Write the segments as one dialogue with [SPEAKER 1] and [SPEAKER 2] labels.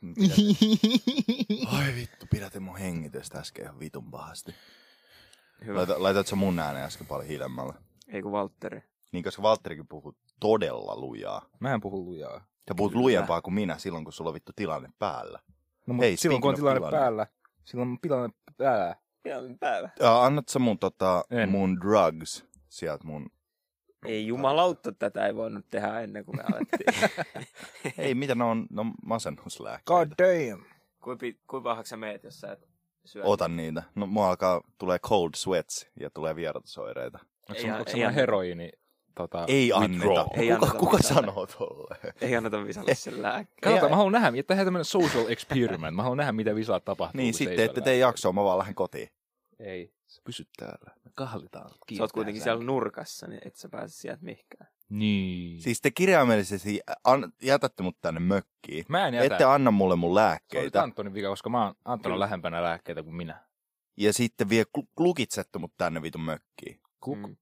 [SPEAKER 1] Mm, Ai vittu, pidätin mun hengitystä äsken ihan vitun pahasti.
[SPEAKER 2] Hyvä.
[SPEAKER 1] Laita, laitat sä mun äänen äsken paljon hiljemmälle?
[SPEAKER 2] Ei kun Valtteri.
[SPEAKER 1] Niin, koska Valtterikin puhuu todella lujaa.
[SPEAKER 3] Mä en puhu lujaa.
[SPEAKER 1] Sä puhut
[SPEAKER 2] Kyllä.
[SPEAKER 1] lujempaa kuin minä silloin, kun sulla on vittu tilanne päällä.
[SPEAKER 3] No, mut
[SPEAKER 1] Hei,
[SPEAKER 3] silloin kun on
[SPEAKER 1] speaking of
[SPEAKER 3] tilanne,
[SPEAKER 1] tilanne.
[SPEAKER 3] päällä, silloin on tilanne päällä.
[SPEAKER 2] Ihan päivä.
[SPEAKER 1] Ää, annat sä mun, tota,
[SPEAKER 3] En.
[SPEAKER 1] mun drugs sieltä mun...
[SPEAKER 2] Ei jumalautta tätä ei voinut tehdä ennen kuin me alettiin.
[SPEAKER 1] Ei, mitä ne on? No masennuslääkkeitä.
[SPEAKER 3] God damn.
[SPEAKER 2] Kuinka kui pahaksi sä meet, jos sä et syö?
[SPEAKER 1] Ota niitä. No mua alkaa, tulee cold sweats ja tulee vierotusoireita.
[SPEAKER 3] Onko
[SPEAKER 2] Ei
[SPEAKER 3] se,
[SPEAKER 2] an-
[SPEAKER 3] onko
[SPEAKER 2] ei
[SPEAKER 3] se
[SPEAKER 2] anneta.
[SPEAKER 3] heroini? Tota,
[SPEAKER 1] Ei anneta.
[SPEAKER 3] withdrawal?
[SPEAKER 2] Ei
[SPEAKER 1] kuka
[SPEAKER 2] anneta
[SPEAKER 1] kuka
[SPEAKER 2] mitään.
[SPEAKER 1] sanoo tolleen?
[SPEAKER 2] Ei anneta Visalle sen lääkkeen.
[SPEAKER 3] Katsotaan, Eh. mä haluan nähdä, että tehdään tämmönen social experiment. Mä haluan nähdä, mitä Visalla tapahtuu.
[SPEAKER 1] Niin,
[SPEAKER 3] kun
[SPEAKER 1] sitten
[SPEAKER 3] se ei
[SPEAKER 1] ette
[SPEAKER 3] saa
[SPEAKER 1] tee jaksoa, mä vaan lähden kotiin.
[SPEAKER 3] lähteä. Ei.
[SPEAKER 1] Pysy täällä. Me kahlitaan.
[SPEAKER 2] Sä oot kuitenkin siellä nurkassa, niin et sä pääse sieltä mihinkään.
[SPEAKER 3] Niin.
[SPEAKER 1] Siis te kirjaimellisesti an, jätätte mut tänne mökkiin.
[SPEAKER 3] mä en jätä.
[SPEAKER 1] Ette anna mulle mun
[SPEAKER 3] se on nyt
[SPEAKER 1] lääkkeitä.
[SPEAKER 3] Antonin vika, koska mä oon Anton on lähempänä lääkkeitä kuin minä.
[SPEAKER 1] Ja sitten vie klu- klukitsette mut tänne vitun mökkiin.
[SPEAKER 3] Kuk.
[SPEAKER 2] Mm.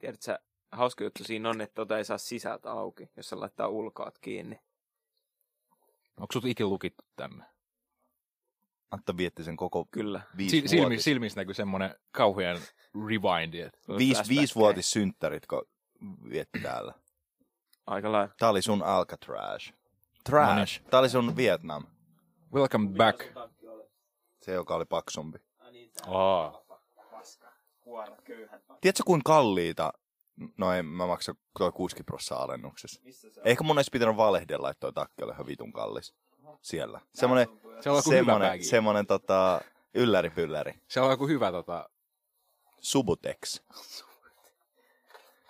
[SPEAKER 2] Tiedätkö sä, hauska juttu siinä on, että tota ei saa sisältä auki, jos se laittaa ulkoat kiinni.
[SPEAKER 3] Onko sut ikin lukittu tänne?
[SPEAKER 1] Antta vietti sen koko
[SPEAKER 2] Kyllä.
[SPEAKER 3] Si-
[SPEAKER 1] viisi
[SPEAKER 3] silmi, silmissä näkyy semmonen kauhean rewind. et-
[SPEAKER 1] Viis,
[SPEAKER 2] Flashbackkejä.
[SPEAKER 1] viisivuotissynttärit, kun vietti täällä.
[SPEAKER 2] Aika lailla.
[SPEAKER 1] Tää oli sun Alcatraz. Trash.
[SPEAKER 3] No
[SPEAKER 1] Tää oli sun Vietnam.
[SPEAKER 3] Welcome back.
[SPEAKER 1] Se, joka oli paksumpi.
[SPEAKER 3] Aa.
[SPEAKER 1] Tiedätkö, kuinka kalliita? No en mä maksa toi 60 prosenttia alennuksessa. Ehkä mun olisi pitänyt valehdella, että toi takki oli ihan vitun kallis. Siellä. Semmonen,
[SPEAKER 3] Se on joku hyvä
[SPEAKER 1] semmonen,
[SPEAKER 3] bagi. Se...
[SPEAKER 1] semmonen tota, ylläripylläri.
[SPEAKER 3] Se on joku hyvä tota...
[SPEAKER 1] Subutex.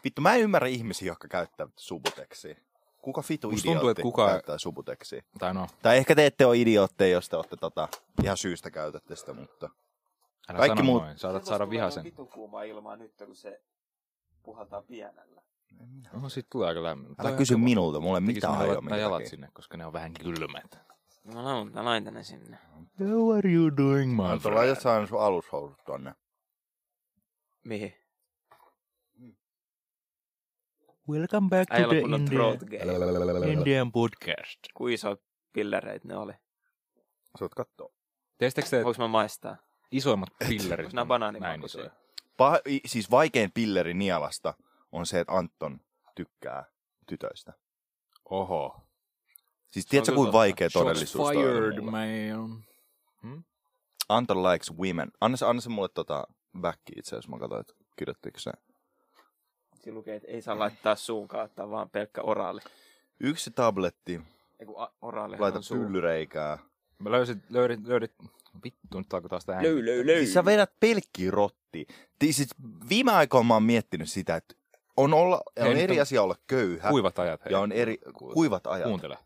[SPEAKER 1] Vittu, mä en ymmärrä ihmisiä, jotka käyttää Subutexia. Kuka fitu
[SPEAKER 3] Musta
[SPEAKER 1] idiootti
[SPEAKER 3] tuntuu, että kukaan-
[SPEAKER 1] käyttää Subutexia?
[SPEAKER 3] Tai no,
[SPEAKER 1] Tai ehkä te ette ole idiootteja, jos te olette tota, ihan syystä käytätte sitä, mutta... Kaikki
[SPEAKER 3] älä Kaikki sano
[SPEAKER 1] muut-
[SPEAKER 3] noin. Saatat saada vihasen.
[SPEAKER 2] Vitu kuumaa ilmaa nyt, kun se puhaltaa pienellä.
[SPEAKER 3] No sit tulee aika lämmin.
[SPEAKER 1] Älä kysy minulta, mulle
[SPEAKER 3] Tekis
[SPEAKER 1] mitä
[SPEAKER 3] mieli
[SPEAKER 1] ajoa
[SPEAKER 3] laittaa jalat
[SPEAKER 1] minkä
[SPEAKER 3] sinne, koska ne on vähän kylmät.
[SPEAKER 2] Mä laitan, mä laitan ne sinne.
[SPEAKER 3] How are you doing, my
[SPEAKER 1] Tuolla jossain sun alushousut tonne.
[SPEAKER 2] Mihin?
[SPEAKER 3] Welcome back
[SPEAKER 2] Äijällä kun on throat game.
[SPEAKER 3] Indian podcast.
[SPEAKER 2] Kuin iso pillereitä ne oli.
[SPEAKER 1] Sä oot kattoo.
[SPEAKER 3] Teistekö te
[SPEAKER 2] Voinko mä maistaa?
[SPEAKER 3] isoimmat pillerit?
[SPEAKER 2] Onks nää
[SPEAKER 3] on näin
[SPEAKER 2] banaanimakuisia?
[SPEAKER 3] isoja?
[SPEAKER 1] Pah, i- siis vaikein pilleri nielasta on se, että Anton tykkää tytöistä.
[SPEAKER 3] Oho.
[SPEAKER 1] Siis tiedätkö,
[SPEAKER 2] kyllä
[SPEAKER 1] kuinka
[SPEAKER 2] totta.
[SPEAKER 1] vaikea
[SPEAKER 3] Shots
[SPEAKER 1] todellisuus toi on
[SPEAKER 3] fired,
[SPEAKER 1] mulle?
[SPEAKER 3] man.
[SPEAKER 1] Anton likes women. Anna se, anna se mulle tota backi itse, jos mä katsoin, että kirjoittiko se.
[SPEAKER 2] Siinä lukee, että ei saa laittaa suun kautta, vaan pelkkä oraali.
[SPEAKER 1] Yksi tabletti,
[SPEAKER 2] Ei kun a- oraali
[SPEAKER 1] laita
[SPEAKER 2] on suu.
[SPEAKER 1] pyllyreikää.
[SPEAKER 3] Mä löysin, löydin, löydit... Vittu, nyt alkoi taas tähän.
[SPEAKER 2] Löy, löy, löy.
[SPEAKER 1] Siis sä vedät pelkkiä rotti. Siis viime aikoina mä oon miettinyt sitä, että on, olla,
[SPEAKER 3] Hei,
[SPEAKER 1] on
[SPEAKER 3] nyt
[SPEAKER 1] eri
[SPEAKER 3] on-
[SPEAKER 1] asia olla köyhä
[SPEAKER 3] Kuivat ajat. hei.
[SPEAKER 1] ja on eri
[SPEAKER 3] Kuivat.
[SPEAKER 1] kuivat ajat.
[SPEAKER 3] Kuuntele.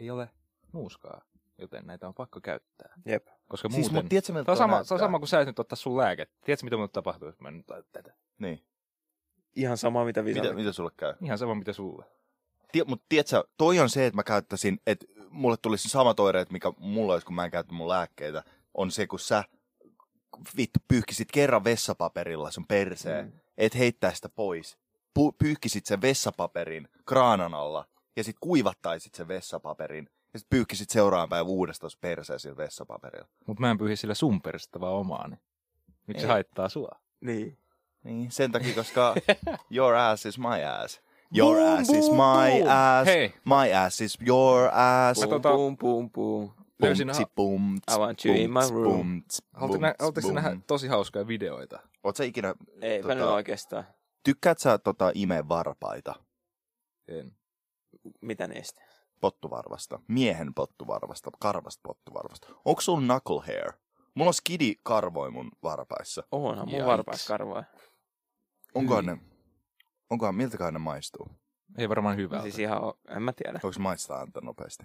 [SPEAKER 3] Ei ole nuuskaa, joten näitä on pakko käyttää.
[SPEAKER 2] Jep.
[SPEAKER 3] Koska muuten...
[SPEAKER 1] Siis mut tiedätkö, miltä
[SPEAKER 3] Tämä
[SPEAKER 1] toi
[SPEAKER 3] on, sama, se on
[SPEAKER 1] näyttää?
[SPEAKER 3] sama kuin sä et nyt ottaa sun lääkettä. Tiedätkö, mitä mulle tapahtuu, jos mä en nyt laitan tätä?
[SPEAKER 1] Niin.
[SPEAKER 2] Ihan sama mitä
[SPEAKER 1] Mitä,
[SPEAKER 2] Visalle.
[SPEAKER 1] mitä sulle käy?
[SPEAKER 3] Ihan sama, mitä sulle.
[SPEAKER 1] Tie, mutta tiedätkö, toi on se, että mä käyttäisin, että mulle tulisi samat oireet, mikä mulla olisi, kun mä en käytä mun lääkkeitä, on se, kun sä vittu pyyhkisit kerran vessapaperilla sun perseen, mm. et heittää sitä pois. Pu- pyyhkisit sen vessapaperin kraanan alla ja sit kuivattaisit sen vessapaperin ja sit pyyhkisit seuraavan päivän uudestaan sun perseen sillä vessapaperilla.
[SPEAKER 3] Mutta mä en pyhi sillä sun perästä, vaan omaani. Miksi se
[SPEAKER 1] Ei.
[SPEAKER 3] haittaa sua?
[SPEAKER 2] Niin.
[SPEAKER 1] Niin, sen takia, koska your ass is my ass. Your ass is my ass.
[SPEAKER 3] Hei,
[SPEAKER 1] My ass is your ass.
[SPEAKER 3] Mä
[SPEAKER 2] Pum,
[SPEAKER 3] tota-
[SPEAKER 2] pum, pum, pum.
[SPEAKER 3] löysin... Ha-
[SPEAKER 1] bumts,
[SPEAKER 2] I want you in my room.
[SPEAKER 3] Haluatteko nä- haluatteko te nähdä tosi hauskoja videoita?
[SPEAKER 1] Oot sä ikinä,
[SPEAKER 2] Ei, tota...
[SPEAKER 1] Tota-
[SPEAKER 2] oikeastaan.
[SPEAKER 1] tykkäät sä tota imee varpaita,
[SPEAKER 3] En.
[SPEAKER 2] Mitä niistä?
[SPEAKER 1] pottuvarvasta, miehen pottuvarvasta, karvasta pottuvarvasta? Onko sulla knuckle hair? Mulla on skidi karvoi mun varpaissa.
[SPEAKER 2] Onhan mun
[SPEAKER 3] Yikes.
[SPEAKER 2] varpaiskarvoja.
[SPEAKER 1] Onkohan
[SPEAKER 3] Hyi.
[SPEAKER 1] ne, onkohan, miltäkään ne maistuu?
[SPEAKER 3] Ei varmaan hyvä.
[SPEAKER 2] Siis ihan, o- en mä tiedä.
[SPEAKER 1] Voinko maistaa antaa nopeasti?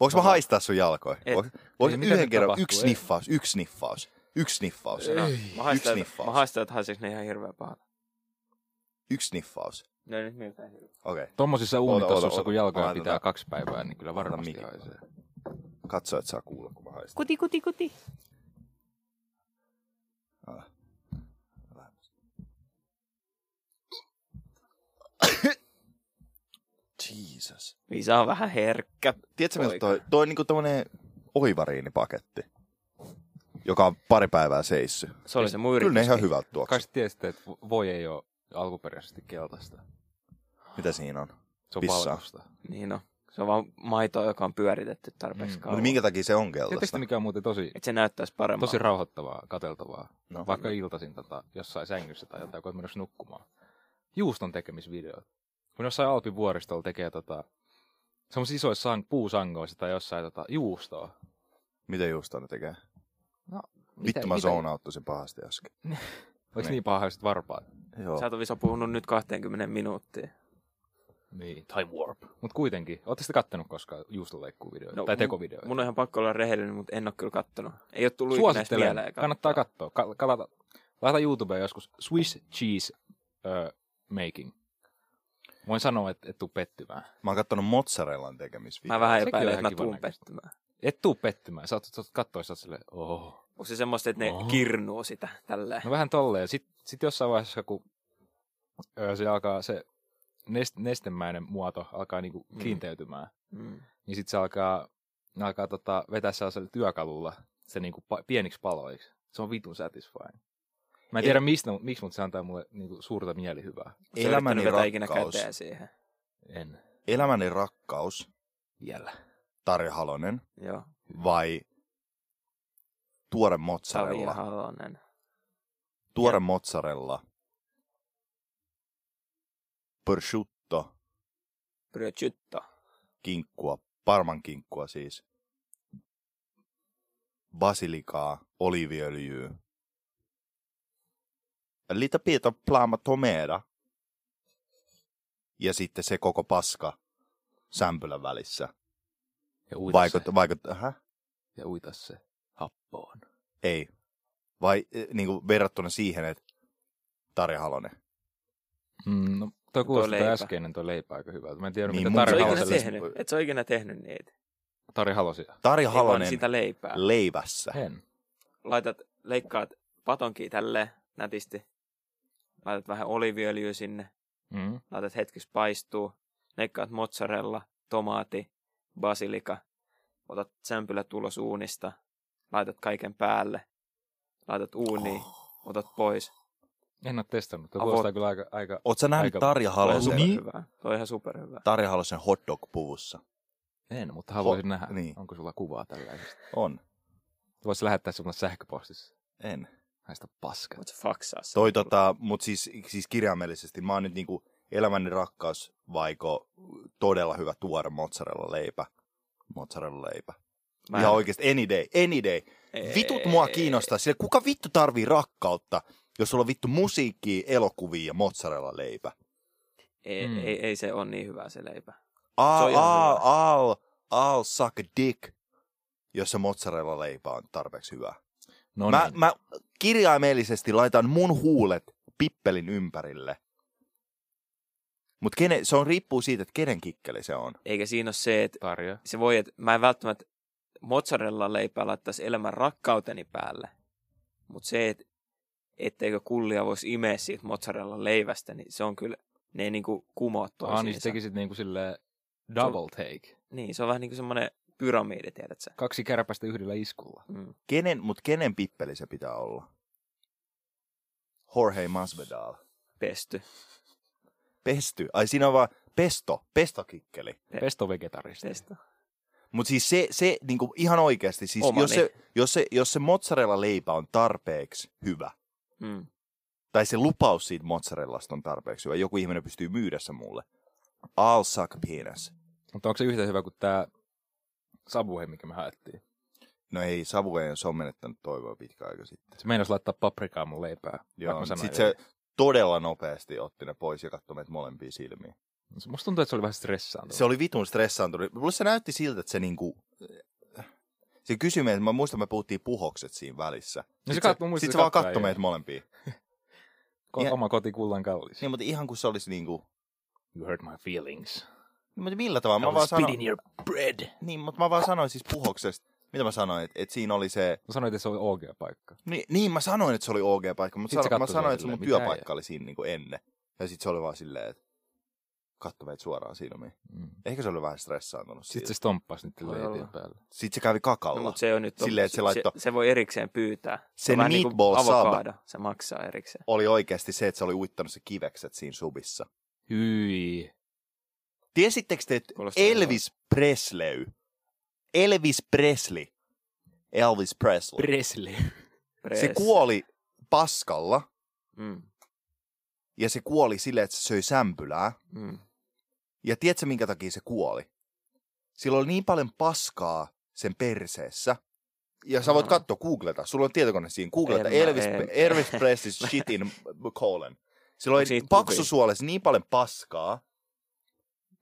[SPEAKER 1] Voinko mä haistaa sun jalkoja?
[SPEAKER 2] Et.
[SPEAKER 1] Voinko- Voinko
[SPEAKER 3] Ei, mitä
[SPEAKER 1] yhden
[SPEAKER 3] nyt
[SPEAKER 1] kerran,
[SPEAKER 3] tapahtuu?
[SPEAKER 1] yksi
[SPEAKER 3] Ei.
[SPEAKER 1] sniffaus, yksi sniffaus, yksi sniffaus,
[SPEAKER 2] No, mä, haistan,
[SPEAKER 1] yksi
[SPEAKER 2] että, mä
[SPEAKER 1] sniffaus,
[SPEAKER 2] haistan, että haiseeko ne ihan hirveän pahalta.
[SPEAKER 1] yksi sniffaus.
[SPEAKER 2] No nyt miltä hirveän.
[SPEAKER 1] Okei, okay.
[SPEAKER 3] Tommosissa
[SPEAKER 1] Oota, oota,
[SPEAKER 3] uunitassussa,
[SPEAKER 1] oota.
[SPEAKER 3] kun jalkoja
[SPEAKER 1] Mä
[SPEAKER 3] pitää
[SPEAKER 1] otan-
[SPEAKER 3] kaksi päivää, niin kyllä varmasti
[SPEAKER 1] mikin.
[SPEAKER 3] haisee.
[SPEAKER 1] katso, että saa kuulla, kun mä haistan.
[SPEAKER 2] Kuti, kuti, kuti.
[SPEAKER 1] Ah. Jeesus.
[SPEAKER 2] Viisa on vähän herkkä.
[SPEAKER 1] Tiedätkö, miltä
[SPEAKER 2] Poika.
[SPEAKER 1] toi, toi on niinku tämmönen oivariinipaketti, joka on pari päivää seissy.
[SPEAKER 2] Se oli se mun
[SPEAKER 1] Kyllä ne
[SPEAKER 2] yritys.
[SPEAKER 1] ihan hyvältä tuoksuu.
[SPEAKER 3] Kai sä tiesitte, että vo- voi ei ole alkuperäisesti keltaista.
[SPEAKER 1] Mitä siinä on?
[SPEAKER 3] Se on
[SPEAKER 1] Pissaa.
[SPEAKER 3] valkoista.
[SPEAKER 2] Niin no. Se on vaan maitoa, joka on pyöritetty tarpeeksi
[SPEAKER 3] Mm.
[SPEAKER 2] mm.
[SPEAKER 1] Mutta
[SPEAKER 2] kauan.
[SPEAKER 1] No niin, minkä takia se on keltaista?
[SPEAKER 3] Tiedättekö mikä on muuten tosi,
[SPEAKER 2] Että se näyttäisi paremmalta.
[SPEAKER 3] tosi rauhoittavaa, kateltavaa?
[SPEAKER 1] No.
[SPEAKER 3] Vaikka iltaisin tota, jossain sängyssä tai jotain, kun olet menossa nukkumaan. Juuston tekemisvideot. Kun jossain Alpin vuoristolla tekee tota, semmoisissa isoissa sang- puusangoissa tai jossain tota, juustoa. No,
[SPEAKER 1] Mitä juustoa ne tekee?
[SPEAKER 3] Mitä-
[SPEAKER 1] Vittu mä
[SPEAKER 3] mitä-
[SPEAKER 1] zoonauttu sen pahasti äsken.
[SPEAKER 3] Oliko
[SPEAKER 1] Niin.
[SPEAKER 3] niin pahaiset varpaat?
[SPEAKER 1] Joo.
[SPEAKER 2] Sä et ole Visa puhunut nyt 20 minuuttia.
[SPEAKER 3] Niin, Time Warp. Mutta kuitenkin, ootteko te kattonut koskaan juustoleikkuvideoita
[SPEAKER 2] No,
[SPEAKER 3] tai
[SPEAKER 2] mun-
[SPEAKER 3] tekovideoita?
[SPEAKER 2] Mun on ihan pakko olla rehellinen, mutta en ole kyllä kattonut. Ei ole tullut ikinä edes mieleen.
[SPEAKER 3] Suosittelen, kannattaa katsoa. Ka- kalata. Laita YouTubeen joskus Swiss Cheese ö, Making. Voin sanoa, että et tuu pettymään.
[SPEAKER 1] Mä oon kattonut mozzarellan tekemisvideoa.
[SPEAKER 2] Mä vähän
[SPEAKER 3] Sekin on
[SPEAKER 2] epäilen, että
[SPEAKER 3] ihan
[SPEAKER 2] mä tuun
[SPEAKER 3] kivan näköistä.
[SPEAKER 2] pettymään.
[SPEAKER 3] Et tuu pettymään. Sä oot, sä oot kattoa, sä oot silleen, oh.
[SPEAKER 2] Onko se semmoista, että ne
[SPEAKER 3] Oo.
[SPEAKER 2] kirnuu sitä tälleen?
[SPEAKER 3] No vähän tolleen. Sitten sit jossain vaiheessa, kun öö, se alkaa se nest, nestemäinen muoto alkaa niinku
[SPEAKER 2] Mm.
[SPEAKER 3] kiinteytymään,
[SPEAKER 2] Mm.
[SPEAKER 3] niin sitten se alkaa, ne alkaa tota, vetää sellaisella työkalulla se niinku pa- pieniksi paloiksi. Se on vitun satisfying. Mä en
[SPEAKER 1] Ei-
[SPEAKER 3] tiedä mistä, mut- miksi, mutta se antaa mulle niinku, suurta mielihyvää.
[SPEAKER 1] Elämäni
[SPEAKER 2] Elämäni ikinä
[SPEAKER 1] rakkaus,
[SPEAKER 2] käteen siihen.
[SPEAKER 3] En
[SPEAKER 1] elämäni rakkaus,
[SPEAKER 3] vielä.
[SPEAKER 1] Tarja Halonen,
[SPEAKER 2] Joo.
[SPEAKER 1] vai tuore
[SPEAKER 2] Savi
[SPEAKER 1] mozzarella?
[SPEAKER 2] Halonen.
[SPEAKER 1] Tuore mozzarella, prosciutto,
[SPEAKER 2] Prosciutto.
[SPEAKER 1] kinkkua, parman kinkkua siis, basilikaa, oliiviöljyä, lita pieta plama tomeda ja sitten se koko paska sämpylän välissä.
[SPEAKER 3] Ja uita
[SPEAKER 1] Vaikut,
[SPEAKER 3] se.
[SPEAKER 1] vaikut, häh?
[SPEAKER 3] Ja uita se happoon.
[SPEAKER 1] Ei. Vai niin kuin verrattuna siihen, että Tarja Halonen.
[SPEAKER 3] Mm, no, toi kuulosti toi
[SPEAKER 2] leipä.
[SPEAKER 3] äskeinen toi leipä aika hyvältä. Mä en tiedä,
[SPEAKER 1] Niin,
[SPEAKER 3] niin,
[SPEAKER 1] mun-
[SPEAKER 2] Se
[SPEAKER 3] mitä
[SPEAKER 1] Tarja
[SPEAKER 3] Tari
[SPEAKER 2] on ikinä
[SPEAKER 1] Haloselle-
[SPEAKER 3] Halosen...
[SPEAKER 2] tehnyt. Et sä ole ikinä tehnyt niitä.
[SPEAKER 3] Tari Halosia.
[SPEAKER 1] Tarja
[SPEAKER 2] Ei vaan
[SPEAKER 1] Halonen
[SPEAKER 2] sitä leipää.
[SPEAKER 1] leivässä.
[SPEAKER 3] En.
[SPEAKER 2] Laitat, leikkaat patonkia tälleen nätisti. Laitat vähän oliiviöljyä sinne.
[SPEAKER 3] Mm.
[SPEAKER 2] laitat hetkeksi paistuu, leikkaat mozzarella, tomaati, basilika, otat sämpylät ulos uunista, laitat kaiken päälle, laitat uuniin,
[SPEAKER 1] Oh.
[SPEAKER 2] otat pois.
[SPEAKER 3] En ole testannut. Tuo
[SPEAKER 2] Avo-
[SPEAKER 3] kuulostaa kyllä aika, aika...
[SPEAKER 1] Oot sä nähnyt
[SPEAKER 3] Aika-
[SPEAKER 1] Tarja
[SPEAKER 2] Toi on ihan
[SPEAKER 1] Halosen,
[SPEAKER 2] superhyvää. Toi on ihan superhyvää.
[SPEAKER 1] Tarja Halosen hotdog-puvussa?
[SPEAKER 3] En, mutta haluaisin nähdä.
[SPEAKER 1] niin.
[SPEAKER 3] Onko sulla kuvaa tällaisesta?
[SPEAKER 1] On.
[SPEAKER 3] Voisi lähettää sinulle sähköpostissa.
[SPEAKER 1] En.
[SPEAKER 3] Näistä paskaa.
[SPEAKER 2] Voit sä faksaa sen.
[SPEAKER 1] Toi tota, mut siis, siis kirjaimellisesti, mä oon nyt niinku elämäni rakkaus, vaiko todella hyvä tuore mozzarella leipä. Mozzarella leipä.
[SPEAKER 2] Mä
[SPEAKER 1] Ihan
[SPEAKER 2] en-
[SPEAKER 1] oikeesti, any day, any day.
[SPEAKER 2] Ei-
[SPEAKER 1] Vitut mua kiinnostaa, sillä kuka vittu tarvii rakkautta, jos sulla on vittu musiikkia, elokuvia ja mozzarella leipä?
[SPEAKER 2] Ei,
[SPEAKER 3] Mm.
[SPEAKER 2] ei, ei, se on niin hyvää se leipä. Se on
[SPEAKER 1] I'll,
[SPEAKER 2] ihan
[SPEAKER 1] I'll,
[SPEAKER 2] hyvä.
[SPEAKER 1] I'll, I'll suck a dick, jos se mozzarella leipä on tarpeeksi hyvä.
[SPEAKER 3] No
[SPEAKER 1] mä,
[SPEAKER 3] niin.
[SPEAKER 1] mä kirjaimellisesti laitan mun huulet pippelin ympärille. Mutta kene, se on riippuu siitä, että kenen kikkeli se on.
[SPEAKER 2] Eikä siinä ole se, että
[SPEAKER 3] Tarja.
[SPEAKER 2] se voi, että mä en välttämättä mozzarella leipää laittaisi elämän rakkauteni päälle, mutta se, että etteikö kullia voisi imeä siitä mozzarella leivästä, niin se on kyllä, ne ei niinku kumoa
[SPEAKER 3] Ah, niin
[SPEAKER 2] toisiinsa.
[SPEAKER 3] sä tekisit niinku silleen double take.
[SPEAKER 2] niin, se on vähän niin kuin semmoinen pyramidi, tiedät sä.
[SPEAKER 3] Kaksi kärpästä yhdellä iskulla.
[SPEAKER 2] Mm.
[SPEAKER 1] Kenen, mutta kenen pippeli se pitää olla? Jorge Masvidal.
[SPEAKER 2] Pesty.
[SPEAKER 1] Pesty. Ai siinä on vaan pesto, pestokikkeli.
[SPEAKER 3] Pesto vegetaristi.
[SPEAKER 2] Pesto.
[SPEAKER 1] Mutta siis se, se niinku ihan oikeasti, siis
[SPEAKER 2] Omani.
[SPEAKER 1] jos se, jos, se, jos se mozzarella leipä on tarpeeksi hyvä,
[SPEAKER 2] Mm.
[SPEAKER 1] tai se lupaus siitä mozzarellasta on tarpeeksi hyvä, joku ihminen pystyy myydä se mulle. I'll suck penis.
[SPEAKER 3] Mutta onko se yhtä hyvä kuin tää Subway, mikä me haettiin?
[SPEAKER 1] No ei, Savue se on menettänyt toivoa pitkä aika sitten.
[SPEAKER 3] Se meinasi laittaa paprikaa mun leipää.
[SPEAKER 1] Joo, sitten se todella nopeasti otti ne pois ja katsoi meitä molempia silmiä.
[SPEAKER 3] Musta tuntuu, että se oli vähän stressaantunut.
[SPEAKER 1] Se oli vitun stressaantunut. Mulle se näytti siltä, että se niinku... Se kysyi meiltä, mä muistan, me puhuttiin puhokset siinä välissä.
[SPEAKER 3] No se
[SPEAKER 1] Sitten
[SPEAKER 3] kat- mä muistan,
[SPEAKER 1] sit
[SPEAKER 3] se
[SPEAKER 1] se vaan
[SPEAKER 3] katsoi
[SPEAKER 1] katsoi
[SPEAKER 3] äijää.
[SPEAKER 1] meitä molempia.
[SPEAKER 3] Ko-
[SPEAKER 1] Ja-
[SPEAKER 3] Oma koti kullan kallis.
[SPEAKER 1] Niin, mutta ihan kuin se olisi niinku...
[SPEAKER 3] You hurt my feelings.
[SPEAKER 1] No, mutta millä tavalla? Mä vaan,
[SPEAKER 3] siis
[SPEAKER 1] sanoin, niin, mutta mä vaan sanoin siis puhoksesta. Mitä mä sanoin? Että et siinä oli se...
[SPEAKER 3] Mä sanoin, että se oli OG paikka.
[SPEAKER 1] Niin, niin mä sanoin, että se oli OG-paikka, mutta
[SPEAKER 3] Sit se
[SPEAKER 1] sano, mä
[SPEAKER 3] katsoi
[SPEAKER 1] sanoin,
[SPEAKER 3] sen
[SPEAKER 1] että se mun
[SPEAKER 3] silleen, mitä
[SPEAKER 1] työpaikka oli siinä niinku ennen. Ja sitten se oli vaan silleen, että katsoi meitä suoraan silmiin.
[SPEAKER 3] Mm.
[SPEAKER 1] Ehkä se oli vähän stressaantunut
[SPEAKER 3] Sitten
[SPEAKER 1] siitä.
[SPEAKER 3] se stomppasi
[SPEAKER 2] Siis
[SPEAKER 3] niiden
[SPEAKER 2] Voi olla.
[SPEAKER 3] leipien päälle.
[SPEAKER 1] Sitten se kävi kakalla.
[SPEAKER 2] No,
[SPEAKER 1] No,
[SPEAKER 2] mutta se on nyt...
[SPEAKER 1] Silleen, että se laittoi-
[SPEAKER 2] se, se, voi erikseen pyytää. Se
[SPEAKER 1] Sen
[SPEAKER 2] on vähän niin kuin
[SPEAKER 1] meatball sub.
[SPEAKER 2] avokaado, se maksaa erikseen.
[SPEAKER 1] Oli oikeasti se, että se oli uittanut se kivekset siinä subissa.
[SPEAKER 3] Hyi.
[SPEAKER 1] Tiesittekö te, että
[SPEAKER 2] Kuulostaa
[SPEAKER 1] Elvis Presley, Elvis Presley, Elvis Presley,
[SPEAKER 3] Presley.
[SPEAKER 1] se
[SPEAKER 2] Press.
[SPEAKER 1] kuoli paskalla
[SPEAKER 2] Mm,
[SPEAKER 1] ja se kuoli silleen, että se söi sämpylää.
[SPEAKER 2] mm.
[SPEAKER 1] Ja tiedätkö, minkä takia se kuoli? Sillä oli niin paljon paskaa sen perseessä. Ja sä voit
[SPEAKER 2] Joo.
[SPEAKER 1] katsoa, googleta. Sulla on tietokone siinä. Googleta
[SPEAKER 2] En mä-
[SPEAKER 1] Elvis,
[SPEAKER 2] en.
[SPEAKER 1] Elvis Presley shit in colon. Sillä
[SPEAKER 2] Onks
[SPEAKER 1] oli
[SPEAKER 2] siitä kuvia?
[SPEAKER 1] paksusuolessa niin paljon paskaa,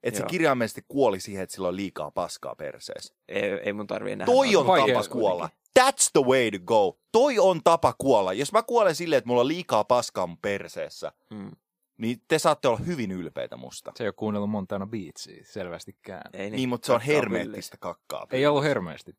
[SPEAKER 1] että se
[SPEAKER 2] Joo.
[SPEAKER 1] kirjaimellisesti kuoli siihen, että sillä on liikaa paskaa perseessä.
[SPEAKER 2] Ei, ei mun tarvii nähdä.
[SPEAKER 1] Toi on
[SPEAKER 3] Vaikea
[SPEAKER 1] tapa
[SPEAKER 3] kuitenkin.
[SPEAKER 1] kuolla. That's the way to go. Toi on tapa kuolla. Jos mä kuolen silleen, että mulla on liikaa paskaa mun perseessä,
[SPEAKER 2] Mm.
[SPEAKER 1] niin te saatte olla hyvin ylpeitä musta.
[SPEAKER 3] Se ei ole kuunnellut Montana Beatsia selvästikään.
[SPEAKER 2] Ei
[SPEAKER 1] Niin, mutta se on
[SPEAKER 2] Kakka pyllyssä.
[SPEAKER 1] hermeettistä kakkaa.
[SPEAKER 3] Ei ollut hermeesti.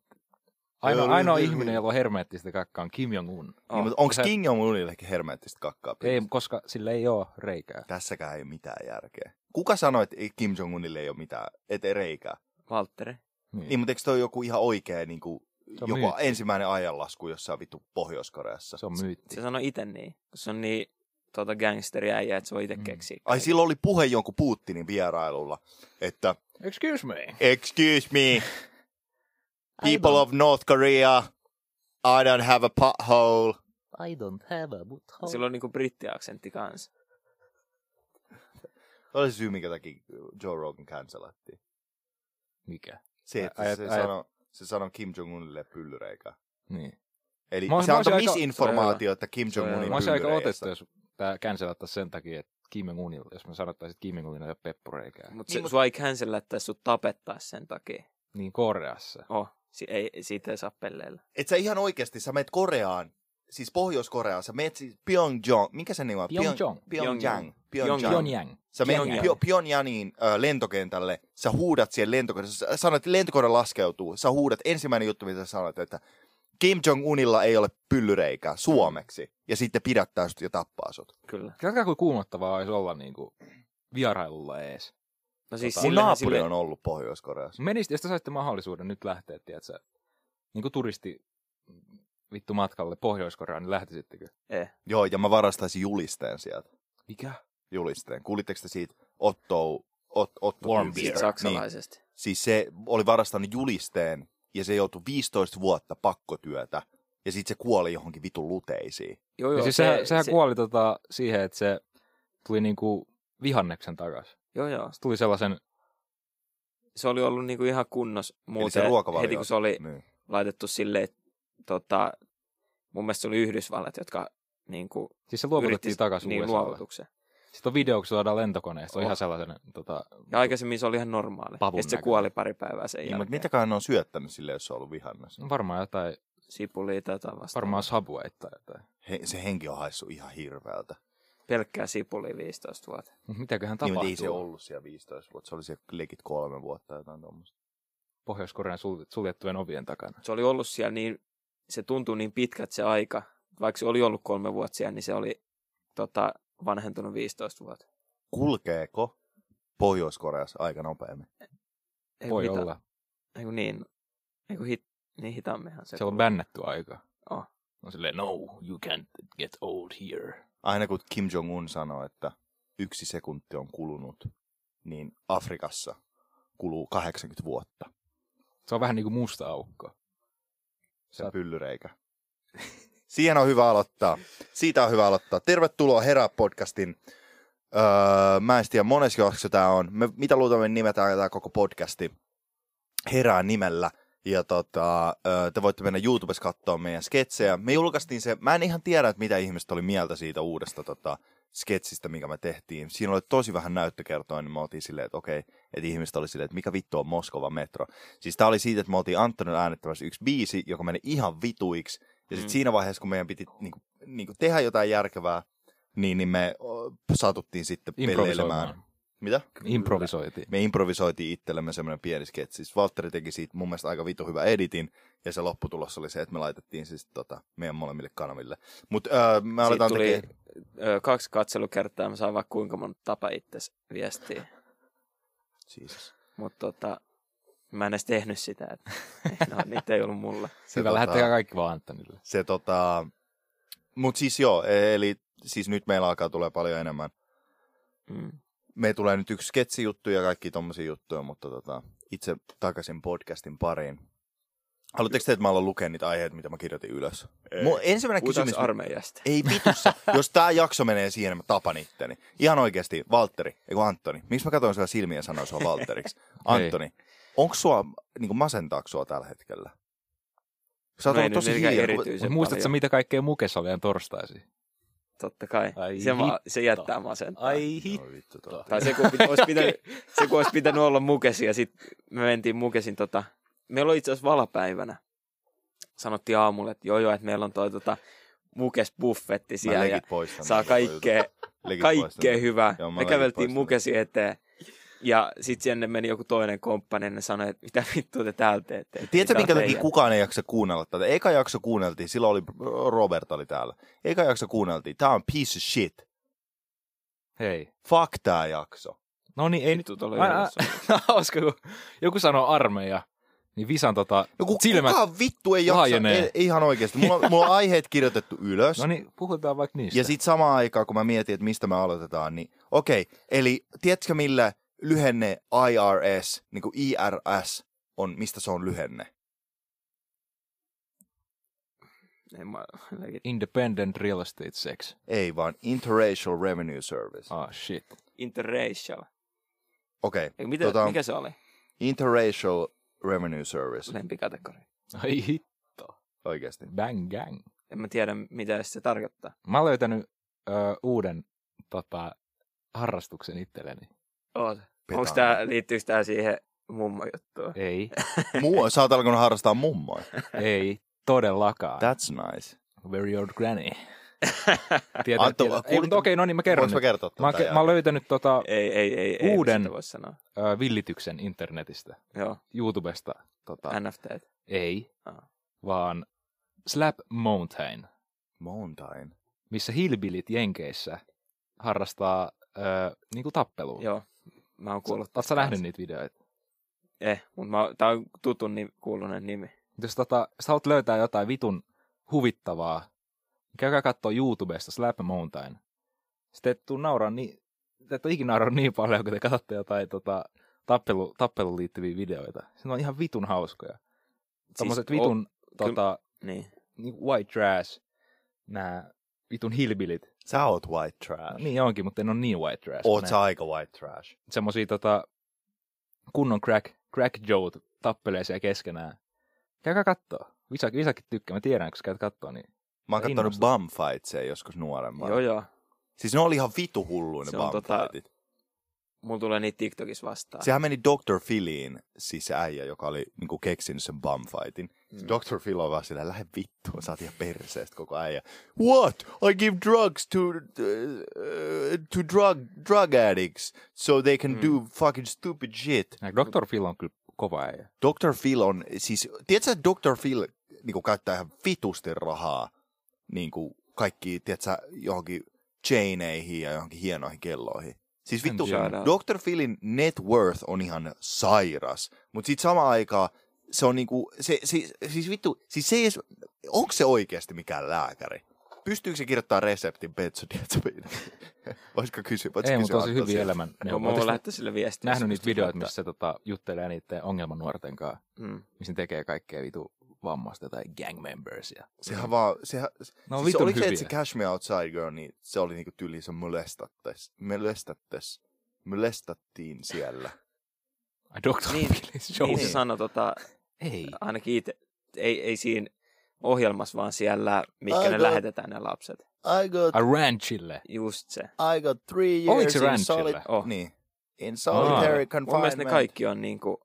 [SPEAKER 3] Ainoa,
[SPEAKER 1] Oli
[SPEAKER 3] ainoa
[SPEAKER 1] hyvin.
[SPEAKER 3] ihminen, jolla on hermeettistä kakkaa, on Kim Jong-un.
[SPEAKER 1] Niin,
[SPEAKER 2] Oh,
[SPEAKER 1] mutta onko
[SPEAKER 3] sä-
[SPEAKER 1] King Jong-unillekin hermeettistä kakkaa
[SPEAKER 3] Ei,
[SPEAKER 1] pelissä?
[SPEAKER 3] koska sillä ei ole reikää.
[SPEAKER 1] Tässäkään ei mitään järkeä. Kuka sanoi, että ei- Kim Jong-unille ei ole mitään, et ei reikää?
[SPEAKER 2] Valtteri.
[SPEAKER 1] Niin, mutta eikö toi joku ihan oikea niin kuin,
[SPEAKER 3] Se on
[SPEAKER 1] joku
[SPEAKER 3] myytti.
[SPEAKER 1] ensimmäinen ajanlasku jossain vittu Pohjois-Koreassa?
[SPEAKER 3] Se on myytti.
[SPEAKER 2] Se sanoi itse niin, kun se on niin tuota gangsteriäijä, että se voi itse
[SPEAKER 3] Mm.
[SPEAKER 2] keksiä.
[SPEAKER 1] Ai
[SPEAKER 2] kaiken.
[SPEAKER 1] silloin oli puhe jonkun Putinin vierailulla, että
[SPEAKER 3] Excuse me.
[SPEAKER 1] excuse me, people of North Korea, I don't have a pothole.
[SPEAKER 4] I don't have a butthole.
[SPEAKER 2] Sillä on niinku brittiaksentti kanssa.
[SPEAKER 1] Tämä oli se syy, minkä takia Joe Rogan cancelattiin.
[SPEAKER 3] Mikä?
[SPEAKER 1] Se, että
[SPEAKER 3] Ai-
[SPEAKER 1] se,
[SPEAKER 3] ai-
[SPEAKER 1] sanoi, se sanoi Kim Jong-unille pyllyreikää.
[SPEAKER 3] Niin.
[SPEAKER 1] Eli
[SPEAKER 3] Mä oon-
[SPEAKER 1] se
[SPEAKER 3] mä
[SPEAKER 1] antoi
[SPEAKER 3] oisin aika-
[SPEAKER 1] misinformaatiota Kim
[SPEAKER 2] Se on
[SPEAKER 1] Jong-unin
[SPEAKER 2] Niin
[SPEAKER 3] Mä olisin aika
[SPEAKER 1] pyllyreistä.
[SPEAKER 3] otettu, jos tämä cancelattaisiin sen takia, että Kim Jong-unilla, jos me sanottaisiin, että Kim Jong-unilla ei ole peppureikää.
[SPEAKER 2] Mutta
[SPEAKER 1] Niin,
[SPEAKER 2] niin,
[SPEAKER 1] mut-
[SPEAKER 2] sua ei cancelättäisi, sut tapettaisi sen takia.
[SPEAKER 3] Niin Koreassa.
[SPEAKER 2] Oh, si- ei, siitä ei saa pelleillä.
[SPEAKER 1] Et sä ihan oikeasti, sä meet Koreaan, siis Pohjois-Koreaan, sä meet siis Pyongyang, mikä se nimi on? Pyong-
[SPEAKER 3] Pyeongchang.
[SPEAKER 1] Pyongyang. Pyongyang.
[SPEAKER 3] Pyongyang.
[SPEAKER 1] Sä meet
[SPEAKER 2] Pyongyang.
[SPEAKER 1] Pyo- Pyongyangiin ö, lentokentälle, sä huudat siellä lentokoneessa, sä sanoit, että lentokone laskeutuu, sä huudat, ensimmäinen juttu, mitä sä sanoit, että Kim Jong-unilla ei ole pyllyreikää suomeksi, ja sitten pidättää sut ja tappaa sut.
[SPEAKER 2] Kyllä.
[SPEAKER 3] Katsokaa, kuin kuumottavaa olisi olla niinku vierailulla ees.
[SPEAKER 2] No siis
[SPEAKER 1] Tota, Mun
[SPEAKER 2] sillähän
[SPEAKER 1] naapuri
[SPEAKER 2] sille-
[SPEAKER 1] on ollut Pohjois-Koreassa.
[SPEAKER 3] Menisit, jos te saisitte mahdollisuuden nyt lähteä, tiedätkö, niin kuin turisti vittu matkalle Pohjois-Koreaan, niin lähtisittekö?
[SPEAKER 2] eh,
[SPEAKER 1] Joo, ja mä varastaisin julisteen sieltä.
[SPEAKER 3] Mikä?
[SPEAKER 1] Julisteen. Kuulitteko te siitä Otto, Ot, Otto
[SPEAKER 3] Warm
[SPEAKER 1] tyypistä?
[SPEAKER 3] beer.
[SPEAKER 2] Siitä saksalaisesti.
[SPEAKER 1] Siis se oli varastanut julisteen ja se joutui 15 vuotta pakkotyötä ja sitten se kuoli johonkin vitun luteisiin.
[SPEAKER 2] Joo,
[SPEAKER 3] Ja
[SPEAKER 2] joo,
[SPEAKER 3] siis se, sehän, sehän kuoli tota, siihen, että se tuli niinku vihanneksen takas.
[SPEAKER 2] Joo, joo.
[SPEAKER 3] Se tuli sellaisen,
[SPEAKER 2] Se oli ollut niinku ihan kunnos
[SPEAKER 1] se
[SPEAKER 2] muuten.
[SPEAKER 1] ruokavalio-
[SPEAKER 2] heti kun se oli
[SPEAKER 1] Niin.
[SPEAKER 2] laitettu silleen, että tota, mun mielestä se oli Yhdysvallat, jotka niinku
[SPEAKER 3] siis se luovutettiin takas
[SPEAKER 2] niin luovutuksen.
[SPEAKER 3] Sitten on video, kun se saadaan lentokoneesta. Se on
[SPEAKER 2] Oh.
[SPEAKER 3] ihan sellainen, tota,
[SPEAKER 2] Ja aikaisemmin se oli ihan normaali.
[SPEAKER 3] Pavun
[SPEAKER 2] ja sitten se
[SPEAKER 3] näköinen.
[SPEAKER 2] kuoli pari päivää sen
[SPEAKER 1] Niin, mutta
[SPEAKER 2] jälkeen.
[SPEAKER 1] mitäköhän ne on syöttänyt sille, jos se on ollut vihannes?
[SPEAKER 3] no varmaan jotain,
[SPEAKER 2] Sipulia tai jotain vastaavaa.
[SPEAKER 3] varmaan Subway tai jotain.
[SPEAKER 1] He, se henki on haissut ihan hirveältä.
[SPEAKER 2] Pelkkää sipulia 15 vuotta.
[SPEAKER 3] Mut Mitäköhän
[SPEAKER 1] Niin,
[SPEAKER 3] tapahtuu?
[SPEAKER 1] mutta ei se ollut siellä 15 vuotta, se oli siellä legit kolme vuotta jotain tuommoista.
[SPEAKER 3] Pohjois-Korean sul- suljettujen ovien takana.
[SPEAKER 2] Se oli ollut siellä niin, se tuntui niin pitkät se aika. Vaikka se oli ollut kolme vuotta siellä, niin se oli tota, vanhentunut 15 vuotta.
[SPEAKER 1] Kulkeeko Pohjois-Koreassa aika nopeammin?
[SPEAKER 2] Ei
[SPEAKER 3] Voi
[SPEAKER 2] mitään.
[SPEAKER 3] olla.
[SPEAKER 2] Ei kun niin, ei kun hit, niin hitaammehan se.
[SPEAKER 3] Se on bännätty aika.
[SPEAKER 2] Oh.
[SPEAKER 3] No silleen, no, you can't get old here.
[SPEAKER 1] Aina kun Kim Jong-un sanoi, että yksi sekunti on kulunut, niin Afrikassa kuluu 80 vuotta.
[SPEAKER 3] Se on vähän niin kuin musta aukko.
[SPEAKER 1] se
[SPEAKER 3] Sä-
[SPEAKER 1] pyllyreikä. Siihen on hyvä aloittaa. Siitä on hyvä aloittaa. Tervetuloa Herra-podcastin. Öö, mä en tiedä, mones jakso tämä on. Me, mitä luultavasti nimetään tämä koko podcasti Herää nimellä. Ja tota, öö, te voitte mennä YouTubessa katsoa meidän sketsejä. Me julkaistiin se, mä en ihan tiedä, että mitä ihmiset oli mieltä siitä uudesta tota, sketsistä, mikä me tehtiin. Siinä oli tosi vähän näyttökertoa, niin me oltiin silleen, että okei, että ihmiset oli silleen, että mikä vittu on Moskova metro. Siis tää oli siitä, että me oltiin Antonin äänettämässä yksi biisi, joka meni ihan vituiksi. Ja sitten
[SPEAKER 2] Mm.
[SPEAKER 1] siinä vaiheessa, kun meidän piti niinku, niinku tehdä jotain järkevää, niin, niin me o, satuttiin sitten peleilemään.
[SPEAKER 3] Improvisoimaan.
[SPEAKER 1] Mitä?
[SPEAKER 3] Improvisoitiin.
[SPEAKER 1] Me improvisoitiin itsellemme semmoinen pieni sketsi. Siis Valtteri teki siitä mun mielestä aika vitu hyvä editin, ja se lopputulos oli se, että me laitettiin siis tota, meidän molemmille kanaville. Mutta öö, me
[SPEAKER 2] Siitä
[SPEAKER 1] aletaan
[SPEAKER 2] tuli
[SPEAKER 1] tekemään...
[SPEAKER 2] ö, kaksi katselukertaa, mä saan vaikka kuinka monta tapa itse viestiä.
[SPEAKER 1] Jesus.
[SPEAKER 2] Mutta tota, mä en edes tehnyt sitä. Että, no, niitä ei ollut mulla.
[SPEAKER 1] Se, tota-
[SPEAKER 3] Hyvä, lähettäkää kaikki vaan Antonille.
[SPEAKER 1] se tota... Mut siis joo, e- eli siis nyt meillä alkaa tulee paljon enemmän.
[SPEAKER 2] Mm.
[SPEAKER 1] Me tulee nyt yksi sketsijuttu ja kaikki tommosia juttuja, mutta tota, itse takaisin podcastin pariin. Haluatteko te, että mä aloin lukea niitä aiheita, mitä mä kirjoitin ylös? Mun ensimmäinen
[SPEAKER 2] Puhutaan
[SPEAKER 1] kysymys...
[SPEAKER 2] armeijasta.
[SPEAKER 1] Ei vitussa. Jos tämä jakso menee siihen, mä tapan itteni. Ihan oikeasti, Valtteri, eikö Antoni? Miksi mä katsoin sua silmiä ja sanoin sua Valtteriksi? Antoni, onko sua, niin masentaako sua tällä hetkellä? Sä oot
[SPEAKER 2] No ei
[SPEAKER 1] ollut
[SPEAKER 2] nyt
[SPEAKER 1] tosi
[SPEAKER 2] mitenkään
[SPEAKER 1] hiljaa.
[SPEAKER 2] erityis-
[SPEAKER 3] Mut muistatko sä, mitä kaikkea mukessa oli ihan torstaisi?
[SPEAKER 2] Totta kai.
[SPEAKER 3] Ai
[SPEAKER 2] se, ma- se jättää masentaa.
[SPEAKER 1] Joo,
[SPEAKER 2] No
[SPEAKER 1] vittu, tota.
[SPEAKER 2] Tai se, kun pit- olisi pitänyt, se, kun olisi pitänyt olla mukesi ja sitten me mentiin mukesin tota, meillä oli itse asiassa valapäivänä. Sanottiin aamulla, että joo joo, että meillä on toi tota, mukes buffetti
[SPEAKER 1] Mä
[SPEAKER 2] siellä ja
[SPEAKER 1] legit poistan.
[SPEAKER 2] saa
[SPEAKER 1] tämän koko jutun.
[SPEAKER 2] kaikkea,
[SPEAKER 1] Legit poistan
[SPEAKER 2] kaikkea
[SPEAKER 1] tämän.
[SPEAKER 2] hyvää.
[SPEAKER 1] Joo, mä
[SPEAKER 2] me
[SPEAKER 1] legit
[SPEAKER 2] käveltiin
[SPEAKER 1] poistan
[SPEAKER 2] mukesi eteen. Ja sitten sinne meni joku toinen komppani ja ne sanoi, että mitä vittua te täältä teette. että
[SPEAKER 1] Tiedätkö,
[SPEAKER 2] mikä on
[SPEAKER 1] minkä takia
[SPEAKER 2] teidän?
[SPEAKER 1] kukaan ei jaksa kuunnella tätä? Eka jakso kuunneltiin, silloin oli, Robert oli täällä. Eka jakso kuunneltiin, tää on piece of shit.
[SPEAKER 3] Hei.
[SPEAKER 1] Fuck tää jakso.
[SPEAKER 3] No niin, ei nyt.
[SPEAKER 2] Vittu, tuolla
[SPEAKER 3] Ai, ai.
[SPEAKER 2] yhdessä.
[SPEAKER 3] Hauska, kun joku sanoo armeija, niin visan tota
[SPEAKER 1] No kun
[SPEAKER 3] silmät.
[SPEAKER 1] kukaan vittu ei jaksa,
[SPEAKER 3] laajenee.
[SPEAKER 1] ei, ei ihan oikeasti. Mulla, on- mulla on aiheet kirjoitettu ylös.
[SPEAKER 3] No niin, puhutaan vaikka niistä.
[SPEAKER 1] Ja sitten samaan aikaan, kun mä mietin, että mistä me aloitetaan, niin okei, eli tiedätkö millä lyhenne IRS, niin kuin IRS, on, mistä se on lyhenne?
[SPEAKER 2] En mä-
[SPEAKER 3] Independent Real Estate Sex.
[SPEAKER 1] Ei vaan Interracial Revenue Service.
[SPEAKER 3] Ah, shit.
[SPEAKER 2] Interracial.
[SPEAKER 1] Okei, okay,
[SPEAKER 2] Ei, mitä,
[SPEAKER 1] Tota-
[SPEAKER 2] Mikä se oli?
[SPEAKER 1] Interracial Revenue Service,
[SPEAKER 2] Lempikategoria.
[SPEAKER 3] Ai hit,
[SPEAKER 1] oikeasti.
[SPEAKER 3] bang gang.
[SPEAKER 2] En mä tiedä, mitä se tarkoittaa.
[SPEAKER 3] Mä oon löytänyt ö, uuden tota, harrastuksen itselleni.
[SPEAKER 2] Oot.
[SPEAKER 1] Petaan.
[SPEAKER 2] Onko tää, liittyykö tää siihen mummo juttuun?
[SPEAKER 3] Ei,
[SPEAKER 1] Muu, sä oot alkanut harrastaa mummoa.
[SPEAKER 3] ei todellakaan.
[SPEAKER 1] That's nice.
[SPEAKER 3] Very old granny. Tiedän,
[SPEAKER 1] Antto,
[SPEAKER 3] tiedän. Ei,
[SPEAKER 1] kuul-
[SPEAKER 3] mutta okei, no niin, mä kerron
[SPEAKER 1] Voinko mä
[SPEAKER 3] nyt.
[SPEAKER 1] kertoa
[SPEAKER 3] Mä, oon
[SPEAKER 1] tätä
[SPEAKER 3] ke- mä oon löytänyt tota,
[SPEAKER 2] Ei, ei, ei, ei.
[SPEAKER 3] Uuden.
[SPEAKER 2] Sitä voi sanoa.
[SPEAKER 3] ö, villityksen internetistä,
[SPEAKER 2] Joo,
[SPEAKER 3] YouTubesta. Tota,
[SPEAKER 2] NFT.
[SPEAKER 3] ei,
[SPEAKER 2] Aa.
[SPEAKER 3] vaan Slap Mountain,
[SPEAKER 1] Mountain.
[SPEAKER 3] missä hillbillit Jenkeissä harrastaa ö, niinku tappelua.
[SPEAKER 2] Joo, mä oon kuullut.
[SPEAKER 3] Oletko
[SPEAKER 2] tästä
[SPEAKER 3] sä nähnyt
[SPEAKER 2] kanssa.
[SPEAKER 3] niitä videoita?
[SPEAKER 2] Eh, mutta tää on tutun nim, kuulunen nimi. Siis
[SPEAKER 3] jos tota, sä haluat löytää jotain vitun huvittavaa, niin käykää katsoa YouTubesta Slap Mountain. Sitten et tuu nauraa niin, te et ole ikinä nauraa niin paljon, kun te katsotte jotain tota, tappelu, tappeluun liittyviä videoita. Se on ihan vitun hauskoja. Tommoset
[SPEAKER 2] Siis,
[SPEAKER 3] vitun
[SPEAKER 2] o-
[SPEAKER 3] tota,
[SPEAKER 2] Niin.
[SPEAKER 3] niin kuin white trash, nämä vitun hillbillit.
[SPEAKER 1] Sä oot white
[SPEAKER 3] No,
[SPEAKER 1] trash.
[SPEAKER 3] niin onkin, mutta en ole niin white trash.
[SPEAKER 1] Oot
[SPEAKER 3] Ne-
[SPEAKER 1] sä aika white trash.
[SPEAKER 3] semmosia tota, kunnon crack, crack jout tappelee siellä keskenään. Käykää kattoo. Visak, visakin tykkää, mä tiedän, kun sä käyt kattoo, niin
[SPEAKER 1] Mä oon kattonut
[SPEAKER 3] Innostunut.
[SPEAKER 1] bum fightsia joskus nuorempana.
[SPEAKER 2] Joo, joo.
[SPEAKER 1] Siis ne oli ihan vitu hulluja ne
[SPEAKER 2] Se on
[SPEAKER 1] bum
[SPEAKER 2] tota-
[SPEAKER 1] fightit.
[SPEAKER 2] Mulla tulee niitä TikTokissa vastaan.
[SPEAKER 1] Sehän meni Dr. Philiin, siis se äijä, joka oli niinku keksinyt sen bumfightin. Mm. Dr. Phil on vaan sillä, lähde vittuun, sä oot ihan perseestä koko äijä. What? I give drugs to, uh, to drug, drug addicts so they can mm. do fucking stupid shit.
[SPEAKER 3] Nää Dr. Phil on kyllä kova äijä.
[SPEAKER 1] Dr. Phil on, siis, tiedätkö, että Dr. Phil niinku, käyttää ihan vitusti rahaa niinku, kaikki, tiedätkö, johonkin chaineihin ja johonkin hienoihin kelloihin. Siis vittu,
[SPEAKER 3] tiedä.
[SPEAKER 1] Dr. Philin net worth on ihan sairas, mutta sitten samaan aikaan se on niinku, se, se, siis vittu, siis se ei edes, onko se oikeasti mikään lääkäri? Pystyykö se kirjoittaa reseptin benzodiazepiin? Voisiko kysyä? voitko
[SPEAKER 3] Ei,
[SPEAKER 1] kysyä
[SPEAKER 3] mutta tosi
[SPEAKER 1] Antolta
[SPEAKER 3] hyviä
[SPEAKER 1] sieltä?
[SPEAKER 3] elämän.
[SPEAKER 2] Mä
[SPEAKER 3] neuvoja.
[SPEAKER 2] voin
[SPEAKER 3] Ootko
[SPEAKER 2] lähettää sille viestiä.
[SPEAKER 3] nähnyt
[SPEAKER 2] jos
[SPEAKER 3] niitä
[SPEAKER 2] pystyt
[SPEAKER 3] videoita,
[SPEAKER 2] laittaa.
[SPEAKER 3] missä se tota, juttelee niiden ongelmanuorten kanssa,
[SPEAKER 2] Mm.
[SPEAKER 3] missä ne tekee kaikkea vitu vammasta tai gang membersia.
[SPEAKER 1] Sehän vaan, sehän,
[SPEAKER 3] No
[SPEAKER 1] siis
[SPEAKER 3] vitun
[SPEAKER 1] oliko se,
[SPEAKER 3] hyviä.
[SPEAKER 1] että se Cash Me Outside Girl, niin se oli niinku tyli, se molestattes, molestattes, molestattiin siellä.
[SPEAKER 3] Ai, Dr.
[SPEAKER 2] Niin,
[SPEAKER 3] Philin show.
[SPEAKER 2] Niin se sanoi tota,
[SPEAKER 3] Ei.
[SPEAKER 2] ainakin itse, ei, ei siinä ohjelmassa, vaan siellä, mitkä ne
[SPEAKER 1] Aika.
[SPEAKER 2] lähetetään ne lapset.
[SPEAKER 1] I got,
[SPEAKER 3] A ranchille.
[SPEAKER 2] Just se.
[SPEAKER 1] I got three years
[SPEAKER 3] Oliko se
[SPEAKER 1] in
[SPEAKER 3] Ranchilla?
[SPEAKER 1] solid,
[SPEAKER 2] Oh.
[SPEAKER 1] niin, in
[SPEAKER 3] Aa. Mun
[SPEAKER 1] solitary
[SPEAKER 2] Mun mielestä ne
[SPEAKER 1] confinement.
[SPEAKER 2] kaikki on niinku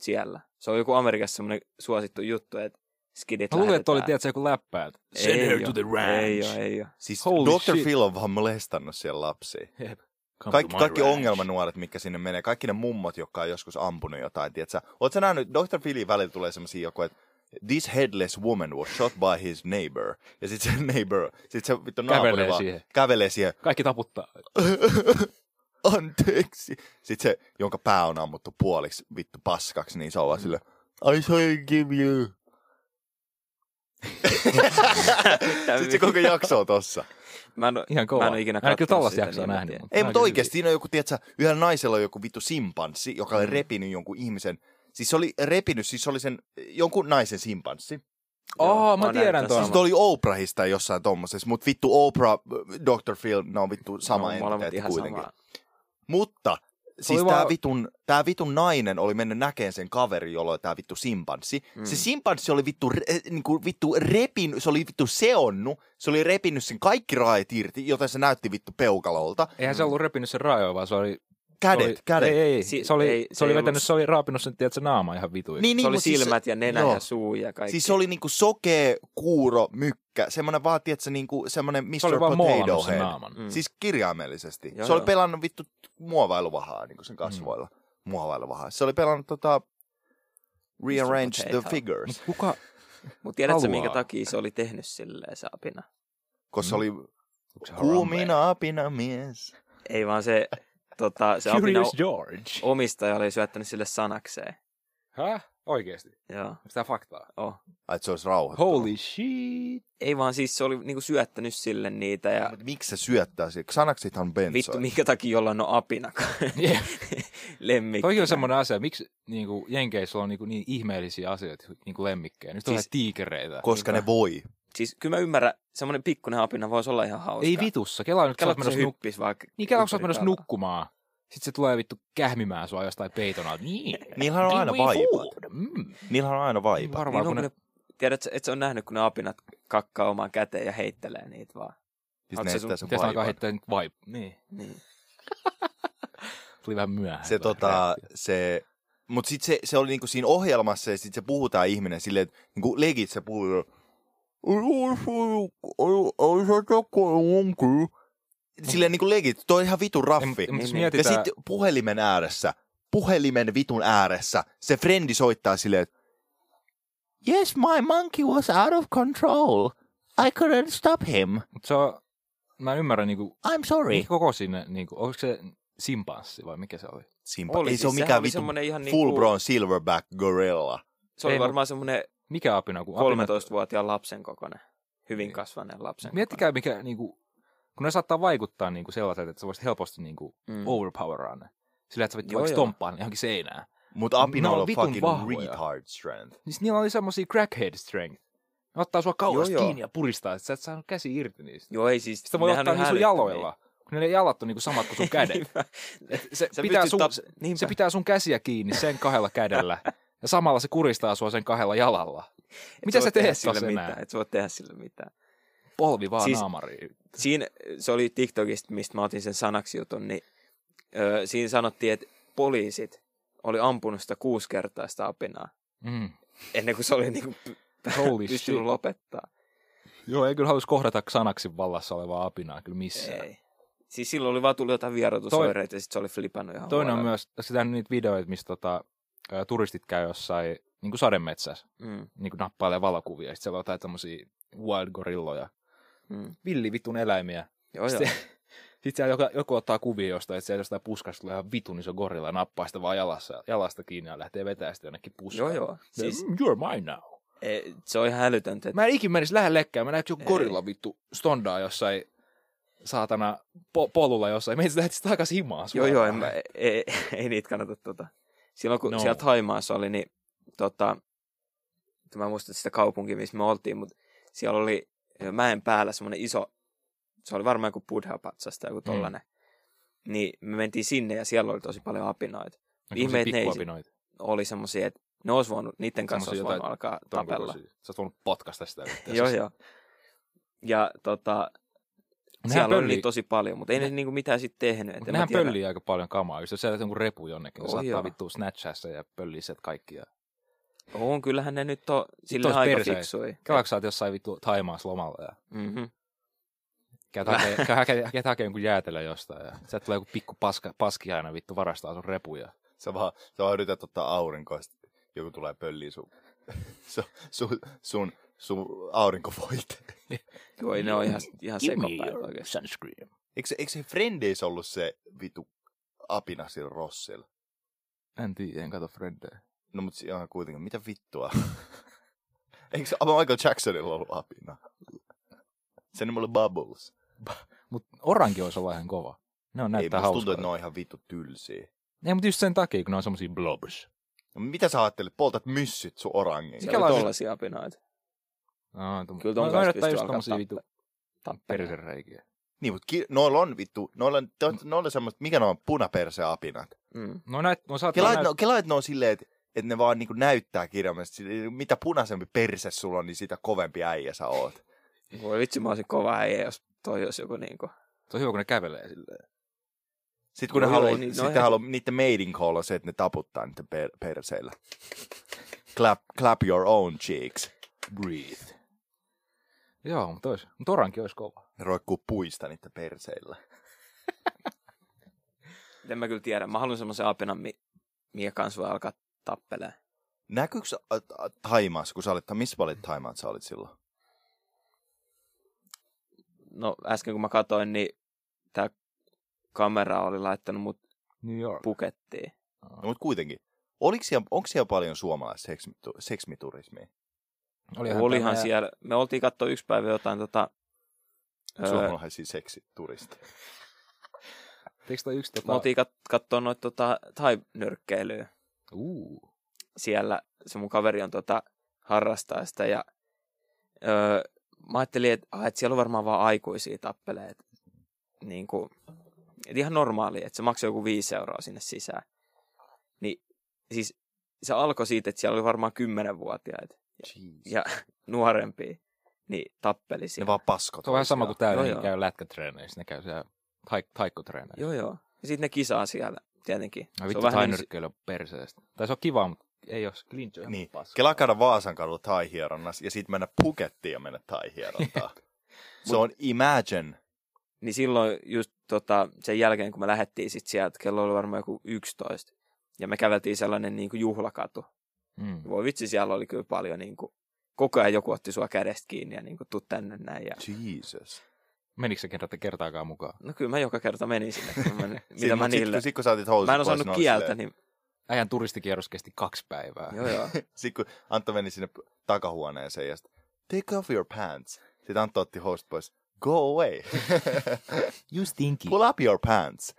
[SPEAKER 2] siellä. Se on joku Amerikassa semmoinen suosittu juttu, että skidit
[SPEAKER 3] Mä luulen, että
[SPEAKER 2] lähetetään.
[SPEAKER 3] oli tiedätkö, joku läppä, että send
[SPEAKER 2] Ei
[SPEAKER 3] her
[SPEAKER 2] oo,
[SPEAKER 3] to the ranch.
[SPEAKER 2] Ei oo, ei oo.
[SPEAKER 1] Siis
[SPEAKER 3] Holy
[SPEAKER 1] Dr.
[SPEAKER 3] shit.
[SPEAKER 1] Phil on vaan molestannut siellä lapsia.
[SPEAKER 3] Come to
[SPEAKER 1] Kaikki,
[SPEAKER 3] my
[SPEAKER 1] kaikki
[SPEAKER 3] ranch.
[SPEAKER 1] ongelmanuoret, mikä sinne menee, kaikki ne mummot, jotka on joskus ampunut jotain, tiedätkö? Oletko nähnyt, Dr. Philin välillä tulee semmoisia joku, että This headless woman was shot by his neighbor. Ja sit se neighbor, sit se vittu naapuri
[SPEAKER 3] Kävelee
[SPEAKER 1] vaan
[SPEAKER 3] siihen.
[SPEAKER 1] kävelee siihen.
[SPEAKER 3] Kaikki taputtaa.
[SPEAKER 1] anteeksi. Sitten se, jonka pää on ammuttu puoliksi vittu paskaksi, niin se on vaan sille, I shall give you. Sitten se koko jakso on tossa.
[SPEAKER 2] Mä en, oo-
[SPEAKER 3] Ihan kova.
[SPEAKER 2] Mä en ole ikinä
[SPEAKER 3] Mä en kyllä
[SPEAKER 2] kattonut
[SPEAKER 3] tollaista
[SPEAKER 2] sitä,
[SPEAKER 3] jaksoa
[SPEAKER 2] niin mä
[SPEAKER 3] nähnyt.
[SPEAKER 2] tiedän.
[SPEAKER 3] mutta
[SPEAKER 1] Ei,
[SPEAKER 3] mä
[SPEAKER 1] mutta
[SPEAKER 3] kyllä-
[SPEAKER 1] oikeasti siinä on joku, tiedätkö, yhdellä naisella on joku vittu simpanssi, joka
[SPEAKER 3] Mm.
[SPEAKER 1] oli repinyt jonkun ihmisen. Siis se oli repinyt, siis se oli sen jonkun naisen simpanssi.
[SPEAKER 3] Aa,
[SPEAKER 2] Joo,
[SPEAKER 3] mä
[SPEAKER 2] oon
[SPEAKER 3] tiedän
[SPEAKER 2] nähnyt tämän
[SPEAKER 3] ton.
[SPEAKER 1] Siis
[SPEAKER 3] Sama.
[SPEAKER 1] toi
[SPEAKER 2] saman.
[SPEAKER 1] oli Oprahista tai jossain tommosessa, mutta vittu Oprah, Dr. Phil, ne on vittu sama
[SPEAKER 3] No,
[SPEAKER 2] Ne on molemmat
[SPEAKER 1] entiteetti
[SPEAKER 2] ihan
[SPEAKER 1] kuitenkin.
[SPEAKER 2] samaa.
[SPEAKER 1] Mutta siis
[SPEAKER 3] oli
[SPEAKER 1] tämä
[SPEAKER 3] vaan-
[SPEAKER 1] vitun, tää vitun nainen oli mennyt näkeen sen kaveri, jolla oli tämä vittu simpanssi. Mm.
[SPEAKER 2] Mm.
[SPEAKER 1] Se simpanssi oli vittu, re, niinku, vittu repin, se oli vittu seonnut, se oli repinyt sen kaikki raet irti, joten se näytti vittu peukalolta.
[SPEAKER 3] Eihän se ollut repinyt sen rajoja, vaan se oli...
[SPEAKER 1] Kädet,
[SPEAKER 3] se oli,
[SPEAKER 1] kädet.
[SPEAKER 3] Ei, ei,
[SPEAKER 2] Si-
[SPEAKER 3] se oli,
[SPEAKER 2] ei,
[SPEAKER 3] se
[SPEAKER 2] se
[SPEAKER 3] oli
[SPEAKER 2] ei
[SPEAKER 3] vetänyt,
[SPEAKER 2] ollut-
[SPEAKER 3] se oli raapinut sen, tiedätkö, naama ihan vituiksi.
[SPEAKER 1] Niin,
[SPEAKER 2] Se oli
[SPEAKER 1] mut siis
[SPEAKER 2] silmät ja nenä
[SPEAKER 1] joo.
[SPEAKER 2] ja suu ja kaikki.
[SPEAKER 1] Siis se oli niinku sokee, kuuro, mykkä, semmoinen vaan, tiedätkö, niinku, semmoinen Mr.
[SPEAKER 3] se oli vaan
[SPEAKER 1] Potato
[SPEAKER 3] muovannut sen
[SPEAKER 1] Head.
[SPEAKER 3] naaman.
[SPEAKER 2] Mm.
[SPEAKER 1] Siis kirjaimellisesti. Joo,
[SPEAKER 2] Joo,
[SPEAKER 1] se oli
[SPEAKER 2] joo.
[SPEAKER 1] pelannut vittu muovailuvahaa niin sen kasvoilla. Mm. Muovailuvahaa. Se oli pelannut tota, Rearrange the
[SPEAKER 2] Potato.
[SPEAKER 1] Figures,
[SPEAKER 3] Mut kuka,
[SPEAKER 2] Mutta tiedätkö,
[SPEAKER 3] haluaa.
[SPEAKER 2] minkä takia se oli tehnyt silleen se apina?
[SPEAKER 1] koska se
[SPEAKER 3] Mm.
[SPEAKER 1] oli
[SPEAKER 3] Onko se Harambe?
[SPEAKER 1] kuumina apina mies.
[SPEAKER 2] Ei vaan se, tota, se apina
[SPEAKER 3] Curious George.
[SPEAKER 2] omistaja oli syöttänyt sille sanakseen.
[SPEAKER 3] Häh? Oikeesti?
[SPEAKER 2] Joo.
[SPEAKER 3] Onko tää faktaa?
[SPEAKER 2] Oh.
[SPEAKER 1] Ai, että se olisi rauhoittunut.
[SPEAKER 3] Holy shit.
[SPEAKER 2] Ei vaan siis se oli niinku syöttänyt sille niitä ja
[SPEAKER 1] Mut Miksi se syöttää sille? Xanaxithan on bensoja.
[SPEAKER 2] vittu minkä takia jollain on no apina
[SPEAKER 3] Yeah.
[SPEAKER 2] lemmikki.
[SPEAKER 3] Toikin on semmoinen asia, miksi niin kuin, Jenkeissä on niin, kuin, niin ihmeellisiä asioita niin kuin lemmikkejä. Nyt on
[SPEAKER 2] Siis-
[SPEAKER 3] siis, tiikereitä.
[SPEAKER 1] Koska ne
[SPEAKER 2] Niinpä.
[SPEAKER 1] voi.
[SPEAKER 2] Siis kyllä mä ymmärrän, semmoinen pikkuinen apina voisi olla ihan hauska.
[SPEAKER 3] Ei vitussa. Kela on nyt, kun sä oot
[SPEAKER 2] Katsot, se
[SPEAKER 3] menossa, nuk-
[SPEAKER 2] hyppis vaikka.
[SPEAKER 3] niin, kela, kun sä oot
[SPEAKER 2] ympäri
[SPEAKER 3] menossa
[SPEAKER 2] taloa.
[SPEAKER 3] nukkumaan. Sitten se tulee vittu kähmimään sua jostain peitona. Niin.
[SPEAKER 1] Niillähän on aina
[SPEAKER 3] Kiwi
[SPEAKER 1] vaipat.
[SPEAKER 3] food. Mm.
[SPEAKER 1] Niillähän on aina vaipat.
[SPEAKER 3] Varmaan,
[SPEAKER 2] Niin
[SPEAKER 3] kun
[SPEAKER 2] on,
[SPEAKER 3] ne,
[SPEAKER 2] ne... Tiedätkö, et sä on nähnyt, kun ne apinat kakkaa omaan käteen ja heittelee niitä vaan.
[SPEAKER 1] Siis
[SPEAKER 2] Oot
[SPEAKER 1] ne
[SPEAKER 2] sä sun-
[SPEAKER 1] estää sen
[SPEAKER 3] pitäisi alkaa
[SPEAKER 1] vaipan.
[SPEAKER 3] heittää nyt vaip. Niin.
[SPEAKER 2] Niin.
[SPEAKER 3] Tuli vähän myöhään.
[SPEAKER 1] se,
[SPEAKER 3] toi
[SPEAKER 1] tota,
[SPEAKER 3] reaktio.
[SPEAKER 1] se, mut sit se, se oli niinku siinä ohjelmassa ja sit se puhuu tää ihminen silleen, että niinku legit se puhuu. Silleen niinku legit, toi on ihan vitun raffi.
[SPEAKER 3] Ei, mut jos
[SPEAKER 2] Niin,
[SPEAKER 1] Ja
[SPEAKER 3] mietitään,
[SPEAKER 1] sitten puhelimen ääressä, puhelimen vitun ääressä, se frendi soittaa silleen, että Yes, my monkey was out of control. I couldn't stop him.
[SPEAKER 3] mut se on, mä en ymmärrä, niin kuin,
[SPEAKER 1] I'm sorry.
[SPEAKER 3] mikä koko sinne, niin kuin, onko se simpanssi vai mikä se oli?
[SPEAKER 1] Simpa.
[SPEAKER 2] Oli,
[SPEAKER 1] Ei se
[SPEAKER 2] siis
[SPEAKER 1] ole
[SPEAKER 2] sehän
[SPEAKER 1] mikään
[SPEAKER 2] oli
[SPEAKER 1] vitun
[SPEAKER 2] semmonen ihan
[SPEAKER 1] full
[SPEAKER 2] niinku-
[SPEAKER 1] brown silverback gorilla.
[SPEAKER 2] Se oli
[SPEAKER 3] Ei, no-
[SPEAKER 2] Ei,
[SPEAKER 3] mut-
[SPEAKER 2] varmaan semmoinen
[SPEAKER 3] Mikä apina? Kun apina-
[SPEAKER 2] 13-vuotiaan lapsen kokoinen, hyvin kasvaneen lapsen
[SPEAKER 3] Niin. Miettikää, mikä, niin kuin, kun ne saattaa vaikuttaa niin kuin sellaiset, että sä voisit helposti niin kuin,
[SPEAKER 2] kokoinen.
[SPEAKER 3] mm. overpoweraa ne. Sillä, että sä vittu
[SPEAKER 2] Joo,
[SPEAKER 3] vaikka
[SPEAKER 2] joo.
[SPEAKER 3] stomppaan johonkin seinään.
[SPEAKER 1] Mutta apina
[SPEAKER 3] Ne on
[SPEAKER 1] on
[SPEAKER 3] vitun
[SPEAKER 1] fucking
[SPEAKER 3] vahvoja.
[SPEAKER 1] retard strength.
[SPEAKER 3] Niin sit niillä oli semmosia crackhead strength. Ne ottaa sua kaulasta
[SPEAKER 2] Joo, joo.
[SPEAKER 3] kiinni ja puristaa, että sä et saanut käsi irti niistä.
[SPEAKER 2] Joo, ei siis.
[SPEAKER 3] Sitä voi
[SPEAKER 2] nehän
[SPEAKER 3] ottaa
[SPEAKER 2] on
[SPEAKER 3] niin sun
[SPEAKER 2] hälyttäviä.
[SPEAKER 3] jaloilla, kun ne jalat on niinku samat kuin sun kädet.
[SPEAKER 2] Niinpä.
[SPEAKER 3] Et se,
[SPEAKER 2] Sä
[SPEAKER 3] pitää
[SPEAKER 2] pystyt
[SPEAKER 3] sun,
[SPEAKER 2] tap-
[SPEAKER 3] se-
[SPEAKER 2] Niinpä.
[SPEAKER 3] se pitää sun käsiä kiinni sen kahdella kädellä. ja samalla se kuristaa sua sen kahdella jalalla.
[SPEAKER 2] Et
[SPEAKER 3] Mitä
[SPEAKER 2] voi
[SPEAKER 3] sä
[SPEAKER 2] tehdä
[SPEAKER 3] teet
[SPEAKER 2] sille
[SPEAKER 3] tossa enää?
[SPEAKER 2] mitään? Et sä voi tehdä sille mitään.
[SPEAKER 3] Polvi vaan siis...
[SPEAKER 2] Siis-
[SPEAKER 3] naamariin.
[SPEAKER 2] Siinä, se oli TikTokista, mistä mä otin sen sanaksi jutun, niin ö, siinä sanottiin, että poliisit oli ampunut sitä kuusi kertaa sitä apinaa,
[SPEAKER 3] Mm.
[SPEAKER 2] ennen kuin se oli niinku py-
[SPEAKER 3] Holy shit.
[SPEAKER 2] pystynyt lopettaa.
[SPEAKER 3] Joo, ei kyllä halus kohdata sanaksi vallassa olevaa apinaa kyllä missään.
[SPEAKER 2] Ei. Siis silloin oli vaan tullut jotain vierotusoireita ja sitten se oli flipannut ihan
[SPEAKER 3] Toinen on
[SPEAKER 2] huolella.
[SPEAKER 3] myös, sitä niitä videoita, missä tota, ää, turistit käy jossain niin kuin sademetsässä,
[SPEAKER 2] Mm,
[SPEAKER 3] niin kuin nappailee valokuvia, ja sitten siellä on jotain tämmöisiä wild gorilloja,
[SPEAKER 2] mm.
[SPEAKER 3] villivitun eläimiä.
[SPEAKER 2] Joo, joo.
[SPEAKER 3] Sitten sit siellä joku, joku ottaa kuvia jostain, että siellä jostain puskasta tulee ihan vitun iso gorilla, ja nappaa sitä vaan jalassa, jalasta kiinni ja lähtee vetää sitä jonnekin puskaan.
[SPEAKER 2] joo, joo.
[SPEAKER 3] Silleen,
[SPEAKER 2] Siis,
[SPEAKER 3] "Mm, You're mine now.
[SPEAKER 2] e, se on ihan hälytöntä. että-
[SPEAKER 3] Mä en ikin menisi lähden lekkään, mä näen, että joku
[SPEAKER 2] Ei.
[SPEAKER 3] gorilla vittu stondaa jossain saatana po- polulla jossain. Meitä lähtisi takaisin himaan
[SPEAKER 2] Joo, joo, en
[SPEAKER 3] suoraan. Niin
[SPEAKER 2] mä, ei, ei niitä kannata tota. Silloin kun
[SPEAKER 3] No.
[SPEAKER 2] no. siellä Taimaassa oli, niin tota, että mä en muista sitä kaupunkia, missä me oltiin, mutta siellä oli ö, mäen päällä semmoinen iso, se oli varmaan joku buddha-patsas tai joku
[SPEAKER 3] Mm.
[SPEAKER 2] tollanen. Niin me mentiin sinne ja siellä oli tosi paljon apinoita.
[SPEAKER 3] Onko se
[SPEAKER 2] Ihmeet ne ei-
[SPEAKER 3] pikkuapinoita?
[SPEAKER 2] Oli semmoisia, että ne olisi voinut, niiden kanssa
[SPEAKER 3] Semmosia
[SPEAKER 2] olisi voinut
[SPEAKER 3] jotain
[SPEAKER 2] alkaa
[SPEAKER 3] Ton
[SPEAKER 2] tapella.
[SPEAKER 3] kokoisia. Sä oot voinut potkasta sitä. yhteen.
[SPEAKER 2] Joo, joo. Ja tota,
[SPEAKER 3] Nehän
[SPEAKER 2] siellä oli
[SPEAKER 3] pöllii-
[SPEAKER 2] niitä tosi paljon, mutta ei ne,
[SPEAKER 3] Ne-
[SPEAKER 2] niinku mitään sitten tehnyt. et
[SPEAKER 3] Mut
[SPEAKER 2] en mä
[SPEAKER 3] Nehän
[SPEAKER 2] tiedä.
[SPEAKER 3] pöllii aika paljon kamaa. Just jos siellä joku repu jonnekin, ne
[SPEAKER 2] Joo,
[SPEAKER 3] saattaa
[SPEAKER 2] joo.
[SPEAKER 3] vittu snatchaa se ja pöllii sieltä kaikki. Ja...
[SPEAKER 2] On, kyllähän ne nyt on sille
[SPEAKER 3] olisi
[SPEAKER 2] aika
[SPEAKER 3] perseet.
[SPEAKER 2] fiksui.
[SPEAKER 3] Kelaako sä oot jossain vittu Taimaassa lomalla ja
[SPEAKER 2] Mhm.
[SPEAKER 3] käyt hakee, käy hakee, hakee, hakee jonkun jäätelö jostain. Ja sieltä tulee joku pikku paska, paski aina vittu varastaa sun repuja.
[SPEAKER 1] Sä vaan, sä vaan yrität ottaa aurinkoista. Joku tulee pölliin sun, sun, sun, sun, sun aurinkovoite.
[SPEAKER 2] Joo, ei ne ole ihan, ihan
[SPEAKER 4] Give me
[SPEAKER 2] sekopäivä
[SPEAKER 4] your
[SPEAKER 2] oikeasti.
[SPEAKER 4] sunscreen.
[SPEAKER 1] Eikö, se- eikö se Frendeissä ollut se vitu apina sillä Rossilla.
[SPEAKER 3] En tiedä, en kato Freddejä.
[SPEAKER 1] No mutta ihan kuitenkin, mitä vittua? Eikö se Michael Jacksonilla ollut apina? Sen nimi oli Bubbles.
[SPEAKER 3] Mutta oranki olisi ollut ihan kova. Ne on
[SPEAKER 1] Ei,
[SPEAKER 3] näyttää
[SPEAKER 1] musta tuntuu,
[SPEAKER 3] hauskaa.
[SPEAKER 1] että ne on ihan vittu tylsiä.
[SPEAKER 3] Ei, mutta just sen takia, kun ne on semmosia blobs.
[SPEAKER 1] No, mitä sä ajattelet? Poltat myssyt sun orangin.
[SPEAKER 2] Siellä oli tollasia apinoita.
[SPEAKER 3] No, tu-
[SPEAKER 2] Kyllä ton
[SPEAKER 3] mä
[SPEAKER 2] kanssa
[SPEAKER 3] yritän
[SPEAKER 2] pystyy
[SPEAKER 3] just
[SPEAKER 2] alkaa
[SPEAKER 3] tommosia vitu
[SPEAKER 2] tappaa.
[SPEAKER 3] persereikiä.
[SPEAKER 1] Niin, mutta ki- noilla on vittu, noilla on, te- noilla on semmoista, mikä ne on, punaperseapinat.
[SPEAKER 2] Mm.
[SPEAKER 3] No näet, no saattaa
[SPEAKER 1] Kela,
[SPEAKER 3] näyt...
[SPEAKER 1] että no, kela, et ne on silleen, että et ne vaan niinku näyttää kirjaimellisesti. sille- Mitä punaisempi perse sulla on, niin sitä kovempi äijä sä oot.
[SPEAKER 2] Voi vitsi, mä olisin kova äijä, jos toi olisi joku niinku.
[SPEAKER 3] Se on hyvä, kun ne kävelee silleen.
[SPEAKER 1] Sitten kun
[SPEAKER 2] No
[SPEAKER 1] ne
[SPEAKER 2] joo,
[SPEAKER 1] haluaa,
[SPEAKER 2] ei niin- no
[SPEAKER 1] sitten
[SPEAKER 2] eihän-
[SPEAKER 1] haluaa, niiden maiden call on se, että ne taputtaa niiden per- perseillä. Clap, clap your own cheeks.
[SPEAKER 3] Breathe. Joo, mutta ois. Mutta oranki olisi kova.
[SPEAKER 1] Ne roikkuu puista niiden perseillä.
[SPEAKER 2] En mä kyllä tiedä. Mä haluan semmoisen apinan, mi- mikä kans voi alkaa tappeleen.
[SPEAKER 1] Näkyykö sä, ä, ä, Taimaassa, kun sä olit, missä sä olit Taimaat sä olit silloin?
[SPEAKER 2] No äsken kun mä katoin, niin tää kamera oli laittanut mut
[SPEAKER 3] New York.
[SPEAKER 2] pukettiin.
[SPEAKER 1] No, mutta kuitenkin. Oliko siellä, onko siellä paljon suomalaista seksmitu- seksmiturismia?
[SPEAKER 2] Olihan, Olihan siellä. Me oltiin katsoa yksi päivä jotain tota... Öö,
[SPEAKER 1] Suomalaisia seksituristeja.
[SPEAKER 3] Eikö toi yksi
[SPEAKER 2] me
[SPEAKER 3] tota...
[SPEAKER 2] oltiin kat- katsoa noita tota, thai-nyrkkeilyä.
[SPEAKER 3] Uu.
[SPEAKER 2] Siellä se mun kaveri on tota, harrastaa sitä ja öö, mä ajattelin, että, että siellä on varmaan vaan aikuisia tappeleet. Niin kuin, et ihan normaali, että se maksoi joku viisi euroa sinne sisään. Niin siis se alkoi siitä, että siellä oli varmaan kymmenenvuotiaita
[SPEAKER 1] Jeez.
[SPEAKER 2] ja nuorempia, niin tappeli
[SPEAKER 1] Ne
[SPEAKER 2] siellä.
[SPEAKER 1] vaan paskot.
[SPEAKER 3] Se on vähän sama kuin täällä,
[SPEAKER 2] Joo,
[SPEAKER 3] ne
[SPEAKER 2] joo.
[SPEAKER 3] käy lätkätreeneissä, ne käy siellä taik- taikkotreeneissä.
[SPEAKER 2] Joo, joo. Ja sitten ne kisaa siellä, tietenkin.
[SPEAKER 3] No
[SPEAKER 2] se
[SPEAKER 3] vittu,
[SPEAKER 2] on vähän niin,
[SPEAKER 3] tainyrkkeily on perseestä. Tai se on kiva, mutta ei ole clinch on ihan
[SPEAKER 1] Niin.
[SPEAKER 3] paska.
[SPEAKER 1] Kela käydä Vaasan kadulla taihieronnassa ja sitten mennä Pukettiin ja mennä taihierontaan. Se on Imagine.
[SPEAKER 2] niin silloin just tota, sen jälkeen, kun me lähdettiin sit sieltä, kello oli varmaan joku 11, ja me käveltiin sellainen niin kuin juhlakatu.
[SPEAKER 3] Mm.
[SPEAKER 2] Voi vitsi, siellä oli kyllä paljon niin kuin, koko ajan joku otti sua kädestä kiinni ja niin kuin, tuu tänne näin. Ja...
[SPEAKER 1] Jesus.
[SPEAKER 3] Menikö se kerta kertaakaan mukaan?
[SPEAKER 2] No kyllä mä joka kerta menin sinne, kun mä, mitä
[SPEAKER 1] Siinä-
[SPEAKER 2] mä
[SPEAKER 1] mut sit-
[SPEAKER 2] niille...
[SPEAKER 1] Sit, kun sä otit housut
[SPEAKER 2] Mä en
[SPEAKER 1] pois,
[SPEAKER 2] osannut
[SPEAKER 1] ne oli
[SPEAKER 2] kieltä,
[SPEAKER 1] silleen-
[SPEAKER 2] niin
[SPEAKER 3] Äijän turistikierros kesti kaksi päivää.
[SPEAKER 2] joo joo.
[SPEAKER 1] Sit kun Antto meni sinne takahuoneeseen ja sit, take off your pants. Sitten Antto otti housut pois. Go away.
[SPEAKER 3] You stinky.
[SPEAKER 1] Pull up your pants.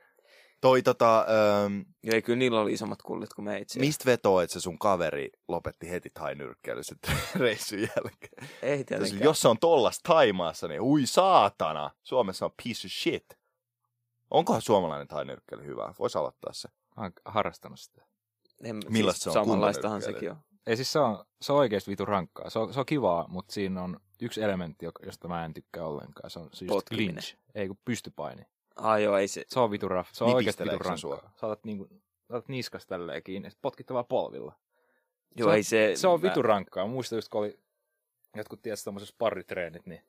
[SPEAKER 1] Toi tota, ähm,
[SPEAKER 2] joo. ei, kyllä niillä oli isommat kullit kuin me itse.
[SPEAKER 1] mistä vetoa, että se sun kaveri lopetti heti tainyrkkeilyn reissun jälkeen?
[SPEAKER 2] Ei
[SPEAKER 1] Ja sille,
[SPEAKER 2] tietenkään.
[SPEAKER 1] Siis jos se on tollas Taimaassa, niin ui saatana. Suomessa on piece of shit. Onkohan suomalainen tainyrkkeily hyvä? Voisi aloittaa se.
[SPEAKER 3] Mä oon harrastanut sitä.
[SPEAKER 2] En, siis
[SPEAKER 1] millaista se on
[SPEAKER 2] Samanlaistahan sekin
[SPEAKER 1] kuntonyrkkeily?
[SPEAKER 2] on.
[SPEAKER 3] Ei siis se on, se on oikeasti vitu rankkaa. Se on, se on kivaa, mutta siinä on yksi elementti, joka- josta mä en tykkää ollenkaan. Se on se just
[SPEAKER 2] Potkiminen.
[SPEAKER 3] clinch. Ei kun pystypaini.
[SPEAKER 2] Ah joo, ei se.
[SPEAKER 3] Se on vitu raff. Se on oikeasti vitu
[SPEAKER 1] Nipisteleekö se sua?
[SPEAKER 3] rankkaa. Sä otat, niinku, otat niskas tälleen kiinni, sit potkit vaan polvilla.
[SPEAKER 2] Joo,
[SPEAKER 3] on-
[SPEAKER 2] ei se.
[SPEAKER 3] Se on
[SPEAKER 2] mä-
[SPEAKER 3] vitu rankkaa. Mä muistan just, kun oli jotkut tietysti tämmöiset paritreenit, niin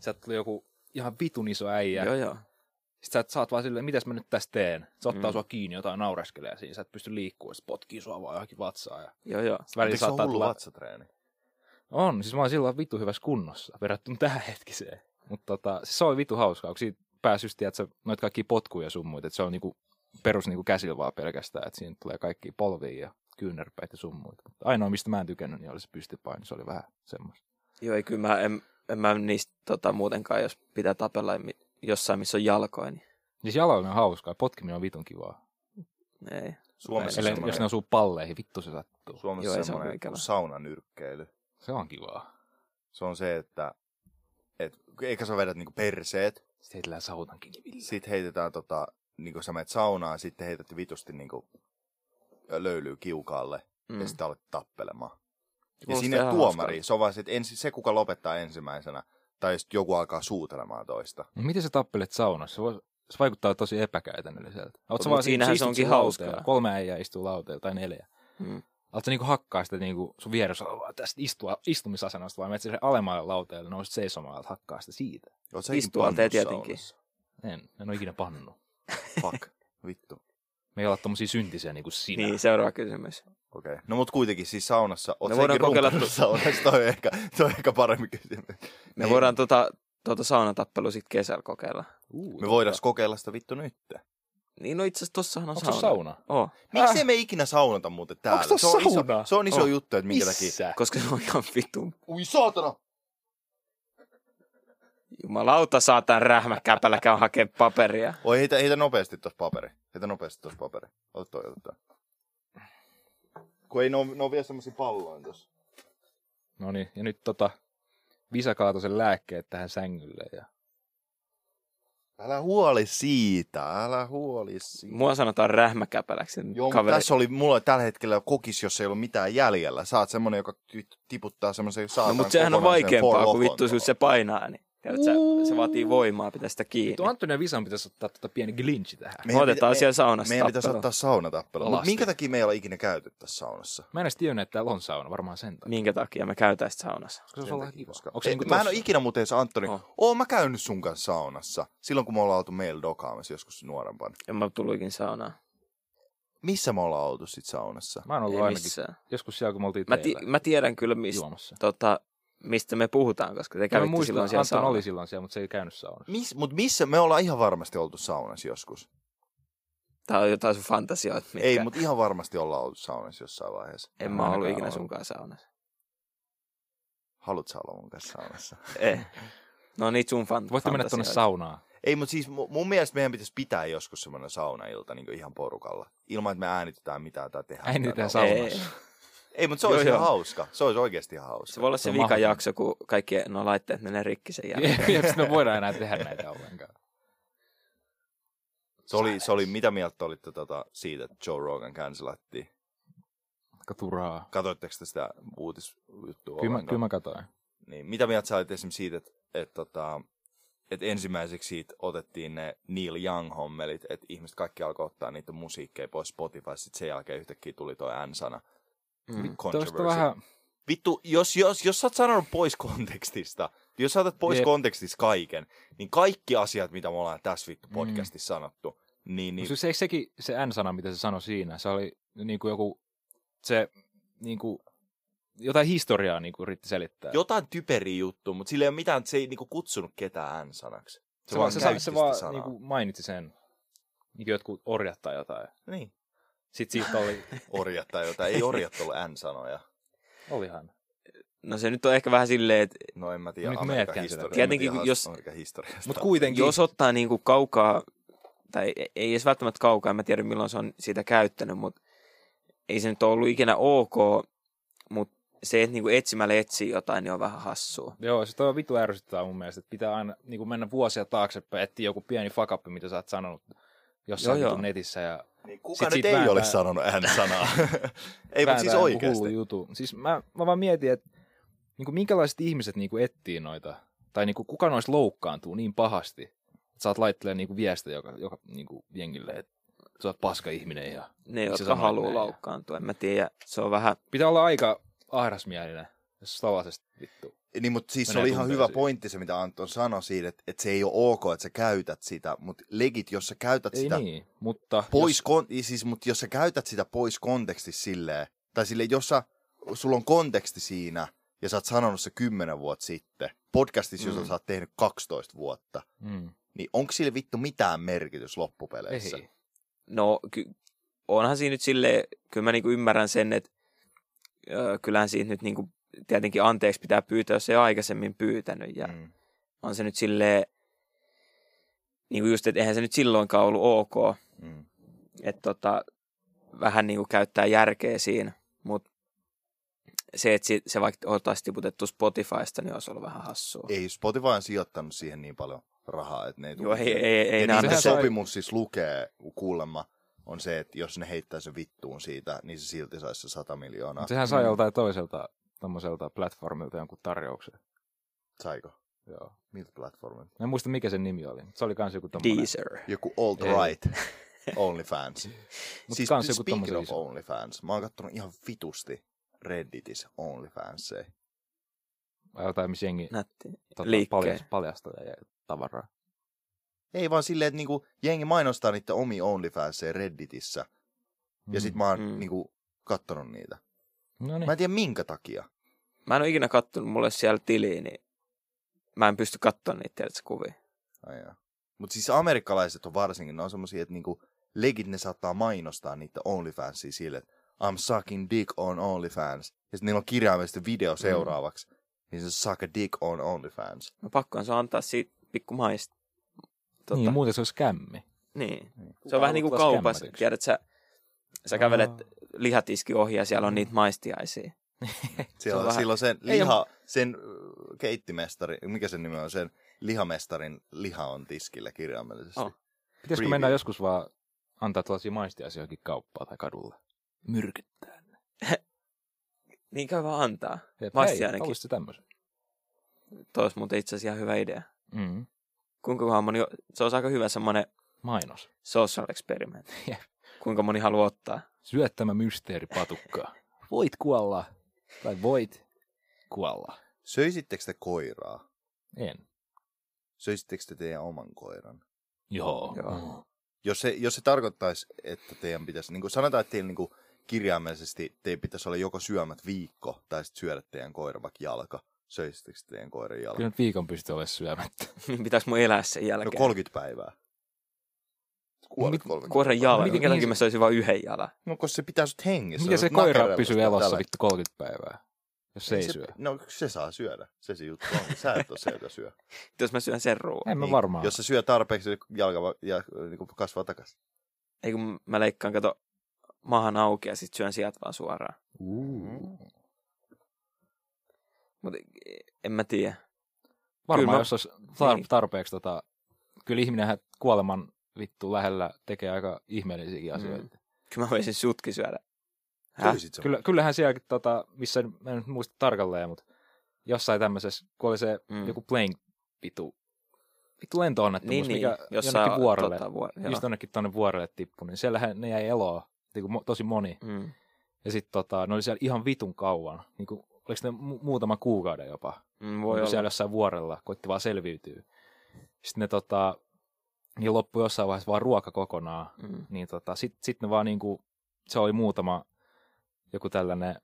[SPEAKER 3] sieltä tuli joku ihan vitun iso äijä.
[SPEAKER 2] Joo joo.
[SPEAKER 3] Sitten sä et saat vaan silleen, mitäs mä nyt tässä teen? Se ottaa
[SPEAKER 2] Mm.
[SPEAKER 3] mm. sua kiinni jotain naureskelee siinä, sä et pysty liikkua, sit potkii sua vaan johonkin vatsaan. Ja
[SPEAKER 2] Joo joo.
[SPEAKER 3] sit välillä
[SPEAKER 1] Eikö se ole
[SPEAKER 3] saattaa
[SPEAKER 1] hullu
[SPEAKER 3] tulla...
[SPEAKER 1] vatsatreeni?
[SPEAKER 3] On, siis mä oon silloin vittu hyvässä kunnossa verrattuna tähän hetkiseen. Mutta tota, siis se oli vittu hauskaa, kun siitä pääsi just, tiedätkö, noit kaikki potkuja ja sun muut, että se on niinku perus niinku käsillä vaan pelkästään, että siinä tulee kaikki polvia ja kyynärpäitä ja sun muut. Mut Ainoa, mistä mä en tykännyt, niin oli se pystypaini, se oli vähän semmoista.
[SPEAKER 2] Joo, ei kyllä mä en, en mä niistä tota, muutenkaan, jos pitää tapella mi- jossain, missä on jalkoja, niin
[SPEAKER 3] Siis jaloilla on hauskaa, potkiminen on vitun kivaa.
[SPEAKER 2] ei.
[SPEAKER 1] Suomessa
[SPEAKER 3] Eli,
[SPEAKER 2] Ellei-
[SPEAKER 1] semmoinen,
[SPEAKER 3] jos ne osuu palleihin, vittu se sattuu.
[SPEAKER 1] Suomessa
[SPEAKER 2] Joo, ei se ole
[SPEAKER 1] semmoinen
[SPEAKER 2] ikävä.
[SPEAKER 1] kuin saunanyrkkeily.
[SPEAKER 3] Se on kivaa.
[SPEAKER 1] Se on se, että et, eikä sä vedät niinku perseet,
[SPEAKER 3] Sitten heitellään saunan kilvillä.
[SPEAKER 1] sit heitetään tota, niinku sä menet saunaan, sitten heität vitusti niinku löylyy kiukaalle
[SPEAKER 2] Mm.
[SPEAKER 1] ja sitten alat tappelemaan. Ja
[SPEAKER 2] Kuulostaa
[SPEAKER 1] siinä ei ole
[SPEAKER 2] ihan
[SPEAKER 1] tuomari.
[SPEAKER 2] hauskalta.
[SPEAKER 1] Se on vaan se, että ensi, se, kuka lopettaa ensimmäisenä, tai jos joku alkaa suutelemaan toista.
[SPEAKER 3] No Miten sä tappelet saunassa? Se, voi, se vaikuttaa tosi epäkäytännölliseltä. Oot sä
[SPEAKER 2] mut
[SPEAKER 3] vaan siinä,
[SPEAKER 2] siinähän
[SPEAKER 3] sä
[SPEAKER 2] se
[SPEAKER 3] istut
[SPEAKER 2] onkin
[SPEAKER 3] siinä lauteella.
[SPEAKER 2] hauskaa.
[SPEAKER 3] Kolme äijää istuu lauteella tai neljä.
[SPEAKER 2] Mm.
[SPEAKER 3] Oot sä niinku hakkaa sitä niinku sun vieressä olevaa tästä istua, istumisasennosta vai menet sille alemmalle lauteelle, nouset seisomaan ja hakkaa sitä siitä.
[SPEAKER 1] Oot säkin
[SPEAKER 2] Istualta
[SPEAKER 1] pannut
[SPEAKER 2] tietenkin.
[SPEAKER 1] saunassa?
[SPEAKER 3] En, en ole ikinä pannu.
[SPEAKER 1] Fuck, vittu.
[SPEAKER 3] Me ei olla tommosia syntisiä niinku sinä.
[SPEAKER 2] Niin, seuraava kysymys.
[SPEAKER 1] Okei. Okay. No mut kuitenkin siis saunassa, oot
[SPEAKER 2] Me
[SPEAKER 1] säkin
[SPEAKER 2] voidaan kokeilla-
[SPEAKER 1] runkannut saunassa, toi on ehkä, toi on ehkä parempi kysymys.
[SPEAKER 2] Me
[SPEAKER 1] Niin.
[SPEAKER 2] voidaan tota, tota saunatappelu sitten kesällä kokeilla.
[SPEAKER 3] Uu,
[SPEAKER 1] Me voidaan kokeilla sitä vittu nyt.
[SPEAKER 2] Niin no itse asiassa tossahan on
[SPEAKER 3] Onko se
[SPEAKER 2] sauna.
[SPEAKER 3] sauna?
[SPEAKER 2] Oo,
[SPEAKER 1] Miksi me ikinä saunata muuten täällä?
[SPEAKER 3] Onks tossa
[SPEAKER 1] se, on iso,
[SPEAKER 3] saunaa?
[SPEAKER 1] se on iso
[SPEAKER 2] On.
[SPEAKER 1] juttu, että minkä takia.
[SPEAKER 3] Missä?
[SPEAKER 2] koska se on ihan vitun.
[SPEAKER 1] Ui saatana!
[SPEAKER 2] Jumalauta saatan rähmä käpällä käy hakemaan paperia.
[SPEAKER 1] Oi, heitä, heitä nopeasti tuossa paperi. Heitä nopeasti tuossa paperi. Ota toi, ota toi. Kun ei, ne on, ne on vielä semmosia palloja tuossa.
[SPEAKER 3] No niin, ja nyt tota, Visa kaatoi sen lääkkeet tähän sängylle. Ja...
[SPEAKER 1] Älä huoli siitä, älä huoli siitä.
[SPEAKER 2] Mua sanotaan rähmäkäpäläksi
[SPEAKER 1] Joo, mutta
[SPEAKER 2] kaveri.
[SPEAKER 1] tässä oli mulla tällä hetkellä kokis, jos ei ollut mitään jäljellä. Sä oot semmonen, joka ty- tiputtaa semmoisen saatan
[SPEAKER 2] No, mutta sehän on
[SPEAKER 1] kokonaisen
[SPEAKER 2] vaikeampaa, kun
[SPEAKER 1] forlokon
[SPEAKER 2] vittu jos
[SPEAKER 1] tuohon.
[SPEAKER 2] se painaa, niin tiedätkö, sä, se vaatii voimaa, pitää sitä kiinni.
[SPEAKER 3] Tuo Antoni ja Visan pitäisi ottaa tota pieni glinchi tähän.
[SPEAKER 2] Me otetaan
[SPEAKER 1] pitä-
[SPEAKER 2] siellä saunassa
[SPEAKER 1] Meidän pitäisi
[SPEAKER 2] tappelu. No,
[SPEAKER 1] ottaa saunatappelu. Mutta
[SPEAKER 3] Lasti.
[SPEAKER 1] minkä takia me ei ole ikinä käyty tässä saunassa?
[SPEAKER 3] Mä en edes tiennyt, että täällä on sauna, varmaan sen takia.
[SPEAKER 2] Minkä takia me käytään sitä saunassa?
[SPEAKER 3] Koska se on ollut kiva.
[SPEAKER 1] Koska...
[SPEAKER 3] Onko se
[SPEAKER 1] Ei,
[SPEAKER 3] niinku
[SPEAKER 1] mä en
[SPEAKER 3] tossa?
[SPEAKER 1] ole ikinä muuten, se Antoni,
[SPEAKER 2] Oh.
[SPEAKER 1] oon mä käynyt sun kanssa saunassa. Silloin kun me ollaan oltu meillä dokaamassa joskus nuorempana.
[SPEAKER 2] Ja mä tulikin saunaan.
[SPEAKER 1] Missä me ollaan oltu sit saunassa?
[SPEAKER 3] Mä oon ollut
[SPEAKER 2] Niin. Ei
[SPEAKER 3] ainakin
[SPEAKER 2] missään.
[SPEAKER 3] joskus siellä, kun me oltiin
[SPEAKER 2] Mä, ti-
[SPEAKER 3] teillä
[SPEAKER 2] mä tiedän kyllä, mistä,
[SPEAKER 3] juomassa.
[SPEAKER 2] tota, mistä me puhutaan, koska te
[SPEAKER 3] Mä
[SPEAKER 2] kävitte
[SPEAKER 3] muistan,
[SPEAKER 2] silloin
[SPEAKER 3] Anton
[SPEAKER 2] siellä saunassa.
[SPEAKER 3] oli silloin siellä, mutta se ei käynyt saunassa.
[SPEAKER 1] Mis, mut missä? Me ollaan ihan varmasti oltu saunassa joskus.
[SPEAKER 2] Tää on jotain sun fantasioita, mitkä
[SPEAKER 1] Ei, mutta ihan varmasti ollaan oltu saunassa jossain vaiheessa.
[SPEAKER 2] en mä ollut
[SPEAKER 3] ainakaan
[SPEAKER 2] ikinä
[SPEAKER 3] ollut.
[SPEAKER 2] sunkaan saunassa.
[SPEAKER 1] Haluat sä olla mun kanssa saunassa?
[SPEAKER 2] Ei. No niitä sun fan-
[SPEAKER 3] Voitte mennä tuonne
[SPEAKER 2] fantasioita.
[SPEAKER 3] saunaan.
[SPEAKER 1] Ei, mutta siis mu- mun mielestä meidän pitäisi pitää joskus semmoinen saunailta niin ihan porukalla. Ilman, että me äänitetään mitään tai tehdään.
[SPEAKER 3] Äänitetään
[SPEAKER 1] mitään.
[SPEAKER 2] Ei.
[SPEAKER 3] saunassa.
[SPEAKER 1] Ei, mutta se
[SPEAKER 2] Joo,
[SPEAKER 1] olisi ihan
[SPEAKER 2] joo.
[SPEAKER 1] hauska. Se olisi oikeasti ihan hauska.
[SPEAKER 2] Se voi olla
[SPEAKER 3] Se
[SPEAKER 2] se
[SPEAKER 3] on
[SPEAKER 2] vika
[SPEAKER 3] mahdollista.
[SPEAKER 2] jakso, kun kaikki no laitteet menee rikki sen jälkeen.
[SPEAKER 3] Jep, jep, sit me voidaan enää tehdä näitä ollenkaan.
[SPEAKER 1] Se oli, se oli, mitä mieltä olitte tota, siitä, että Joe Rogan cancelattiin?
[SPEAKER 3] Aika turhaa.
[SPEAKER 1] Katoitteko te sitä uutisjuttua?
[SPEAKER 3] Kyllä mä,
[SPEAKER 1] ollenkaan?
[SPEAKER 3] kyllä mä katoin.
[SPEAKER 1] Niin, mitä mieltä sä olit esimerkiksi siitä, että, että, tota, että ensimmäiseksi siitä otettiin ne Neil Young-hommelit, että ihmiset kaikki alkoi ottaa niitä musiikkeja pois Spotify, sitten sen jälkeen yhtäkkiä tuli toi N-sana.
[SPEAKER 2] Mm.
[SPEAKER 3] Tuosta
[SPEAKER 1] Controversy.
[SPEAKER 3] vähän,
[SPEAKER 1] Vittu, jos, jos, jos sä oot sanonut pois kontekstista, jos sä otat pois
[SPEAKER 3] Jep.
[SPEAKER 1] kontekstista kaiken, niin kaikki asiat, mitä me ollaan tässä vittu podcastissa sanottu, niin,
[SPEAKER 3] niin.
[SPEAKER 1] niin
[SPEAKER 3] Mm. siis ei sekin se N-sana, mitä se sanoi siinä, se oli niin kuin joku, se niin kuin, jotain historiaa niin kuin yritti selittää.
[SPEAKER 1] jotain typeriä juttu, mutta sillä ei ole mitään, se ei niinku kutsunut ketään N-sanaksi. Se,
[SPEAKER 3] se, vaan, se, sa-
[SPEAKER 1] käytti
[SPEAKER 3] se
[SPEAKER 1] sitä
[SPEAKER 3] vaan
[SPEAKER 1] sanaa.
[SPEAKER 3] niin kuin mainitsi sen, niin kuin jotkut orjat tai jotain.
[SPEAKER 1] Niin.
[SPEAKER 3] Sitten siitä oli,
[SPEAKER 1] Orjat tai jotain, ei orjat ole N-sanoja.
[SPEAKER 3] olihan.
[SPEAKER 2] No se nyt on ehkä vähän silleen, että
[SPEAKER 1] No en mä tiedä
[SPEAKER 3] Nyt me
[SPEAKER 1] Amerikan
[SPEAKER 3] jätkään
[SPEAKER 1] historiasta.
[SPEAKER 3] sitä.
[SPEAKER 2] Tietenkin,
[SPEAKER 1] En mä tiedä
[SPEAKER 2] jos-
[SPEAKER 1] Amerikan historiasta.
[SPEAKER 3] Mutta kuitenkin.
[SPEAKER 2] jos ottaa niinku kaukaa, tai e-, ei edes välttämättä kaukaa, en mä tiedä milloin se on sitä käyttänyt, mutta ei se nyt ole ollut ikinä ok, mutta se, että niinku etsimällä etsii jotain, niin on vähän hassua.
[SPEAKER 3] Joo, se on vitu ärsyttävää mun mielestä, että pitää aina niin kuin mennä vuosia taaksepäin, etsiä joku pieni fakappi, mitä sä oot sanonut jossain
[SPEAKER 2] Joo,
[SPEAKER 3] joo,
[SPEAKER 2] joo.
[SPEAKER 3] netissä. Ja
[SPEAKER 1] Niin, kuka
[SPEAKER 3] Sit
[SPEAKER 1] nyt
[SPEAKER 3] siitä
[SPEAKER 1] ei
[SPEAKER 3] vääntää.
[SPEAKER 1] ole sanonut N-sanaa? ei, mutta
[SPEAKER 3] vääntää
[SPEAKER 1] siis
[SPEAKER 3] joku
[SPEAKER 1] oikeasti.
[SPEAKER 3] hullu Jutu. Siis mä, mä vaan mietin, että niin kuin minkälaiset ihmiset niin kuin etsii noita, tai niin kuin kuka noista loukkaantuu niin pahasti, että sä oot laittelee niin kuin viestiä joka, joka niin kuin jengille, että sä oot paska ihminen ja
[SPEAKER 2] Ne,
[SPEAKER 3] Miksi
[SPEAKER 2] jotka
[SPEAKER 3] sanoit
[SPEAKER 2] haluaa
[SPEAKER 3] näin?
[SPEAKER 2] loukkaantua, en mä tiedä. Se on vähän,
[SPEAKER 3] pitää olla aika ahdasmielinen, jos tavallisesti vittu.
[SPEAKER 1] Niin, mutta siis se
[SPEAKER 3] Menee
[SPEAKER 1] oli ihan hyvä
[SPEAKER 3] tunteisiin.
[SPEAKER 1] pointti se, mitä Anton sanoi siitä, että, että se ei ole ok, että sä käytät sitä, mutta legit, jos sä käytät
[SPEAKER 3] Ei
[SPEAKER 1] sitä
[SPEAKER 3] niin, mutta
[SPEAKER 1] pois, kon, siis, mut jos sä käytät sitä pois kontekstissa silleen, tai silleen, jos sä, sulla on konteksti siinä, ja sä oot sanonut se 10 vuotta sitten, podcastissa,
[SPEAKER 2] Mm.
[SPEAKER 1] jota sä oot tehnyt 12 vuotta,
[SPEAKER 3] Jos, mm,
[SPEAKER 1] niin onko sillä vittu mitään merkitys
[SPEAKER 3] ei.
[SPEAKER 1] loppupeleissä?
[SPEAKER 2] no ky- onhan siinä nyt silleen, kyllä mä niinku ymmärrän sen, että ö, kyllähän siitä nyt niinku, tietenkin anteeksi pitää pyytää, jos ei aikaisemmin pyytänyt. Ja
[SPEAKER 1] Mm.
[SPEAKER 2] on se nyt silleen, niin kuin just, että eihän se nyt silloinkaan ollut ok,
[SPEAKER 1] Mm.
[SPEAKER 2] että tota, vähän niin kuin käyttää järkeä siinä, mutta se, että si- se vaikka oltaisiin tiputettu Spotifysta, niin olisi ollut vähän hassua.
[SPEAKER 1] Ei Spotify on sijoittanut siihen niin paljon rahaa, että ne ei
[SPEAKER 2] Joo,
[SPEAKER 1] tule
[SPEAKER 2] ei, ei, ei, ei
[SPEAKER 1] ja niiden
[SPEAKER 2] nää-
[SPEAKER 3] niin Sehän sai-
[SPEAKER 1] sopimus siis lukee kuulemma on se, että jos ne heittää se vittuun siitä, niin se silti saisi se 100 miljoonaa.
[SPEAKER 3] Mut Sehän sai
[SPEAKER 2] Mm.
[SPEAKER 3] joltain toiselta tommoselta platformilta jonkun tarjouksen.
[SPEAKER 1] Saiko?
[SPEAKER 3] Joo.
[SPEAKER 1] Miltä platformilta?
[SPEAKER 3] Mä en muista, mikä sen nimi oli. Se oli kans joku tommonen.
[SPEAKER 2] Deezer.
[SPEAKER 1] Joku alt
[SPEAKER 3] Ei.
[SPEAKER 1] right OnlyFans.
[SPEAKER 3] Mut
[SPEAKER 1] siis
[SPEAKER 3] kans joku
[SPEAKER 1] speaking
[SPEAKER 3] tommosen
[SPEAKER 1] of
[SPEAKER 3] iso.
[SPEAKER 1] OnlyFans, mä oon kattonut ihan vitusti Redditissä OnlyFansseja.
[SPEAKER 3] Vai jotain, missä jengi
[SPEAKER 2] Nätti.
[SPEAKER 3] tota,
[SPEAKER 2] liikkeen.
[SPEAKER 3] paljas, paljastaa ja tavaraa.
[SPEAKER 1] Ei vaan silleen, että niinku, jengi mainostaa niitä omia OnlyFansseja Redditissä. Ja sit mä oon
[SPEAKER 2] Mm.
[SPEAKER 1] niinku, kattonut niitä.
[SPEAKER 3] No
[SPEAKER 1] Mä
[SPEAKER 3] niin.
[SPEAKER 1] en tiedä minkä takia.
[SPEAKER 2] Mä en ole ikinä kattonut mulle siellä tiliä, niin mä en pysty katsomaan niitä tiedätkö, kuvia.
[SPEAKER 1] Mutta siis amerikkalaiset on varsinkin, ne on semmoisia, että niinku legit ne saattaa mainostaa niitä OnlyFansia sille, että I'm sucking dick on OnlyFans. Ja sitten niillä on kirjaimellisesti video seuraavaksi. Niin se suck a dick on OnlyFans.
[SPEAKER 2] No pakkohan Mm. se on antaa siitä pikku maista. Totta.
[SPEAKER 3] Niin, muuten se olisi kämmi.
[SPEAKER 2] niin. tota- Se
[SPEAKER 3] Kuka
[SPEAKER 2] on vähän niin kuin
[SPEAKER 3] haluaa tulla
[SPEAKER 2] kaupassa.
[SPEAKER 3] skämmäriksi?
[SPEAKER 2] Tiedät, sä, sä kävelet lihatiski ohi ja
[SPEAKER 3] Mm.
[SPEAKER 2] siellä on niitä maistiaisia.
[SPEAKER 1] Siellä,
[SPEAKER 2] on
[SPEAKER 1] on
[SPEAKER 2] vähän-
[SPEAKER 1] silloin sen
[SPEAKER 2] Ei
[SPEAKER 1] liha, sen ö, keittimestari, mikä sen nimi on, sen lihamestarin liha on tiskillä kirjaimellisesti.
[SPEAKER 2] Oh.
[SPEAKER 3] Pitäisikö
[SPEAKER 1] Preview.
[SPEAKER 3] mennä joskus vaan antaa tällaisia maistiaisia johonkin kauppaa tai kadulle? Myrkyttää.
[SPEAKER 2] Niin käy vaan antaa.
[SPEAKER 3] Jep,
[SPEAKER 2] Maisti
[SPEAKER 3] hei,
[SPEAKER 2] ainakin.
[SPEAKER 3] haluaisit sä tämmöisen?
[SPEAKER 2] Tois muuten itse asiassa ihan hyvä idea.
[SPEAKER 3] Mm.
[SPEAKER 2] Kuinka kohan moni, se on aika hyvä semmoinen
[SPEAKER 3] Mainos.
[SPEAKER 2] social experiment.
[SPEAKER 3] Jep.
[SPEAKER 2] Kuinka moni haluaa ottaa.
[SPEAKER 3] Syö tämä mysteeripatukkaa. voit kuolla. Tai voit kuolla.
[SPEAKER 1] Söisittekö te koiraa?
[SPEAKER 3] En.
[SPEAKER 1] Söisittekö te teidän oman koiran?
[SPEAKER 3] Joo. Mm.
[SPEAKER 2] Joo.
[SPEAKER 1] Jos se, jos se tarkoittaisi, että teidän pitäisi, niin kuin sanotaan, että teillä niin kuin kirjaimellisesti teidän pitäisi olla joko syömät viikko tai sitten syödä teidän koira vaikka jalka. Söisittekö te teidän koiran jalka?
[SPEAKER 3] Kyllä nyt viikon pystyy olemaan syömättä.
[SPEAKER 2] Niin pitäis mun elää sen
[SPEAKER 1] No
[SPEAKER 2] jälkeen.
[SPEAKER 1] 30 päivää. Kuolet
[SPEAKER 3] Mit-
[SPEAKER 1] 30
[SPEAKER 2] Koiran jalan.
[SPEAKER 3] Miten-
[SPEAKER 2] Minkä takia
[SPEAKER 3] niin-
[SPEAKER 2] mä söisin vain yhden jalan?
[SPEAKER 1] No, koska se pitää sut hengissä.
[SPEAKER 3] Miten
[SPEAKER 1] sä
[SPEAKER 3] se
[SPEAKER 1] oot
[SPEAKER 3] koira
[SPEAKER 1] nakerella
[SPEAKER 3] pysyy
[SPEAKER 1] sitä
[SPEAKER 3] elossa
[SPEAKER 1] tällä-
[SPEAKER 3] vittu 30 päivää, jos se ei
[SPEAKER 1] se,
[SPEAKER 3] syö?
[SPEAKER 1] No se saa syödä. Se se juttu on. Sä et ole se, joka syö.
[SPEAKER 2] Jos mä syön sen ruoan.
[SPEAKER 3] En mä
[SPEAKER 1] Niin,
[SPEAKER 3] No varmaan.
[SPEAKER 1] Jos se syö tarpeeksi, niin jalka va- ja, niin kuin kasvaa takaisin.
[SPEAKER 2] Ei kun mä leikkaan, kato, maahan auki ja sit syön sieltä vaan suoraan.
[SPEAKER 3] Uu.
[SPEAKER 2] Mutta en mä tiedä.
[SPEAKER 3] Varmaan
[SPEAKER 2] Kyllä mä-
[SPEAKER 3] jos olisi tar-
[SPEAKER 2] Niin.
[SPEAKER 3] tarpeeksi tota... Kyllä ihminenhän kuoleman vittu lähellä tekee aika ihmeellisiäkin asioita.
[SPEAKER 2] Kyllä mä voisin sutki syödä. Häh?
[SPEAKER 1] Söisit sä
[SPEAKER 3] Kyllä, kyllähän sielläkin, tota, missä mä en nyt muista tarkalleen, mutta jossain tämmöisessä, kun oli se
[SPEAKER 2] Mm.
[SPEAKER 3] mm. joku plane vitu, vitu
[SPEAKER 2] Niin,
[SPEAKER 3] lentoonnettomuus, niin, mikä
[SPEAKER 2] niin. Jossain
[SPEAKER 3] jonnekin vuorelle,
[SPEAKER 2] Tota,
[SPEAKER 3] tota,
[SPEAKER 2] vuor...
[SPEAKER 3] just
[SPEAKER 2] joo.
[SPEAKER 3] jonnekin tuonne vuorelle tippui, niin siellähän ne jäi eloon, niin kuin mo- tosi moni.
[SPEAKER 2] Mm.
[SPEAKER 3] Ja sitten tota, ne oli siellä ihan vitun kauan, niin kuin, oliko ne mu- muutama kuukauden jopa,
[SPEAKER 2] Mm,
[SPEAKER 3] Voi
[SPEAKER 2] voi
[SPEAKER 3] niin
[SPEAKER 2] olla.
[SPEAKER 3] siellä jossain vuorella, koitti vaan selviytyä. Sitten ne tota, niin loppui jossain vaiheessa vaan ruoka kokonaan,
[SPEAKER 2] Mm.
[SPEAKER 3] niin tota, sitten sit ne vaan niinku, se oli muutama joku tällainen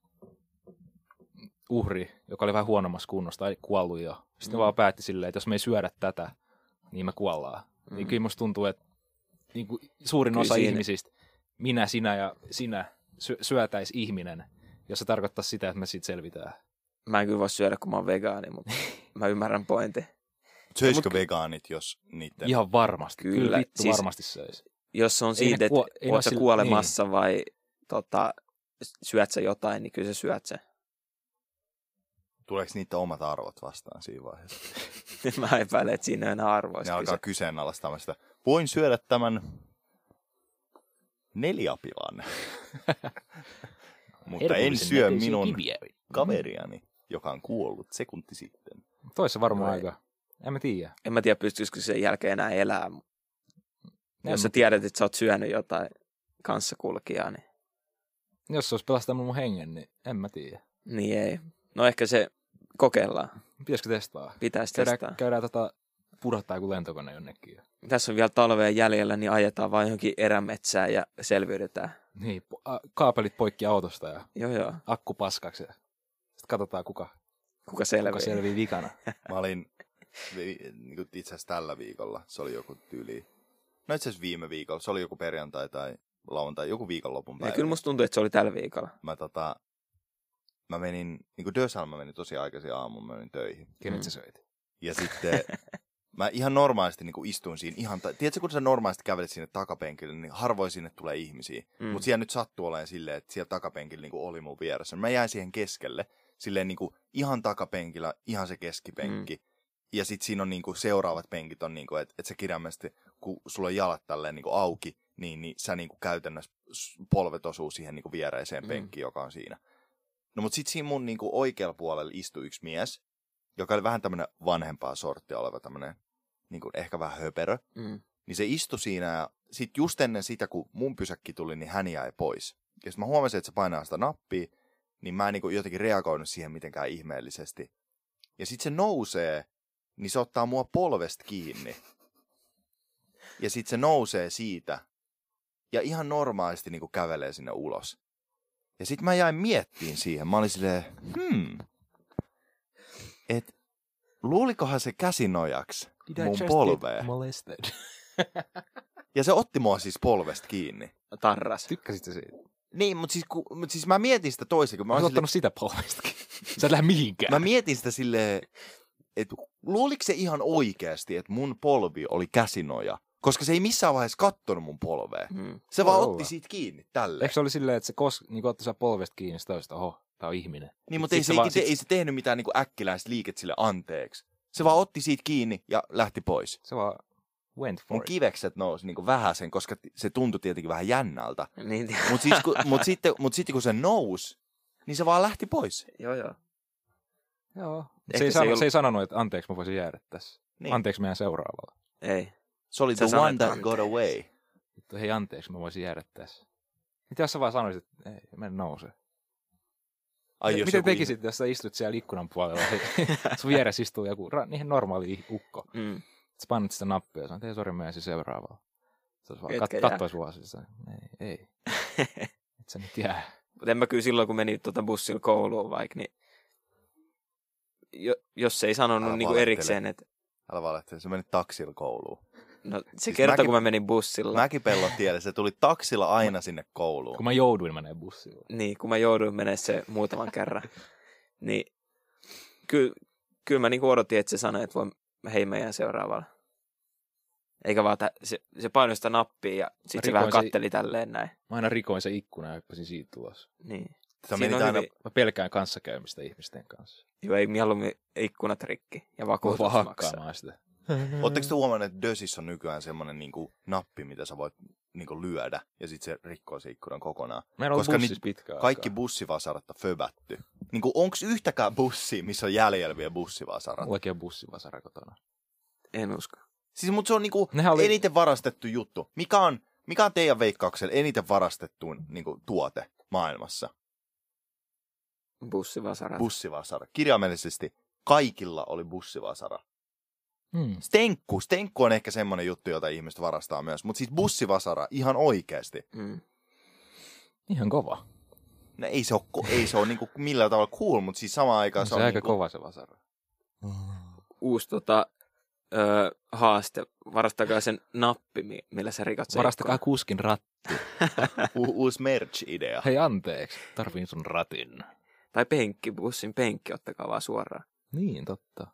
[SPEAKER 3] uhri, joka oli vähän huonommassa kunnossa tai kuollut jo. Sitten mm.
[SPEAKER 2] Mm.
[SPEAKER 3] ne vaan päätti silleen, että jos me ei syödä tätä, niin me kuollaan. Mm. Niin kyllä musta tuntuu, että niinku suurin
[SPEAKER 2] Kyllä
[SPEAKER 3] osa
[SPEAKER 2] siinä-
[SPEAKER 3] ihmisistä, minä, sinä ja sinä, sy- syötäis ihminen, jos se tarkoittaa sitä, että me siitä selvitään.
[SPEAKER 2] Mä en kyllä voi syödä, kun mä oon vegaani, mutta mä ymmärrän pointin.
[SPEAKER 1] Söisikö
[SPEAKER 2] Mut-
[SPEAKER 1] vegaanit, jos niiden...
[SPEAKER 3] Ihan varmasti. Kyllä,
[SPEAKER 2] Kyllä,
[SPEAKER 3] kyllä vittu
[SPEAKER 2] siis-
[SPEAKER 3] siis... varmasti söisi.
[SPEAKER 2] Jos se on
[SPEAKER 3] Ei ne
[SPEAKER 2] siitä, että
[SPEAKER 3] kuo- ei ne
[SPEAKER 2] oot sä
[SPEAKER 3] sillä- niin.
[SPEAKER 2] kuolemassa vai tota, syöt sä jotain, niin kyllä sä syöt sen.
[SPEAKER 1] Tuleeko niiden omat arvot vastaan siinä vaiheessa?
[SPEAKER 2] mä epäilen, että siinä on enää
[SPEAKER 1] ne
[SPEAKER 2] arvoista.
[SPEAKER 1] alkaa
[SPEAKER 2] kyse.
[SPEAKER 1] kyseenalaistamaan sitä. Voin syödä tämän neliapilan, mutta en
[SPEAKER 3] Herkullisen
[SPEAKER 1] syö
[SPEAKER 3] näköisiä
[SPEAKER 1] minun
[SPEAKER 3] kiviä.
[SPEAKER 1] kaveriani, joka on kuollut sekunti sitten.
[SPEAKER 3] Toissa varmaan
[SPEAKER 2] No ei.
[SPEAKER 3] aika. En mä tiedä.
[SPEAKER 2] En mä tiedä, pystyisikö sen jälkeen enää elää. mut
[SPEAKER 3] En
[SPEAKER 2] Jos sä
[SPEAKER 3] mä-
[SPEAKER 2] tiedät, että sä oot syönyt jotain kanssakulkijaa, niin,
[SPEAKER 3] Jos se olisi pelastanut mun hengen, niin en mä tiedä.
[SPEAKER 2] niin ei. No ehkä se kokeillaan.
[SPEAKER 3] Pitäisikö testaa?
[SPEAKER 2] Pitäisi testaa.
[SPEAKER 3] Käydään, käydään tota, pudottaa joku lentokone jonnekin.
[SPEAKER 2] tässä on vielä talveen jäljellä, niin ajetaan vaan johonkin erämetsään ja selviydytään.
[SPEAKER 3] Niin, po- a, kaapelit poikki autosta ja
[SPEAKER 2] Joo, joo.
[SPEAKER 3] akku paskaksi. Ja sitten katsotaan, kuka,
[SPEAKER 2] Kuka
[SPEAKER 3] kuka
[SPEAKER 2] selviää?
[SPEAKER 3] selvii vikana.
[SPEAKER 1] Mä olin vi- niin kuin itse asiassa tällä viikolla, se oli joku tyyli, no itse asiassa viime viikolla, se oli joku perjantai tai lauantai, joku viikonlopun
[SPEAKER 2] ja
[SPEAKER 1] päivä.
[SPEAKER 2] kyllä musta tuntuu, että se oli tällä viikolla.
[SPEAKER 1] Mä, tota, mä menin, niin kuin Dösal mä menin tosi aikaisin aamuun, mä menin töihin.
[SPEAKER 3] Kenet
[SPEAKER 2] Mm.
[SPEAKER 3] sä söit?
[SPEAKER 1] Ja sitten mä ihan normaalisti niin istuin siinä ihan, ta- tiedätkö kun sä normaalisti kävelet sinne takapenkille, niin harvoin sinne tulee ihmisiä. Mm. Mutta siellä nyt sattuu olemaan silleen, että siellä takapenkillä niin oli mun vieressä. Mä jäin siihen keskelle, silleen niin ihan takapenkillä, ihan se keskipenkki. Mm. Ja sitten siinä on niin seuraavat penkit on, niin että et sä kirjaimellisesti, kun sulla on jalat tälleen niin auki, niin, niin sä niin käytännössä s- polvet osuu siihen niin viereiseen
[SPEAKER 2] Mm.
[SPEAKER 1] penkkiin, joka on siinä. No mutta sitten siinä mun niin oikealla puolella istui yksi mies, joka oli vähän tämmöinen vanhempaa sorttia oleva tämmöinen, niin ehkä vähän höperö
[SPEAKER 2] Mm.
[SPEAKER 1] niin se istui siinä ja sitten just ennen sitä, kun mun pysäkki tuli, niin hän jäi pois. Ja sitten mä huomasin, että se painaa sitä nappia, niin mä en niin jotenkin reagoinut siihen mitenkään ihmeellisesti. Ja sitten se nousee, niin se ottaa mua polvesta kiinni. Ja sitten se nousee siitä ja ihan normaalisti niin kävelee sinne ulos. Ja sitten mä jäin miettiin siihen. Mä olin silleen, hmm, että luulikohan se käsinojaksi mun polvea.
[SPEAKER 3] molested?
[SPEAKER 1] Ja se otti mua siis polvesta kiinni.
[SPEAKER 2] Tarras.
[SPEAKER 3] Tykkäsitkö siitä?
[SPEAKER 1] Niin, mutta siis, ku, mut siis mä mietin sitä toisin, kun mä,
[SPEAKER 3] Mä oon
[SPEAKER 1] sille,
[SPEAKER 3] ottanut sitä polvestakin. Sä et lähde mihinkään.
[SPEAKER 1] mä mietin sitä silleen, että luuliko se ihan oikeasti, että mun polvi oli käsinoja? Koska se ei missään vaiheessa kattonut mun polvea.
[SPEAKER 2] Mm.
[SPEAKER 1] Se vaan
[SPEAKER 3] Voi olla.
[SPEAKER 1] otti siitä kiinni tälle.
[SPEAKER 3] Eikö se oli silleen, että se kos, niin otti sä polvesta kiinni, sitä olisit, oho, tää on ihminen.
[SPEAKER 1] Niin, mutta ei
[SPEAKER 3] Sit se
[SPEAKER 1] se,
[SPEAKER 3] vaan-
[SPEAKER 1] vaan, te,
[SPEAKER 3] sit-
[SPEAKER 1] ei se tehnyt mitään niin äkkiläistä liiket sille anteeksi. Se vaan otti siitä kiinni ja lähti pois.
[SPEAKER 3] Se vaan went for
[SPEAKER 1] Mun
[SPEAKER 3] it.
[SPEAKER 1] kivekset nousi niin vähäsen, koska t- se tuntui tietenkin vähän jännältä.
[SPEAKER 2] Niin,
[SPEAKER 1] Mutta siis, kun- mut sitten, mut sitten kun se nousi, niin se vaan lähti pois.
[SPEAKER 2] joo joo.
[SPEAKER 3] Joo.
[SPEAKER 2] Ehkä
[SPEAKER 3] Se ei,
[SPEAKER 2] se
[SPEAKER 3] sano,
[SPEAKER 2] ei ollut-
[SPEAKER 3] se ei sanonut, että anteeksi, mä voisin jäädä tässä. Niin.
[SPEAKER 1] Niin.
[SPEAKER 3] Anteeksi meidän seuraavalla.
[SPEAKER 2] Ei.
[SPEAKER 1] Se oli
[SPEAKER 2] Sä
[SPEAKER 1] the
[SPEAKER 2] sanoit
[SPEAKER 1] one that got
[SPEAKER 2] anteeksi.
[SPEAKER 1] away.
[SPEAKER 3] Vittu, hei anteeksi, mä voisin jäädä tässä. Mitä jos sä vaan sanoisit, että ei, mä en nouse.
[SPEAKER 1] Ai, jos
[SPEAKER 3] Miten
[SPEAKER 1] joku
[SPEAKER 3] tekisit, jos sä istut siellä ikkunan puolella? sun vieressä istuu joku ra- ihan normaali ukko.
[SPEAKER 2] Mm.
[SPEAKER 3] Sä painat sitä nappia ja sanot, ei sori, mä jäisin seuraavaan. Se olisi vaan
[SPEAKER 2] Ketkä
[SPEAKER 3] kat-
[SPEAKER 2] jää?
[SPEAKER 3] kattoi sua siis, sanoi, ei, ei. Et sä nyt jää.
[SPEAKER 2] Mutta en mä kyllä silloin, kun meni tuota bussilla kouluun vaikka, niin jo, jos ei sanonut
[SPEAKER 1] Älä
[SPEAKER 2] niinku
[SPEAKER 1] valehtele.
[SPEAKER 2] erikseen, että
[SPEAKER 1] Älä valehtele, sä menit taksilla kouluun.
[SPEAKER 2] no, se
[SPEAKER 1] Siis
[SPEAKER 2] kerta,
[SPEAKER 1] mäkin-
[SPEAKER 2] kun mä menin bussilla, mä...
[SPEAKER 1] Mäkipellon tielle, se tuli taksilla aina sinne kouluun.
[SPEAKER 3] Kun mä jouduin menee bussilla.
[SPEAKER 2] niin kun mä jouduin menemään se muutaman kerran, niin kyllä, kyllä mä niinku odotin, että se sanoi, että voi hei meidän seuraavalla. Eikä vaan, tä, se, se painoi sitä nappia ja
[SPEAKER 3] Mä
[SPEAKER 2] sitten se vähän
[SPEAKER 3] rikoin se-
[SPEAKER 2] katteli tälleen näin.
[SPEAKER 3] Mä aina rikoin se ikkuna ja hyppäsin siitä tulos.
[SPEAKER 2] Niin.
[SPEAKER 1] Sä
[SPEAKER 2] Siinä
[SPEAKER 1] menit
[SPEAKER 2] on
[SPEAKER 1] aina,
[SPEAKER 2] hyvin-
[SPEAKER 3] Mä pelkään kanssakäymistä ihmisten kanssa.
[SPEAKER 2] Joo, ei mieluummin ikkunat rikki ja
[SPEAKER 3] Mä vaan
[SPEAKER 2] vakuutus maksaa.
[SPEAKER 3] hakkaamaan sitä.
[SPEAKER 1] Oletteko Mm. te huomannut, että Dösissä on nykyään semmoinen niinku nappi, mitä sä voit niinku lyödä, ja sitten se rikkoo se ikkunan kokonaan.
[SPEAKER 3] Mä en ollut
[SPEAKER 1] Koska
[SPEAKER 3] bussissa
[SPEAKER 1] nyt
[SPEAKER 3] pitkään
[SPEAKER 1] Kaikki
[SPEAKER 3] aikaa.
[SPEAKER 1] bussivasarat on föbätty. Niinku, onks yhtäkään bussia, missä on jäljellä vielä bussivasarat?
[SPEAKER 3] Mullakin on bussivasara kotona.
[SPEAKER 2] En usko.
[SPEAKER 1] Siis, mut se on niinku
[SPEAKER 3] Nehän oli-
[SPEAKER 1] oli... eniten varastettu juttu. Mikä on, mikä on teidän veikkauksella eniten varastettuin niinku, tuote maailmassa?
[SPEAKER 2] Bussivasarat.
[SPEAKER 1] Bussivasara. Kirjaimellisesti kaikilla oli bussivasara.
[SPEAKER 3] Mm.
[SPEAKER 1] Stenkku. Stenkku on ehkä semmoinen juttu, jota ihmiset varastaa myös. Mutta siis bussivasara ihan oikeasti.
[SPEAKER 2] mm.
[SPEAKER 3] Ihan kova.
[SPEAKER 1] No ei se ole, ei se ole niinku millään tavalla cool, mutta siis samaan aikaan
[SPEAKER 3] On
[SPEAKER 1] se,
[SPEAKER 3] No se
[SPEAKER 1] on
[SPEAKER 3] aika
[SPEAKER 1] niinku,
[SPEAKER 3] kova se vasara.
[SPEAKER 2] uusi tota, ö, haaste. Varastakaa sen nappi, mi- millä sä rikot sen
[SPEAKER 3] Varastakaa
[SPEAKER 2] ikkunan.
[SPEAKER 3] kuskin ratti.
[SPEAKER 1] u- uusi merch-idea.
[SPEAKER 3] Hei anteeksi, tarviin sun ratin.
[SPEAKER 2] Tai penkki, bussin penkki, ottakaa vaan suoraan.
[SPEAKER 3] Niin, totta.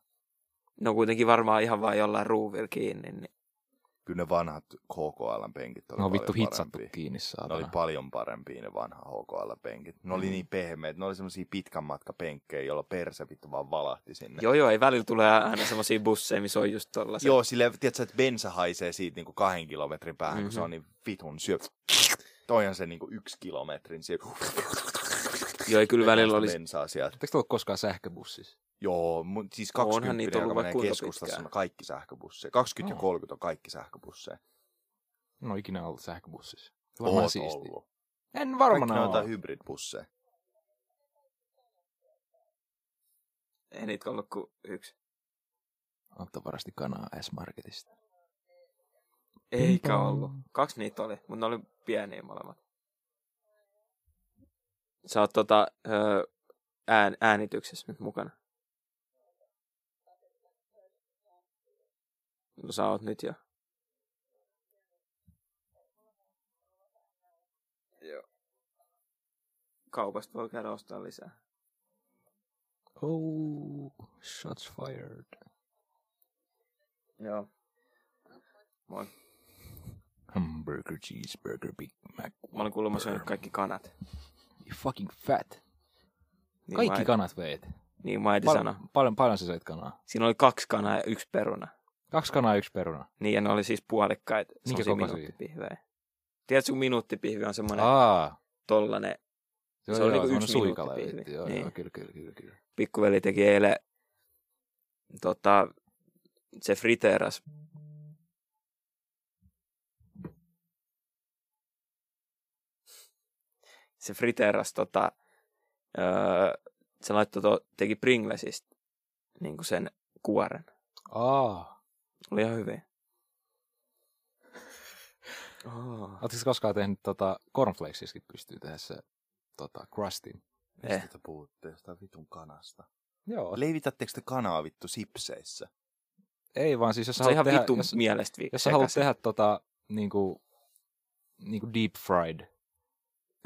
[SPEAKER 2] Ne on kuitenkin varmaan ihan vaan jollain ruuvilla kiinni. Niin.
[SPEAKER 1] Kyllä ne vanhat HKL-penkit oli
[SPEAKER 3] Ne No on
[SPEAKER 1] paljon
[SPEAKER 3] vittu hitsattu
[SPEAKER 1] parempia.
[SPEAKER 3] kiinni
[SPEAKER 1] Ne oli
[SPEAKER 3] saatana.
[SPEAKER 1] paljon parempia ne vanha HKL-penkit. Ne oli
[SPEAKER 2] Mm.
[SPEAKER 1] niin pehmeät. Ne oli semmoisia pitkän matka penkkejä, joilla perse vittu vaan valahti sinne.
[SPEAKER 2] Joo, joo, ei välillä tule aina semmoisia busseja, missä on just tollaset.
[SPEAKER 1] Joo, sille tiedätkö, että bensa haisee siitä niinku kahden kilometrin päähän, mm-hmm. kun se
[SPEAKER 2] Mhm.
[SPEAKER 1] on niin vitun syö. Toi on se niinku yksi kilometrin syö.
[SPEAKER 2] joo ei, kyllä välillä olisi.
[SPEAKER 1] Bensaa sieltä.
[SPEAKER 3] Oletteko tullut koskaan sähköbussissa?
[SPEAKER 1] Joo, mun, siis
[SPEAKER 2] Onhan
[SPEAKER 1] 20,
[SPEAKER 2] niitä ollut
[SPEAKER 1] joka
[SPEAKER 2] vaikka
[SPEAKER 1] menee
[SPEAKER 2] kuinka
[SPEAKER 1] keskustassa,
[SPEAKER 2] pitkään.
[SPEAKER 1] on kaikki sähköbusseja. 20
[SPEAKER 3] Oh.
[SPEAKER 1] ja 30 on kaikki sähköbusseja.
[SPEAKER 3] En ole ikinä ollut sähköbussissa. Varmaan
[SPEAKER 1] Oot
[SPEAKER 3] siisti.
[SPEAKER 1] ollut.
[SPEAKER 3] En
[SPEAKER 1] Kaikki ne
[SPEAKER 3] siis- varmaan
[SPEAKER 1] on jotain
[SPEAKER 3] ole.
[SPEAKER 1] hybridbusseja.
[SPEAKER 2] Ei niitä ollut kuin yksi.
[SPEAKER 3] Otto varasti kanaa S-Marketista.
[SPEAKER 2] Eikä
[SPEAKER 3] Ping-pong.
[SPEAKER 2] ollut. Kaksi niitä oli, mutta ne oli pieniä molemmat. Sä oot tota, ö, ään, äänityksessä nyt mukana. No sä oot nyt jo. Joo. Kaupasta voi käydä ostaa lisää.
[SPEAKER 3] Oh, shots fired.
[SPEAKER 2] Joo.
[SPEAKER 3] Hamburger, cheeseburger, Big Mac.
[SPEAKER 2] Mä olin kuulemma syönyt kaikki kanat.
[SPEAKER 3] You fucking fat.
[SPEAKER 2] Niin
[SPEAKER 3] Kaikki
[SPEAKER 2] mä,
[SPEAKER 3] kanat veit.
[SPEAKER 2] Niin mä äiti
[SPEAKER 3] Pal-
[SPEAKER 2] sano.
[SPEAKER 3] paljon, paljon sä söit kanaa?
[SPEAKER 2] Siinä oli kaksi kanaa ja yksi peruna.
[SPEAKER 3] Kaksi kanaa, yksi peruna.
[SPEAKER 2] Niin, ja ne oli siis puolikkaita.
[SPEAKER 3] Minkä
[SPEAKER 2] semmosia
[SPEAKER 3] kokoisia?
[SPEAKER 2] minuuttipihvejä. Tiedätkö, kun minuuttipihvi on semmoinen ah.
[SPEAKER 3] Aa,
[SPEAKER 2] tollanen.
[SPEAKER 3] joo,
[SPEAKER 2] Se oli
[SPEAKER 3] joo,
[SPEAKER 2] niinku
[SPEAKER 3] semmonen
[SPEAKER 2] yksi
[SPEAKER 3] suikala.
[SPEAKER 2] minuutti
[SPEAKER 3] vittu,
[SPEAKER 2] pihvi.
[SPEAKER 3] Joo,
[SPEAKER 2] Niin.
[SPEAKER 3] joo, kyllä, kyllä, kyllä, kyllä.
[SPEAKER 2] Pikkuveli teki eilen, tota, se friteeras. Se friteeras, tota, öö, se laittoi, to, teki Pringlesistä niin sen kuoren.
[SPEAKER 3] Aa,
[SPEAKER 2] Oli ihan hyvin. Oh.
[SPEAKER 3] ootteko sä koskaan tehnyt tota, cornflakesiskin pystyy tehdä se tota, crustin?
[SPEAKER 2] Eh.
[SPEAKER 1] Mistä te puhutte jostain vitun kanasta?
[SPEAKER 3] Joo,
[SPEAKER 1] Leivitättekö te kanaa vittu sipseissä?
[SPEAKER 3] ei vaan siis jos sä
[SPEAKER 2] Se on
[SPEAKER 3] haluat
[SPEAKER 2] ihan
[SPEAKER 3] tehdä,
[SPEAKER 2] vitun
[SPEAKER 3] jos,
[SPEAKER 2] mielestä vi-
[SPEAKER 3] jos sä haluat
[SPEAKER 2] sekaisin.
[SPEAKER 3] tehdä tota, niinku, niinku deep fried.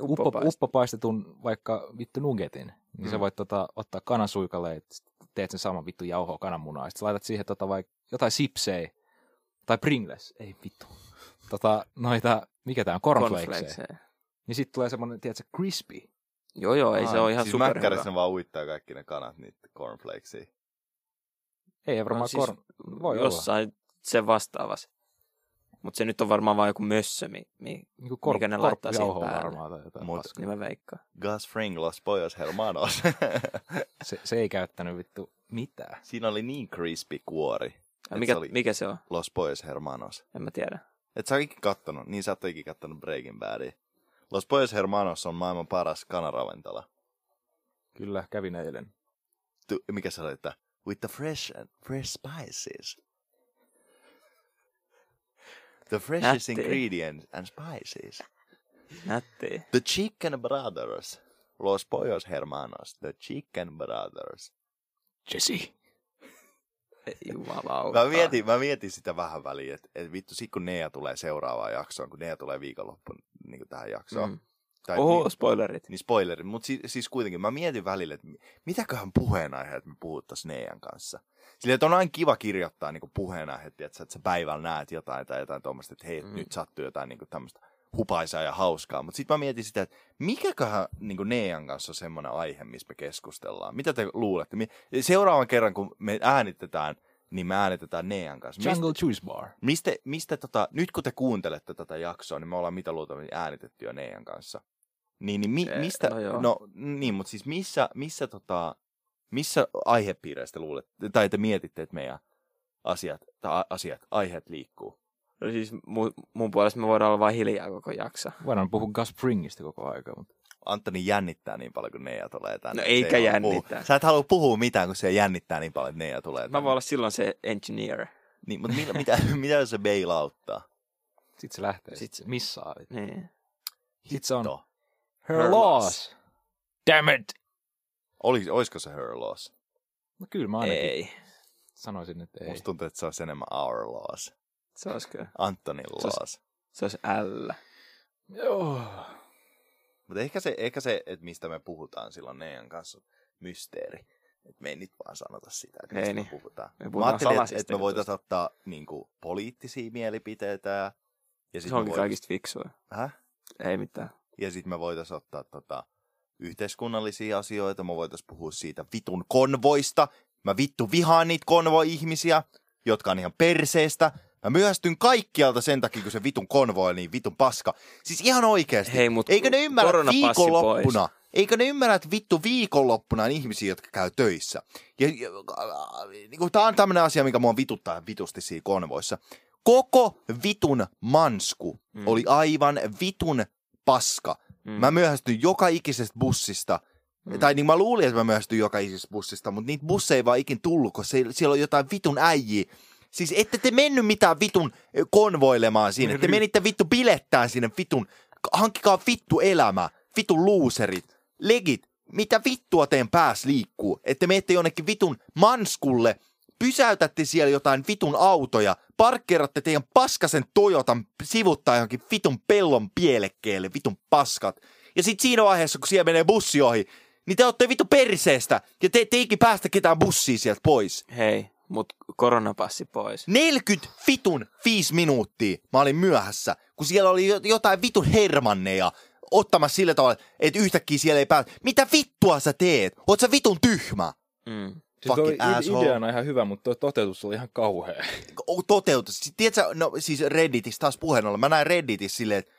[SPEAKER 3] Uppo,
[SPEAKER 2] Uppopaista.
[SPEAKER 3] uppopaistetun vaikka vittu nuggetin. Niin sä
[SPEAKER 1] Mm.
[SPEAKER 3] voit tota, ottaa kanansuikaleen, sit teet sen saman vittu jauhoa kananmunaa. Sitten laitat siihen tota, vaikka jotain sipsejä. Tai Pringles. Ei vittu. Tota, noita, mikä tää on, cornflakesia.
[SPEAKER 2] Cornflakeseen.
[SPEAKER 3] Niin sitten tulee semmonen, tiedätkö, crispy.
[SPEAKER 2] Joo, joo, ei se ole ihan
[SPEAKER 1] siis
[SPEAKER 2] superhyvä.
[SPEAKER 1] mäkkärissä ne vaan uittaa kaikki ne kanat niitä cornflakesia.
[SPEAKER 3] Ei varmaan no,
[SPEAKER 2] siis
[SPEAKER 3] siis, korn... Voi jossain.
[SPEAKER 2] jossain sen vastaavassa. Mutta se nyt on varmaan vaan joku mössö, mi- mi-
[SPEAKER 3] olla. Niin kor-
[SPEAKER 2] mikä ne laittaa siihen
[SPEAKER 3] korppijauhoa
[SPEAKER 2] päälle.
[SPEAKER 3] varmaan tai jotain
[SPEAKER 1] Mut-
[SPEAKER 3] paskaa.
[SPEAKER 2] niin mä veikkaan.
[SPEAKER 1] Gus Fring los pojos hermanos.
[SPEAKER 3] Se, se ei käyttänyt vittu mitään.
[SPEAKER 1] Siinä oli niin crispy kuori.
[SPEAKER 2] Ja
[SPEAKER 1] Et
[SPEAKER 2] mikä,
[SPEAKER 1] se
[SPEAKER 2] se
[SPEAKER 1] oli-
[SPEAKER 2] mikä se on?
[SPEAKER 1] Los pojos hermanos.
[SPEAKER 2] En mä tiedä.
[SPEAKER 1] Et sä ikinä kattonut, niin sä et ole ikinä kattonut Breaking Badia. Los pojos hermanos on maailman paras kanaravintola.
[SPEAKER 3] Kyllä, kävin eilen.
[SPEAKER 1] Tu- mikä se oli, että with the fresh, fresh spices. The freshest
[SPEAKER 2] Nätti.
[SPEAKER 1] ingredients and spices.
[SPEAKER 2] Nätti.
[SPEAKER 1] The Chicken Brothers. Los Pojos Hermanos. The Chicken Brothers.
[SPEAKER 3] Jesse.
[SPEAKER 2] Ei Jumalauta.
[SPEAKER 1] Mä mietin, mä mietin sitä vähän väliin, että et vittu, sit kun Nea tulee seuraavaan jaksoon, kun Nea tulee viikonloppuun niin tähän jaksoon. Mm. Tai,
[SPEAKER 2] Oho,
[SPEAKER 1] niin,
[SPEAKER 2] spoilerit.
[SPEAKER 1] niin spoileri, mutta siis, siis kuitenkin mä mietin välillä, että mi- mitäköhän puheenaiheet me puhuttaisiin Nean kanssa. Silleen, että on aina kiva kirjoittaa niin puheenaiheet, että sä, että sä päivällä näet jotain tai jotain tuommoista, että hei, mm.
[SPEAKER 2] Mm.
[SPEAKER 1] nyt sattuu jotain niin tämmöistä hupaisaa ja hauskaa. Mutta sitten mä mietin sitä, että mikäköhän niin Nean kanssa on semmoinen aihe, missä me keskustellaan. Mitä te luulette? Mi- Seuraavan kerran, kun me äänitetään, niin me äänitetään Nean kanssa. Mistä-
[SPEAKER 3] Jungle Juice Bar.
[SPEAKER 1] Mistä, mistä tota, nyt kun te kuuntelette tätä jaksoa, niin me ollaan mitä luultavasti äänitetty jo Neijan kanssa. Niin, niin mi,
[SPEAKER 2] Ee,
[SPEAKER 1] mistä,
[SPEAKER 2] no joo.
[SPEAKER 1] no, no niin, mutta siis missä, missä, tota, missä aihepiireistä luulette, tai te mietitte, että meidän asiat, tai a- asiat, aiheet liikkuu?
[SPEAKER 2] No siis mun, mun puolesta me voidaan olla vain hiljaa koko jakso.
[SPEAKER 3] Voidaan puhua Gus Springistä koko aika, mutta
[SPEAKER 1] Antoni jännittää niin paljon, kun Neija tulee tänne.
[SPEAKER 2] No
[SPEAKER 1] että se
[SPEAKER 2] eikä
[SPEAKER 1] ei halua puhua.
[SPEAKER 2] jännittää.
[SPEAKER 1] Sä et halua puhua mitään, kun se jännittää niin paljon, että Neija tulee tänne.
[SPEAKER 2] Mä voin olla silloin se engineer.
[SPEAKER 1] Niin, mutta mitä, mitä, mitä jos se bailouttaa?
[SPEAKER 3] sit se lähtee.
[SPEAKER 2] Sit
[SPEAKER 3] Sit
[SPEAKER 2] se-
[SPEAKER 3] se missaa. vittu.
[SPEAKER 2] Niin.
[SPEAKER 3] Sit se on
[SPEAKER 1] Hitto.
[SPEAKER 3] her,
[SPEAKER 2] Her
[SPEAKER 3] her
[SPEAKER 2] loss.
[SPEAKER 3] loss. Damn it!
[SPEAKER 1] Olis, olisiko se her loss?
[SPEAKER 3] No kyllä mä ainakin
[SPEAKER 2] Ei.
[SPEAKER 3] sanoisin, että ei.
[SPEAKER 1] Musta tuntuu, että se olisi enemmän our loss.
[SPEAKER 2] Se olisi kyllä.
[SPEAKER 1] Antonin
[SPEAKER 2] Se olisi-
[SPEAKER 1] loss.
[SPEAKER 2] Se olisi L.
[SPEAKER 1] Siis
[SPEAKER 3] Joo. Siis
[SPEAKER 1] Mutta ehkä se, ehkä se että mistä me puhutaan silloin Neijan kanssa, on mysteeri. Et me ei nyt vaan sanota sitä, että
[SPEAKER 2] Ei
[SPEAKER 1] mistä
[SPEAKER 2] niin.
[SPEAKER 1] me puhutaan.
[SPEAKER 2] Me
[SPEAKER 1] Mä
[SPEAKER 2] puhutaan
[SPEAKER 1] ajattelin, että,
[SPEAKER 2] salaisista
[SPEAKER 1] että me
[SPEAKER 2] jutuista.
[SPEAKER 1] voitaisiin ottaa niin kuin, poliittisia mielipiteitä. ja- Ja
[SPEAKER 2] Se onkin
[SPEAKER 1] me
[SPEAKER 2] kaikista fiksua.
[SPEAKER 1] Häh?
[SPEAKER 2] Ei mitään.
[SPEAKER 1] Ja sitten me voitaisiin ottaa tota, yhteiskunnallisia asioita. Me voitaisiin puhua siitä vitun konvoista. Mä vittu vihaan niitä konvoi-ihmisiä, jotka on ihan perseestä. Mä myöhästyn kaikkialta sen takia, kun se vitun konvoi on niin vitun paska. Siis ihan oikeasti.
[SPEAKER 2] Hei, mut
[SPEAKER 1] Eikö ne ymmärrä että
[SPEAKER 2] koronapassi
[SPEAKER 1] viikonloppuna? Eikö ne ymmärrä, että vittu viikonloppuna on ihmisiä, jotka käy töissä? Ja, ja, niin tämä on tämmöinen asia, mikä mua vituttaa vitusti siinä konvoissa. Koko vitun mansku
[SPEAKER 2] Mm.
[SPEAKER 1] mm. oli aivan vitun paska.
[SPEAKER 2] Mm.
[SPEAKER 1] Mm. Mä myöhästyin joka ikisestä bussista.
[SPEAKER 2] Mm.
[SPEAKER 1] Mm. Tai niin mä luulin, että mä myöhästyin joka ikisestä bussista, mutta niitä busseja ei vaan ikin tullut, koska siellä, siellä on jotain vitun äijiä. Siis ette te mennyt mitään vitun ö, konvoilemaan sinne. Te menitte vittu bilettään sinne vitun. Hankkikaa vittu elämä. Vitun luuserit. Legit. Mitä vittua teen pääs liikkuu? Että menette jonnekin vitun manskulle. Pysäytätte siellä jotain vitun autoja. Parkkeeratte teidän paskasen Toyotan sivuttaa johonkin vitun pellon pielekkeelle. Vitun paskat. Ja sit siinä vaiheessa, kun siellä menee bussi ohi, niin te olette vittu perseestä. Ja te ette ikin päästä ketään bussiin sieltä pois.
[SPEAKER 2] Hei, mut koronapassi pois.
[SPEAKER 1] 40 vitun 5 minuuttia mä olin myöhässä, kun siellä oli jo- jotain vitun hermanneja ottamassa sillä tavalla, että yhtäkkiä siellä ei pääse. Mitä vittua sä teet? Oot sä vitun tyhmä?
[SPEAKER 2] Mm.
[SPEAKER 3] Siis toi
[SPEAKER 1] Fucking asshole.
[SPEAKER 3] ideana ihan hyvä, mutta toi toteutus oli ihan kauhea.
[SPEAKER 1] O- Toteutus. Siis, Tiedätkö, no siis Redditissä taas puheen ollen. Mä näin Redditissä silleen, että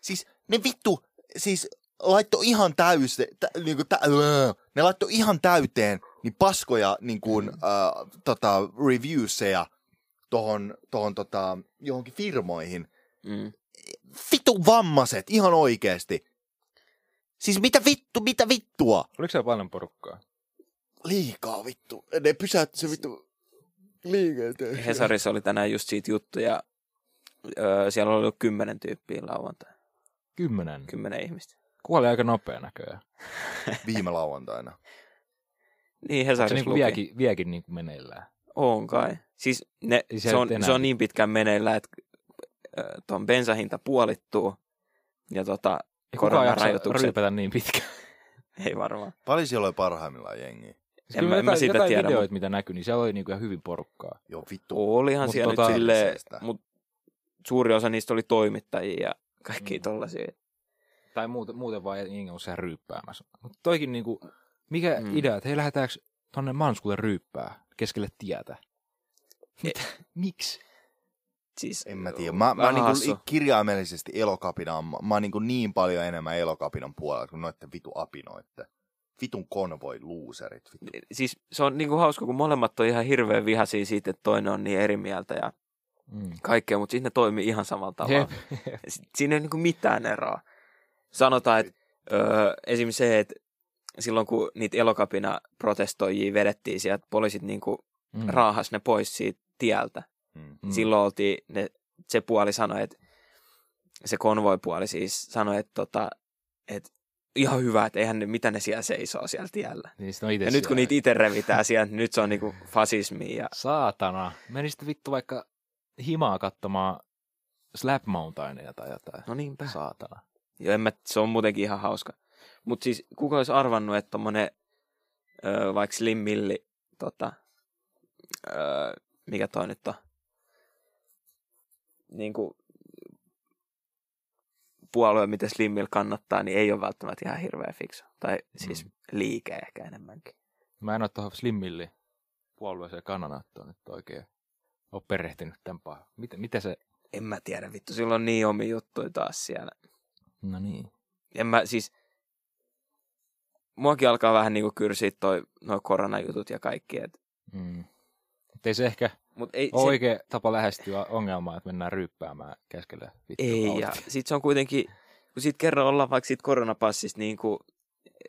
[SPEAKER 1] siis ne vittu, siis laitto ihan täys, tä, niinku, tä, öö, ne laitto ihan täyteen niin paskoja niin kuin, äh, tota, reviewseja tohon, tohon tota, johonkin firmoihin.
[SPEAKER 2] Mm.
[SPEAKER 1] vittu vammaset, ihan oikeesti. Siis mitä vittu, mitä vittua?
[SPEAKER 3] Oliko se paljon porukkaa?
[SPEAKER 1] Liikaa vittu. Ne pysäytti se vittu liikenteen.
[SPEAKER 2] Hesarissa oli tänään just siitä juttuja. Öö, siellä oli ollut kymmenen tyyppiä lauantai.
[SPEAKER 3] Kymmenen.
[SPEAKER 2] Kymmenen ihmistä.
[SPEAKER 3] Kuoli aika nopea näköjään.
[SPEAKER 1] Viime lauantaina.
[SPEAKER 2] Niin,
[SPEAKER 3] Se
[SPEAKER 2] Hesarissa
[SPEAKER 3] niinku
[SPEAKER 2] luki.
[SPEAKER 3] viekin, viekin niinku meneillään.
[SPEAKER 2] On kai. Siis ne,
[SPEAKER 3] Ei
[SPEAKER 2] se,
[SPEAKER 3] se
[SPEAKER 2] on,
[SPEAKER 3] nyt enää
[SPEAKER 2] se on
[SPEAKER 3] mitään.
[SPEAKER 2] niin pitkään meneillään, että ö, ton bensahinta puolittuu ja tota,
[SPEAKER 3] Ja kuka
[SPEAKER 2] koronan
[SPEAKER 3] jaksaa
[SPEAKER 2] rajoitukset.
[SPEAKER 3] ryypätä niin pitkään?
[SPEAKER 2] ei varmaan.
[SPEAKER 1] Paljon siellä oli parhaimmillaan jengiä.
[SPEAKER 3] Siis kyllä
[SPEAKER 2] mä- en mä
[SPEAKER 3] jotain-
[SPEAKER 2] siitä
[SPEAKER 3] jotain
[SPEAKER 2] tiedä, mut-
[SPEAKER 3] videoita, mitä näkyi, niin siellä oli niinku ihan hyvin porukkaa.
[SPEAKER 1] Joo, vittu.
[SPEAKER 2] Olihan
[SPEAKER 3] Mut
[SPEAKER 2] siellä
[SPEAKER 3] tota-
[SPEAKER 2] nyt silleen,
[SPEAKER 1] Seistä.
[SPEAKER 2] mutta suuri osa niistä oli toimittajia ja kaikki
[SPEAKER 3] Mm.
[SPEAKER 2] mm. tollasia.
[SPEAKER 3] Tai muuten, muuten vaan jengi on siellä ryyppäämässä. Mutta toikin niinku, mikä
[SPEAKER 2] Mm.
[SPEAKER 3] idea, että hei lähdetäänkö tonne Manskulle ryyppää keskelle tietä? Mitä? Miksi?
[SPEAKER 2] Siis,
[SPEAKER 1] En mä tiedä. Mä, mä
[SPEAKER 2] vähän
[SPEAKER 1] niin
[SPEAKER 2] hassu.
[SPEAKER 1] kuin kirjaimellisesti elokapinaan, mä, mä oon niin, kuin niin paljon enemmän elokapinan puolella kuin noitten vitu apinoitte. Vitun konvoi luuserit. Vittu.
[SPEAKER 2] siis se on niinku hauska, kun molemmat on ihan hirveän vihaisia siitä, että toinen on niin eri mieltä ja
[SPEAKER 3] Mm.
[SPEAKER 2] kaikkea, mutta sitten ne toimii ihan samalla tavalla.
[SPEAKER 3] Jep.
[SPEAKER 2] Si- Siinä ei ole niinku mitään eroa. Sanotaan, että öö, esimerkiksi se, että silloin kun niitä elokapina protestoijia vedettiin sieltä, poliisit niinku
[SPEAKER 3] Mm.
[SPEAKER 2] raahas ne pois siitä tieltä.
[SPEAKER 1] Mm.
[SPEAKER 3] Mm.
[SPEAKER 2] Silloin oltiin, ne, se puoli sanoi, että se konvoipuoli siis sanoi, että, tota, että ihan hyvä, että eihän ne, mitä ne siellä seisoo siellä tiellä.
[SPEAKER 3] Niin sit ne on ite
[SPEAKER 2] Ja nyt kun
[SPEAKER 3] siellä.
[SPEAKER 2] niitä itse revitään sieltä, niin nyt se on niinku fasismi ja
[SPEAKER 3] Saatana. Menisit vittu vaikka himaa katsomaan Slap Mountainia tai jotain.
[SPEAKER 2] no niinpä.
[SPEAKER 3] Saatana.
[SPEAKER 2] Joo, en mä, se on muutenkin ihan hauska. Mutta siis kuka olisi arvannut, että tommonen öö, vaikka Slim Milli, tota, öö, mikä toi nyt on, niin kuin, puolue, mitä Slim Mill kannattaa, niin ei ole välttämättä ihan hirveä fiksu. Tai siis
[SPEAKER 3] Mm.
[SPEAKER 2] mm. liike ehkä enemmänkin.
[SPEAKER 3] Mä en ole tuohon Slimmilli puolueeseen kannanottoon nyt oikein. Oon perehtynyt tämän pahaa. Mitä, mitä se...
[SPEAKER 2] En mä tiedä, vittu, sillä on niin omi juttuja taas siellä.
[SPEAKER 3] No niin.
[SPEAKER 2] en mä siis, muakin alkaa vähän niinku kyrsiä toi, noi koronajutut ja kaikki, et,
[SPEAKER 3] Mm. Ei se ehkä
[SPEAKER 2] mut ei,
[SPEAKER 3] ole
[SPEAKER 2] se,
[SPEAKER 3] oikea tapa lähestyä ongelmaa, että mennään ryyppäämään keskelle vittu
[SPEAKER 2] ei, ja
[SPEAKER 3] autot.
[SPEAKER 2] sit se on kuitenkin, kun sit kerran ollaan vaikka siitä koronapassista, niin kuin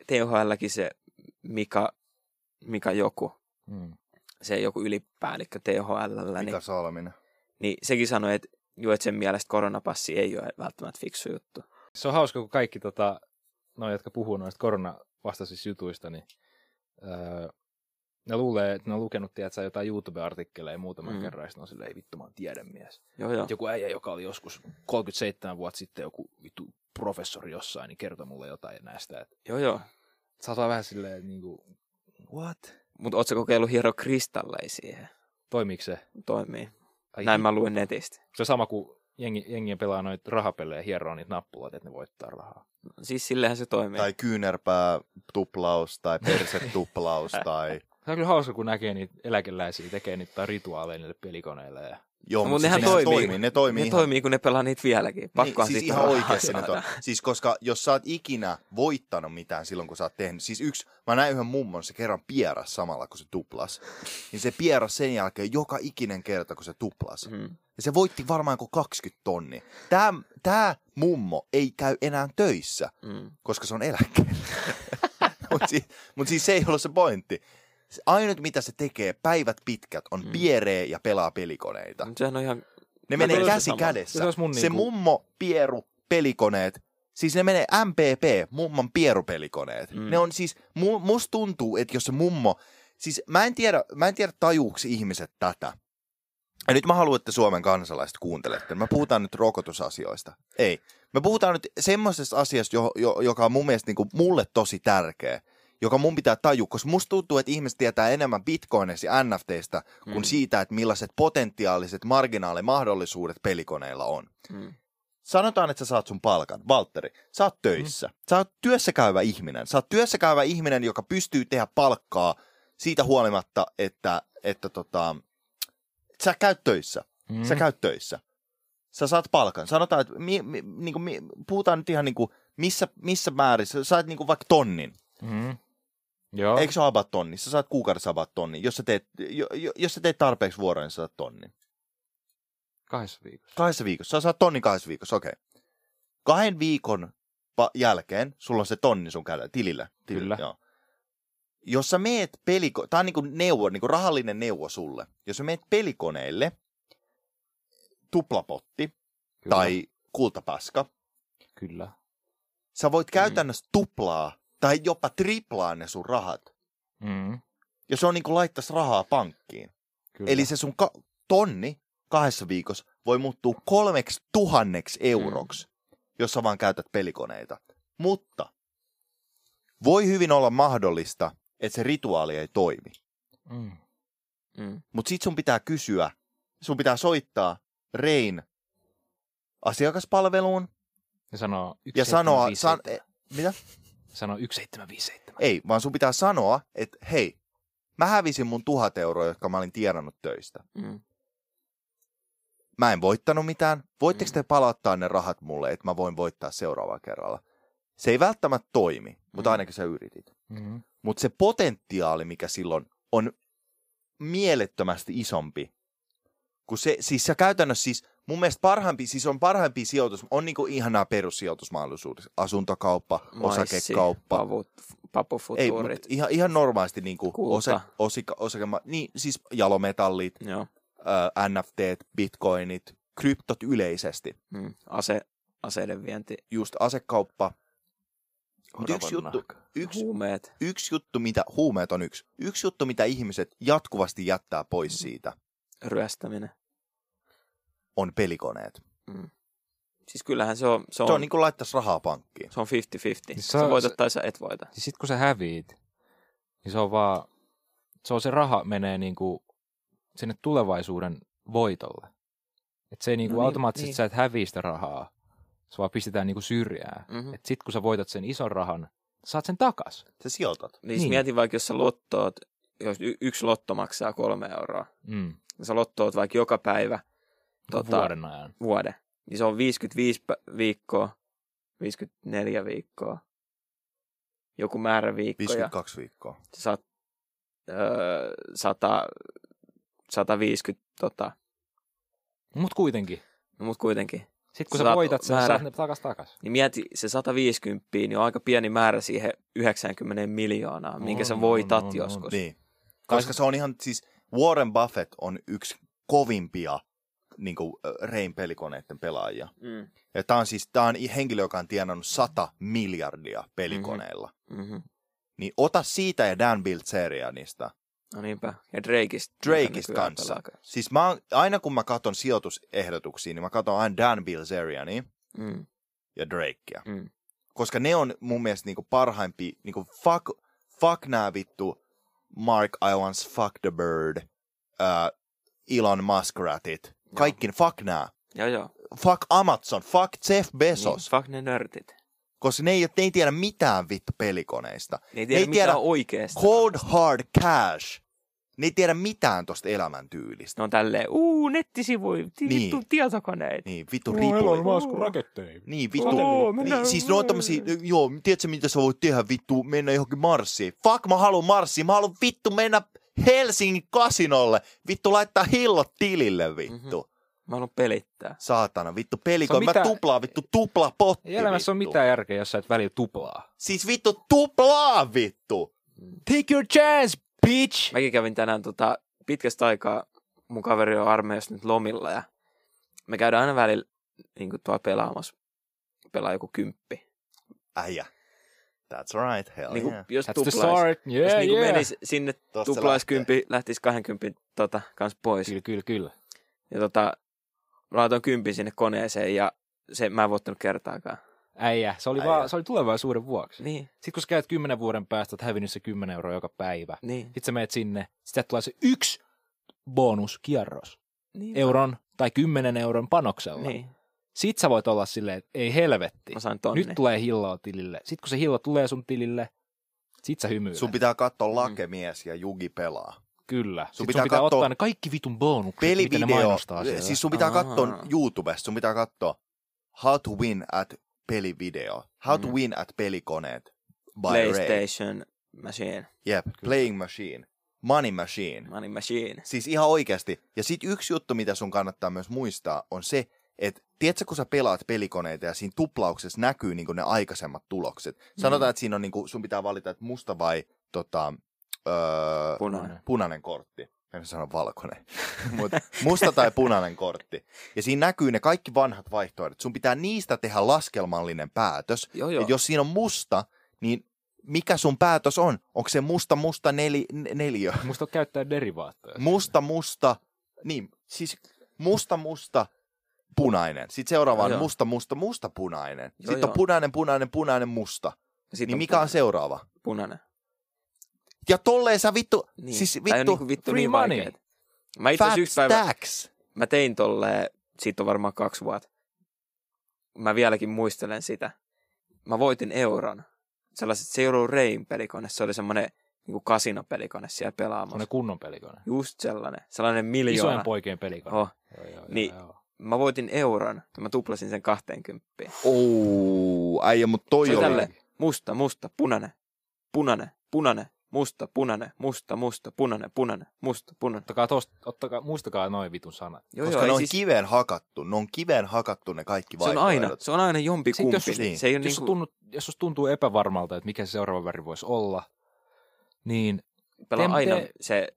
[SPEAKER 2] THLkin se Mika, Mika joku,
[SPEAKER 3] Mm.
[SPEAKER 2] se joku ylipäällikkö THL, niin,
[SPEAKER 1] Mika Salminen.
[SPEAKER 2] niin sekin sanoi, että juu, että sen mielestä koronapassi ei ole välttämättä fiksu juttu.
[SPEAKER 3] Se on hauska, kun kaikki, tota, no, jotka puhuu noista koronavastaisista jutuista, niin öö, ne luulee, että ne on lukenut tiedätkö, jotain YouTube-artikkeleja muutaman mm.
[SPEAKER 2] Mm.
[SPEAKER 3] kerran, ja sitten on silleen, ei vittu, mä oon tiedemies.
[SPEAKER 2] Joo, joo.
[SPEAKER 3] Et Joku äijä, joka oli joskus 37 vuotta sitten joku vittu professori jossain, niin kertoi mulle jotain näistä. Et
[SPEAKER 2] joo, joo.
[SPEAKER 3] saattaa vähän silleen, niin kuin, what?
[SPEAKER 2] Mutta ootko kokeillut hiero kristalleja siihen?
[SPEAKER 3] Toimiiko se?
[SPEAKER 2] Toimii.
[SPEAKER 3] Ai,
[SPEAKER 2] Näin mä luin netistä.
[SPEAKER 3] Se on sama kuin jengi, jengi pelaa noita rahapelejä, hieroo niitä nappuloita, että ne voittaa rahaa.
[SPEAKER 2] Siis sillehän se toimii.
[SPEAKER 1] Tai kyynärpää tuplaus tai persetuplaus tai...
[SPEAKER 3] Se on kyllä hauska, kun näkee niitä eläkeläisiä tekee niitä tai rituaaleja niille pelikoneille. Ja...
[SPEAKER 1] Joo,
[SPEAKER 2] No,
[SPEAKER 1] mut
[SPEAKER 2] mut nehän
[SPEAKER 1] siis
[SPEAKER 2] toimii.
[SPEAKER 1] Ne toimii
[SPEAKER 2] Ne
[SPEAKER 1] ihan
[SPEAKER 2] toimii, kun ne pelaa niitä vieläkin. Pakkohan
[SPEAKER 1] niin, siis
[SPEAKER 2] siitä
[SPEAKER 1] ihan
[SPEAKER 2] rahaa
[SPEAKER 1] oikeasti ne
[SPEAKER 2] saada.
[SPEAKER 1] toi. Siis koska jos sä oot ikinä voittanut mitään silloin, kun sä oot tehnyt. Siis yksi, mä näin yhden mummon, se kerran pieras samalla, kun se tuplas. Niin se pieras sen jälkeen joka ikinen kerta, kun se tuplas.
[SPEAKER 2] Mm.
[SPEAKER 1] Ja se voitti varmaan kuin 20 tonnia. Tää, tää mummo ei käy enää töissä,
[SPEAKER 2] Mm.
[SPEAKER 1] koska se on eläkkeellä. Mutta siis, mut siis se ei ole se pointti. Se Ainut, mitä se tekee päivät pitkät, on
[SPEAKER 2] Mm.
[SPEAKER 1] pieree ja pelaa pelikoneita.
[SPEAKER 2] Mut Sehän on ihan...
[SPEAKER 1] Ne
[SPEAKER 2] Mä
[SPEAKER 1] menee
[SPEAKER 2] toivon
[SPEAKER 1] käsi
[SPEAKER 2] samaa.
[SPEAKER 1] kädessä.
[SPEAKER 3] Se olisi mun
[SPEAKER 1] se
[SPEAKER 3] niinku-
[SPEAKER 1] mummo, pieru, pelikoneet. Siis ne menee MPP, mummon pierupelikoneet. Mm.
[SPEAKER 2] Mm.
[SPEAKER 1] Ne on siis, mu, musta tuntuu, että jos se mummo, siis mä en tiedä, mä en tiedä tajuuksi ihmiset tätä. Ja nyt mä haluan, että Suomen kansalaiset kuuntelette. Me puhutaan nyt rokotusasioista. Ei. Me puhutaan nyt semmoisesta asiasta, jo, jo, joka on mun mielestä niin kuin mulle tosi tärkeä, joka mun pitää tajua, koska musta tuntuu, että ihmiset tietää enemmän bitcoineista ja NFTistä kuin
[SPEAKER 2] Mm.
[SPEAKER 1] siitä, että millaiset potentiaaliset marginaalimahdollisuudet pelikoneilla on
[SPEAKER 2] Mm.
[SPEAKER 1] sanotaan, että sä saat sun palkan. Valtteri, sä oot töissä. Mm. Sä oot työssä käyvä ihminen. Sä oot työssä käyvä ihminen, joka pystyy tehdä palkkaa siitä huolimatta, että, että tota, sä käyt töissä. Mm. Sä käyt töissä. Sä saat palkan. Sanotaan, että mi, mi, niin kuin, mi, puhutaan nyt ihan niin kuin, missä, missä määrin. Sä saat niin kuin vaikka tonnin.
[SPEAKER 3] Mm. Joo.
[SPEAKER 1] Eikö se ole about tonni? Sä saat kuukaudessa about tonni. Jos sä teet, jo, jo- jos sä teet tarpeeksi vuoroja, niin sä saat tonni.
[SPEAKER 3] Kahdessa viikossa.
[SPEAKER 1] Kahdessa viikossa. Sä saat tonni kahdessa viikossa, okei. Okay. Kahden viikon pa- jälkeen sulla on se tonni sun kädellä, tilillä. tilillä
[SPEAKER 3] Kyllä.
[SPEAKER 1] Joo. Jos sä meet peliko... Tämä on niinku neuvo, niinku rahallinen neuvo sulle. Jos sä meet pelikoneelle, tuplapotti
[SPEAKER 3] Kyllä.
[SPEAKER 1] tai kultapaska,
[SPEAKER 3] Kyllä.
[SPEAKER 1] sä
[SPEAKER 3] Mm.
[SPEAKER 1] voit käytännössä tuplaa tai jopa triplaa ne sun rahat.
[SPEAKER 3] Mm.
[SPEAKER 1] Ja se on niinku laittaisi rahaa pankkiin.
[SPEAKER 3] Kyllä.
[SPEAKER 1] Kyllä. Eli se sun ka- tonni kahdessa viikossa voi muuttua kolmeksi tuhanneksi euroksi, jos sä vaan käytät pelikoneita. Mutta voi hyvin olla mahdollista, että se rituaali ei toimi.
[SPEAKER 3] Mm.
[SPEAKER 2] Mm.
[SPEAKER 1] Mutta sit sun pitää kysyä, sun pitää soittaa Rein asiakaspalveluun
[SPEAKER 3] Ja sanoa
[SPEAKER 1] ja sanoa... San,
[SPEAKER 3] 1757.
[SPEAKER 1] e- mitä?
[SPEAKER 3] Sanoa 1757.
[SPEAKER 1] Ei, vaan sun pitää sanoa, että hei, mä hävisin mun tuhat euroa, jotka mä olin tienannut töistä.
[SPEAKER 2] Mm.
[SPEAKER 1] Mä en voittanut mitään. Voitteko
[SPEAKER 2] Mm.
[SPEAKER 1] te palauttaa ne rahat mulle, että mä voin voittaa seuraavalla kerralla? Se ei välttämättä toimi, mutta
[SPEAKER 2] Mm.
[SPEAKER 1] ainakin sä yritit.
[SPEAKER 3] Mm-hmm.
[SPEAKER 1] Mutta se potentiaali, mikä silloin on mielettömästi isompi. Kun se, siis se käytännössä siis, mun mielestä parhaimpi, siis on parhaimpi sijoitus, on niinku ihanaa perussijoitusmahdollisuudet. Asuntokauppa, osakekauppa.
[SPEAKER 2] Pavut,
[SPEAKER 1] Ei, mut
[SPEAKER 2] papufutuurit.
[SPEAKER 1] ihan, ihan normaalisti niinku
[SPEAKER 2] Kulta.
[SPEAKER 1] osa, osika, osakema, niin siis jalometallit,
[SPEAKER 2] Joo.
[SPEAKER 1] äh, NFTt, bitcoinit, kryptot yleisesti.
[SPEAKER 2] Mm. Ase, aseiden vienti,
[SPEAKER 1] Just asekauppa. Mut yksi juttu, yksi,
[SPEAKER 2] huumeet.
[SPEAKER 1] yksi juttu, mitä, huumeet on yksi, yksi juttu, mitä ihmiset jatkuvasti jättää pois siitä,
[SPEAKER 2] ryöstäminen.
[SPEAKER 1] on pelikoneet.
[SPEAKER 2] Siis kyllähän se on, se on,
[SPEAKER 1] Se on niin kuin laittaisi rahaa pankkiin.
[SPEAKER 2] se on 50-50.
[SPEAKER 3] Niin
[SPEAKER 2] Sä,
[SPEAKER 3] sä-
[SPEAKER 2] sä voitat
[SPEAKER 3] sä-
[SPEAKER 2] tai sä et voita.
[SPEAKER 3] Siis sit kun sä häviit, niin se on vaan, se on se raha menee niinku sinne tulevaisuuden voitolle. Et se ei niinku
[SPEAKER 2] No
[SPEAKER 3] no
[SPEAKER 2] niin,
[SPEAKER 3] automaattisesti
[SPEAKER 2] niin.
[SPEAKER 3] niin. sä et häviä sitä rahaa, se vaan pistetään niinku syrjään.
[SPEAKER 2] Mhm.
[SPEAKER 3] Mm-hmm. Et sit kun sä voitat sen ison rahan, saat sen takas.
[SPEAKER 1] Sä sijoitat.
[SPEAKER 2] Niin, niin.
[SPEAKER 3] Niin.
[SPEAKER 2] mietin vaikka, jos sä lottoot, jos y- yksi lotto maksaa kolme euroa,
[SPEAKER 3] Mm.
[SPEAKER 2] ja sä lottoot vaikka joka päivä
[SPEAKER 3] Tota... Vuoden ajan.
[SPEAKER 2] vuoden, niin se on 55 pä- viikkoa, 54 viikkoa, joku määrä viikkoja.
[SPEAKER 1] 52 viikkoa.
[SPEAKER 2] Sä saat öö, 100, 150, tota,
[SPEAKER 3] Mut kuitenkin.
[SPEAKER 2] no mut kuitenkin.
[SPEAKER 3] Sit kun
[SPEAKER 2] Sä
[SPEAKER 3] sä,
[SPEAKER 2] saat
[SPEAKER 3] voitat, sä
[SPEAKER 2] määrä-
[SPEAKER 3] saat ne takas takas.
[SPEAKER 2] Niin mieti, se 150 niin on aika pieni määrä siihen 90 miljoonaa, minkä sä
[SPEAKER 3] On,
[SPEAKER 2] voitat
[SPEAKER 3] on, on,
[SPEAKER 2] joskus.
[SPEAKER 3] on.
[SPEAKER 1] Niin. Koska se on ihan, siis Warren Buffett on yksi kovimpia niin kuin Rein pelikoneiden pelaajia.
[SPEAKER 2] Mm.
[SPEAKER 1] Ja tämä on siis tää on henkilö, joka on tienannut 100 miljardia pelikoneilla. Mm-hmm.
[SPEAKER 2] Mm-hmm.
[SPEAKER 1] Niin ota siitä ja Dan Bilzerianista.
[SPEAKER 2] No niinpä. Ja Drakeista.
[SPEAKER 1] Drakeista kanssa. Siis mä oon, aina kun mä katson sijoitusehdotuksia, niin mä katson aina Dan Bilzeriania
[SPEAKER 2] Mm.
[SPEAKER 1] ja Drakea.
[SPEAKER 2] Mm.
[SPEAKER 1] koska ne on mun mielestä niinku parhaimpi, niinku fuck, fuck nää vittu Mark Iwans Fuck the Bird, uh, Elon Muskratit, kaikki fuck nää.
[SPEAKER 2] Joo, joo.
[SPEAKER 1] Fuck Amazon, fuck Jeff Bezos,
[SPEAKER 2] Niin, fuck ne nörtit.
[SPEAKER 1] koska ne ei, ne ei tiedä mitään vittu pelikoneista.
[SPEAKER 2] Ne ei tiedä,
[SPEAKER 1] ei
[SPEAKER 2] mitä
[SPEAKER 1] tiedä-
[SPEAKER 2] on oikeesti.
[SPEAKER 1] Cold hard cash. Ne ei tiedä mitään tosta elämäntyylistä.
[SPEAKER 2] Ne on tälleen, uu, nettisivuja, ti-
[SPEAKER 1] Niin.
[SPEAKER 2] vittu tietokoneet.
[SPEAKER 1] Niin, vittu ripuli.
[SPEAKER 2] Musk
[SPEAKER 3] raketteja.
[SPEAKER 1] Niin, vittu.
[SPEAKER 2] Oo, mennään-
[SPEAKER 1] niin, siis ne on tommosia, joo, tiedätkö mitä sä voit tehdä vittu, mennä johonkin Marsiin. Fuck, mä haluan Marsiin, mä haluan vittu mennä Helsingin kasinolle. Vittu laittaa hillot tilille vittu. Mm-hmm.
[SPEAKER 2] Mä haluan pelittää.
[SPEAKER 1] Saatana, vittu
[SPEAKER 3] Mhm. Se
[SPEAKER 1] pelikon,
[SPEAKER 3] on
[SPEAKER 1] mä
[SPEAKER 3] mitä-
[SPEAKER 1] tuplaan vittu, tupla potti
[SPEAKER 3] Ei elämässä ole
[SPEAKER 1] vittu.
[SPEAKER 3] mitään järkeä, jos sä et välillä tuplaa.
[SPEAKER 1] Siis vittu tuplaa vittu.
[SPEAKER 3] Take your chance, bitch!
[SPEAKER 2] Mäkin kävin tänään tota, pitkästä aikaa, mun kaveri on armeijassa nyt lomilla ja me käydään aina välillä niin tuo pelaamassa, pelaa joku kymppi.
[SPEAKER 1] Äijä. That's right, hell
[SPEAKER 3] Niinku
[SPEAKER 2] Niin
[SPEAKER 1] Oh,
[SPEAKER 2] kuin,
[SPEAKER 1] yeah.
[SPEAKER 2] jos
[SPEAKER 3] That's the
[SPEAKER 2] tuplaisi,
[SPEAKER 3] start.
[SPEAKER 2] jos
[SPEAKER 3] Yeah,
[SPEAKER 2] niin kuin
[SPEAKER 3] yeah.
[SPEAKER 2] menisi sinne
[SPEAKER 1] Tosta se lähtee.
[SPEAKER 2] tuplaiskymppi, lähtisi 20 tota, kanssa pois.
[SPEAKER 3] Kyllä, kyllä, kyllä.
[SPEAKER 2] Ja tota, mä laitoin kympin sinne koneeseen ja se, mä en voittanut kertaakaan.
[SPEAKER 3] Äijä, se oli,
[SPEAKER 1] Äijä.
[SPEAKER 3] Vaan, se oli tulevaisuuden vuoksi.
[SPEAKER 2] Niin,
[SPEAKER 3] Sitten kun sä käyt kymmenen vuoden päästä, oot hävinnyt se 10 euroa joka päivä.
[SPEAKER 2] niin.
[SPEAKER 3] Sitten sä meet sinne, sitä tulee se yksi bonuskierros.
[SPEAKER 2] niin
[SPEAKER 3] Euron tai 10 euron panoksella.
[SPEAKER 2] Niin,
[SPEAKER 3] Sitten sä voit olla silleen, että ei helvetti.
[SPEAKER 2] mä sain tonni.
[SPEAKER 3] Nyt tulee hilloa tilille. Sitten kun se hillo tulee sun tilille, sit sä hymyilet.
[SPEAKER 1] Sun pitää
[SPEAKER 3] Mm.
[SPEAKER 1] katsoa lakemies ja jugi pelaa.
[SPEAKER 3] Kyllä. Sun
[SPEAKER 1] pitää
[SPEAKER 3] pitää, sun pitää
[SPEAKER 1] kattoo-
[SPEAKER 3] ottaa ne kaikki vitun bonukset, mitä ne
[SPEAKER 1] Pelivideo,
[SPEAKER 3] mainostaa siellä.
[SPEAKER 1] siis sun pitää
[SPEAKER 2] Aa.
[SPEAKER 1] katsoa YouTubesta, sun pitää katsoa How to win at pelivideo, How to
[SPEAKER 2] Mm.
[SPEAKER 1] win at pelikoneet by Ray.
[SPEAKER 2] PlayStation Machine,
[SPEAKER 1] Jep, Playing Machine, Money Machine.
[SPEAKER 2] Money Machine.
[SPEAKER 1] Siis ihan oikeasti. Ja sit yksi juttu, mitä sun kannattaa myös muistaa, on se, että tiedätkö, kun sä pelaat pelikoneita ja siinä tuplauksessa näkyy niin ne aikaisemmat tulokset. Sanotaan, että siinä on niin sun pitää valita, että musta vai tota, öö,
[SPEAKER 2] Punainen.
[SPEAKER 1] punainen kortti. En sano valkoinen, mutta musta tai punainen kortti. Ja siinä näkyy ne kaikki vanhat vaihtoehdot. Sun pitää niistä tehdä laskelmallinen päätös.
[SPEAKER 2] Joo, joo.
[SPEAKER 1] Et jos siinä on musta, niin mikä sun päätös on? Onko se musta, musta neli, n- neliö?
[SPEAKER 3] Musta käyttää derivaatteja.
[SPEAKER 1] Musta, musta, niin, siis musta, musta, punainen. Sitten seuraava on
[SPEAKER 2] Joo.
[SPEAKER 1] musta, musta, musta, punainen.
[SPEAKER 2] Joo,
[SPEAKER 1] Sitten
[SPEAKER 2] joo.
[SPEAKER 1] on punainen, punainen, punainen, musta.
[SPEAKER 2] Sitten
[SPEAKER 1] Niin mikä on seuraava?
[SPEAKER 2] Punainen.
[SPEAKER 1] Ja tolleen sä vittu,
[SPEAKER 2] Niin.
[SPEAKER 1] siis
[SPEAKER 2] Tää on
[SPEAKER 1] vittu,
[SPEAKER 2] niinku vittu
[SPEAKER 3] free
[SPEAKER 2] niin
[SPEAKER 3] money.
[SPEAKER 2] vaikeet. Mä itse
[SPEAKER 1] fat
[SPEAKER 2] asiassa yksi päivä,
[SPEAKER 1] stacks.
[SPEAKER 2] mä tein tolle, siitä on varmaan kaksi vuotta. Mä vieläkin muistelen sitä. Mä voitin euron. Sellaiset, se ei ollut Rain pelikone, se oli semmoinen niin kasinopelikone siellä pelaamassa.
[SPEAKER 3] Sellainen kunnon pelikone.
[SPEAKER 2] Just sellainen, sellainen
[SPEAKER 3] Isojen
[SPEAKER 2] miljoona.
[SPEAKER 3] poikien pelikone.
[SPEAKER 2] Oh.
[SPEAKER 3] Joo, joo, joo,
[SPEAKER 2] Niin.
[SPEAKER 3] joo.
[SPEAKER 2] Mä voitin euron ja mä tuplasin sen 20.
[SPEAKER 1] Ouu, äijä, mut toi
[SPEAKER 2] Se
[SPEAKER 1] oli.
[SPEAKER 2] tälle. Musta, musta, punainen, punainen, punainen, musta, punainen, musta, musta, punainen, punainen, musta, punainen.
[SPEAKER 3] Ottakaa tosta, ottakaa, muistakaa noin vitun sanat.
[SPEAKER 2] Joo,
[SPEAKER 1] Koska
[SPEAKER 2] joo,
[SPEAKER 1] ne
[SPEAKER 2] ei
[SPEAKER 1] on
[SPEAKER 2] siis,
[SPEAKER 1] kiveen hakattu, ne on kiveen hakattu ne kaikki
[SPEAKER 2] se on aina,
[SPEAKER 1] vaihtoehdot.
[SPEAKER 2] se on aina jompi
[SPEAKER 3] Sitten
[SPEAKER 2] kumpi.
[SPEAKER 3] jos
[SPEAKER 1] sus- niin.
[SPEAKER 2] Se ei ole
[SPEAKER 3] Jos, niinku...
[SPEAKER 2] niinku
[SPEAKER 3] tunnu, jos susta tuntuu epävarmalta, että mikä se seuraava väri voisi olla, niin
[SPEAKER 2] pelaa
[SPEAKER 3] Tem-
[SPEAKER 2] aina
[SPEAKER 3] te-
[SPEAKER 2] se,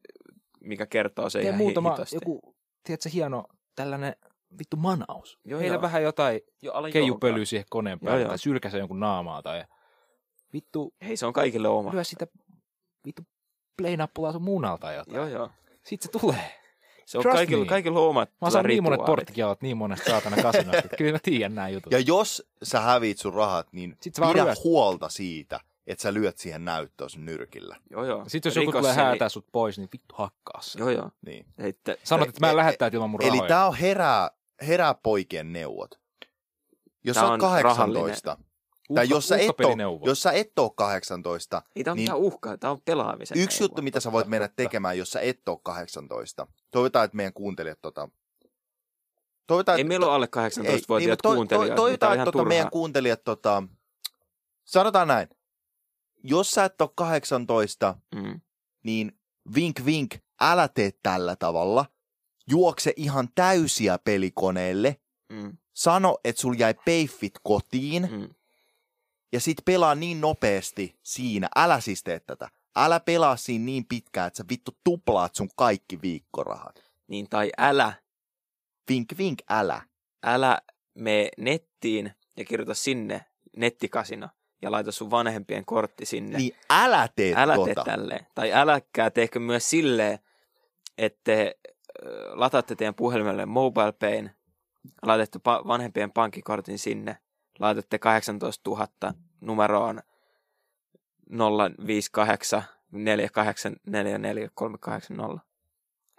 [SPEAKER 2] mikä kertoo se
[SPEAKER 3] tee
[SPEAKER 2] ihan
[SPEAKER 3] muutama
[SPEAKER 2] muutama, hitosti.
[SPEAKER 3] joku, tiedätkö, hieno tällainen vittu manaus.
[SPEAKER 2] Joo,
[SPEAKER 3] Heillä
[SPEAKER 2] joo.
[SPEAKER 3] vähän jotain
[SPEAKER 2] jo, ala
[SPEAKER 3] keijupölyä siihen koneen
[SPEAKER 2] Joo,
[SPEAKER 3] päälle
[SPEAKER 2] joo.
[SPEAKER 3] tai sylkäse jonkun naamaa tai vittu
[SPEAKER 2] Hei, se on kaikille oma.
[SPEAKER 3] lyö sitä vittu play-nappulaa sun munalta jotain.
[SPEAKER 2] Joo, joo.
[SPEAKER 3] Sitten se tulee.
[SPEAKER 2] Se on
[SPEAKER 3] Trust
[SPEAKER 2] kaikilla,
[SPEAKER 3] me.
[SPEAKER 2] kaikilla omat
[SPEAKER 3] Mä saan niin monet
[SPEAKER 2] rituaalit.
[SPEAKER 3] porttikialat niin monesta saatana kasinosta, että kyllä mä tiedän nämä jutut.
[SPEAKER 1] Ja jos sä häviit sun rahat, niin
[SPEAKER 3] Sit sä vaan
[SPEAKER 1] pidä
[SPEAKER 3] ryöst-
[SPEAKER 1] huolta siitä, että sä lyöt siihen näyttöön sun nyrkillä.
[SPEAKER 2] Joo, joo.
[SPEAKER 3] Sitten jos joku
[SPEAKER 2] Rikos
[SPEAKER 3] tulee
[SPEAKER 2] sen-
[SPEAKER 3] häätää sut pois, niin vittu hakkaa se.
[SPEAKER 2] Joo, joo.
[SPEAKER 1] Niin.
[SPEAKER 2] Ei, te,
[SPEAKER 3] Sanot, että mä
[SPEAKER 1] e-
[SPEAKER 3] en lähde täältä ilman mun
[SPEAKER 1] Eli
[SPEAKER 3] rahoja.
[SPEAKER 1] tää on herää, herää poikien neuvot. Jos
[SPEAKER 2] Tää
[SPEAKER 1] sä oot
[SPEAKER 2] on
[SPEAKER 1] 18, tai jos sä, et oo, jos sä et oo 18,
[SPEAKER 2] ei tämä on
[SPEAKER 1] Niin-
[SPEAKER 2] niin, mitään uhkaa, tämä on pelaamisen.
[SPEAKER 1] yksi juttu,
[SPEAKER 2] neuvoa.
[SPEAKER 1] mitä sä voit mennä tekemään, jos sä et oo 18, toivotaan, että meidän kuuntelijat tota... Toivotaan,
[SPEAKER 2] Ei
[SPEAKER 1] että-
[SPEAKER 2] meillä ole alle
[SPEAKER 1] Ei, niin,
[SPEAKER 2] 18-vuotiaat
[SPEAKER 1] mutta toi-
[SPEAKER 2] kuuntelijat.
[SPEAKER 1] toi-
[SPEAKER 2] Toi,
[SPEAKER 1] Toivotaan,
[SPEAKER 2] toi,
[SPEAKER 1] että
[SPEAKER 2] ihan
[SPEAKER 1] tota
[SPEAKER 2] turhaa.
[SPEAKER 1] meidän kuuntelijat, tota, sanotaan näin, jos sä et ole 18,
[SPEAKER 2] Mm.
[SPEAKER 1] niin vink vink, älä tee tällä tavalla. Juokse ihan täysiä pelikoneelle,
[SPEAKER 2] Mm.
[SPEAKER 1] sano, että sul jäi peiffit kotiin
[SPEAKER 2] Mm.
[SPEAKER 1] ja sit pelaa niin nopeasti siinä. Älä siis tee tätä. Älä pelaa siinä niin pitkään, että sä vittu tuplaat sun kaikki viikkorahat.
[SPEAKER 2] Niin, tai älä,
[SPEAKER 1] Vink vink, älä.
[SPEAKER 2] älä mene nettiin ja kirjoita sinne nettikasino ja laita sun vanhempien kortti sinne.
[SPEAKER 1] Niin älä tee
[SPEAKER 2] älä
[SPEAKER 1] tota.
[SPEAKER 2] tee tälleen. Tai äläkää tehkö myös silleen, että te ö, lataatte teidän puhelimelle mobile pain, laitatte pa- vanhempien pankkikortin sinne, laitatte 18 000 numeroon 058 4844380.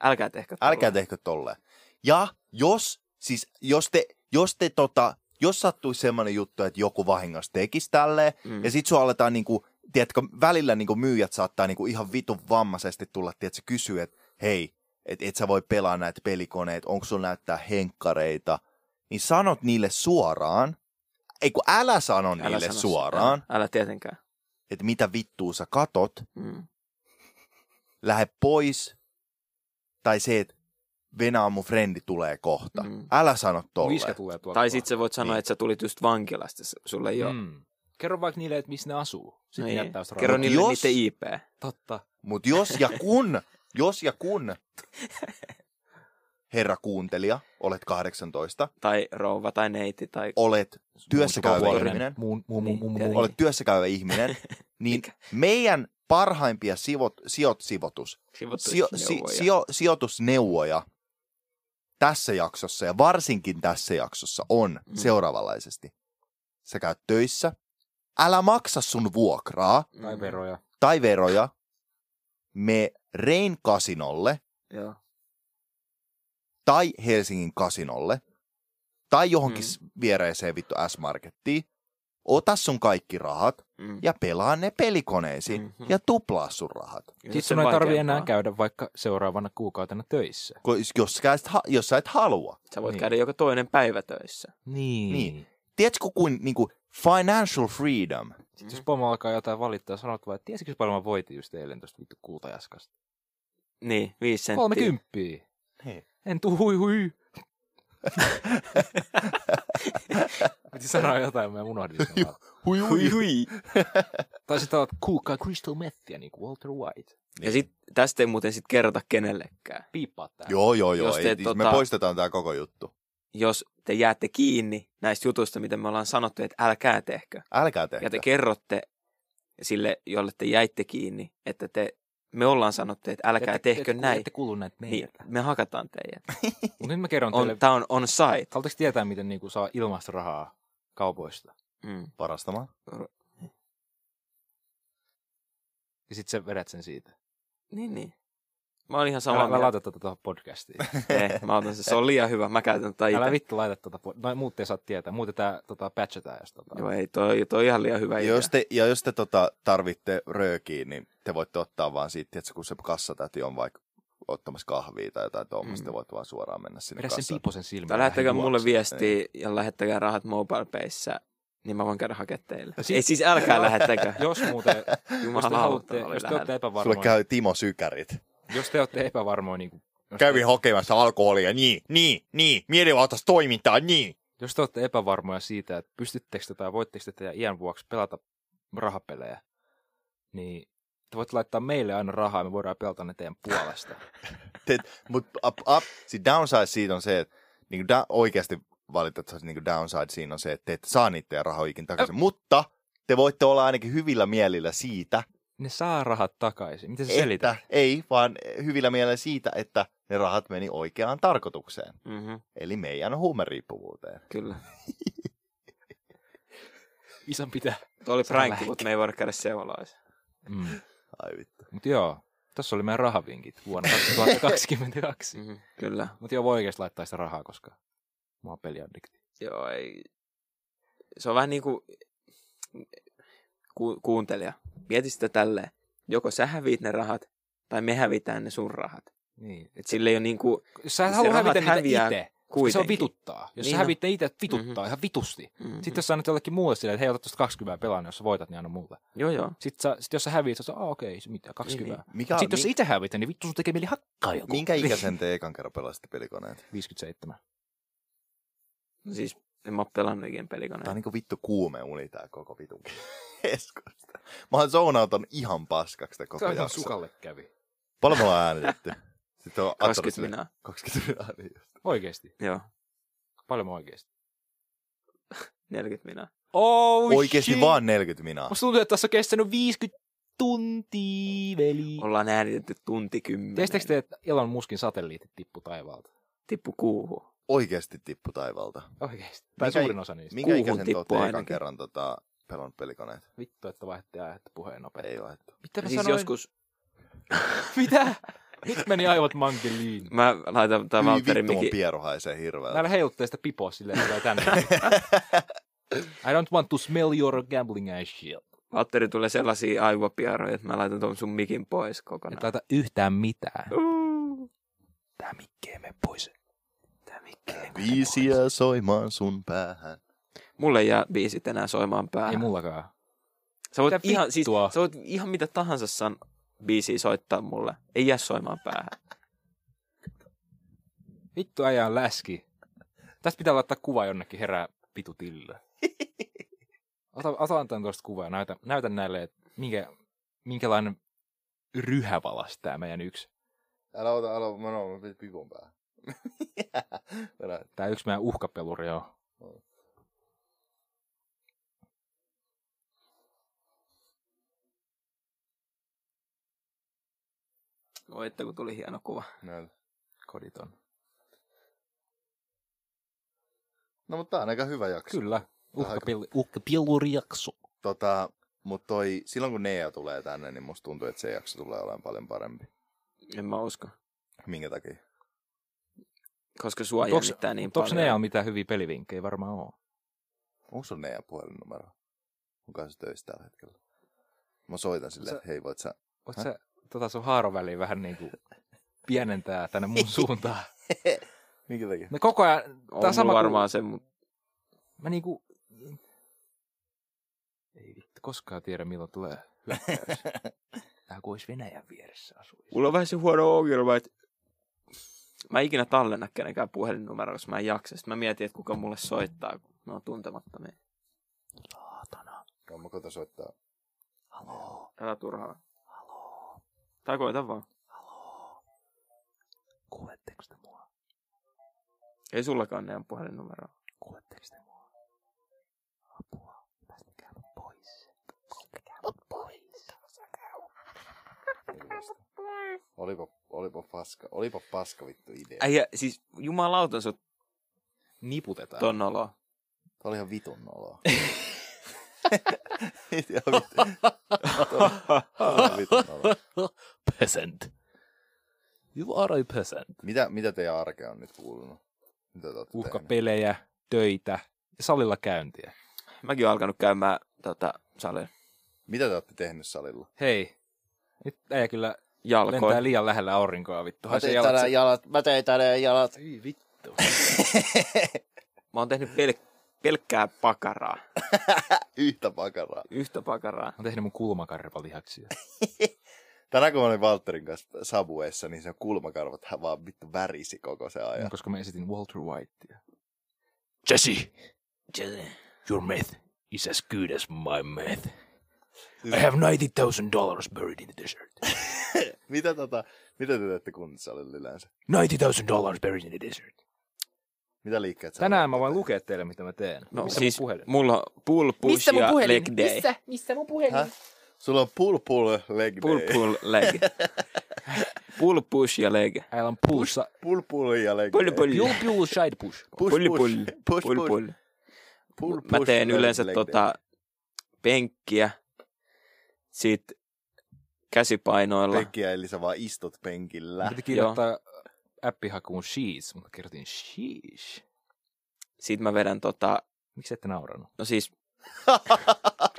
[SPEAKER 2] Älkää tehkö tolleen.
[SPEAKER 1] Älkää tehkö tolleen. Ja jos, siis jos te, jos te tota, jos sattuisi semmoinen juttu, että joku vahingossa tekisi tälleen,
[SPEAKER 2] Mm.
[SPEAKER 1] ja sit sua aletaan niinku, tiedätkö, välillä niinku myyjät saattaa niinku ihan vitun vammaisesti tulla, tiedätkö, kysyä, että hei, et, et sä voi pelaa näitä pelikoneita, onko sulla näyttää henkkareita, niin sanot niille suoraan, ei kun älä sano
[SPEAKER 2] Älä
[SPEAKER 1] niille
[SPEAKER 2] sano sitä.
[SPEAKER 1] suoraan,
[SPEAKER 2] Älä, älä tietenkään.
[SPEAKER 1] että mitä vittua sä katot,
[SPEAKER 2] Mm.
[SPEAKER 1] lähde pois, tai se, että Venä on mun frendi tulee kohta. Mm.
[SPEAKER 2] Mm.
[SPEAKER 1] Älä sano tolle.
[SPEAKER 3] Viskä tulee tuolta.
[SPEAKER 2] Tai sit sä voit sanoa,
[SPEAKER 1] Niin.
[SPEAKER 2] niin. että sä tulit just vankilasta, s- sulle ei ole.
[SPEAKER 3] Mm. Kerro vaikka niille, että missä ne asuu.
[SPEAKER 1] No
[SPEAKER 3] Sitten niin. jättää sitä
[SPEAKER 2] Kerro
[SPEAKER 3] rahaa.
[SPEAKER 1] Mut
[SPEAKER 2] niille
[SPEAKER 1] jos-
[SPEAKER 2] jos... niiden IP.
[SPEAKER 3] Totta.
[SPEAKER 1] Mutta jos ja kun, jos ja kun, herra kuuntelija, olet 18,
[SPEAKER 2] tai rouva tai neiti tai
[SPEAKER 1] olet työssäkäyvä
[SPEAKER 3] Sukupuolinen.
[SPEAKER 1] ihminen,
[SPEAKER 3] Muun, muun, muun, muun,
[SPEAKER 2] Niin,
[SPEAKER 3] muun.
[SPEAKER 1] olet työssäkäyvä ihminen, niin meidän parhaimpia sivot, sijoit, sivotus, sijo, si,
[SPEAKER 2] sijoitusneuvoja.
[SPEAKER 1] sijo, sijoitusneuvoja tässä jaksossa ja varsinkin tässä jaksossa on
[SPEAKER 2] Mm.
[SPEAKER 1] seuraavanlaisesti. Sä käyt töissä, älä maksa sun vuokraa
[SPEAKER 2] Mm,
[SPEAKER 3] Tai veroja.
[SPEAKER 1] tai veroja, me Rein kasinolle
[SPEAKER 2] Joo.
[SPEAKER 1] tai Helsingin kasinolle, tai johonkin
[SPEAKER 2] Mm.
[SPEAKER 1] mm. viereiseen vittu S-Markettiin, ota sun kaikki rahat
[SPEAKER 2] Mm.
[SPEAKER 1] ja pelaa ne pelikoneisiin
[SPEAKER 2] Mhm.
[SPEAKER 1] ja tuplaa sun rahat.
[SPEAKER 2] Kyllä
[SPEAKER 3] Sitten
[SPEAKER 2] se
[SPEAKER 3] sun ei tarvi
[SPEAKER 2] vaikeampaa.
[SPEAKER 3] enää käydä vaikka seuraavana kuukautena töissä.
[SPEAKER 1] Ko- Jos, sä et, ha- jos sä et halua.
[SPEAKER 2] Sä voit
[SPEAKER 3] Niin.
[SPEAKER 2] niin. käydä joka toinen päivä töissä. Mm.
[SPEAKER 3] Niin.
[SPEAKER 1] Niin. Tiedätkö, kuin niinku, financial freedom,
[SPEAKER 3] Sitten
[SPEAKER 2] Mm-hmm.
[SPEAKER 3] jos pomo alkaa jotain valittaa, sanot vaan, että tiesitkö paljon mä voitin just eilen tosta vittu kultajaskasta.
[SPEAKER 2] Niin, viisi senttiä.
[SPEAKER 3] Kolme kymppiä.
[SPEAKER 1] Niin.
[SPEAKER 3] En tuu hui hui. Piti sanoa jotain, mä unohdin sen vaan.
[SPEAKER 1] hui,
[SPEAKER 2] Hui, hui.
[SPEAKER 3] Tai sitten olet kuulkaa crystal methia, niin kuin Walter White.
[SPEAKER 2] Ja sit, tästä ei muuten sit kerrota kenellekään.
[SPEAKER 3] Piippaa tää.
[SPEAKER 1] Joo, joo, joo.
[SPEAKER 2] Jos
[SPEAKER 1] Ei,
[SPEAKER 2] te,
[SPEAKER 1] siis Me
[SPEAKER 2] tota-
[SPEAKER 1] poistetaan tämä koko juttu.
[SPEAKER 2] Jos te jäätte kiinni näistä jutuista, mitä me ollaan sanottu, että älkää tehkö.
[SPEAKER 1] Älkää
[SPEAKER 2] Ja
[SPEAKER 1] tehkö.
[SPEAKER 2] te kerrotte sille, jolle te jäitte kiinni, että te me ollaan sanottu, että älkää
[SPEAKER 3] Ette-
[SPEAKER 2] tehkö
[SPEAKER 3] ette-
[SPEAKER 2] näin,
[SPEAKER 3] Ette kuulu näitä
[SPEAKER 2] niin
[SPEAKER 3] meiltä.
[SPEAKER 2] me hakataan teidät.
[SPEAKER 3] Mutta nyt mä kerron teille,
[SPEAKER 2] On, tää on on site.
[SPEAKER 3] haluatteko tietää, miten niinku saa ilmaista rahaa kaupoista?
[SPEAKER 2] Mm.
[SPEAKER 1] Varastamaan.
[SPEAKER 3] Ja sit sä vedät sen siitä.
[SPEAKER 2] Niin, niin. Mä oon ihan
[SPEAKER 3] Älä,
[SPEAKER 2] samaa
[SPEAKER 3] älä
[SPEAKER 2] mieltä.
[SPEAKER 3] laita tätä tuohon podcastiin.
[SPEAKER 2] Ei, mä otan se, se on liian hyvä, mä käytän tätä
[SPEAKER 3] älä
[SPEAKER 2] itse.
[SPEAKER 3] vittu laita tuota, pod- no muut ei saa tietää, muuten tää tota, patchataan jos tota.
[SPEAKER 2] Joo, ei, toi, toi on ihan liian hyvä
[SPEAKER 1] Ja
[SPEAKER 2] idea.
[SPEAKER 1] jos te, ja jos te tota, tarvitte röökiä, niin te voitte ottaa vaan siitä, että kun se kassatäti on vaikka ottamassa kahvia tai jotain tuommoista, mm.
[SPEAKER 2] Mm.
[SPEAKER 1] te voitte vaan suoraan mennä sinne
[SPEAKER 3] Vedä sen
[SPEAKER 1] kassaan.
[SPEAKER 3] piposen silmään.
[SPEAKER 2] Tai
[SPEAKER 3] lähde
[SPEAKER 2] lähettäkää
[SPEAKER 3] juokse.
[SPEAKER 2] mulle
[SPEAKER 1] niin.
[SPEAKER 2] viestiä ja lähettäkää rahat MobilePayssä, niin mä voin käydä hakemaan teille.
[SPEAKER 1] No
[SPEAKER 3] Si-
[SPEAKER 2] Ei siis älkää lähettäkää.
[SPEAKER 3] Jos muuten, jos te,
[SPEAKER 2] Jumalauta,
[SPEAKER 3] haluatte,
[SPEAKER 2] oli
[SPEAKER 3] jos te olette
[SPEAKER 2] lähellä.
[SPEAKER 1] Sulle
[SPEAKER 3] epävarmoja,
[SPEAKER 1] käy Timo Sykärit.
[SPEAKER 3] jos te olette epävarmoja, niin kuin, jos,
[SPEAKER 1] Kävi
[SPEAKER 3] te,
[SPEAKER 1] hokemassa alkoholia, niin, niin, niin, mielivaltaista toimintaa, niin.
[SPEAKER 3] jos te olette epävarmoja siitä, että pystyttekö te tai voitteko te teidän iän vuoksi pelata rahapelejä, niin te voitte laittaa meille aina rahaa ja me voidaan pelata ne teidän puolesta.
[SPEAKER 1] Mutta up, up. Siis downside siitä on se, että niinku da- oikeasti valitettavasti niinku downside siinä on se, että te ette saa niitä teidän rahoja ikinä takaisin. Mutta te voitte olla ainakin hyvillä mielillä siitä,
[SPEAKER 3] Ne saa rahat takaisin. Miten se
[SPEAKER 1] että
[SPEAKER 3] selität?
[SPEAKER 1] ei, vaan hyvillä mielellä siitä, että ne rahat meni oikeaan tarkoitukseen.
[SPEAKER 2] Mhm,
[SPEAKER 1] Eli meidän huumeriippuvuuteen.
[SPEAKER 2] kyllä.
[SPEAKER 3] Isän pitää.
[SPEAKER 2] Tuo oli
[SPEAKER 3] Sano
[SPEAKER 2] prankki,
[SPEAKER 3] lähti.
[SPEAKER 2] mutta me ei voida käydä seulaisin.
[SPEAKER 3] Mm.
[SPEAKER 1] Ai vittu.
[SPEAKER 3] Mutta joo, tässä oli meidän rahavinkit vuonna 2022.
[SPEAKER 2] Mhm, kyllä.
[SPEAKER 3] Mutta joo, voi oikeasti laittaa sitä rahaa, koska mä oon peliaddikti.
[SPEAKER 2] Joo, ei. Se on vähän niin kuin ku, kuuntelija. Mieti sitä tälleen. Joko sä häviit ne rahat, tai me hävitään ne sun rahat.
[SPEAKER 3] Niin.
[SPEAKER 2] Et sillä ei ole niin kuin
[SPEAKER 3] Jos sä
[SPEAKER 2] Se
[SPEAKER 3] haluat
[SPEAKER 2] rahat
[SPEAKER 3] hävitä niitä
[SPEAKER 2] häviää
[SPEAKER 3] itse,
[SPEAKER 2] kuitenkin.
[SPEAKER 3] se on vituttaa. Jos
[SPEAKER 2] Niin
[SPEAKER 3] sä
[SPEAKER 2] on.
[SPEAKER 3] hävitte itse, vituttaa ihan vitusti.
[SPEAKER 2] Mm-hmm.
[SPEAKER 3] Sitten jos sä annat jollekin muulle silleen, että hei, ota tuosta 20 pelaa, niin jos sä voitat, niin anna mulle.
[SPEAKER 2] Joo, joo.
[SPEAKER 3] Sitten sä, sit jos sä häviit, sä oot, "Aa, okei, se mitä,
[SPEAKER 2] Niin,
[SPEAKER 3] 20.
[SPEAKER 2] niin.
[SPEAKER 1] Mikä,
[SPEAKER 3] Sitten jos sä
[SPEAKER 1] mi-
[SPEAKER 3] itse hävit, niin vittu sun tekee mieli hakkaa joku.
[SPEAKER 1] minkä ikäisen te ekan kerran pelasitte pelikoneet?
[SPEAKER 3] 57.
[SPEAKER 2] No siis en mä oo pelannut ikinä
[SPEAKER 1] Tää on
[SPEAKER 2] pelikoneen.
[SPEAKER 1] niinku vittu kuume uni tää koko vitun keskosta. Mä oon zonauton ihan paskaksi tää koko jakso.
[SPEAKER 3] sukalle kävi.
[SPEAKER 1] Paljon me ollaan äänitetty? Sitten on
[SPEAKER 2] 20
[SPEAKER 1] Atorille-
[SPEAKER 2] minä.
[SPEAKER 1] 20 minä. Niin. just.
[SPEAKER 3] Oikeesti.
[SPEAKER 2] Joo,
[SPEAKER 3] Paljon mä oikeesti.
[SPEAKER 2] 40 minä.
[SPEAKER 3] Oh,
[SPEAKER 1] Oikeesti vaan 40 minä.
[SPEAKER 3] Musta tuntuu, että tässä on kestänyt 50 tuntia, veli.
[SPEAKER 2] Ollaan äänitetty tunti kymmenen.
[SPEAKER 3] Tiesittekö Niin. te, että Elon Muskin satelliitit tippu taivaalta?
[SPEAKER 2] Tippu kuuhu.
[SPEAKER 1] Oikeesti tippu taivalta.
[SPEAKER 3] Oikeesti. Tai
[SPEAKER 1] Mikä-
[SPEAKER 3] suurin osa niistä.
[SPEAKER 1] Minkä
[SPEAKER 2] Kuuhun
[SPEAKER 1] ikäisen te
[SPEAKER 2] tippu
[SPEAKER 1] ootte ekan
[SPEAKER 2] ainakin.
[SPEAKER 1] kerran tota, pelannut pelikoneet?
[SPEAKER 3] Vittu, että vaihti että puheen nopeasti.
[SPEAKER 1] Ei vaihtu.
[SPEAKER 3] Mitä mä
[SPEAKER 2] siis
[SPEAKER 3] sanoin?
[SPEAKER 2] joskus
[SPEAKER 3] Mitä? Nyt meni aivot mankeliin.
[SPEAKER 2] mä laitan tää
[SPEAKER 1] Hyi
[SPEAKER 2] Valtteri
[SPEAKER 1] vittu mun
[SPEAKER 2] Miki.
[SPEAKER 1] pieru haisee hirveältä.
[SPEAKER 3] Näillä heiluttelee sitä pipoa silleen, että tulee tänne. I don't want to smell your gambling ass shit.
[SPEAKER 2] Valtteri tulee sellaisia aivopiaroja, että mä laitan tuon sun mikin pois
[SPEAKER 3] Et
[SPEAKER 2] kokonaan.
[SPEAKER 3] laita yhtään mitään.
[SPEAKER 2] Uu.
[SPEAKER 3] Tää mikki ei mene pois.
[SPEAKER 2] Tää mikki. ei-
[SPEAKER 1] Viisiä soimaan sun päähän.
[SPEAKER 2] Mulle ei jää biisit enää soimaan
[SPEAKER 3] Ei
[SPEAKER 2] päähän.
[SPEAKER 3] mullakaan.
[SPEAKER 2] Sä voit,
[SPEAKER 3] Mitä
[SPEAKER 2] ihan, siis,
[SPEAKER 3] vittua?
[SPEAKER 2] sä voit ihan mitä tahansa san biisiä soittaa mulle. Ei jää soimaan päähän.
[SPEAKER 3] Vittu äijä on läski. Tästä pitää laittaa kuva jonnekin herää pitu tille. Ota, ota antan tuosta kuvaa ja näytä, näytä näille, että minkä, minkälainen ryhävalas tämä meidän yksi,
[SPEAKER 1] Älä ota, älä, mä noin, mä pipun päähän.
[SPEAKER 3] tämä yksi meidän uhkapeluri on.
[SPEAKER 2] Voi että kun tuli hieno kuva.
[SPEAKER 1] Näytä.
[SPEAKER 3] Koditon.
[SPEAKER 1] No mutta tää on aika hyvä jakso.
[SPEAKER 3] Kyllä.
[SPEAKER 1] Vähän
[SPEAKER 3] Uhkapel, uhkapeluri jakso.
[SPEAKER 1] Tota, mutta toi, silloin kun Nea tulee tänne, niin musta tuntuu, että se jakso tulee olemaan paljon parempi.
[SPEAKER 2] En mä usko.
[SPEAKER 1] Minkä takia?
[SPEAKER 2] Koska sua
[SPEAKER 3] Mut onks-
[SPEAKER 2] jännittää niin
[SPEAKER 3] Onko
[SPEAKER 2] paljon.
[SPEAKER 3] ne on mitään hyviä pelivinkkejä? Varmaan on.
[SPEAKER 1] Onko sun Nea puhelinnumero? Onko se töissä tällä hetkellä? Mä soitan sille,
[SPEAKER 3] Sä-
[SPEAKER 1] että hei voit sä...
[SPEAKER 3] Voit sä tota sun haaron väliin vähän niinku pienentää tänne mun suuntaan?
[SPEAKER 1] Minkä takia?
[SPEAKER 3] Me koko ajan,
[SPEAKER 2] On
[SPEAKER 3] tää on sama
[SPEAKER 2] varmaan se, mutta
[SPEAKER 3] kuin, mä niinku... Ei vittu, koskaan tiedä milloin tulee hyökkäys. Tää kuin olisi Venäjän vieressä asuisi.
[SPEAKER 2] mulla on vähän se huono ongelma, että mä en ikinä tallenna kenenkään puhelinnumeroa, koska mä en jaksa. Sitten mä mietin, että kuka mulle soittaa, kun mä oon tuntemattomia.
[SPEAKER 3] Saatana.
[SPEAKER 1] No, mä koitan soittaa.
[SPEAKER 3] Haloo,
[SPEAKER 2] Älä turhaa.
[SPEAKER 3] haloo,
[SPEAKER 2] Tai koita vaan.
[SPEAKER 3] haloo. Kuuletteko te mua?
[SPEAKER 2] Ei sullakaan ne on puhelinnumeroa.
[SPEAKER 3] Kuuletteko te mua? Apua, päästäkää mut pois. Päästäkää mut pois.
[SPEAKER 1] Olipa, olipa paska, olipa paska vittu idea.
[SPEAKER 2] Äijä, siis jumalauta sut
[SPEAKER 3] Niputetaan.
[SPEAKER 2] ton oloa.
[SPEAKER 1] Tämä oli ihan vitun noloa.
[SPEAKER 5] Ihan vittu.
[SPEAKER 1] Tää oli ihan vitun noloa.
[SPEAKER 3] Peasant. You are a peasant.
[SPEAKER 1] Mitä, mitä teidän arkea on nyt kuulunut? Mitä te ootte tehnyt?
[SPEAKER 3] Uhkapelejä, töitä ja salilla käyntiä.
[SPEAKER 2] Mäkin oon alkanut käymään tota, salin
[SPEAKER 1] Mitä te ootte tehnyt salilla?
[SPEAKER 3] Hei, nyt äijä kyllä
[SPEAKER 2] jalkoja.
[SPEAKER 3] lentää liian lähellä aurinkoa vittu.
[SPEAKER 1] Mä
[SPEAKER 3] Haisee
[SPEAKER 1] tein
[SPEAKER 3] jalat.
[SPEAKER 1] tänään jalat, mä tein tänään jalat.
[SPEAKER 3] Ei vittu.
[SPEAKER 2] Mä oon tehnyt pel- pelkkää pakaraa.
[SPEAKER 1] Yhtä pakaraa.
[SPEAKER 2] Yhtä pakaraa.
[SPEAKER 3] Mä oon tehnyt mun kulmakarvalihaksia.
[SPEAKER 1] Tänään kun mä olin Walterin kanssa Sabuessa, niin se kulmakarvat hän vaan vittu värisi koko se ajan.
[SPEAKER 3] koska mä esitin Walter Whitea. Jesse,
[SPEAKER 2] Jesse.
[SPEAKER 3] your meth is as good as my meth.
[SPEAKER 1] Siis
[SPEAKER 3] I have 90,000 dollars buried in the desert.
[SPEAKER 1] Mitä, tota, mitä te teette kuntosalilla yleensä?
[SPEAKER 3] 90,000 dollars buried in the desert.
[SPEAKER 1] Mitä liikkeet sä
[SPEAKER 3] Tänään mä
[SPEAKER 1] teet?
[SPEAKER 3] voin lukea teille, mitä mä teen.
[SPEAKER 2] No
[SPEAKER 3] Missä
[SPEAKER 2] siis
[SPEAKER 3] mun puhelin?
[SPEAKER 2] mulla on pull push
[SPEAKER 6] Missä mun
[SPEAKER 2] ja
[SPEAKER 6] puhelin?
[SPEAKER 2] leg day.
[SPEAKER 6] Missä? Missä mun puhelin?
[SPEAKER 1] Häh? Sulla on pull pull leg
[SPEAKER 2] Pull
[SPEAKER 1] day.
[SPEAKER 2] pull leg. pull push ja leg.
[SPEAKER 3] Älä on pulssa.
[SPEAKER 1] Pull pull ja leg
[SPEAKER 2] Pull
[SPEAKER 1] day.
[SPEAKER 2] pull.
[SPEAKER 3] Piu, piu, side push.
[SPEAKER 1] Push,
[SPEAKER 2] pull
[SPEAKER 1] push.
[SPEAKER 2] pull.
[SPEAKER 1] Push,
[SPEAKER 2] Pull
[SPEAKER 1] push.
[SPEAKER 2] pull.
[SPEAKER 1] Pull
[SPEAKER 2] Mä
[SPEAKER 1] push
[SPEAKER 2] teen
[SPEAKER 1] leg-
[SPEAKER 2] yleensä
[SPEAKER 1] leg
[SPEAKER 2] tota penkkiä. Sit käsipainoilla.
[SPEAKER 1] day. Penkkiä, eli sä vaan istut penkillä.
[SPEAKER 3] Mä piti kirjoittaa appihakuun sheets, mutta kirjoitin sheesh.
[SPEAKER 2] Sit mä vedän tota,
[SPEAKER 3] Miksi ette nauranut?
[SPEAKER 2] no siis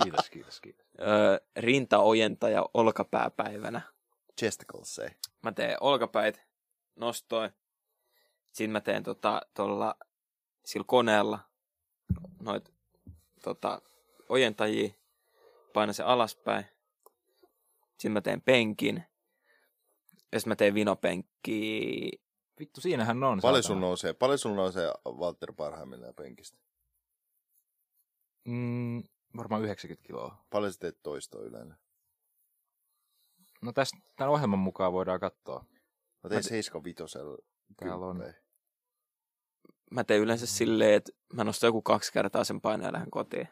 [SPEAKER 3] Kiitos, kiitos, kiitos.
[SPEAKER 2] ö, rintaojentaja olkapääpäivänä.
[SPEAKER 1] Chesticles se.
[SPEAKER 2] mä teen olkapäit nostoin. Sitten mä teen tota, tuolla sillä koneella noit tota, ojentajia, painan se alaspäin. Sitten mä teen penkin. Ja sitten mä teen vinopenkkiä.
[SPEAKER 3] Vittu, siinähän on.
[SPEAKER 1] Paljon
[SPEAKER 3] saatana.
[SPEAKER 1] sun nousee, paljon sun nousee Walter parhaimmillaan penkistä?
[SPEAKER 3] Mm, varmaan 90 kiloa.
[SPEAKER 1] Paljon sä teet toistoa yleensä?
[SPEAKER 3] No tästä, tämän ohjelman mukaan voidaan katsoa.
[SPEAKER 1] Mä tein 75
[SPEAKER 3] Täällä on.
[SPEAKER 2] Mä teen yleensä silleen, että mä nostan joku kaksi kertaa sen paineen ja lähden kotiin.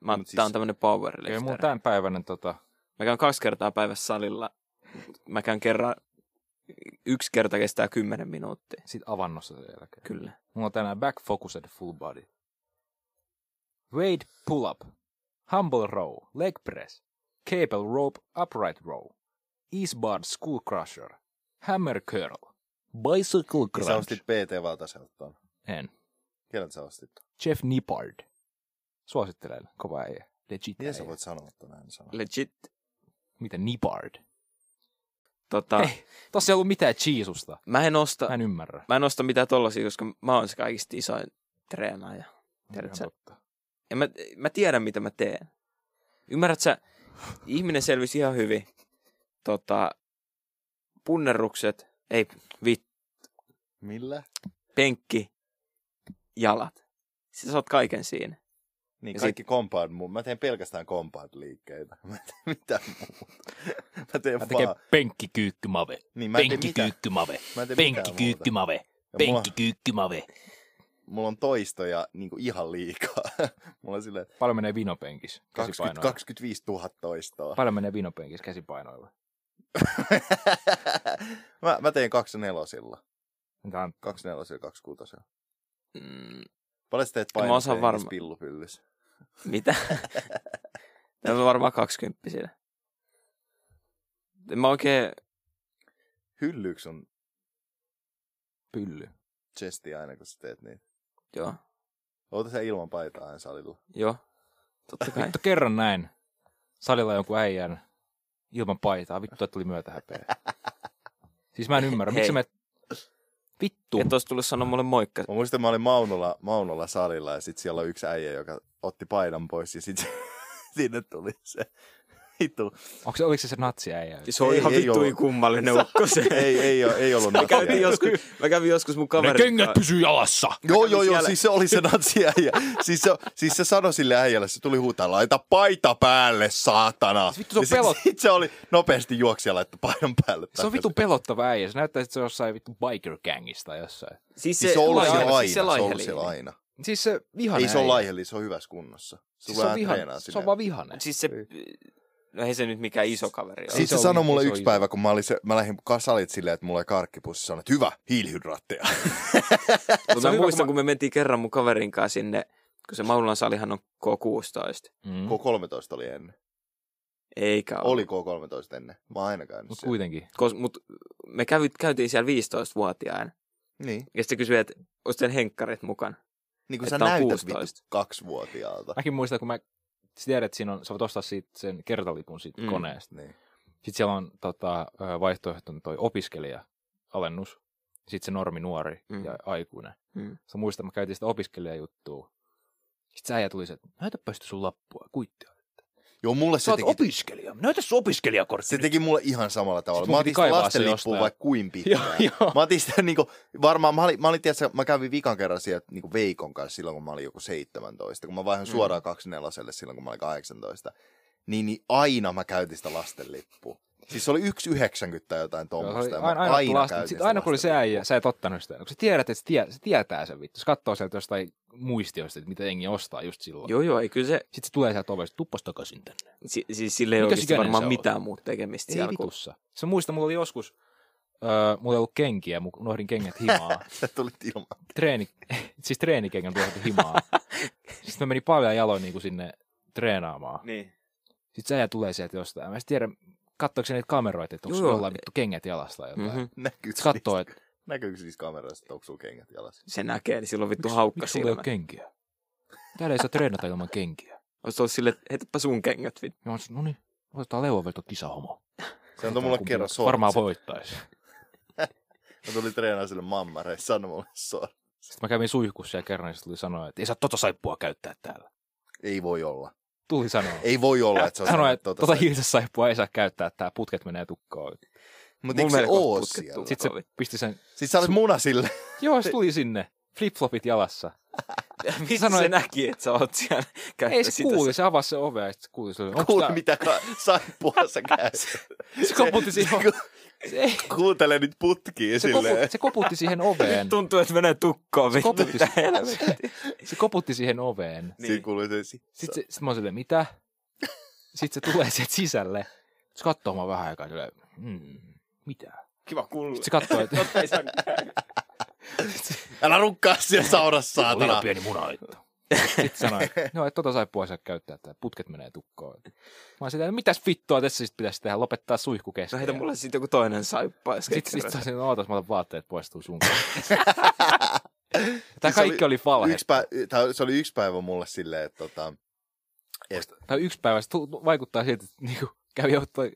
[SPEAKER 2] Mä,
[SPEAKER 1] Mut siis-
[SPEAKER 2] tää on tämmönen
[SPEAKER 3] Okei,
[SPEAKER 2] powerlifter.
[SPEAKER 3] mun tämän päivänä tota,
[SPEAKER 2] Mä käyn kaksi kertaa päivässä salilla. Mä käyn kerran, yksi kerta kestää kymmenen minuuttia.
[SPEAKER 3] sit avannossa sen jälkeen.
[SPEAKER 2] Kyllä.
[SPEAKER 3] Mulla on tänään back focused full body. Weight pull up. Humble row. Leg press. Cable rope upright row. Ease bar school crusher. Hammer curl. Bicycle
[SPEAKER 1] Ja Niin sä
[SPEAKER 3] crunch.
[SPEAKER 1] ostit PT valtaseltaan.
[SPEAKER 3] En.
[SPEAKER 1] Keneltä sä ostit? ton?
[SPEAKER 3] Jeff Nippard. Suosittelen. Kova äijä. Legit
[SPEAKER 1] Miten sä
[SPEAKER 3] äijä.
[SPEAKER 1] voit sanoa tänään
[SPEAKER 3] Mm.
[SPEAKER 1] sanoa?
[SPEAKER 2] Legit.
[SPEAKER 3] Mitä Nippard?
[SPEAKER 2] Tota,
[SPEAKER 1] Ah.
[SPEAKER 3] Hei, tossa ei ollut mitään cheesusta.
[SPEAKER 2] Mä en osta,
[SPEAKER 3] Mä en ymmärrä.
[SPEAKER 2] mä en osta mitään tollasia, koska mä oon se kaikista isoin treenaaja. Tiedät sä?
[SPEAKER 3] Ihan totta.
[SPEAKER 2] Ja mä, mä tiedän, mitä mä teen. Ymmärrät sä, ihminen selvisi ihan hyvin. Tota, punnerrukset, ei, vit,
[SPEAKER 1] Millä?
[SPEAKER 2] penkki, jalat. Sä saat kaiken siinä.
[SPEAKER 1] Niin,
[SPEAKER 2] Ja
[SPEAKER 1] kaikki compound mu- Mä teen pelkästään compound liikkeitä. Mä en tee mitään muuta. Mä teen
[SPEAKER 3] Mä tekee
[SPEAKER 1] vaan...
[SPEAKER 3] penkkikyykkymave.
[SPEAKER 1] Niin, mä en tee mitään.
[SPEAKER 3] Penkkikyykkymave.
[SPEAKER 1] Mä en tee mitään muuta.
[SPEAKER 3] Penkkikyykkymave.
[SPEAKER 1] Ja mulla,
[SPEAKER 3] Penkkikyykkymave.
[SPEAKER 1] mulla on toistoja niin kuin ihan liikaa. mulla on silleen
[SPEAKER 3] Paljon menee vinopenkis
[SPEAKER 1] 20,
[SPEAKER 3] käsipainoilla.
[SPEAKER 1] 25 000 toistoa.
[SPEAKER 3] Paljon menee vinopenkis käsipainoilla.
[SPEAKER 1] mä, mä tein kaksi nelosilla.
[SPEAKER 3] Tää on
[SPEAKER 1] Kaksi nelosilla, kaksi kutosilla.
[SPEAKER 2] Mm,
[SPEAKER 1] Paljon sä teet
[SPEAKER 2] En mä
[SPEAKER 1] painot
[SPEAKER 2] osaa
[SPEAKER 1] penkissä
[SPEAKER 2] varma-
[SPEAKER 1] pillupyllyssä?
[SPEAKER 2] mitä? Tämä on varmaan 20 siinä. En Mä oikein,
[SPEAKER 1] Hyllyks on
[SPEAKER 3] pylly.
[SPEAKER 1] chesti aina, kun sä teet niin.
[SPEAKER 2] joo,
[SPEAKER 1] Oota sä ilman paitaa aina salilla.
[SPEAKER 2] joo, totta kai.
[SPEAKER 3] Vittu kerran näin. Salilla jonkun äijän ilman paitaa. Vittu, että tuli myötähäpeä. Siis mä en ymmärrä.
[SPEAKER 2] Hei.
[SPEAKER 3] Miksi me... Vittu.
[SPEAKER 2] Et olisi tullut sanoa mulle moikka.
[SPEAKER 1] Mä muistan, mä olin Maunola, Maunola salilla ja sit siellä oli yksi äijä, joka otti paidan pois ja sit se- sinne tuli se vittu.
[SPEAKER 3] Onko se, oliko se se natsiäijä?
[SPEAKER 2] Se on
[SPEAKER 1] Ei-
[SPEAKER 2] ihan
[SPEAKER 1] ei
[SPEAKER 2] vittuin
[SPEAKER 1] ollut.
[SPEAKER 2] kummallinen ukko se.
[SPEAKER 1] Ei, ei, oo- ei ollut
[SPEAKER 2] Mä kävin,
[SPEAKER 1] natsiäijä.
[SPEAKER 2] joskus, mä kävin joskus mun kaverin kanssa.
[SPEAKER 3] pysyy jalassa.
[SPEAKER 1] Joo,
[SPEAKER 2] kävin
[SPEAKER 1] joo, joo,
[SPEAKER 2] siellä-
[SPEAKER 1] siis se oli se natsiäijä. siis, se, siis se sanoi sille äijälle, se tuli huutaa, laita paita päälle, saatana.
[SPEAKER 3] Vittu, se on
[SPEAKER 1] Ja sit-
[SPEAKER 3] pelot-
[SPEAKER 1] Sit se oli nopeasti juoksi ja laittoi paidan päälle.
[SPEAKER 3] Se on vittu pelottava äijä. Se näyttää, että se on jossain vittu biker gangista jossain.
[SPEAKER 2] Siis
[SPEAKER 1] se, se on ollut siellä
[SPEAKER 2] laiheli-
[SPEAKER 1] aina.
[SPEAKER 2] siis
[SPEAKER 1] Se on ollut
[SPEAKER 2] laiheli.
[SPEAKER 1] siellä aina.
[SPEAKER 3] Siis se vihanen
[SPEAKER 1] Ei se on
[SPEAKER 3] äijä.
[SPEAKER 1] laiheli, se on hyvässä kunnossa. Se,
[SPEAKER 3] Siis se on, vihan, se on vaan vihanen.
[SPEAKER 2] Siis se No ei se nyt mikään iso kaveri ole.
[SPEAKER 1] Sitten
[SPEAKER 3] se
[SPEAKER 1] se,
[SPEAKER 3] on
[SPEAKER 1] sanoi
[SPEAKER 3] iso,
[SPEAKER 1] mulle
[SPEAKER 3] iso,
[SPEAKER 1] yksi
[SPEAKER 3] iso.
[SPEAKER 1] päivä, kun mä, olin se, mä lähdin kasalit silleen, että mulla ei karkkipussi, sanoi, että hyvä, hiilihydraatteja.
[SPEAKER 3] Se
[SPEAKER 2] Mutta
[SPEAKER 3] on
[SPEAKER 2] mä muistan,
[SPEAKER 3] hyvä, kun
[SPEAKER 2] kun, mä... kun me mentiin kerran mun kaverin kanssa sinne, kun se Maunulan salihan on K16.
[SPEAKER 3] Mm.
[SPEAKER 1] K13 oli ennen.
[SPEAKER 2] Eikä ole.
[SPEAKER 1] Oli K13 ennen. Mä oon aina käynyt
[SPEAKER 3] Mutta
[SPEAKER 1] siellä.
[SPEAKER 3] kuitenkin.
[SPEAKER 2] Kos, mut me kävi, käytiin siellä 15-vuotiaana.
[SPEAKER 1] Niin.
[SPEAKER 2] Ja sitten kysyi, että onko teillä henkkarit mukaan?
[SPEAKER 1] Niin kuin
[SPEAKER 2] Että
[SPEAKER 1] sä
[SPEAKER 2] on
[SPEAKER 1] näytät
[SPEAKER 2] 16.
[SPEAKER 1] vittu kaksivuotiaalta.
[SPEAKER 3] Mäkin muistan, kun mä sä tiedät, että siinä on, sä voit ostaa siitä sen kertalipun siitä
[SPEAKER 2] Mm.
[SPEAKER 3] mm. koneesta.
[SPEAKER 1] Niin.
[SPEAKER 3] Sitten siellä on tota, ö, vaihtoehtona toi opiskelija-alennus, sitten se normi nuori
[SPEAKER 2] Mm.
[SPEAKER 3] mm. ja aikuinen.
[SPEAKER 2] Mm.
[SPEAKER 3] Mm. Sä muistan, mä käytin sitä opiskelijajuttua. Sitten se äijä tuli se, että näytäpä sitä sun lappua, kuittia.
[SPEAKER 1] Joo, mulle
[SPEAKER 3] Sä
[SPEAKER 1] se
[SPEAKER 3] oot
[SPEAKER 1] teki,
[SPEAKER 3] opiskelija, näytä sun opiskelijakortti.
[SPEAKER 1] se teki mulle ihan samalla tavalla.
[SPEAKER 3] Sit mun
[SPEAKER 1] Mä otin
[SPEAKER 3] piti
[SPEAKER 1] sitä
[SPEAKER 3] kaivaa se
[SPEAKER 1] lastenlippua
[SPEAKER 3] jostain.
[SPEAKER 1] vaikka kuin
[SPEAKER 3] Joo,
[SPEAKER 1] pitkään.
[SPEAKER 3] joo.
[SPEAKER 1] Mä otin sitä niinku, varmaan, mä olin, mä olin tiedätkö, mä kävin vikan kerran siellä niinku Veikon kanssa silloin, kun mä olin joku 17, kun mä vaihdoin
[SPEAKER 2] Mm.
[SPEAKER 1] mm. suoraan 24 silloin, kun mä olin 18. Niin, niin aina mä käytin sitä lastenlippua. Siis se oli 1,90 tai jotain tuommoista. ja mä
[SPEAKER 3] aina, aina, aina,
[SPEAKER 1] käytin
[SPEAKER 3] sit
[SPEAKER 1] sitä
[SPEAKER 3] aina kun oli se
[SPEAKER 1] lastenlippua.
[SPEAKER 3] äijä, sä et ottanut sitä. Kun sä tiedät, että se, tie, se tietää sen vittu. Se katsoo sieltä jostain muistioista, että mitä jengi ostaa just silloin.
[SPEAKER 2] Joo, joo, ei kyllä se,
[SPEAKER 3] Sitten se tulee sieltä ovesta, tuppas takaisin tänne.
[SPEAKER 2] si, siis sillä ei
[SPEAKER 3] Mikä
[SPEAKER 2] oikeasti
[SPEAKER 3] sikäinen
[SPEAKER 2] varmaan
[SPEAKER 3] sä
[SPEAKER 2] mitään
[SPEAKER 3] oot?
[SPEAKER 2] muuta tekemistä
[SPEAKER 3] Ei
[SPEAKER 2] siellä. Kun...
[SPEAKER 3] vitussa. Se muista, mulla oli joskus, öö, mulla ei ollut kenkiä, mu- unohdin kengät himaa.
[SPEAKER 1] Sä tulit ilman.
[SPEAKER 3] Treeni, siis treenikengät unohdin himaa. Sitten mä menin paljon jaloin niin kuin sinne treenaamaan.
[SPEAKER 2] Niin.
[SPEAKER 3] Sitten se äijä tulee sieltä jostain. Mä en sit tiedä, katsoiko se niitä kameroita, että onko
[SPEAKER 2] Joo, joo.
[SPEAKER 3] jollain vittu kengät jalassa tai jotain.
[SPEAKER 2] Mm-hmm.
[SPEAKER 3] Mm-hmm.
[SPEAKER 1] Näkyykö
[SPEAKER 3] Sitten katsoo,
[SPEAKER 1] niistä-
[SPEAKER 3] että
[SPEAKER 1] Näkyykö siis kamerasta, että onko sulla kengät jalassa?
[SPEAKER 2] Se näkee, niin silloin vittu
[SPEAKER 3] Miksi-
[SPEAKER 2] haukka
[SPEAKER 3] miksi sulla ei ole
[SPEAKER 2] silmä.
[SPEAKER 3] kenkiä? Täällä ei saa treenata ilman kenkiä.
[SPEAKER 2] Olisi ollut silleen, että heitäpä sun kengät vittu.
[SPEAKER 3] Mä oon no niin, otetaan leuanveto kisahomo.
[SPEAKER 1] Se antoi mulle kerran sortsit.
[SPEAKER 3] Varmaan voittaisi.
[SPEAKER 1] Mä tulin treenaamaan sille mammare, sanoi mulle sortsit.
[SPEAKER 3] Sitten mä kävin suihkussa ja kerran se tuli sanoa, että ei saa tota saippua käyttää täällä.
[SPEAKER 1] Ei voi olla.
[SPEAKER 3] Tuli sanoa.
[SPEAKER 1] Ei voi olla, että se on tuota
[SPEAKER 3] Sanoin,
[SPEAKER 1] sanonut
[SPEAKER 3] että tota
[SPEAKER 1] sä-
[SPEAKER 3] hirsessaippua ei saa käyttää, tää putket menee tukkoon.
[SPEAKER 1] Mut
[SPEAKER 2] Mulla
[SPEAKER 1] eikö se
[SPEAKER 2] menee kohta
[SPEAKER 1] oo
[SPEAKER 2] putket
[SPEAKER 1] siellä?
[SPEAKER 2] tulla.
[SPEAKER 3] Sitten se
[SPEAKER 2] Tovi.
[SPEAKER 3] pisti sen,
[SPEAKER 1] Siis sä olet muna sille.
[SPEAKER 3] joo se tuli sinne, flip-flopit jalassa.
[SPEAKER 2] Mistä
[SPEAKER 3] Sanoin,
[SPEAKER 2] se
[SPEAKER 3] että-
[SPEAKER 2] näki, että sä oot siellä
[SPEAKER 3] Ei
[SPEAKER 2] käyttänyt
[SPEAKER 3] se
[SPEAKER 2] sitä?
[SPEAKER 3] kuuli, se avasi se ove ja sitten kuuli, se oli, onko
[SPEAKER 1] Kuule,
[SPEAKER 3] tää,
[SPEAKER 1] mitä ka- saippua sä käyt.
[SPEAKER 3] se koputti siihen, se, ei,
[SPEAKER 1] Kuuntele nyt putkia
[SPEAKER 3] se,
[SPEAKER 1] silleen.
[SPEAKER 3] koputti, se koputti siihen oveen,
[SPEAKER 2] Tuntuu, että menee tukkoon vittu.
[SPEAKER 3] koputti-
[SPEAKER 2] Mitä helvettiä?
[SPEAKER 3] se koputti siihen oveen.
[SPEAKER 1] Siinä
[SPEAKER 2] Niin.
[SPEAKER 1] kuuluu se. si-
[SPEAKER 3] Sitten se, sit mä oon silleen, mitä? Sitten se tulee sieltä sisälle. Se katsoo mua vähän aikaa silleen, hmm, mitä?
[SPEAKER 2] Kiva kuulla.
[SPEAKER 3] Sitten se katsoo, että
[SPEAKER 2] Totta ei saa
[SPEAKER 1] Älä rukkaa siellä saurassa,
[SPEAKER 3] oli
[SPEAKER 1] saatana.
[SPEAKER 3] ihan pieni munaittu. Sitten sanoi, no, että tota saippua saa käyttää, että putket menee tukkoon. Mä oon sitä, mitäs vittua tässä sitten pitäisi tehdä, lopettaa suihku
[SPEAKER 2] No
[SPEAKER 3] kesken.
[SPEAKER 2] heitä mulle sitten joku toinen saippaa. jos
[SPEAKER 3] Sitten
[SPEAKER 2] keksii
[SPEAKER 3] sit
[SPEAKER 2] ratkaisu.
[SPEAKER 3] sanoin, no ootas, mä otan vaatteet pois tuu sun kanssa. Tämä
[SPEAKER 1] Siis
[SPEAKER 3] kaikki oli, valhe.
[SPEAKER 1] Yksi pä- tää- se oli yksi päivä mulle silleen, että tota,
[SPEAKER 3] Tai yksi päivä, se tu- vaikuttaa siltä, että niinku, kävi jo- toi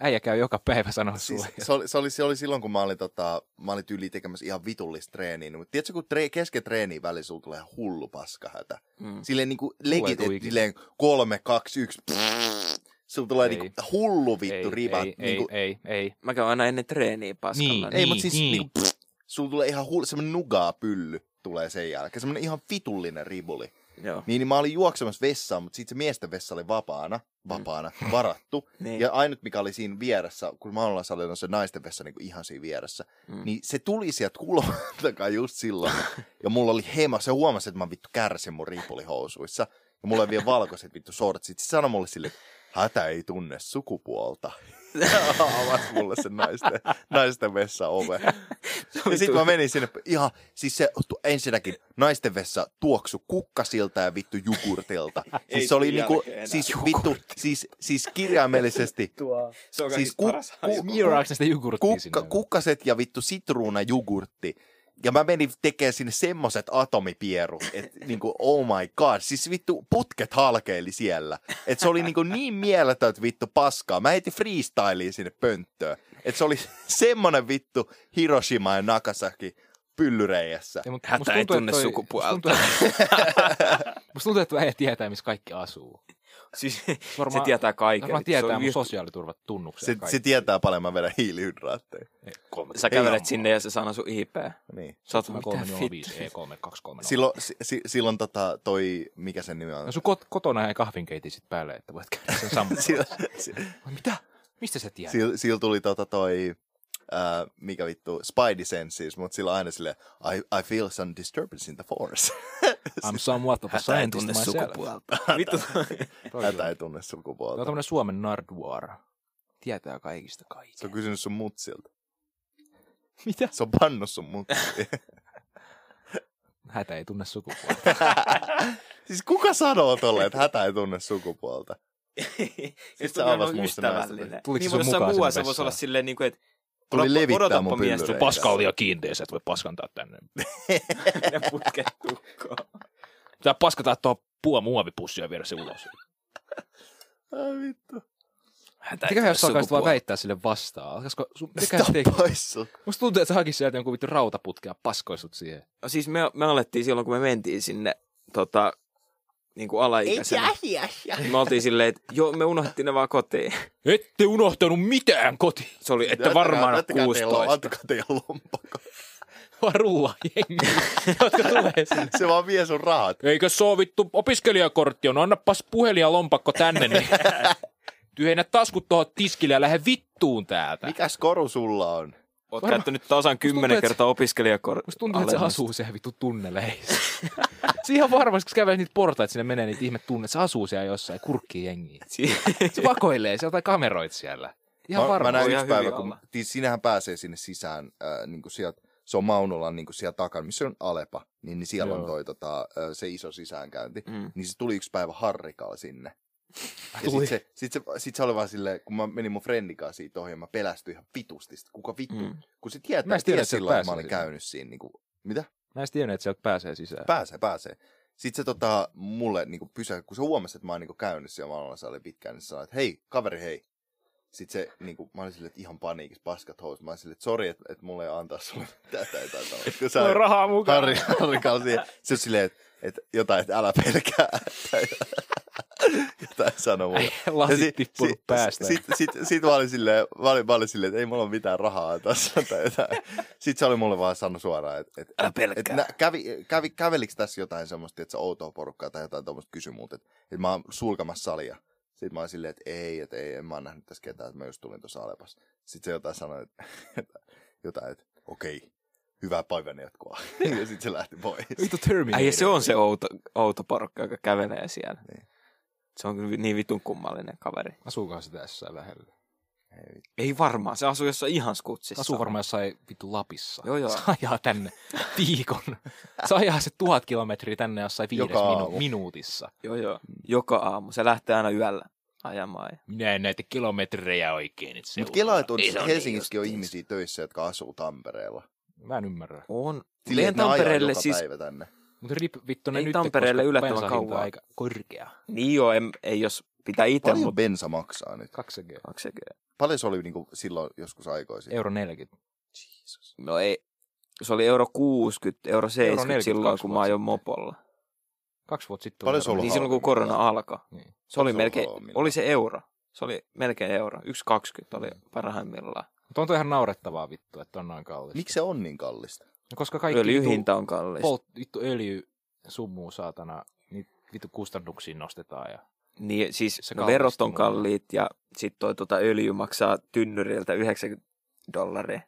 [SPEAKER 3] äijä käy joka päivä sanoa
[SPEAKER 1] Siis,
[SPEAKER 3] sulle.
[SPEAKER 1] se, oli, se, oli, se oli silloin, kun mä olin, tota, mä olin tyyli tekemässä ihan vitullista treeniä. Mutta tiedätkö, kun tre, kesken treeniä väliin sulla tulee hullu paskahätä.
[SPEAKER 2] Mm.
[SPEAKER 1] Silleen niin kuin
[SPEAKER 3] ei
[SPEAKER 1] legit,
[SPEAKER 3] tuu
[SPEAKER 1] et
[SPEAKER 3] ikinä.
[SPEAKER 1] silleen kolme, kaksi, yksi. pff, Sulla tulee
[SPEAKER 3] Ei.
[SPEAKER 1] niin kuin hullu
[SPEAKER 3] ei,
[SPEAKER 1] vittu riva.
[SPEAKER 3] ei,
[SPEAKER 1] niin kuin,
[SPEAKER 3] ei, ei, ei,
[SPEAKER 2] Mä käyn aina ennen treeniä paskalla.
[SPEAKER 3] Niin.
[SPEAKER 1] ei, mutta siis niin.
[SPEAKER 3] niin.
[SPEAKER 1] Niin kuin, pff, sulla tulee ihan hullu, semmoinen nugaa pylly tulee sen jälkeen. Semmoinen ihan vitullinen ribuli.
[SPEAKER 2] Joo.
[SPEAKER 1] Niin, niin mä olin juoksemassa vessaan, mutta sitten se miesten vessa oli vapaana,
[SPEAKER 3] Mm.
[SPEAKER 1] vapaana, varattu.
[SPEAKER 2] Niin.
[SPEAKER 1] Ja ainut, mikä oli siinä vieressä, kun mä ollaan salilla, on se naisten vessa niin kuin ihan siinä vieressä,
[SPEAKER 2] Mm.
[SPEAKER 1] mm. niin se tuli sieltä kulman takaa just silloin. ja mulla oli hema, se huomasi, että mä vittu kärsin mun riipulihousuissa. Ja mulla oli vielä valkoiset vittu sortsit. Se sanoi mulle sille, että hätä ei tunne sukupuolta. Ja Avasi mulle sen naisten, naisten vessa ove. Ja sitten mä menin sinne ihan, siis se tu- ensinnäkin naisten vessa tuoksu kukkasilta ja vittu jukurtilta. Siis se oli
[SPEAKER 2] tule
[SPEAKER 1] niinku,
[SPEAKER 2] jälkeen enää.
[SPEAKER 1] siis vittu, siis, siis kirjaimellisesti
[SPEAKER 2] Se on
[SPEAKER 1] siis
[SPEAKER 2] siis
[SPEAKER 1] ku-
[SPEAKER 2] paras
[SPEAKER 1] ku-
[SPEAKER 2] asia.
[SPEAKER 3] Miraaks ne sitä jogurttia
[SPEAKER 1] kukka,
[SPEAKER 3] sinne?
[SPEAKER 1] kukkaset ja vittu sitruunajugurtti. Ja mä menin tekemään sinne semmoset atomipierut, että niinku, oh my god, siis vittu putket halkeili siellä. Että se oli niinku niin mieletöntä vittu paskaa. Mä heitin freestyliin sinne pönttöön. Että se oli semmonen vittu Hiroshima ja Nagasaki pyllyreijässä.
[SPEAKER 3] Ja mut-
[SPEAKER 2] Hätä
[SPEAKER 3] musta
[SPEAKER 2] ei
[SPEAKER 3] tuntuu,
[SPEAKER 2] tunne
[SPEAKER 3] että toi-
[SPEAKER 2] sukupuolta.
[SPEAKER 3] musta tuntuu, että- Musta tuntuu, että tuo äijä tietää, missä kaikki asuu.
[SPEAKER 2] Siis, se
[SPEAKER 3] varmaan-
[SPEAKER 2] tietää kaiken.
[SPEAKER 3] Varmaan
[SPEAKER 2] se
[SPEAKER 3] tietää
[SPEAKER 2] on
[SPEAKER 3] mun
[SPEAKER 2] vir-
[SPEAKER 3] sosiaaliturvat tunnuksia.
[SPEAKER 1] Se, se tietää paljon, mä vedän hiilihydraatteja.
[SPEAKER 2] Sä kävelet sinne ja se sanoo sun IP.
[SPEAKER 1] Niin.
[SPEAKER 2] Sä oot mitä fit.
[SPEAKER 3] 305 E323.
[SPEAKER 1] Silloin, si, si, silloin tota, toi, mikä sen nimi on?
[SPEAKER 3] No sun kot- kotona ei kahvinkeiti sit päälle, että voit käydä sen
[SPEAKER 1] Sillä,
[SPEAKER 3] sammuttamassa.
[SPEAKER 1] si-
[SPEAKER 3] Mitä? Mistä sä tiedät?
[SPEAKER 1] Sillä, sillä tuli tota toi, äh, siis, mikä vittu, Spidey Senses, mutta sillä aina sille I, I feel some disturbance in the force.
[SPEAKER 3] I'm somewhat of a scientist myself.
[SPEAKER 2] Vittu.
[SPEAKER 1] Hätä ei
[SPEAKER 3] Tämä
[SPEAKER 1] tunne
[SPEAKER 3] on
[SPEAKER 1] sukupuolta.
[SPEAKER 3] tämmönen Suomen Nardwar. Tietää kaikista
[SPEAKER 1] Se on
[SPEAKER 3] kaiken.
[SPEAKER 1] kysynyt sun mutsilta.
[SPEAKER 3] Mitä?
[SPEAKER 1] Se on pannut sun mutsi.
[SPEAKER 3] Hätä ei tunne sukupuolta.
[SPEAKER 1] siis kuka sanoo tolle, että hätä ei tunne sukupuolta?
[SPEAKER 3] Siis
[SPEAKER 2] Jos
[SPEAKER 1] sä
[SPEAKER 2] tuli
[SPEAKER 1] avaat
[SPEAKER 2] olla
[SPEAKER 1] musta näistä.
[SPEAKER 2] ystävällinen.
[SPEAKER 3] Tuliko
[SPEAKER 2] niin,
[SPEAKER 3] se
[SPEAKER 2] mutta
[SPEAKER 3] sun
[SPEAKER 2] jossain
[SPEAKER 3] mukaan
[SPEAKER 2] muualla
[SPEAKER 3] sinne
[SPEAKER 2] se voisi
[SPEAKER 3] vessaan?
[SPEAKER 2] olla silleen, niin kuin, että
[SPEAKER 1] Tuli
[SPEAKER 2] odotapa-
[SPEAKER 1] levittää
[SPEAKER 2] odotapa
[SPEAKER 1] mun
[SPEAKER 2] mies,
[SPEAKER 1] pyllyreikää.
[SPEAKER 2] tuu
[SPEAKER 1] Paska on
[SPEAKER 3] liian kiinteä, sä et voi paskantaa tänne.
[SPEAKER 2] paskalle ja putket tukkoon.
[SPEAKER 3] Pitää paskata tuohon puo muovipussia ja viedä se ulos.
[SPEAKER 1] Ai vittu.
[SPEAKER 3] Mikä jos sä alkaisit vaan väittää sille vastaan? Alkaisiko sun... Mikä
[SPEAKER 1] Stop
[SPEAKER 3] teki?
[SPEAKER 1] pois sun.
[SPEAKER 3] Musta tuntuu, että sä hakis sieltä jonkun vittu rautaputkia ja paskoisut siihen.
[SPEAKER 2] No siis me, me alettiin silloin, kun me mentiin sinne tota, niin kuin alaikäisenä. Niin Me oltiin silleen, että joo, me unohdettiin ne vaan kotiin.
[SPEAKER 3] Ette unohtanut mitään kotiin.
[SPEAKER 2] Se oli, että
[SPEAKER 1] Jättäkää-
[SPEAKER 2] varmaan
[SPEAKER 1] jättäkää teidän-
[SPEAKER 2] 16.
[SPEAKER 1] Antakaa teidän lompakko.
[SPEAKER 3] Varulla jengi, jotka tulee sinne.
[SPEAKER 1] Se vaan vie sun rahat.
[SPEAKER 3] Eikö se ole vittu opiskelijakortti on? Annapas puhelin ja lompakko tänne. Niin. Tyhjennä taskut tuohon tiskille ja lähde vittuun täältä.
[SPEAKER 1] Mikäs koru sulla on?
[SPEAKER 2] Oot
[SPEAKER 3] Varmaan-
[SPEAKER 2] käyttänyt tasan kymmenen
[SPEAKER 3] että-
[SPEAKER 2] kertaa opiskelijakor...
[SPEAKER 3] Musta tuntuu, että se
[SPEAKER 2] alennusta.
[SPEAKER 3] asuu siellä vittu tunneleissä. se ihan varmasti, kun se kävelee niitä portaita, sinne menee niitä ihme tunne, se asuu siellä jossain, kurkkii jengiä.
[SPEAKER 2] Si-
[SPEAKER 3] Se vakoilee siellä tai kameroit siellä. Ihan
[SPEAKER 1] mä, mä
[SPEAKER 3] varmaan.
[SPEAKER 1] näin
[SPEAKER 2] Voi
[SPEAKER 1] yksi
[SPEAKER 2] ihan hyvin
[SPEAKER 1] päivä, kun
[SPEAKER 2] olla.
[SPEAKER 1] tii, sinähän pääsee sinne sisään, äh, niin kuin sieltä, se on Maunulan niin kuin siellä takana, missä on Alepa, niin, niin siellä Joo.
[SPEAKER 3] Joo.
[SPEAKER 1] on toi, tota, äh, se iso sisäänkäynti.
[SPEAKER 2] Mm.
[SPEAKER 1] Niin se tuli yksi päivä harrikalla sinne. Ja
[SPEAKER 3] Tuli.
[SPEAKER 1] sit se, sit se, sit se oli vaan silleen, kun mä menin mun friendin kanssa siitä ohi, ja mä pelästyin ihan vitusti, sit kuka vittu, mm.
[SPEAKER 2] Mm.
[SPEAKER 1] kun se tietää,
[SPEAKER 3] Mä
[SPEAKER 1] mä
[SPEAKER 3] en tiedä,
[SPEAKER 1] tiedä
[SPEAKER 3] että sieltä
[SPEAKER 1] silloin, että mä
[SPEAKER 3] pääsee
[SPEAKER 1] olin
[SPEAKER 3] sinne.
[SPEAKER 1] käynyt siinä, niin kuin, mitä?
[SPEAKER 3] Mä en tiennyt, että sieltä pääsee sisään.
[SPEAKER 1] Pääsee, pääsee. Sitten se tota, mulle niinku pysä, kun se huomasi, että mä oon niinku käynyt siellä maailmassa oli pitkään, niin se sanoi, että hei, kaveri, hei. Sitten se, niinku, mä olin silleen, että ihan paniikissa, paskat housut. Mä olin silleen, että sori, että, että mulle ei antaa sulle mitään tai jotain tällaista. Kun sä
[SPEAKER 3] Voi rahaa mukaan.
[SPEAKER 1] Harri, Harri kanssa siihen. Se on silleen, että, että jotain, että älä pelkää. Tai jotain sanoi mulle. Ja
[SPEAKER 3] Lasit
[SPEAKER 1] sit-
[SPEAKER 3] tippunut
[SPEAKER 1] sit-
[SPEAKER 3] päästä.
[SPEAKER 1] Sit, sit, sit mä olin silleen, mä olin, mä olin silleen, että ei mulla ole mitään rahaa tässä tai jotain. Sitten se oli mulle vaan sanonut suoraan, että, että
[SPEAKER 2] Älä
[SPEAKER 1] et
[SPEAKER 2] pelkää.
[SPEAKER 1] nä, kävi, kävi, kävelikö tässä jotain semmoista, että se outoa porukkaa tai jotain tuommoista kysyi multa, että, että mä oon sulkemassa salia. Sitten mä oon silleen, että ei, että ei, en mä oon nähnyt tässä ketään, että mä just tulin tuossa Alepassa. Sitten se jotain sanoi, että, jotain, että okei, hyvää päivän jatkoa. ja sitten se lähti pois.
[SPEAKER 3] Vittu Terminator.
[SPEAKER 2] Äijä, se on se outo, outo porukka, joka kävelee siellä. Se on kyllä niin vitun kummallinen kaveri.
[SPEAKER 3] Asuukohan se tässä lähellä?
[SPEAKER 2] Ei varmaan, se asuu jossain ihan skutsissa.
[SPEAKER 3] Asuu varmaan jossain vittu Lapissa.
[SPEAKER 2] Joo, joo.
[SPEAKER 3] Se ajaa tänne viikon. Se ajaa se tuhat kilometriä tänne jossain viides
[SPEAKER 1] Joka
[SPEAKER 3] minu-
[SPEAKER 1] aamu.
[SPEAKER 3] minuutissa.
[SPEAKER 2] Joo, joo. Joka aamu. Se lähtee aina yöllä ajamaan. ja-
[SPEAKER 3] Minä en näitä kilometrejä oikein nyt
[SPEAKER 1] Mutta Kela, että on,
[SPEAKER 2] Ei se on niin
[SPEAKER 1] Helsingissäkin on
[SPEAKER 2] justiinsa.
[SPEAKER 1] ihmisiä töissä, jotka asuu Tampereella.
[SPEAKER 3] Mä en ymmärrä.
[SPEAKER 2] On.
[SPEAKER 1] Silleen,
[SPEAKER 2] Silleen
[SPEAKER 1] että ne ajaa
[SPEAKER 2] Tampereelle
[SPEAKER 1] joka
[SPEAKER 2] siis...
[SPEAKER 1] päivä tänne.
[SPEAKER 3] Mutta rip vittu ne
[SPEAKER 2] Ei
[SPEAKER 3] nyt,
[SPEAKER 2] Tampereelle
[SPEAKER 3] koska
[SPEAKER 2] yllättävän
[SPEAKER 3] bensan hinta on
[SPEAKER 2] kauan.
[SPEAKER 3] aika korkea.
[SPEAKER 2] Niin joo, en, ei jos pitää itse,
[SPEAKER 1] Paljon
[SPEAKER 2] mutta...
[SPEAKER 1] bensa maksaa nyt?
[SPEAKER 3] 2G.
[SPEAKER 1] Paljon se oli niinku silloin joskus aikoisin?
[SPEAKER 3] Euro 40.
[SPEAKER 2] No ei. Se oli euro 60, euro 70 euro
[SPEAKER 3] 42
[SPEAKER 2] silloin, kun mä
[SPEAKER 3] vuotta
[SPEAKER 2] ajoin
[SPEAKER 3] sitten.
[SPEAKER 2] mopolla.
[SPEAKER 3] Kaksi vuotta sitten.
[SPEAKER 1] Paljon
[SPEAKER 3] oli
[SPEAKER 1] se on
[SPEAKER 3] euro
[SPEAKER 1] ollut
[SPEAKER 2] Niin
[SPEAKER 3] neljä.
[SPEAKER 2] silloin, kun korona alkoi.
[SPEAKER 3] Niin.
[SPEAKER 2] Se oli
[SPEAKER 1] Se on
[SPEAKER 2] melkein,
[SPEAKER 1] halvimmillaan.
[SPEAKER 2] oli se euro. Se oli melkein euro. 1,20 oli parhaimmillaan.
[SPEAKER 3] Mutta on toi ihan naurettavaa vittu, että on noin kallista.
[SPEAKER 1] Miksi se on niin kallista?
[SPEAKER 3] No, koska kaikki vittu,
[SPEAKER 2] Öljyhinta on kallista.
[SPEAKER 3] polt, vittu öljy, summuu saatana, niitä vittu kustannuksiin nostetaan. Ja...
[SPEAKER 2] Niin, siis
[SPEAKER 3] Se
[SPEAKER 2] no, verot
[SPEAKER 3] kallistuu.
[SPEAKER 2] on kalliit ja sitten toi tota, öljy maksaa tynnyriltä 90 dollaria,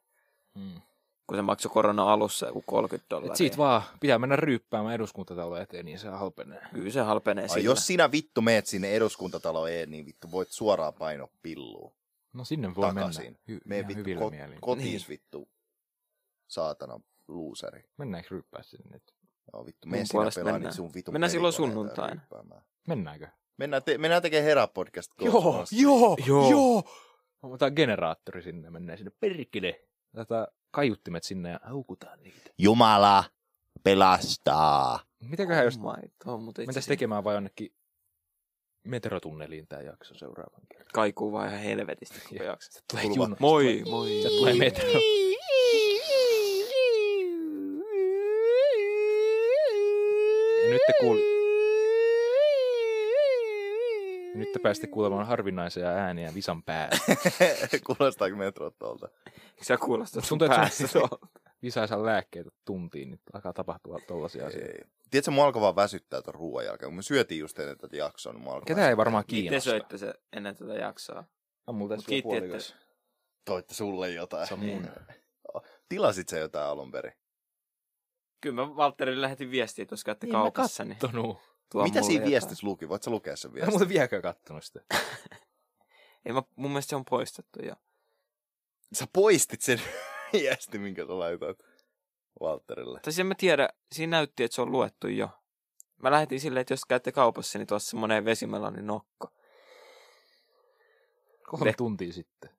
[SPEAKER 3] Mm.
[SPEAKER 2] kun se maksoi korona alussa joku 30 dollaria.
[SPEAKER 3] Et siitä vaan pitää mennä ryyppäämään eduskuntatalon eteen, niin se halpenee.
[SPEAKER 2] Kyllä se halpenee
[SPEAKER 1] Ai
[SPEAKER 2] sillä.
[SPEAKER 1] jos sinä vittu meet sinne eduskuntataloon eteen, niin vittu voit suoraan paino pilluun.
[SPEAKER 3] No sinne voi
[SPEAKER 1] Takaisin.
[SPEAKER 3] mennä. Hy-
[SPEAKER 1] Mene
[SPEAKER 3] ihan
[SPEAKER 1] vittu
[SPEAKER 3] hyvillä
[SPEAKER 1] ko-
[SPEAKER 3] mielin. Niin.
[SPEAKER 2] Niin.
[SPEAKER 1] kotiis vittu. Saatana luuseri.
[SPEAKER 3] Mennäänkö ryyppää sinne nyt?
[SPEAKER 1] Joo vittu,
[SPEAKER 2] Mun
[SPEAKER 1] mene sinä
[SPEAKER 2] puolesta
[SPEAKER 1] pelaa mennään.
[SPEAKER 2] mennään.
[SPEAKER 1] niin sun vitun
[SPEAKER 2] Mennään silloin
[SPEAKER 1] pelikoneita
[SPEAKER 2] sunnuntaina.
[SPEAKER 1] ryppäämään.
[SPEAKER 3] Mennäänkö?
[SPEAKER 1] Mennään, te- mennään tekemään herapodcast.
[SPEAKER 2] Joo.
[SPEAKER 3] joo. Mä otan generaattori sinne, mennään sinne perkele. Tätä kaiuttimet sinne ja haukutaan niitä.
[SPEAKER 1] Jumala pelastaa.
[SPEAKER 3] Mitäköhän jos
[SPEAKER 2] Oh my,
[SPEAKER 3] mentäis tekemään vai jonnekin metrotunneliin tää jakso seuraavan kerran?
[SPEAKER 2] Kaikuu vaan ihan helvetistä, kun
[SPEAKER 3] Joo.
[SPEAKER 2] jaksat.
[SPEAKER 3] Tulee
[SPEAKER 1] Tulva.
[SPEAKER 3] juna.
[SPEAKER 2] Moi, moi.
[SPEAKER 3] Se tulee metro. Ja nyt te kuul...
[SPEAKER 1] Niin.
[SPEAKER 3] Ja nyt te pääsitte kuulemaan harvinaisia ääniä visan päällä.
[SPEAKER 1] Kuulostaako metro tuolta?
[SPEAKER 2] Sä kuulostat sun
[SPEAKER 3] Tuntuu, että
[SPEAKER 2] päässä.
[SPEAKER 3] se-
[SPEAKER 2] tuolta.
[SPEAKER 3] Visa ei saa lääkkeitä tuntiin, niin alkaa tapahtua tollasia asioita.
[SPEAKER 1] Ei. Tiedätkö, mua alkoi vaan väsyttää tuon ruoan jälkeen. Kun me syötiin just ennen tätä jaksoa, niin mua alkoi
[SPEAKER 3] Ketään ei
[SPEAKER 1] väsyttää.
[SPEAKER 3] varmaan
[SPEAKER 2] Te
[SPEAKER 3] kiinnosta.
[SPEAKER 2] söitte se ennen tätä jaksoa.
[SPEAKER 3] On No, mulla
[SPEAKER 2] Mut
[SPEAKER 3] tässä vielä
[SPEAKER 2] kiitti,
[SPEAKER 3] puolikas.
[SPEAKER 1] Toitte sulle jotain. Niin.
[SPEAKER 3] Se on mun.
[SPEAKER 1] Tilasit sä jotain alun perin?
[SPEAKER 2] Kyllä mä Valtterille lähetin viestiä, että jos käytte kaupassa, niin
[SPEAKER 3] Tonu.
[SPEAKER 2] tuo
[SPEAKER 7] Mitä
[SPEAKER 2] mulle
[SPEAKER 7] siinä
[SPEAKER 2] jotain.
[SPEAKER 7] viestissä luki? Voitko sä lukea sen
[SPEAKER 3] En
[SPEAKER 7] viestin?
[SPEAKER 3] muuten vieläkään kattonut sitä.
[SPEAKER 2] Ei, mä, mun mielestä se on poistettu jo.
[SPEAKER 7] Sä poistit sen viesti, minkä sä laitat Walterille.
[SPEAKER 2] Tai siis en mä tiedä, siinä näytti, että se on luettu jo. Mä lähetin silleen, että jos käytte kaupassa, niin tuossa niin semmonen vesimelonin nokko.
[SPEAKER 3] Kolme
[SPEAKER 2] Te-
[SPEAKER 3] tuntia sitten.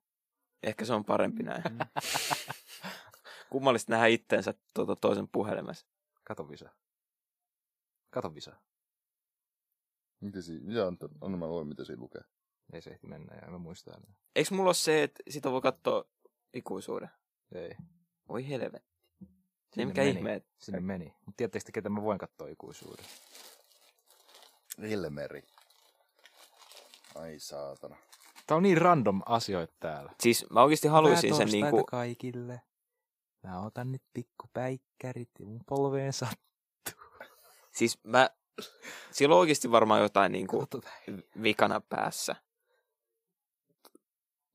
[SPEAKER 2] Ehkä se on parempi näin.
[SPEAKER 3] Mm.
[SPEAKER 2] Kummallista nähdä itteensä tuota toisen puhelimessa.
[SPEAKER 3] Kato visa. Kato visa.
[SPEAKER 7] Mitä siinä? Mitä Anton? Anna mä luen, mitä siinä lukee.
[SPEAKER 3] Ei se ehti mennä, ja en mä muista enää.
[SPEAKER 2] Eikö mulla ole se, että sitä voi katsoa ikuisuuden?
[SPEAKER 3] Ei.
[SPEAKER 2] Voi helvetti.
[SPEAKER 3] Sinne
[SPEAKER 2] Ei mikä
[SPEAKER 3] meni.
[SPEAKER 2] ihme, että
[SPEAKER 3] Sinne meni. Mutta tiedättekö te, ketä mä voin katsoa ikuisuuden?
[SPEAKER 7] Ilmeri. Ai saatana.
[SPEAKER 3] Tää on niin random asioita täällä.
[SPEAKER 2] Siis mä oikeasti haluaisin sen
[SPEAKER 3] Päätorstaita
[SPEAKER 2] niinku...
[SPEAKER 3] kaikille. Mä otan nyt pikkupäikkärit ja mun polveen sattuu.
[SPEAKER 2] Siis mä... Siellä on oikeasti varmaan jotain niinku vikana päässä.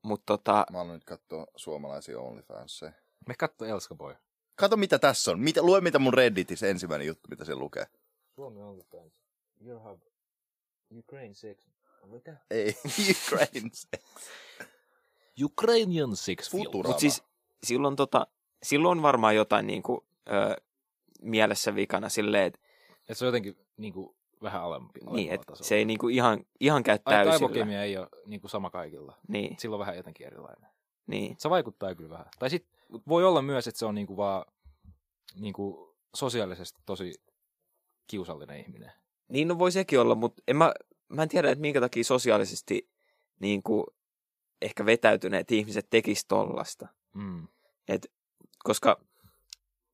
[SPEAKER 2] Mutta tota,
[SPEAKER 7] Mä aloin nyt katsoa suomalaisia OnlyFansia.
[SPEAKER 3] Me katso Elska Boy.
[SPEAKER 7] Kato mitä tässä on. Mitä, lue mitä mun Redditissä ensimmäinen juttu, mitä siellä lukee.
[SPEAKER 3] Suomi on You have Ukraine sex. Mitä?
[SPEAKER 7] Ei, Ukraine.
[SPEAKER 4] Ukrainian sex
[SPEAKER 7] Futura.
[SPEAKER 2] mut siis silloin, tota, silloin on varmaan jotain niinku, ö, mielessä vikana silleen, että
[SPEAKER 3] Et se on jotenkin niinku, vähän alempi.
[SPEAKER 2] niin,
[SPEAKER 3] alemmalla
[SPEAKER 2] et
[SPEAKER 3] tasolla.
[SPEAKER 2] se ei niinku ihan, ihan käy
[SPEAKER 3] Ai,
[SPEAKER 2] täysillä.
[SPEAKER 3] aivokemia ei ole niinku sama kaikilla.
[SPEAKER 2] Niin,
[SPEAKER 3] Silloin vähän jotenkin erilainen.
[SPEAKER 2] niin.
[SPEAKER 3] Se vaikuttaa kyllä vähän. Tai sit voi olla myös, että se on niinku vaan niinku sosiaalisesti tosi kiusallinen ihminen.
[SPEAKER 2] Niin no voi sekin olla, mutta en mä, mä en tiedä, että minkä takia sosiaalisesti niinku, ehkä vetäytyneet ihmiset tekis tollasta.
[SPEAKER 3] Mm.
[SPEAKER 2] Koska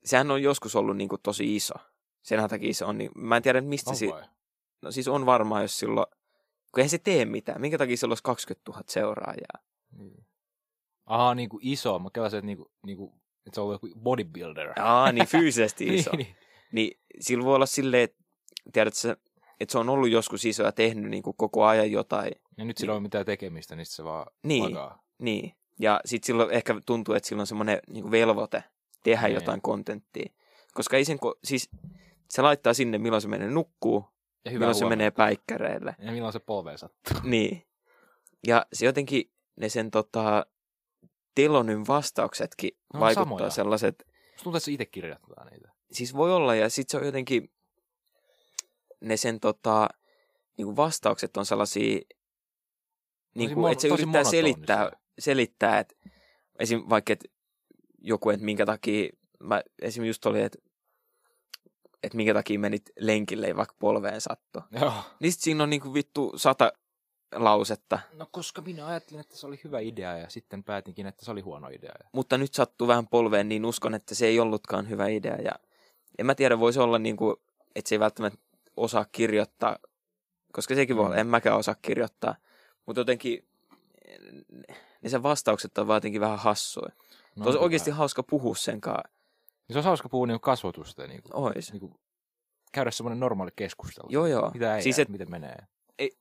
[SPEAKER 2] sehän on joskus ollut niinku tosi iso. Sen takia se on, niin, mä en tiedä, että mistä
[SPEAKER 3] On
[SPEAKER 2] se,
[SPEAKER 3] vai?
[SPEAKER 2] No siis on varmaan, jos silloin, kun eihän se tee mitään. Minkä takia sillä olisi 20 000 seuraajaa?
[SPEAKER 3] Niin. Aha, niinku iso. Mä kelasin, että, niinku, niinku, että se on ollut joku bodybuilder.
[SPEAKER 2] Aa, niin fyysisesti iso. niin,
[SPEAKER 3] niin.
[SPEAKER 2] sillä voi olla silleen, että tiedät sä, että se on ollut joskus iso ja tehnyt niin kuin koko ajan jotain.
[SPEAKER 3] Ja nyt sillä ei ole mitään tekemistä, niin sit se vaan
[SPEAKER 2] Niin.
[SPEAKER 3] makaa.
[SPEAKER 2] Niin. Ja sitten silloin ehkä tuntuu, että sillä on semmoinen niin velvoite tehdä
[SPEAKER 3] Niin.
[SPEAKER 2] niin. jotain kontenttia. Koska ei sen, ko- siis se laittaa sinne, milloin se menee nukkuu,
[SPEAKER 3] Ja
[SPEAKER 2] milloin se
[SPEAKER 3] huomenta.
[SPEAKER 2] menee päikkäreille.
[SPEAKER 3] Ja milloin se polveen sattuu.
[SPEAKER 2] Niin. Ja se jotenkin, ne sen tota, telonyn vastauksetkin
[SPEAKER 3] on
[SPEAKER 2] vaikuttaa
[SPEAKER 3] samoja.
[SPEAKER 2] sellaiset,
[SPEAKER 3] Musta tuntuu, että se itse kirjoittaa niitä.
[SPEAKER 2] siis voi olla, ja sitten se on jotenkin, ne sen tota, niinku vastaukset on sellaisia, niinku,
[SPEAKER 3] mon-
[SPEAKER 2] että se
[SPEAKER 3] tosi
[SPEAKER 2] yrittää
[SPEAKER 3] monotonista.
[SPEAKER 2] selittää, selittää että esim. vaikka et joku, että minkä takia, mä, esim. just oli, että että minkä takia menit lenkille, ei vaikka polveen satto.
[SPEAKER 3] Joo.
[SPEAKER 2] Niin sit siinä on niinku vittu sata lausetta,
[SPEAKER 3] No koska minä ajattelin, että se oli hyvä idea ja sitten päätinkin, että se oli huono idea.
[SPEAKER 2] mutta nyt sattuu vähän polveen, niin uskon, että se ei ollutkaan hyvä idea. Ja en mä tiedä, voisi olla niin kuin, että se ei välttämättä osaa kirjoittaa, koska sekin voi olla, en mäkään osaa kirjoittaa. Mutta jotenkin niin sen vastaukset on vaan jotenkin vähän hassuja. No, olisi
[SPEAKER 3] kyllä.
[SPEAKER 2] oikeasti hauska puhua sen kanssa.
[SPEAKER 3] Niin se olisi hauska puhua niinku kasvatusta ja niinku,
[SPEAKER 2] Ois.
[SPEAKER 3] niinku, käydä semmoinen normaali keskustelu.
[SPEAKER 2] Joo, joo.
[SPEAKER 3] Mitä
[SPEAKER 2] Siis
[SPEAKER 3] ei, siis et,
[SPEAKER 2] et-
[SPEAKER 3] miten menee?
[SPEAKER 2] Ei-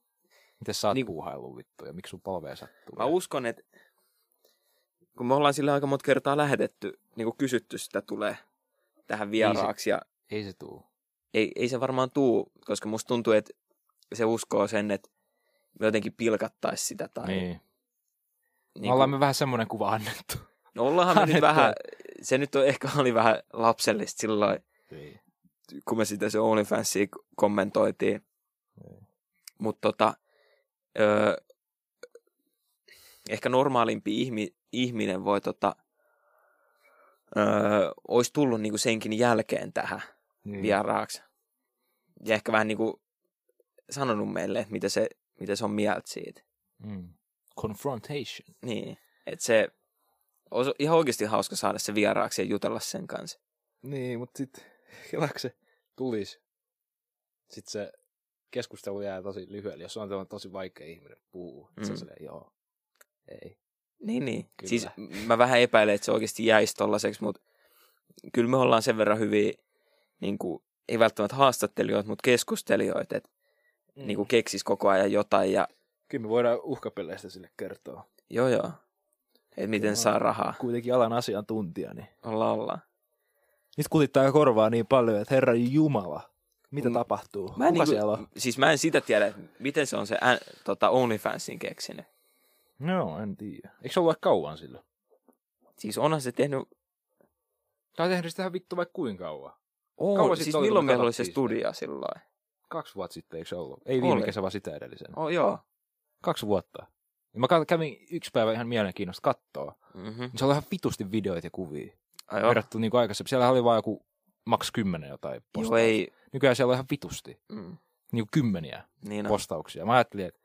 [SPEAKER 3] Miten sä oot
[SPEAKER 2] Niinku-
[SPEAKER 3] puuhaillut vittu ja miksi sun polveen sattuu?
[SPEAKER 2] Mä uskon, että kun me ollaan sillä aika monta kertaa lähetetty, niin kuin kysytty sitä tulee tähän vieraaksi. Ja
[SPEAKER 3] Ei se tuu.
[SPEAKER 2] ei, ei se varmaan tuu, koska musta tuntuu, että se uskoo sen, että me jotenkin pilkattaisi sitä. Tai,
[SPEAKER 3] Niin.
[SPEAKER 2] Niin
[SPEAKER 3] niin ollaan me vähän semmoinen kuva annettu.
[SPEAKER 2] No ollaanhan me nyt
[SPEAKER 3] Annetaan.
[SPEAKER 2] vähän, se nyt on, ehkä oli vähän lapsellista silloin,
[SPEAKER 3] Niin.
[SPEAKER 2] kun me sitä se OnlyFansia k- kommentoitiin.
[SPEAKER 3] Niin.
[SPEAKER 2] Mutta tota, öö, ehkä normaalimpi ihmi, ihminen voi tota, öö, olisi tullut niinku senkin jälkeen tähän Mm.
[SPEAKER 3] Niin.
[SPEAKER 2] vieraaksi. Ja ehkä vähän niinku sanonut meille, että mitä se, mitä se on mieltä siitä.
[SPEAKER 3] Mm. Confrontation.
[SPEAKER 2] Niin, että se olisi ihan oikeasti hauska saada se vieraaksi ja jutella sen kanssa.
[SPEAKER 3] Niin, mutta sitten kelaks se tulisi. Sitten se keskustelu jää tosi lyhyelle, jos on tämmönen tosi vaikea ihminen puhuu. Mm. Se
[SPEAKER 2] Mm.
[SPEAKER 3] on silleen, joo, ei.
[SPEAKER 2] Niin, niin.
[SPEAKER 3] Kyllä.
[SPEAKER 2] Kyllä. Siis mä vähän epäilen, että se oikeasti jäisi tollaiseksi, mutta kyllä me ollaan sen verran hyviä, niin kuin, ei välttämättä haastattelijoita, mutta keskustelijoita, että mm.
[SPEAKER 3] Niinku
[SPEAKER 2] niin kuin keksis koko ajan jotain ja
[SPEAKER 3] Kyllä me voidaan uhkapeleistä sille kertoa.
[SPEAKER 2] joo joo, että miten
[SPEAKER 3] Joo.
[SPEAKER 2] saa rahaa.
[SPEAKER 3] Kuitenkin alan asiantuntija, niin
[SPEAKER 2] Olla, olla.
[SPEAKER 3] Niitä kutittaa korvaa niin paljon, että herra jumala, mitä tapahtuu?
[SPEAKER 2] Mä en,
[SPEAKER 3] Kuka
[SPEAKER 2] niinku,
[SPEAKER 3] siellä on?
[SPEAKER 2] Siis mä en sitä tiedä, että miten se on se ä, tota OnlyFansin keksinyt.
[SPEAKER 3] No, en tiedä. Eikö se ollut aika kauan sillä?
[SPEAKER 2] Siis onhan se tehnyt...
[SPEAKER 3] Tämä on tehnyt sitä ihan vittu vaikka kuinka kauan.
[SPEAKER 2] Oh,
[SPEAKER 3] Kauan
[SPEAKER 2] siis
[SPEAKER 3] sit oli, kun
[SPEAKER 2] milloin
[SPEAKER 3] me
[SPEAKER 2] meillä oli se
[SPEAKER 3] katsottiin
[SPEAKER 2] studia silloin?
[SPEAKER 3] Kaksi vuotta sitten, eikö se ollut? Ei viime
[SPEAKER 2] Oli.
[SPEAKER 3] kesä, vaan sitä edellisen.
[SPEAKER 2] Oh, joo.
[SPEAKER 3] Kaksi vuotta. Ja mä kat- kävin yksi päivä ihan mielenkiinnosta kattoo.
[SPEAKER 2] Mm-hmm.
[SPEAKER 3] Se oli ihan vitusti videoita ja kuvia.
[SPEAKER 2] Joo.
[SPEAKER 3] Verrattuna niin aikaisemmin. Siellä oli vaan joku maks kymmenen jotain
[SPEAKER 2] joo,
[SPEAKER 3] postauksia.
[SPEAKER 2] ei.
[SPEAKER 3] Nykyään siellä on ihan vitusti.
[SPEAKER 2] Mm.
[SPEAKER 3] Niin kuin kymmeniä
[SPEAKER 2] Niin on.
[SPEAKER 3] postauksia. Mä ajattelin, että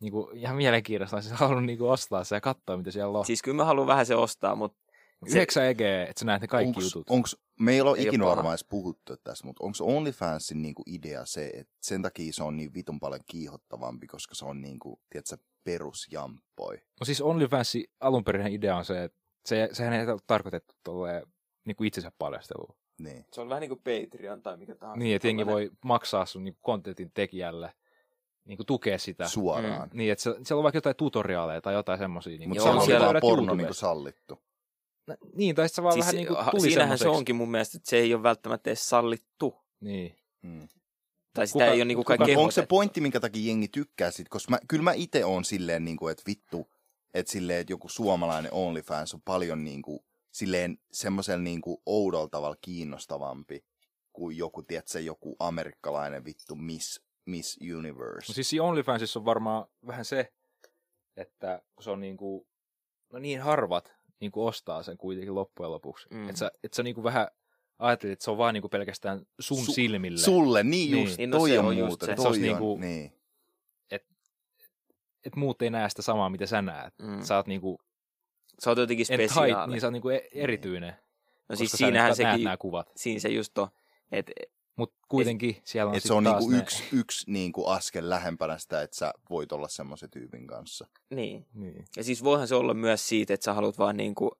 [SPEAKER 3] niin kuin, ihan mielenkiinnosta olisin halunnut niin kuin ostaa se ja katsoa, mitä siellä on.
[SPEAKER 2] Siis kyllä mä haluan vähän se ostaa, mutta se-
[SPEAKER 3] Yhdeksän egeä, että sä näet ne kaikki
[SPEAKER 1] onks,
[SPEAKER 3] jutut.
[SPEAKER 1] Onks, meillä on
[SPEAKER 2] Ei oo
[SPEAKER 1] ikinä
[SPEAKER 2] paha.
[SPEAKER 1] varmaan edes puhuttu tästä, mutta onko OnlyFansin niinku idea se, että sen takia se on niin vitun paljon kiihottavampi, koska se on niinku, tiedätkö, perusjamppoi.
[SPEAKER 3] No siis OnlyFansin alunperin idea on se, että se, sehän ei ole tarkoitettu tolleen niin kuin itsensä paljasteluun.
[SPEAKER 1] Niin.
[SPEAKER 2] se on vähän niin kuin Patreon tai mikä tahansa.
[SPEAKER 3] Niin, että jengi voi maksaa sun niin kontentin tekijälle, niin kuin tukea sitä.
[SPEAKER 1] Suoraan. Mm.
[SPEAKER 3] niin, että se- siellä on vaikka jotain tutoriaaleja tai jotain semmoisia. Niin,
[SPEAKER 1] Mutta
[SPEAKER 2] Joo,
[SPEAKER 1] se on
[SPEAKER 2] siellä
[SPEAKER 1] vaan porno niinku sallittu.
[SPEAKER 3] Niin, tai sitten se vaan siis, vähän niin kuin
[SPEAKER 2] ha-
[SPEAKER 3] tuli
[SPEAKER 2] siinähän se
[SPEAKER 3] semmoiseksi.
[SPEAKER 2] onkin mun mielestä, että se ei ole välttämättä edes sallittu.
[SPEAKER 3] Niin.
[SPEAKER 1] Mm.
[SPEAKER 2] Tai sitä
[SPEAKER 3] Kuka-
[SPEAKER 2] ei ole niinku
[SPEAKER 3] kuka-
[SPEAKER 2] kaikki
[SPEAKER 1] Mutta onko
[SPEAKER 2] kehotettu.
[SPEAKER 1] se pointti, minkä takia jengi tykkää sit, koska mä, kyllä mä itse oon silleen, niinku, että vittu, että silleen, että joku suomalainen OnlyFans on paljon niinku, silleen semmoisella niinku oudolla tavalla kiinnostavampi kuin joku, tiedätkö, joku amerikkalainen vittu Miss, Miss Universe.
[SPEAKER 3] No siis siinä OnlyFansissa on varmaan vähän se, että kun se on niin kuin, no niin harvat niin kuin ostaa sen kuitenkin loppujen lopuksi.
[SPEAKER 2] Mm.
[SPEAKER 3] Mm. Että sä, et sä niin kuin vähän ajattelet, että se on vaan niin kuin pelkästään sun
[SPEAKER 1] Su-
[SPEAKER 3] Su- silmille.
[SPEAKER 1] Sulle, niin
[SPEAKER 3] Niin.
[SPEAKER 1] just, niin,
[SPEAKER 2] Niin, no
[SPEAKER 1] toi
[SPEAKER 2] se
[SPEAKER 1] on,
[SPEAKER 2] on just
[SPEAKER 1] muuten,
[SPEAKER 2] se.
[SPEAKER 1] toi
[SPEAKER 3] Se olisi
[SPEAKER 1] on,
[SPEAKER 3] niinku-
[SPEAKER 1] niin.
[SPEAKER 3] että muut ei näe sitä samaa, mitä sä näet.
[SPEAKER 2] Mm.
[SPEAKER 3] Mm. Sä oot niinku,
[SPEAKER 2] Sä oot jotenkin
[SPEAKER 3] en hait,
[SPEAKER 2] spesiaali.
[SPEAKER 3] niin sä oot niinku e- erityinen, no,
[SPEAKER 2] no
[SPEAKER 3] koska
[SPEAKER 2] siis
[SPEAKER 3] siis sä näet,
[SPEAKER 2] siinähän
[SPEAKER 3] sekin... näet
[SPEAKER 2] sekin,
[SPEAKER 3] nämä kuvat.
[SPEAKER 2] siinä se just on, e, että
[SPEAKER 3] Mutta kuitenkin siellä on
[SPEAKER 1] Et
[SPEAKER 3] sit
[SPEAKER 1] se on
[SPEAKER 3] taas
[SPEAKER 1] niinku
[SPEAKER 3] ne...
[SPEAKER 1] yksi, yksi niinku askel lähempänä sitä, että sä voit olla semmoisen tyypin kanssa.
[SPEAKER 2] niin.
[SPEAKER 3] Niin.
[SPEAKER 2] Ja siis voihan se olla myös siitä, että sä haluat vaan niinku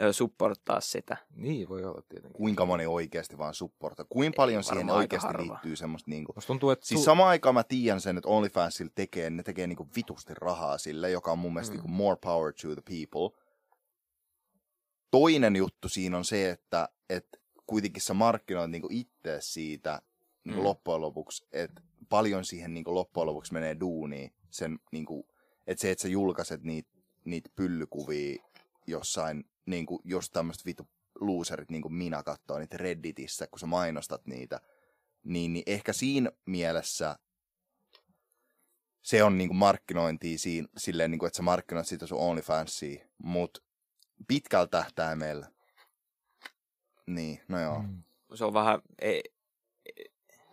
[SPEAKER 2] ö, supporttaa sitä.
[SPEAKER 3] niin, voi olla tietenkin.
[SPEAKER 1] Kuinka moni oikeasti vaan supporta? Kuinka paljon
[SPEAKER 2] Ei,
[SPEAKER 1] siihen
[SPEAKER 2] varmaan aika
[SPEAKER 1] oikeasti
[SPEAKER 2] harva.
[SPEAKER 1] liittyy semmoista niinku...
[SPEAKER 3] Musta tuntuu, että
[SPEAKER 1] Siis
[SPEAKER 3] tu-
[SPEAKER 1] samaan aikaan mä tiedän sen, että OnlyFansilla tekee, ne tekee niinku vitusti rahaa sille, joka on mun mielestä
[SPEAKER 2] Mm.
[SPEAKER 1] mm. niinku more power to the people. Toinen juttu siinä on se, että et kuitenkin sä markkinoit niinku itse siitä niinku
[SPEAKER 2] Mm.
[SPEAKER 1] mm. loppujen lopuksi, että paljon siihen niinku loppujen lopuksi menee duunia. Sen, niinku, että se, että sä julkaiset niitä niit pyllykuvia jossain, niinku, jos tämmöiset vitu loserit, niin kuin minä katsoo niitä Redditissä, kun sä mainostat niitä, niin, niin ehkä siinä mielessä se on niin kuin markkinointia siinä, silleen, niin kuin, että sä markkinoit sitä sun OnlyFansia, mutta pitkällä tähtäimellä, niin, no joo. Mm.
[SPEAKER 3] Mm.
[SPEAKER 2] Se on vähän, e, ei,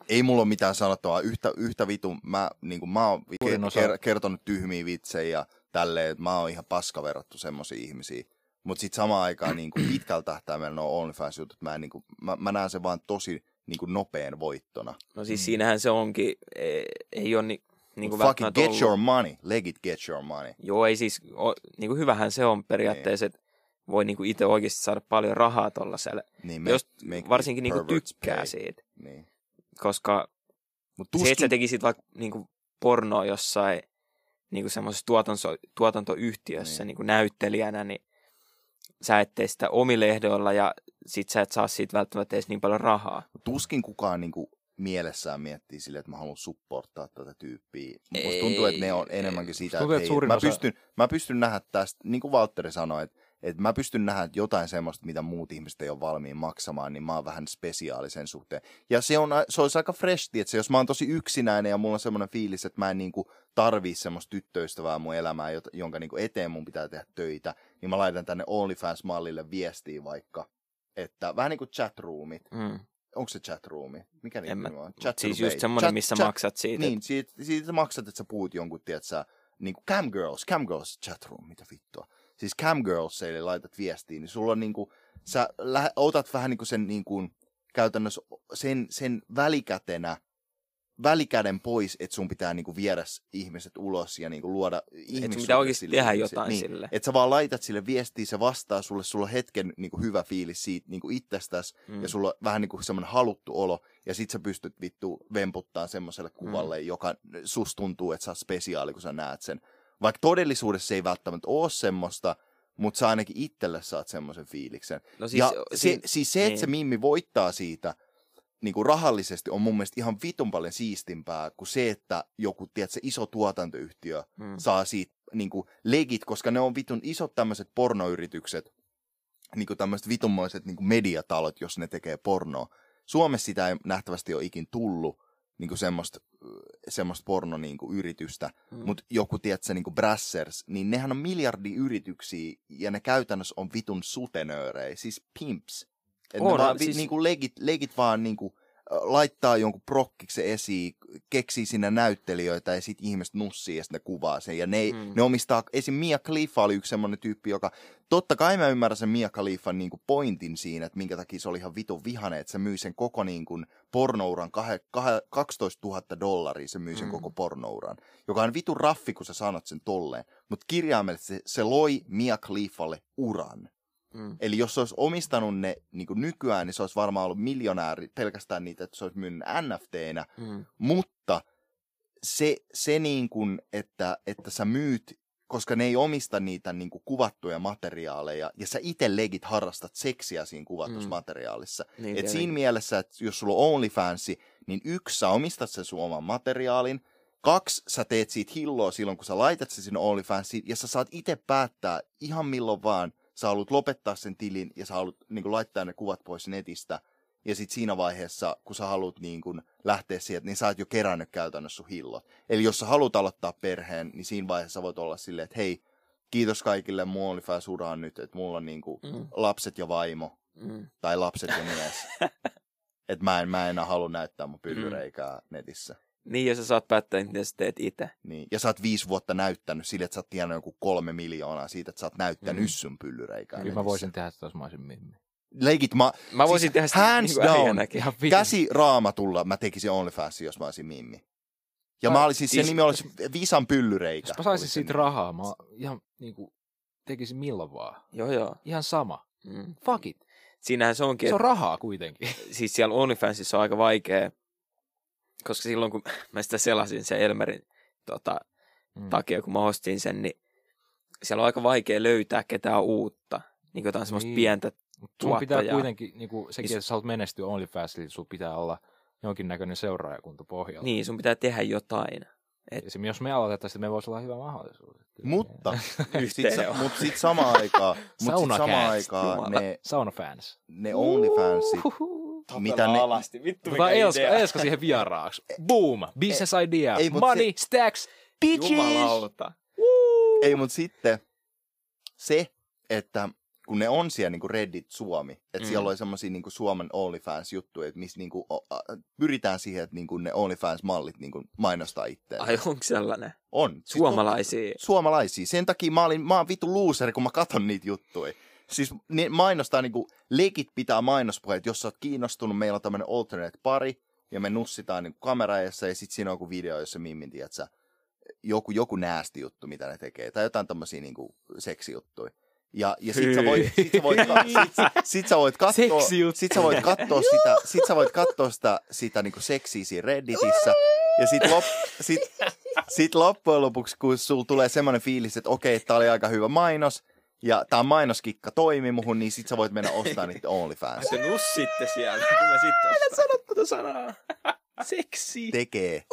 [SPEAKER 1] Ei mulla ole mitään sanottavaa, yhtä, yhtä vitu, mä, niin kuin, mä oon
[SPEAKER 3] Suurin
[SPEAKER 1] ke-
[SPEAKER 3] osa-
[SPEAKER 1] ker- kertonut tyhmiä vitsejä ja tälleen, että mä oon ihan paska verrattu semmoisiin ihmisiin. Mutta sitten samaan aikaan niin kuin pitkällä tähtäimellä no OnlyFans-jutut, mä, en, niin kuin, mä, mä näen sen vaan tosi niin kuin nopean voittona.
[SPEAKER 2] no siis siinähän se onkin, ei, ei ole ni, niinku
[SPEAKER 1] Mut fucking
[SPEAKER 2] välttämättä
[SPEAKER 1] get
[SPEAKER 2] ollut.
[SPEAKER 1] your money, legit get your money.
[SPEAKER 2] Joo, ei siis, o, niinku hyvähän se on periaatteessa, että voi niinku itse oikeasti saada paljon rahaa tollaselle.
[SPEAKER 1] Niin
[SPEAKER 2] Jos
[SPEAKER 1] make
[SPEAKER 2] varsinkin
[SPEAKER 1] these
[SPEAKER 2] niinku
[SPEAKER 1] perverts
[SPEAKER 2] tykkää
[SPEAKER 1] pay.
[SPEAKER 2] siitä,
[SPEAKER 1] Niin.
[SPEAKER 2] koska
[SPEAKER 1] Mut
[SPEAKER 2] Tuskin... Se,
[SPEAKER 1] tuskin,
[SPEAKER 2] että sä tekisit vaikka niinku pornoa jossain niinku semmoisessa tuotanto, tuotantoyhtiössä
[SPEAKER 1] Niin.
[SPEAKER 2] niinku näyttelijänä, niin sä et tee sitä omille ehdoilla ja sit sä et saa siitä välttämättä edes niin paljon rahaa.
[SPEAKER 1] tuskin kukaan niinku mielessään miettii silleen, että mä haluan supporttaa tätä tyyppiä.
[SPEAKER 2] Ei.
[SPEAKER 1] Musta tuntuu, että ne on enemmänkin
[SPEAKER 3] Musta
[SPEAKER 1] sitä,
[SPEAKER 3] tuntuu,
[SPEAKER 1] että
[SPEAKER 3] että
[SPEAKER 1] hei,
[SPEAKER 3] suurin
[SPEAKER 1] mä,
[SPEAKER 3] osa-
[SPEAKER 1] pystyn, mä pystyn nähdä tästä, niin kuin Valtteri sanoi, että, että mä pystyn nähdä jotain semmoista, mitä muut ihmiset ei ole valmiin maksamaan, niin mä oon vähän spesiaalisen suhteen. Ja se, on, a- se olisi aika fresh, että jos mä oon tosi yksinäinen ja mulla on semmoinen fiilis, että mä en niinku tarvii semmoista tyttöystävää mun elämään, jota- jonka niinku eteen mun pitää tehdä töitä, niin mä laitan tänne OnlyFans-mallille viestiä vaikka, että vähän niin kuin chatroomit,
[SPEAKER 2] Mm.
[SPEAKER 1] onko se chatroomi? Mikä
[SPEAKER 2] En
[SPEAKER 1] niitä
[SPEAKER 2] mä-
[SPEAKER 1] on?
[SPEAKER 2] Siis
[SPEAKER 1] Chatroom
[SPEAKER 2] just
[SPEAKER 1] ei.
[SPEAKER 2] semmoinen,
[SPEAKER 1] Niin, Chat-
[SPEAKER 2] missä
[SPEAKER 1] chat-
[SPEAKER 2] maksat siitä. Niin.
[SPEAKER 1] Niin, siitä, siitä sä maksat, että sä puhut jonkun, tiedätkö, niin kuin camgirls, camgirls chatroom, mitä vittua. Siis camgirlseille laitat viestiä, niin sulla on niin kuin, sä lähe, otat vähän niin kuin sen niin kuin, käytännössä sen, sen välikätenä, välikäden pois, että sun pitää niinku viedä s- ihmiset ulos ja niinku luoda
[SPEAKER 2] Että
[SPEAKER 1] ihmissuhde
[SPEAKER 2] sun pitää oikeasti
[SPEAKER 1] sille
[SPEAKER 2] tehdä
[SPEAKER 1] ihmiselle.
[SPEAKER 2] jotain
[SPEAKER 1] niin,
[SPEAKER 2] sille.
[SPEAKER 1] että sä vaan laitat sille viestiä, se vastaa sulle, sulla on hetken niin kuin hyvä fiilis siitä niin kuin itsestäsi,
[SPEAKER 2] Mm.
[SPEAKER 1] mm. ja sulla on vähän niin kuin semmoinen haluttu olo, ja sit sä pystyt vittu vemputtaa semmoiselle kuvalle, mm. joka sus tuntuu, että sä oot spesiaali, kun sä näet sen. Vaikka todellisuudessa se ei välttämättä ole semmoista, mutta sä ainakin itselle saat semmoisen fiiliksen.
[SPEAKER 2] No
[SPEAKER 1] Siis, ja se,
[SPEAKER 2] si-
[SPEAKER 1] siis se, että
[SPEAKER 2] niin.
[SPEAKER 1] se Mimmi voittaa siitä niin kuin rahallisesti on mun mielestä ihan vitun paljon siistimpää kuin se, että joku, tiedätkö, iso tuotantoyhtiö
[SPEAKER 2] mm.
[SPEAKER 1] saa siitä niin kuin legit, koska ne on vitun isot tämmöiset pornoyritykset, niin kuin tämmöiset vitunmoiset niin kuin mediatalot, jos ne tekee pornoa. Suomessa sitä ei nähtävästi ole ikin tullut, niin kuin semmoista, semmoista porno niin kuin yritystä,
[SPEAKER 2] Mm.
[SPEAKER 1] mm. mutta joku, tiedätkö, niin kuin Brassers, niin nehän on miljardi yrityksiä ja ne käytännössä on vitun sutenöörejä, siis pimps. Et
[SPEAKER 2] On,
[SPEAKER 1] ne vaan,
[SPEAKER 2] siis-
[SPEAKER 1] siis... niin kuin legit, legit vaan niin kuin, laittaa jonkun prokkiksen esiin, keksii sinne näyttelijöitä ja sitten ihmiset nussii ja sit ne kuvaa sen. Ja ne, ei,
[SPEAKER 2] Mm.
[SPEAKER 1] mm. ne omistaa, esim. Mia Khalifa oli yksi semmoinen tyyppi, joka, totta kai mä ymmärrän sen Mia Khalifan niinku pointin siinä, että minkä takia se oli ihan vitun vihane, että se myi sen koko niinku pornouran, kahe, kahe, 12 000 dollaria se myi sen
[SPEAKER 2] Mm.
[SPEAKER 1] mm. koko pornouran, joka on vitun raffi, kun sä sanot sen tolleen. Mutta kirjaimellisesti se, se loi Mia Khalifalle uran.
[SPEAKER 2] Mm.
[SPEAKER 1] Eli jos se olisi omistanut ne niin nykyään, niin se olisi varmaan ollut miljonääri pelkästään niitä, että se olisi myynyt NFTnä.
[SPEAKER 2] Mm.
[SPEAKER 1] Mutta se, se niin kuin, että, että sä myyt, koska ne ei omista niitä niin kuin kuvattuja materiaaleja, ja sä itse legit harrastat seksiä siinä kuvatussa
[SPEAKER 2] Mm.
[SPEAKER 1] mm. materiaalissa.
[SPEAKER 2] Niin,
[SPEAKER 1] Et
[SPEAKER 2] tietenkin.
[SPEAKER 1] siinä mielessä, että jos sulla on OnlyFansi, niin yksi, sä omistat sen sun oman materiaalin, kaksi, sä teet siitä hilloa silloin, kun sä laitat sen sinne OnlyFansiin, ja sä saat itse päättää ihan milloin vaan, sä haluat lopettaa sen tilin, ja sä haluat niin kun, laittaa ne kuvat pois netistä, ja sitten siinä vaiheessa, kun sä haluat niin kun, lähteä sieltä, niin sä oot jo kerännyt käytännössä sun hillot. Eli jos sä haluat aloittaa perheen, niin siinä vaiheessa voit olla silleen, että hei, kiitos kaikille, mun OnlyFans-ura on nyt, että mulla on niin kun,
[SPEAKER 2] Mm.
[SPEAKER 1] lapset ja vaimo,
[SPEAKER 2] Mm.
[SPEAKER 1] tai lapset ja mies. Et mä en, mä enää halua näyttää mun pyllyreikää mm. netissä.
[SPEAKER 2] Niin, ja sä saat päättää, miten sä teet itse.
[SPEAKER 1] Niin. Ja sä oot viisi vuotta näyttänyt sille, että sä oot tiennyt joku kolme miljoonaa siitä, että sä oot näyttänyt
[SPEAKER 2] Mm.
[SPEAKER 1] mm. sun pyllyreikää.
[SPEAKER 3] Kyllä
[SPEAKER 1] netissä.
[SPEAKER 3] mä voisin tehdä sitä, jos mä olisin mimmi.
[SPEAKER 1] Leikit, mä,
[SPEAKER 2] Mä voisin tehdä sitä
[SPEAKER 1] hands
[SPEAKER 2] niin kuin
[SPEAKER 1] down.
[SPEAKER 2] äijänäkin.
[SPEAKER 3] Ihan vitun.
[SPEAKER 1] käsi raamatulla mä tekisin OnlyFansin, jos mä olisin Mimmi. Ja
[SPEAKER 3] Tai-
[SPEAKER 1] mä olisin, se
[SPEAKER 2] siis-
[SPEAKER 1] nimi olisi Visan pyllyreikä.
[SPEAKER 3] Jos Siis mä saisin
[SPEAKER 1] Olisi niin. se
[SPEAKER 3] siitä
[SPEAKER 1] nimi.
[SPEAKER 3] rahaa, mä ihan niinku tekisin milloin vaan.
[SPEAKER 2] Joo, joo.
[SPEAKER 3] Ihan sama.
[SPEAKER 2] Mm.
[SPEAKER 3] Fuck it.
[SPEAKER 2] Siinähän se onkin,
[SPEAKER 3] Se
[SPEAKER 2] että
[SPEAKER 3] on rahaa kuitenkin.
[SPEAKER 2] siis siellä OnlyFansissa on aika vaikea, koska silloin kun mä sitä selasin sen Elmerin tota,
[SPEAKER 3] Mm.
[SPEAKER 2] takia, kun mä ostin sen, niin siellä on aika vaikea löytää ketään uutta. Niin kuin jotain semmoista
[SPEAKER 3] Niin.
[SPEAKER 2] pientä,
[SPEAKER 3] Sun pitää
[SPEAKER 2] tuottajaa.
[SPEAKER 3] kuitenkin, niinku, sekin,
[SPEAKER 2] Niin-
[SPEAKER 3] että sä haluat menestyä OnlyFansilla, niin sun pitää olla jonkinnäköinen seuraajakunta pohjalla.
[SPEAKER 2] niin sun pitää tehdä jotain.
[SPEAKER 3] Esimerkiksi jos me aloitettaisiin, niin me voisi olla hyvä mahdollisuus.
[SPEAKER 1] Mutta sit,
[SPEAKER 2] Yhteinen
[SPEAKER 1] sa-
[SPEAKER 2] on.
[SPEAKER 1] mut sit samaan aikaan, mut sit
[SPEAKER 3] Saunacast,
[SPEAKER 1] samaan aikaan
[SPEAKER 2] jumala.
[SPEAKER 1] ne,
[SPEAKER 3] Saunafans.
[SPEAKER 1] ne OnlyFansit, mitä ne,
[SPEAKER 2] alasti, vittu
[SPEAKER 3] Tota Elska, Elska siihen vieraaksi. Boom! Business idea.
[SPEAKER 1] E- ei, mut
[SPEAKER 3] Money, stacks, bitches!
[SPEAKER 2] Jumalauta.
[SPEAKER 1] Ei, mutta sitten se, että kun ne on siellä niin kuin Reddit Suomi, että
[SPEAKER 2] Mm.
[SPEAKER 1] mm. siellä oli semmoisia niin Suomen OnlyFans-juttuja, että missä niin kuin, pyritään siihen, että niin kuin ne OnlyFans-mallit niin kuin mainostaa itseään.
[SPEAKER 2] Ai onko sellainen?
[SPEAKER 1] On. Siis
[SPEAKER 2] Suomalaisia.
[SPEAKER 1] on- Suomalaisia. Sen takia mä, olin, mä oon vitu loser, kun mä katon niitä juttuja. Siis ne mainostaa niinku, legit pitää mainospuheet, jos sä oot kiinnostunut, meillä on tämmönen alternate pari, ja me nussitaan niinku kameraajassa, ja sit siinä on joku video, jossa Mimmin, tiedätkö, joku, joku näästi juttu, mitä ne tekee, tai jotain tämmösiä niinku seksijuttuja. Ja, ja sit sä voit, sit sä voit, sit, sit sä voit katsoa,
[SPEAKER 2] Seksijuttuja.
[SPEAKER 1] sit sä voit katsoa sitä, sit sä voit katsoa sitä, sitä niinku seksiä siinä Redditissä, ja sit, lop, sit, sit loppujen lopuksi, kun sulla tulee semmoinen fiilis, että okei, tää oli aika hyvä mainos, ja tää mainoskikka toimi muhun, niin sit sä voit mennä ostamaan niitä OnlyFans.
[SPEAKER 2] Se nussitte siellä, kun mä sit ostan. Sano tuota sanaa. Seksi.
[SPEAKER 1] Tekee,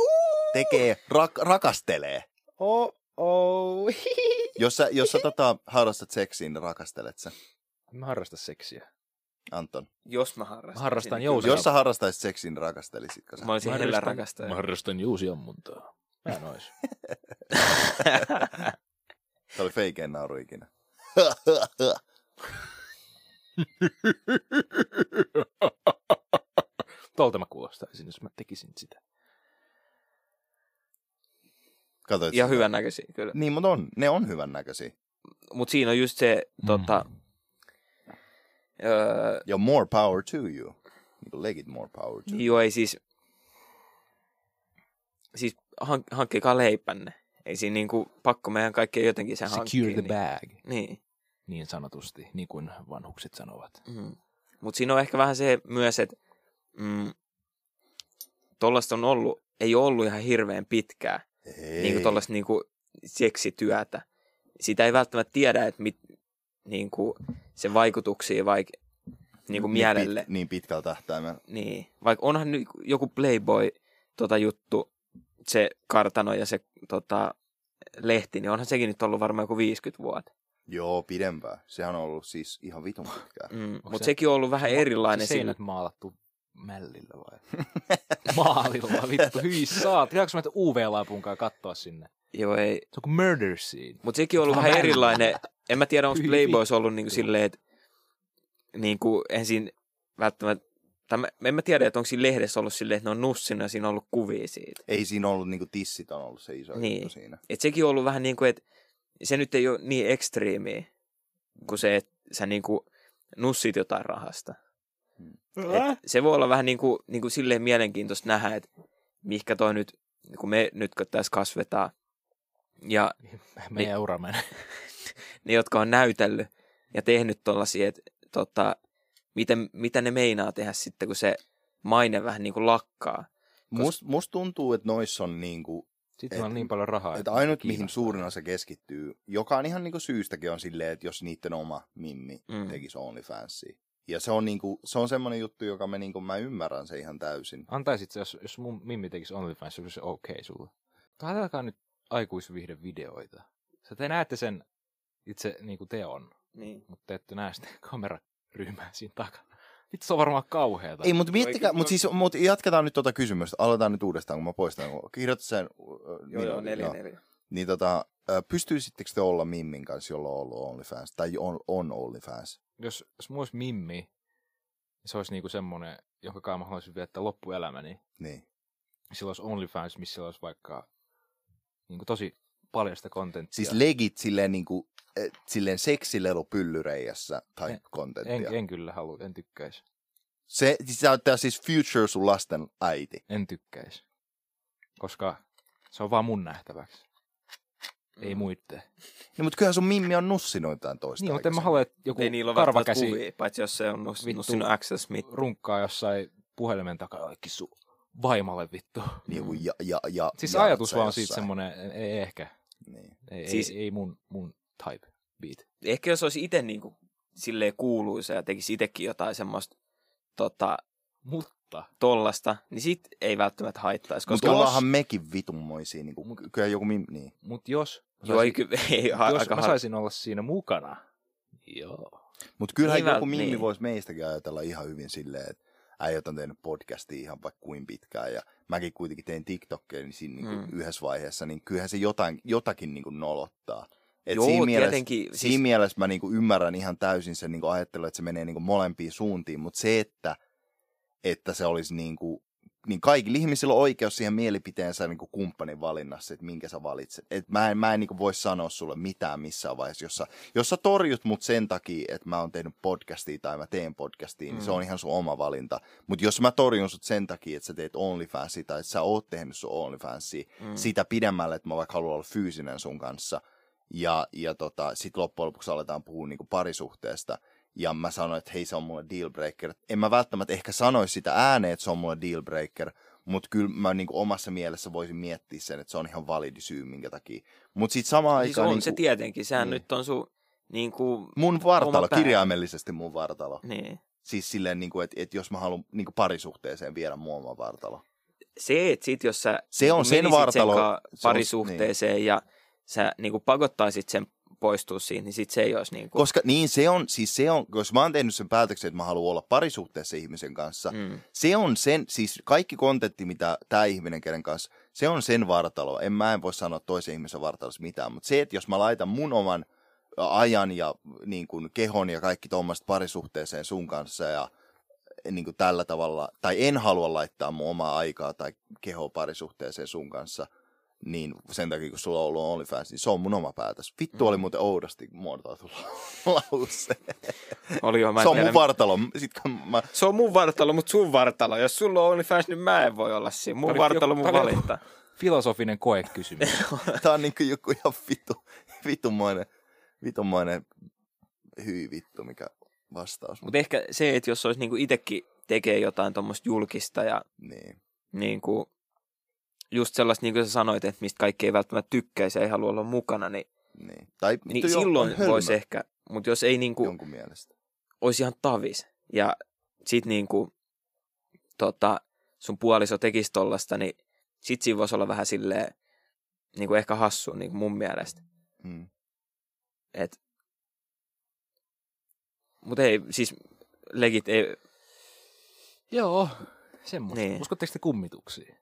[SPEAKER 1] tekee, rak, rakastelee.
[SPEAKER 3] Oh, oh.
[SPEAKER 1] Jos sä, jos sä tota, harrastat seksiin, niin rakastelet sä,
[SPEAKER 3] Mä harrastan seksiä.
[SPEAKER 1] Anton.
[SPEAKER 2] Jos mä harrastan.
[SPEAKER 3] Mä harrastan
[SPEAKER 2] sen,
[SPEAKER 3] jousia.
[SPEAKER 1] Jos sä harrastaisit seksiin, niin rakastelisit sä?
[SPEAKER 2] Mä olisin
[SPEAKER 3] Mä
[SPEAKER 2] hellä
[SPEAKER 3] harrastan-
[SPEAKER 2] rakastaja.
[SPEAKER 3] harrastan juusiammuntaa. Mä en ois.
[SPEAKER 1] Se oli feikein nauru ikinä.
[SPEAKER 3] Tolta mä kuulostaisin, jos mä tekisin sitä.
[SPEAKER 1] Katoit
[SPEAKER 2] Ja
[SPEAKER 1] sitä?
[SPEAKER 2] hyvän näköisiä, kyllä.
[SPEAKER 1] Niin, mutta on, ne on hyvän näköisiä.
[SPEAKER 2] Mutta siinä on just se,
[SPEAKER 3] Mm.
[SPEAKER 2] tota, öö,
[SPEAKER 1] Ja more power to you. Niin kuin legit more power to you.
[SPEAKER 2] joo ei siis, siis hank, hankkikaa leipänne. Ei siinä niinku pakko meidän kaikkea jotenkin sen hankkia.
[SPEAKER 3] Secure the bag,
[SPEAKER 2] Niin, niin.
[SPEAKER 3] niin sanotusti, niin kuin vanhukset sanovat.
[SPEAKER 2] Mm. Mutta siinä on ehkä vähän se myös, että mm, tollaista on ollut, ei ole ollut ihan hirveän pitkää.
[SPEAKER 1] Ei.
[SPEAKER 2] niin kuin tuollaista niin seksityötä. Sitä ei välttämättä tiedä, että mit, niin kuin, sen vaikutuksia vaik, niin kuin mielelle.
[SPEAKER 1] Pit, niin pitkällä tähtäimellä.
[SPEAKER 2] Niin, vaikka onhan nyt joku Playboy tota juttu, se kartano ja se tota, lehti, niin onhan sekin nyt ollut varmaan joku 50 vuotta.
[SPEAKER 1] Joo, pidempään. Sehän on ollut siis ihan vitun pitkään.
[SPEAKER 2] Mm, mutta
[SPEAKER 3] se-
[SPEAKER 2] se, sekin on ollut vähän erilainen.
[SPEAKER 3] se
[SPEAKER 2] Sillä,
[SPEAKER 3] seinät maalattu mällillä vai? Maalilla, vittu, hyi saat. Pitääkö mä UV-laipun kanssa katsoa sinne?
[SPEAKER 2] joo, ei.
[SPEAKER 3] Se on kuin murder scene.
[SPEAKER 2] Mutta sekin on ollut
[SPEAKER 3] Vähän
[SPEAKER 2] vähän erilainen. En mä tiedä, onko
[SPEAKER 3] Hyvin
[SPEAKER 2] Playboys ollut niinku
[SPEAKER 3] vittu.
[SPEAKER 2] silleen, että niinku ensin välttämättä, tai mä- en mä tiedä, että onko siinä lehdessä ollut silleen, että ne on nussinut ja siinä on ollut kuvia siitä.
[SPEAKER 1] Ei siinä ollut, niinku tissit on ollut se iso
[SPEAKER 2] Niin.
[SPEAKER 1] juttu siinä.
[SPEAKER 2] Et sekin on ollut vähän niin kuin, että se nyt ei ole niin ekstriimiä kuin se, että sä niin kuin nussit jotain rahasta. Et se voi olla vähän niin kuin, niin kuin silleen mielenkiintoista nähdä, että mihkä toi nyt, kun me nyt kun tässä kasvetaan, ja
[SPEAKER 3] Meidän eura menee.
[SPEAKER 2] ne, jotka on näytellyt ja tehnyt tollasia, että tota, miten, mitä ne meinaa tehdä sitten, kun se maine vähän niin kuin lakkaa.
[SPEAKER 1] Must, must tuntuu, että noissa on niinku,
[SPEAKER 3] Sitten
[SPEAKER 1] Et-
[SPEAKER 3] on niin paljon rahaa.
[SPEAKER 1] että ainut mihin suurin osa keskittyy, joka on ihan niinku syystäkin on silleen, että jos niiden oma mimmi
[SPEAKER 2] Mm.
[SPEAKER 1] mm. tekisi OnlyFansia. Ja se on, niinku, se on semmoinen juttu, joka me niinku, mä ymmärrän se ihan täysin.
[SPEAKER 3] Antaisit se, jos, jos mun mimmi tekisi OnlyFans, olisi se okei okay sulle. Katsotaan nyt aikuisvihde videoita. Sä te näette sen itse niin kuin teon,
[SPEAKER 2] Niin.
[SPEAKER 3] mutta te ette näe sitä kameraryhmää siinä takana. Vittu, se on varmaan kauheeta.
[SPEAKER 1] Ei, mutta miettikää,
[SPEAKER 2] kyllä-
[SPEAKER 1] mutta siis, mut jatketaan nyt tuota kysymystä. Aloitetaan nyt uudestaan, kun mä poistan. kun Kirjoita sen. äh,
[SPEAKER 2] Joo, joo,
[SPEAKER 1] niin,
[SPEAKER 2] neljä, neljä.
[SPEAKER 1] Niin tota, äh, pystyisittekö te olla Mimmin kanssa, jolla on ollut OnlyFans? Tai on, on OnlyFans?
[SPEAKER 3] jos, jos mulla olisi mimmi, niin se olisi niinku semmoinen, jonka kanssa mä haluaisin viettää loppuelämäni.
[SPEAKER 1] Niin.
[SPEAKER 3] Sillä olisi OnlyFans, missä sillä olisi vaikka niinku tosi paljon sitä kontenttia.
[SPEAKER 1] Siis legit silleen niinku, äh, silleen seksilelu pyllyreijässä tai
[SPEAKER 3] En- en,
[SPEAKER 1] kontenttia.
[SPEAKER 3] en, kyllä halua, en tykkäisi.
[SPEAKER 1] Se, siis sä oot tää siis future sun lasten äiti.
[SPEAKER 3] En tykkäisi. Koska se on vaan mun nähtäväksi. Ei muitten.
[SPEAKER 1] Niin, mutta kyllähän sun Mimmi on nussinut jotain toista.
[SPEAKER 3] Niin, mutta en mä
[SPEAKER 1] aikaisemmin.
[SPEAKER 3] halua, että joku
[SPEAKER 2] Ei niillä ole välttämättä
[SPEAKER 3] karvakäsi
[SPEAKER 2] kuvia, paitsi jos se on nus-
[SPEAKER 3] Vittu.
[SPEAKER 2] nussinut access mit.
[SPEAKER 3] runkkaa jossain puhelimen takaa kaikki su vaimalle vittu.
[SPEAKER 1] Niin, kuin ja, ja, ja,
[SPEAKER 3] Siis
[SPEAKER 1] ja-
[SPEAKER 3] ajatus vaan
[SPEAKER 1] jossain.
[SPEAKER 3] siitä semmoinen, ei ehkä.
[SPEAKER 1] Niin.
[SPEAKER 3] Ei,
[SPEAKER 2] Siis-
[SPEAKER 3] siis... ei, ei mun, mun type beat.
[SPEAKER 2] ehkä jos olisi itse niin kuin, silleen kuuluisa ja tekisi itsekin jotain semmoista tota,
[SPEAKER 3] Mutta
[SPEAKER 2] tollasta, niin sit ei välttämättä haittaisi,
[SPEAKER 1] Mutta
[SPEAKER 2] koska
[SPEAKER 1] ollaanhan mekin vitunmoisia. Niin kuin, kyllä joku Mimmi, niin.
[SPEAKER 3] Mut jos, mä
[SPEAKER 2] Joo, ei,
[SPEAKER 3] saisin,
[SPEAKER 2] ky- ei ha-
[SPEAKER 3] jos
[SPEAKER 2] aika
[SPEAKER 3] mä
[SPEAKER 2] har-
[SPEAKER 3] saisin olla siinä mukana. Joo.
[SPEAKER 1] Mutta kyllähän
[SPEAKER 2] Niin vält-
[SPEAKER 1] joku mimmi
[SPEAKER 2] niin.
[SPEAKER 1] niin. voisi meistäkin ajatella ihan hyvin silleen, että äijät on tehnyt podcastia ihan vaikka kuin pitkään ja mäkin kuitenkin tein TikTokia niin siinä niin
[SPEAKER 2] Mm.
[SPEAKER 1] mm. yhdessä vaiheessa, niin kyllähän se jotain, jotakin niin kuin nolottaa. Et
[SPEAKER 2] Joo,
[SPEAKER 1] siinä mielessä,
[SPEAKER 2] tietenkin, siis-
[SPEAKER 1] siis... siinä mielessä mä niin kuin ymmärrän ihan täysin sen niin kuin ajattelun, että se menee niin kuin molempiin suuntiin, mutta se, että, että se olisi niin kuin, niin kaikilla ihmisillä on oikeus siihen mielipiteensä niin kuin kumppanin valinnassa, että minkä sä valitset. Et mä en, mä en niin kuin voi sanoa sulle mitään missään vaiheessa, jos sä jos sä torjut mut sen takia, että mä oon tehnyt podcastia tai mä teen podcastia, niin
[SPEAKER 2] Mm.
[SPEAKER 1] se on ihan sun oma valinta. Mutta jos mä torjun sut sen takia, että sä teet OnlyFansia tai että sä oot tehnyt sun OnlyFansia,
[SPEAKER 2] Mm.
[SPEAKER 1] mm. sitä pidemmälle, että mä vaikka haluan olla fyysinen sun kanssa. Ja, ja tota, sit loppujen lopuksi aletaan puhua niinku parisuhteesta. Ja mä sanoin, että hei se on mulle dealbreaker. En mä välttämättä ehkä sanoisi sitä ääneen, että se on mulle dealbreaker. Mutta kyllä mä niinku omassa mielessä voisin miettiä sen, että se on ihan validi syy minkä takia. Mutta sitten samaan
[SPEAKER 2] siis on
[SPEAKER 1] aikaan...
[SPEAKER 2] niinku, se tietenkin, sehän
[SPEAKER 1] Niin.
[SPEAKER 2] nyt on sun niin kuin,
[SPEAKER 1] Mun
[SPEAKER 2] Oma
[SPEAKER 1] vartalo,
[SPEAKER 2] pää.
[SPEAKER 1] kirjaimellisesti mun vartalo.
[SPEAKER 2] niin.
[SPEAKER 1] Siis silleen, niin että et jos mä haluan niin parisuhteeseen viedä mun oma vartalo.
[SPEAKER 2] se, että sit jos sä
[SPEAKER 1] Se on
[SPEAKER 2] niinku
[SPEAKER 1] sen
[SPEAKER 2] menisit
[SPEAKER 1] vartalo-
[SPEAKER 2] kaa
[SPEAKER 1] se on- niin.
[SPEAKER 2] parisuhteeseen ja sä niin kuin pakottaisit sen poistua siitä, niin sit se ei olisi niin kuin,
[SPEAKER 1] Koska niin se on, siis se on, jos mä oon tehnyt sen päätöksen, että mä haluan olla parisuhteessa ihmisen kanssa, mm.
[SPEAKER 2] mm,
[SPEAKER 1] se on sen, siis kaikki kontentti, mitä tämä ihminen kenen kanssa, se on sen vartalo. En mä en voi sanoa toisen ihmisen vartalossa mitään, mutta se, että jos mä laitan mun oman ajan ja niin kuin, kehon ja kaikki tuommoista parisuhteeseen sun kanssa ja niin kuin tällä tavalla, tai en halua laittaa mun omaa aikaa tai kehoa parisuhteeseen sun kanssa, niin sen takia, kun sulla on ollut OnlyFans, niin se on mun oma päätös. Vittu oli muuten oudosti muotoiltu lause.
[SPEAKER 2] oli jo, mä en
[SPEAKER 1] Se on
[SPEAKER 2] tiedä-
[SPEAKER 1] mun vartalo. Sitten mä,
[SPEAKER 2] se on mun vartalo, mutta sun vartalo. Jos sulla on OnlyFans, niin mä en voi olla siinä. Mun
[SPEAKER 3] Tää oli
[SPEAKER 2] vartalo,
[SPEAKER 3] joku-
[SPEAKER 2] mun
[SPEAKER 3] tää oli joku-
[SPEAKER 2] valinta.
[SPEAKER 3] Filosofinen koekysymys.
[SPEAKER 1] Tää on niinku joku ihan vitu, vitumainen, vitumainen hyi vittu, mikä vastaus. Mut,
[SPEAKER 2] Mutta ehkä se, että jos olisi niinku itsekin tekee jotain tuommoista julkista ja
[SPEAKER 1] niin.
[SPEAKER 2] niinku, just sellaista, niin kuin sä sanoit, että mistä kaikki ei välttämättä tykkäisi ja ei halua olla mukana, niin,
[SPEAKER 1] niin. Tai,
[SPEAKER 2] niin
[SPEAKER 1] vittu joo,
[SPEAKER 2] silloin
[SPEAKER 1] on hölmö.
[SPEAKER 2] voisi ehkä Mutta jos ei niinku,
[SPEAKER 1] jonkun mielestä.
[SPEAKER 2] olisi ihan tavis. Ja sit niinku, tota, sun puoliso tekisi tollasta, niin sit siinä voisi olla vähän silleen, niinku ehkä hassu niinku mun mielestä.
[SPEAKER 1] Mm.
[SPEAKER 2] Et, mut ei, siis legit ei,
[SPEAKER 3] Joo, semmoista.
[SPEAKER 2] Niin.
[SPEAKER 3] Niin. Uskotteko te kummituksiin?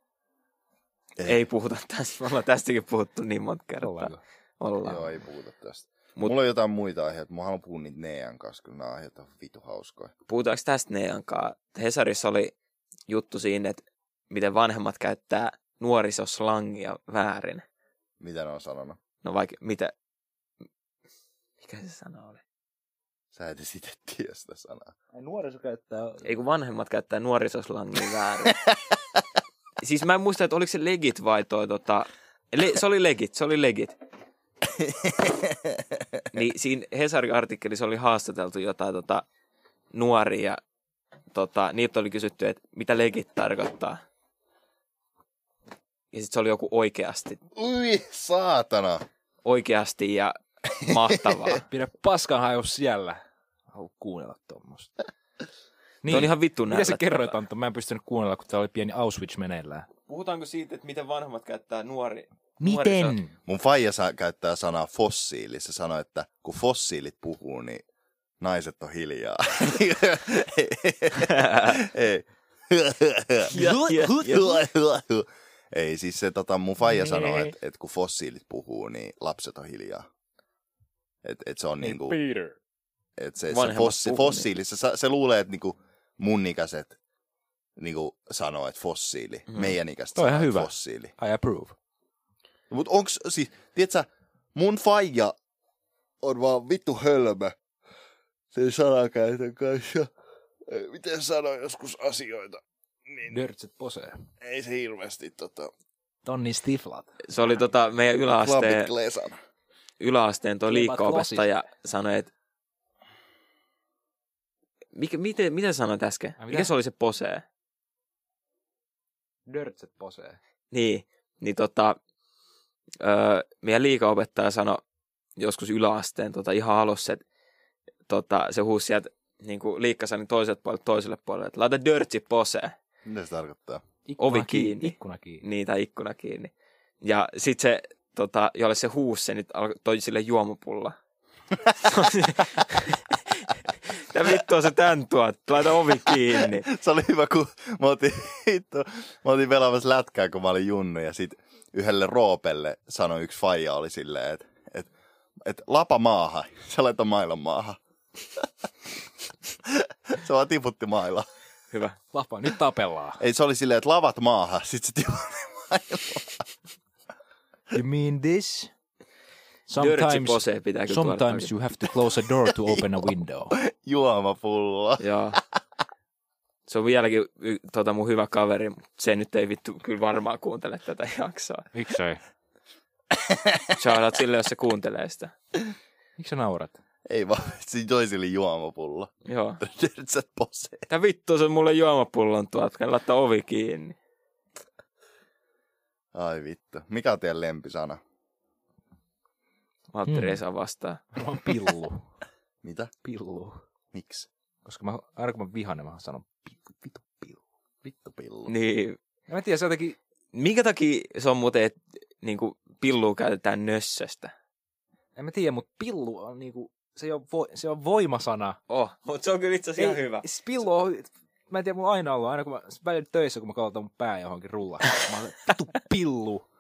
[SPEAKER 2] ei. puhuta tästä. Me ollaan tästäkin puhuttu niin monta kertaa. Ollaan.
[SPEAKER 3] Ollaanko?
[SPEAKER 2] Ollaan.
[SPEAKER 1] Joo, ei puhuta tästä.
[SPEAKER 2] Mut-
[SPEAKER 1] Mut... Mulla on jotain muita aiheita. Mä haluan puhua niitä Nean kanssa, kun nämä aiheet on vitu hauskoja.
[SPEAKER 2] puhutaanko tästä Neankaan? Hesarissa oli juttu siinä, että miten vanhemmat käyttää nuorisoslangia väärin.
[SPEAKER 1] Mitä ne on sanonut?
[SPEAKER 2] No vaikka, mitä... Mikä se sana oli?
[SPEAKER 1] Sä et itse tiedä sitä sanaa.
[SPEAKER 3] Nuoriso käyttää...
[SPEAKER 2] Ei kun vanhemmat käyttää nuorisoslangia väärin. siis mä en muista, että oliko se legit vai toi tota... Le- se oli legit, se oli legit. niin siinä Hesarin artikkelissa oli haastateltu jotain tota, nuoria. ja Tota, niiltä oli kysytty, että mitä legit tarkoittaa. Ja sitten se oli joku oikeasti,
[SPEAKER 1] Ui, saatana!
[SPEAKER 2] oikeasti ja mahtavaa.
[SPEAKER 3] Pidä paskan haju siellä. Haluan kuunnella tuommoista.
[SPEAKER 2] niin. Tuo on ihan vittu
[SPEAKER 3] Mitä sä
[SPEAKER 2] tota-
[SPEAKER 3] kerroit, Antto? Mä en pystynyt kuunnella, kun täällä oli pieni Auschwitz meneillään.
[SPEAKER 2] Puhutaanko siitä, että miten vanhemmat käyttää nuori...
[SPEAKER 3] Miten?
[SPEAKER 1] Mun faija saa- käyttää sanaa fossiili. Se sanoi, että kun fossiilit puhuu, niin naiset on hiljaa. Ei. Ei, siis se tota, mun faija sanoo, että et kun fossiilit puhuu, niin lapset on hiljaa. Et, et se on
[SPEAKER 3] Niin,
[SPEAKER 2] niin
[SPEAKER 1] niinku,
[SPEAKER 3] Peter.
[SPEAKER 1] et se, se
[SPEAKER 2] Vanhemmat
[SPEAKER 1] fossi,
[SPEAKER 3] niin.
[SPEAKER 2] puhuu,
[SPEAKER 1] fossiili, se, sa- se luulee, että niinku mun ikäiset niinku sanoo, että fossiili.
[SPEAKER 2] Mm.
[SPEAKER 1] Meidän ikäiset
[SPEAKER 3] Toi on ihan
[SPEAKER 1] sanoo, että
[SPEAKER 3] hyvä.
[SPEAKER 1] fossiili.
[SPEAKER 3] I approve.
[SPEAKER 1] Mut onks, siis, tiedätkö, mun faija on vaan vittu hölmö sen sanakäytön kanssa. Ei, Miten sanoo joskus asioita? Niin
[SPEAKER 3] Nörtset posee.
[SPEAKER 1] ei se hirveästi tota,
[SPEAKER 3] Tonni Stiflat.
[SPEAKER 2] Se oli tota meidän yläasteen,
[SPEAKER 1] klapit klesana.
[SPEAKER 2] yläasteen toi
[SPEAKER 3] Tulevat
[SPEAKER 2] liikko-opettaja sanoi, että mikä, miten, mitä sanoit äsken?
[SPEAKER 3] Ai, mitä?
[SPEAKER 2] Mikä se oli se posee?
[SPEAKER 3] Nörtset posee.
[SPEAKER 2] Niin, niin tota, öö, meidän liikaopettaja sanoi joskus yläasteen tota, ihan alussa, että tota, se huusi sieltä niin liikkasanin toiselta puolelta toiselle puolelle, että laita dörtsi posee.
[SPEAKER 1] Mitä se tarkoittaa?
[SPEAKER 2] Ovi kiinni.
[SPEAKER 3] Ikkuna kiinni.
[SPEAKER 2] niin, tai ikkuna kiinni. Ja sit se, tota, jolle se huusi, se nyt alkoi- toi sille juomapulla. Mitä vittua se tän tuot? Laita ovi kiinni.
[SPEAKER 1] Se oli hyvä, kun mä otin, hitto, mä otin pelaamassa lätkää, kun mä olin junnu, ja sit yhdelle roopelle sanoi yksi faija oli silleen, että et, et, lapa maahan, se laittoi mailon maahan. se vaan tiputti mailaa.
[SPEAKER 2] Hyvä.
[SPEAKER 3] Lapa, nyt tapellaan.
[SPEAKER 1] Ei, se oli silleen, että lavat maahan, sit se tipu...
[SPEAKER 3] You mean this?
[SPEAKER 2] Dörtsi
[SPEAKER 3] Sometimes,
[SPEAKER 2] posee pitää kyllä tuoda
[SPEAKER 3] sometimes you have to close a door to open a window.
[SPEAKER 1] juomapulloa.
[SPEAKER 2] takaisin. Joo. Se on vieläkin y- tota, mun hyvä kaveri, mutta se nyt ei vittu kyllä varmaan kuuntele tätä jaksoa.
[SPEAKER 3] Miksei?
[SPEAKER 2] Shoutout sille, jos se kuuntelee sitä.
[SPEAKER 3] Miksi sä naurat?
[SPEAKER 1] Ei vaan, se toi sille juomapullo.
[SPEAKER 2] Joo.
[SPEAKER 1] Nyt sä posee.
[SPEAKER 2] Tää vittu se mulle juomapullon tuot, kun laittaa ovi kiinni.
[SPEAKER 1] Ai vittu. Mikä on teidän lempisana?
[SPEAKER 2] Valtteri ei
[SPEAKER 3] Hmm.
[SPEAKER 2] saa vastaa.
[SPEAKER 3] Varmaan pillu.
[SPEAKER 1] Mitä?
[SPEAKER 3] Pillu.
[SPEAKER 1] Miksi?
[SPEAKER 3] Koska mä, aina kun mä vihanen, mä sanon vittu, vittu pillu.
[SPEAKER 1] Vittu pillu.
[SPEAKER 2] Niin,
[SPEAKER 3] Ja mä en tiedä, se jotenkin,
[SPEAKER 2] Minkä takia se on muuten, että niinku, pillua käytetään nössöstä?
[SPEAKER 3] en mä tiedä, mutta pillu on niinku, se on, vo, se on voimasana.
[SPEAKER 2] Oh, mutta se on kyllä itse asiassa ihan hyvä.
[SPEAKER 3] Se Pillu on, mä en tiedä, mulla on aina ollut, aina kun mä välillä töissä, kun mä kalautan mun pää johonkin rulla. Mä olen, vittu pillu.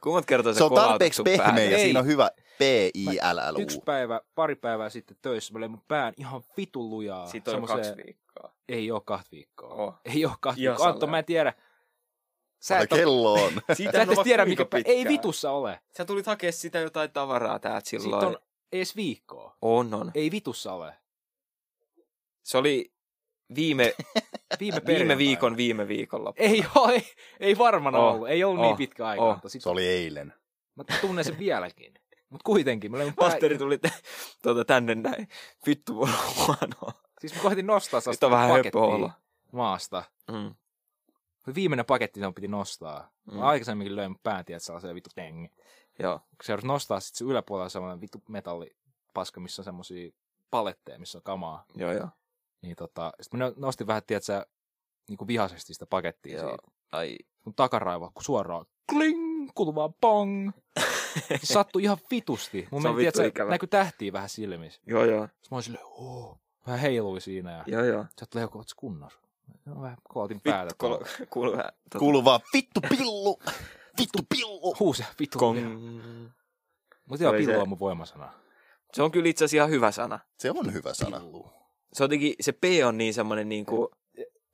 [SPEAKER 2] Kummat kertoo
[SPEAKER 1] Se on tarpeeksi
[SPEAKER 2] kolautettu
[SPEAKER 1] pehmeä ja
[SPEAKER 2] päälle?
[SPEAKER 1] siinä on hyvä
[SPEAKER 3] Yksi
[SPEAKER 1] P-I-L-L-U.
[SPEAKER 3] päivä, pari päivää sitten töissä, mä löin mun pään ihan vitun lujaa.
[SPEAKER 2] Ei, Siitä on
[SPEAKER 3] Semmoiseen-
[SPEAKER 2] kaksi viikkoa.
[SPEAKER 3] Ei oo kahta viikkoa.
[SPEAKER 2] Oh.
[SPEAKER 3] Ei oo kahta
[SPEAKER 2] Ihan
[SPEAKER 3] viikkoa. Antto,
[SPEAKER 2] salee.
[SPEAKER 3] mä en tiedä. Sä
[SPEAKER 1] Sä
[SPEAKER 3] et, oo-
[SPEAKER 1] kello on.
[SPEAKER 3] sä et
[SPEAKER 2] no
[SPEAKER 3] edes tiedä, mikä päivä. Ei vitussa ole.
[SPEAKER 2] Sä tulit hakea sitä jotain tavaraa täältä
[SPEAKER 3] Siitä
[SPEAKER 2] silloin.
[SPEAKER 3] on edes viikkoa.
[SPEAKER 2] on, on.
[SPEAKER 3] Ei vitussa ole.
[SPEAKER 2] Se oli viime,
[SPEAKER 3] Viime,
[SPEAKER 2] viime
[SPEAKER 3] perjantaina.
[SPEAKER 2] viikon viime viikolla.
[SPEAKER 3] Ei, oo, ei, ei varmaan
[SPEAKER 2] Oh,
[SPEAKER 3] oh, ollut. Ei ollut
[SPEAKER 2] oh,
[SPEAKER 3] oh, niin pitkä aika.
[SPEAKER 2] oh.
[SPEAKER 3] Oh. Sit,
[SPEAKER 1] Se oli eilen.
[SPEAKER 3] Mä tunnen sen vieläkin. Mutta kuitenkin. Mä löin pää,
[SPEAKER 2] Valtteri tuli te, tuota, tänne näin. Vittu, mulla on huonoa.
[SPEAKER 3] siis mä koitin nostaa
[SPEAKER 2] Nyt on
[SPEAKER 3] sellaista
[SPEAKER 2] vähän höppö
[SPEAKER 3] pakettia
[SPEAKER 2] olla.
[SPEAKER 3] maasta.
[SPEAKER 2] Mm.
[SPEAKER 3] Mut Viimeinen paketti sen piti nostaa. Mä
[SPEAKER 2] Mm.
[SPEAKER 3] aikaisemminkin löin pään, tiedät, sellaiseen vittu teng.
[SPEAKER 2] Joo.
[SPEAKER 3] Kun se nostaa, sit se yläpuolella on sellainen vittu metallipaska, missä on semmosia paletteja, missä on kamaa.
[SPEAKER 2] Joo, joo.
[SPEAKER 3] Niin tota, sit mä nostin vähän, tiedätkö, niin kuin vihaisesti sitä pakettia
[SPEAKER 2] Joo.
[SPEAKER 3] Joo. siitä.
[SPEAKER 2] Ai,
[SPEAKER 3] Mun takaraiva suoraan kling, kuuluu vaan pong. Se sattui ihan vitusti. Mun
[SPEAKER 2] Se on
[SPEAKER 3] meni,
[SPEAKER 2] vittu
[SPEAKER 3] tiedätkö,
[SPEAKER 2] ikävä.
[SPEAKER 3] näkyy tähtiä vähän silmissä.
[SPEAKER 2] joo, joo,
[SPEAKER 3] Sitten mä olin silleen, oh, vähän heilui siinä ja, ja.
[SPEAKER 2] joo, joo.
[SPEAKER 3] sä oot leuko, ootko kunnossa? No, vähän kootin päätä.
[SPEAKER 2] Vittu, kuuluu, kuuluu vähän. tota,
[SPEAKER 1] tuota.
[SPEAKER 8] Kuuluu vaan vittu pillu, vittu pillu.
[SPEAKER 3] Huusi vittu.
[SPEAKER 2] Kong.
[SPEAKER 3] Mutta joo,
[SPEAKER 2] Oli se-
[SPEAKER 3] pillu on mun voimasana.
[SPEAKER 2] Se on kyllä itse asiassa ihan hyvä sana.
[SPEAKER 1] Se on hyvä sana.
[SPEAKER 3] Pillu.
[SPEAKER 2] Se, on jotenkin, se P on niin semmoinen niin kuin...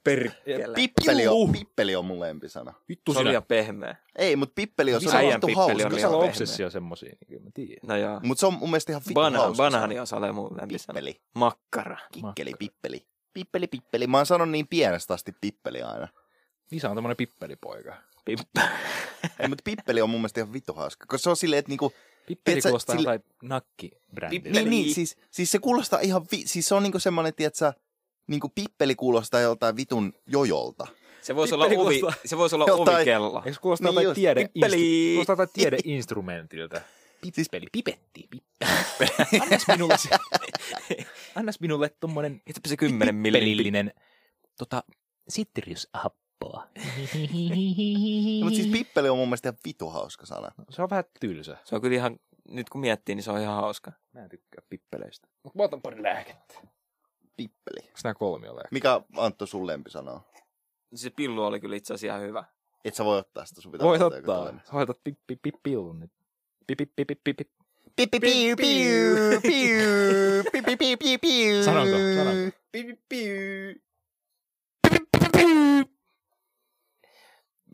[SPEAKER 2] Perkele.
[SPEAKER 1] Pippeli on, pippeli on mun lempisana.
[SPEAKER 3] Vittu
[SPEAKER 2] Se on
[SPEAKER 3] sinä.
[SPEAKER 2] liian pehmeä.
[SPEAKER 1] Ei, mutta pippeli on, se on
[SPEAKER 2] Äijän
[SPEAKER 1] vittu
[SPEAKER 2] pippeli
[SPEAKER 1] hauska.
[SPEAKER 2] on
[SPEAKER 3] Kyllä
[SPEAKER 2] liian
[SPEAKER 3] siellä on
[SPEAKER 2] pehmeä.
[SPEAKER 3] obsessio semmosia, niin kyllä mä tiedän.
[SPEAKER 2] No joo.
[SPEAKER 1] Mutta se on mun mielestä ihan vittu
[SPEAKER 2] Bana,
[SPEAKER 1] hauska.
[SPEAKER 2] banaani on sale mun lempisana.
[SPEAKER 1] Pippeli,
[SPEAKER 2] Makkara.
[SPEAKER 1] kikkeli, pippeli. Pippeli, pippeli. Mä oon sanonut niin pienestä asti pippeli aina.
[SPEAKER 3] Isä on tämmönen pippelipoika.
[SPEAKER 2] Pippä.
[SPEAKER 1] Ei, mutta pippeli on mun mielestä ihan vittu hauska, koska se on silleen, että niinku...
[SPEAKER 3] Pippeli
[SPEAKER 1] Tiedätkö,
[SPEAKER 3] kuulostaa
[SPEAKER 1] sillä-
[SPEAKER 3] sillä... nakkibrändiltä.
[SPEAKER 2] Pippeli.
[SPEAKER 1] Niin, niin, siis, siis se kuulostaa ihan... Vi... Siis se on niinku semmonen, tietsä, niinku pippeli kuulostaa joltain vitun jojolta.
[SPEAKER 2] Se voisi olla,
[SPEAKER 3] Pippeli
[SPEAKER 2] uvi,
[SPEAKER 3] kuulostaa-
[SPEAKER 2] se voisi olla
[SPEAKER 1] Jotain-
[SPEAKER 2] ovikello.
[SPEAKER 3] Eikö se kuulostaa
[SPEAKER 1] Niin
[SPEAKER 3] niin
[SPEAKER 1] just,
[SPEAKER 3] tiede,
[SPEAKER 2] pippeli.
[SPEAKER 3] kuulostaa jotain tiedeinstrumentilta?
[SPEAKER 1] Siis
[SPEAKER 3] Pippeli, pipetti, pippeli. Annas minulle, se, annas minulle tommonen
[SPEAKER 2] Heitäpä se kymmenen millin.
[SPEAKER 3] tota,
[SPEAKER 9] Sitrushappoa.
[SPEAKER 1] mutta
[SPEAKER 3] Niin.
[SPEAKER 1] siis pippeli on mun mielestä ihan vitu hauska sana.
[SPEAKER 3] se on vähän tylsä.
[SPEAKER 2] Se on kyllä ihan, nyt kun miettii, niin se on ihan hauska.
[SPEAKER 3] Mä en tykkää pippeleistä. Mut mä otan pari lääkettä.
[SPEAKER 1] Pippeli.
[SPEAKER 3] Onks nää kolmi ole?
[SPEAKER 1] Mikä Antto sun lempisana on?
[SPEAKER 2] Se pillu oli kyllä itse asiassa ihan hyvä.
[SPEAKER 1] Et sä voi ottaa sitä, sun pitää
[SPEAKER 3] Voit
[SPEAKER 1] ottaa joku
[SPEAKER 3] ottaa.
[SPEAKER 1] toinen.
[SPEAKER 3] Sä Hoitat pip, pip, pip, pillun nyt. Pip, pip, pip, pip, pip, pip.
[SPEAKER 1] Pi- pi- piu, piu, piu, pi- pi- pi- pi- piu.
[SPEAKER 3] Sanonko? Sanonko?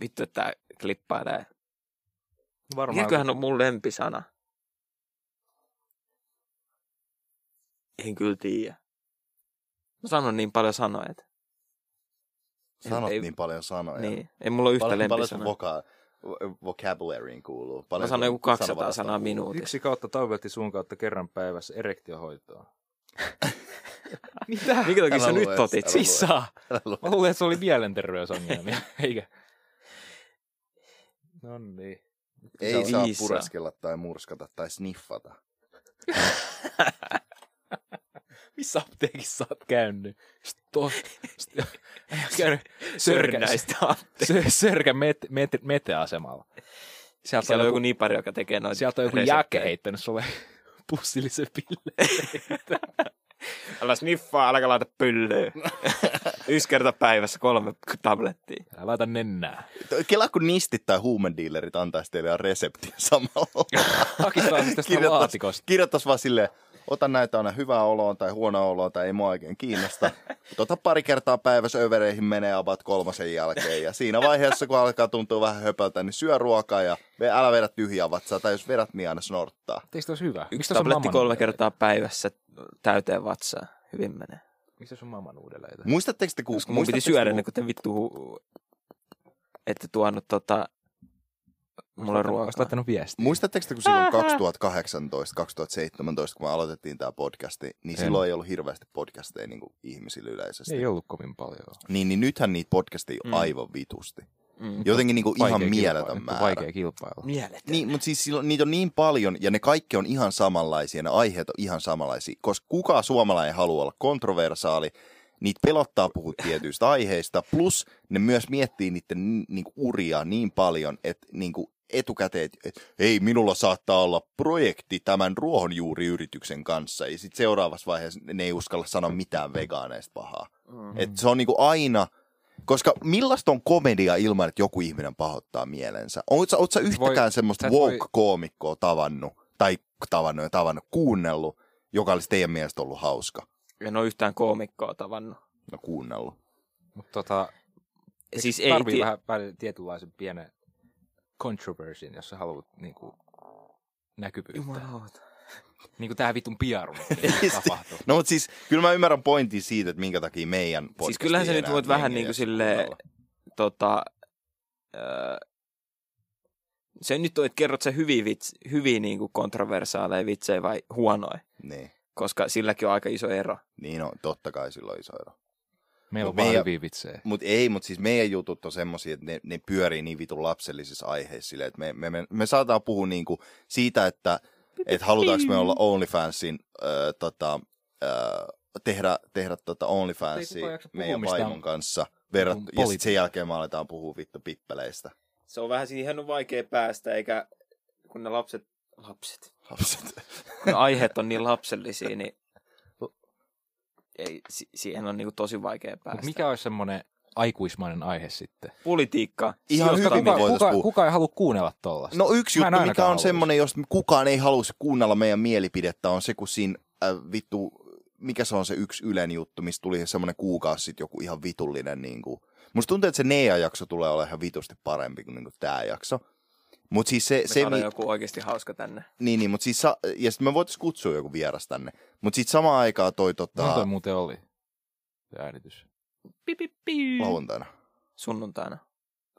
[SPEAKER 2] Vittu, että tää klippaa tää.
[SPEAKER 3] Varmaan.
[SPEAKER 2] Mikäköhän on mun lempisana? En kyllä tiedä. Mä sanon niin paljon sanoja, että
[SPEAKER 1] Sanot
[SPEAKER 2] Ei-
[SPEAKER 1] niin paljon sanoja.
[SPEAKER 2] niin. Ei mulla ole yhtä
[SPEAKER 1] Paljon, paljon sun
[SPEAKER 2] lempisanaa.
[SPEAKER 1] voka- vocabulariin kuuluu. Paljon
[SPEAKER 2] Mä sanon
[SPEAKER 1] sun
[SPEAKER 2] joku 200
[SPEAKER 1] sanavarasta
[SPEAKER 2] sanaa
[SPEAKER 1] kuuluu.
[SPEAKER 2] minuutissa.
[SPEAKER 3] Yksi kautta tauvelti suun kautta kerran päivässä erektiohoitoon. Mitä?
[SPEAKER 2] Minkä takia
[SPEAKER 1] Älä
[SPEAKER 2] sä
[SPEAKER 1] lue,
[SPEAKER 2] nyt otit?
[SPEAKER 1] älä
[SPEAKER 2] sen?
[SPEAKER 1] lue.
[SPEAKER 3] Sissaa!
[SPEAKER 1] Älä lue.
[SPEAKER 3] Mä luulen, että se oli mielenterveysongelmia, eikä? No niin.
[SPEAKER 1] Ei saa
[SPEAKER 2] Viisaa.
[SPEAKER 1] pureskella tai murskata tai sniffata.
[SPEAKER 3] Missä apteekissa oot käynyt? Sto, st, käynyt
[SPEAKER 2] Sörnäistä apteekki.
[SPEAKER 3] Sör, sörkä met, met, meteasemalla. Sieltä
[SPEAKER 2] Siellä on joku nipari, joka tekee noita
[SPEAKER 3] sieltä on joku
[SPEAKER 2] reseptejä.
[SPEAKER 3] jäke heittänyt sulle pussillisen pille.
[SPEAKER 2] Älä sniffaa, äläkä laita pyllyä. Yksi kerta päivässä kolme tablettia.
[SPEAKER 3] Älä laita nennää.
[SPEAKER 1] Kela kun nistit tai huumedealerit antaisi teille ihan reseptin samalla.
[SPEAKER 3] Hakitaan siis tästä
[SPEAKER 1] Kirjoittaa-
[SPEAKER 3] laatikosta.
[SPEAKER 1] Kirjoittaisi vaan silleen, ota näitä aina hyvää oloon tai huonoa oloon tai ei mua oikein kiinnosta. Mut Ota pari kertaa päivässä övereihin menee abat kolmosen jälkeen ja siinä vaiheessa kun alkaa tuntua vähän höpöltä, niin syö ruokaa ja ve- älä vedä tyhjää vatsaa tai jos vedät, niin aina snorttaa.
[SPEAKER 3] Eikö tos hyvä? Miksi
[SPEAKER 2] Yksi
[SPEAKER 3] tos on
[SPEAKER 2] tabletti
[SPEAKER 3] mamman
[SPEAKER 2] kolme
[SPEAKER 3] uudelleen?
[SPEAKER 2] kertaa päivässä täyteen vatsaa. Hyvin menee.
[SPEAKER 3] Miksi sun mamman uudelleen?
[SPEAKER 1] Muistatteko te, kun...
[SPEAKER 2] Koska mun piti
[SPEAKER 1] muistatteko te,
[SPEAKER 2] syödä
[SPEAKER 1] kun-
[SPEAKER 2] ennen kuin te vittu hu- ette tuonut tota, mulle
[SPEAKER 3] Olisit
[SPEAKER 2] ruokaa.
[SPEAKER 3] laittanut viestiä.
[SPEAKER 1] Muistatteko te, kun silloin 2018-2017, kun me aloitettiin tämä podcasti, niin
[SPEAKER 3] En.
[SPEAKER 1] silloin ei ollut hirveästi podcasteja niin kuin ihmisillä yleisesti.
[SPEAKER 3] Ei ollut kovin paljon.
[SPEAKER 1] Niin, niin nythän niitä podcasteja
[SPEAKER 2] Mm.
[SPEAKER 1] mm. aivan vitusti.
[SPEAKER 2] Mm.
[SPEAKER 1] Jotenkin niin kuin
[SPEAKER 3] Vaikea
[SPEAKER 1] ihan
[SPEAKER 3] kilpailu.
[SPEAKER 1] mieletön
[SPEAKER 3] Nyt on
[SPEAKER 1] määrä.
[SPEAKER 3] Vaikea kilpailla.
[SPEAKER 2] Mielet.
[SPEAKER 1] Niin, mutta siis silloin, niitä on niin paljon ja ne kaikki on ihan samanlaisia, ne aiheet on ihan samanlaisia, koska kuka suomalainen ei halua olla kontroversaali, niitä pelottaa puhua tietyistä aiheista, plus ne myös miettii niiden ni- niinku uria niin paljon, että niinku etukäteen, että hei, minulla saattaa olla projekti tämän ruohonjuuriyrityksen kanssa, ja sitten seuraavassa vaiheessa ne ei uskalla sanoa mitään vegaaneista pahaa.
[SPEAKER 2] Mm.
[SPEAKER 1] Et se on niinku aina, koska millaista on komedia ilman, että joku ihminen pahoittaa mielensä? Oletko sä, oot sä yhtäkään
[SPEAKER 3] voi- sä
[SPEAKER 1] semmoista
[SPEAKER 3] et voi-
[SPEAKER 1] woke-koomikkoa tavannut, tai tavannut ja tavannut, kuunnellut, joka olisi teidän mielestä ollut hauska?
[SPEAKER 2] En ole yhtään koomikkoa tavannut.
[SPEAKER 1] No kuunnellut.
[SPEAKER 3] Mutta tota,
[SPEAKER 2] Siis ei
[SPEAKER 3] tarvii
[SPEAKER 2] tie-
[SPEAKER 3] vähän, vähän tietynlaisen pienen controversin, jos sä haluat niinku, näkyvyyttä.
[SPEAKER 2] Jumalauta.
[SPEAKER 3] Niin kuin tää vitun piaru tapahtuu.
[SPEAKER 1] No mutta siis, kyllä mä ymmärrän pointin siitä, että minkä takia meidän podcast
[SPEAKER 2] Siis kyllähän sä
[SPEAKER 1] ei
[SPEAKER 2] nyt
[SPEAKER 1] enää
[SPEAKER 2] voit vähän
[SPEAKER 1] jengi
[SPEAKER 2] niin kuin
[SPEAKER 1] edes
[SPEAKER 2] silleen,
[SPEAKER 1] kuunnella.
[SPEAKER 2] tota, öö, se nyt on, että kerrot sä hyviä, vits, hyviä niin kuin kontroversaaleja vitsejä vai huonoja,
[SPEAKER 1] Niin,
[SPEAKER 2] koska silläkin on aika iso ero.
[SPEAKER 1] niin on, totta kai silloin iso ero.
[SPEAKER 3] Meillä on
[SPEAKER 1] Mut
[SPEAKER 3] vaan
[SPEAKER 1] meidän-
[SPEAKER 3] hyviä vitsejä.
[SPEAKER 1] Mutta ei, mutta siis meidän jutut on semmoisia, että ne, ne pyörii niin vitun lapsellisissa aiheissa silleen, että me, me, me, me saataan puhua niinku siitä, että et halutaanko me olla OnlyFansin ö, tota, ää, tehdä, tehdä tota
[SPEAKER 3] Ei
[SPEAKER 1] OnlyFansia
[SPEAKER 3] kukaan jaksa puhua
[SPEAKER 1] meidän
[SPEAKER 3] mistään.
[SPEAKER 1] vaimon kanssa. Verrat,
[SPEAKER 3] Kun
[SPEAKER 1] ja
[SPEAKER 3] poli-
[SPEAKER 1] sitten sen jälkeen me aletaan puhua vittu pippeleistä.
[SPEAKER 2] Se on vähän siihen on vaikea päästä, eikä kun ne lapset, lapset,
[SPEAKER 1] Lapset.
[SPEAKER 2] kun aiheet on niin lapsellisia, niin ei, si- siihen on niinku tosi vaikea päästä.
[SPEAKER 3] Mut mikä olisi semmoinen aikuismainen aihe sitten? niinku
[SPEAKER 2] Politiikka.
[SPEAKER 1] Ihan hyvin
[SPEAKER 2] sijoittaminen.
[SPEAKER 1] me voitaisiin
[SPEAKER 3] kuka,
[SPEAKER 1] puhua.
[SPEAKER 3] kuka ei halua kuunnella tollasta?
[SPEAKER 1] No yksi
[SPEAKER 3] Mä en
[SPEAKER 1] juttu,
[SPEAKER 3] ainakaan
[SPEAKER 1] mikä on
[SPEAKER 3] haluaisi.
[SPEAKER 1] semmoinen, jos kukaan ei halusi kuunnella meidän mielipidettä, on se, kun siinä äh, vittu, mikä se on se yksi Ylen juttu, mistä tuli semmoinen kuukausi sitten joku ihan vitullinen. Niin kuin. Musta tuntuu, että se Nea-jakso tulee olemaan ihan vitusti parempi kuin, niin kuin tämä jakso. Mutta siis se,
[SPEAKER 2] Me
[SPEAKER 1] se,
[SPEAKER 2] saadaan
[SPEAKER 1] mi-
[SPEAKER 2] joku oikeasti hauska tänne.
[SPEAKER 1] niin, niin, mut siis sa- ja sitten me voitaisiin kutsua joku vieras tänne. Mutta sitten samaan aikaan toi
[SPEAKER 3] Milloin toi
[SPEAKER 1] tota,
[SPEAKER 3] muuten oli? Se äänitys.
[SPEAKER 2] Pi, pi, pi.
[SPEAKER 1] lauantaina
[SPEAKER 2] Sunnuntaina.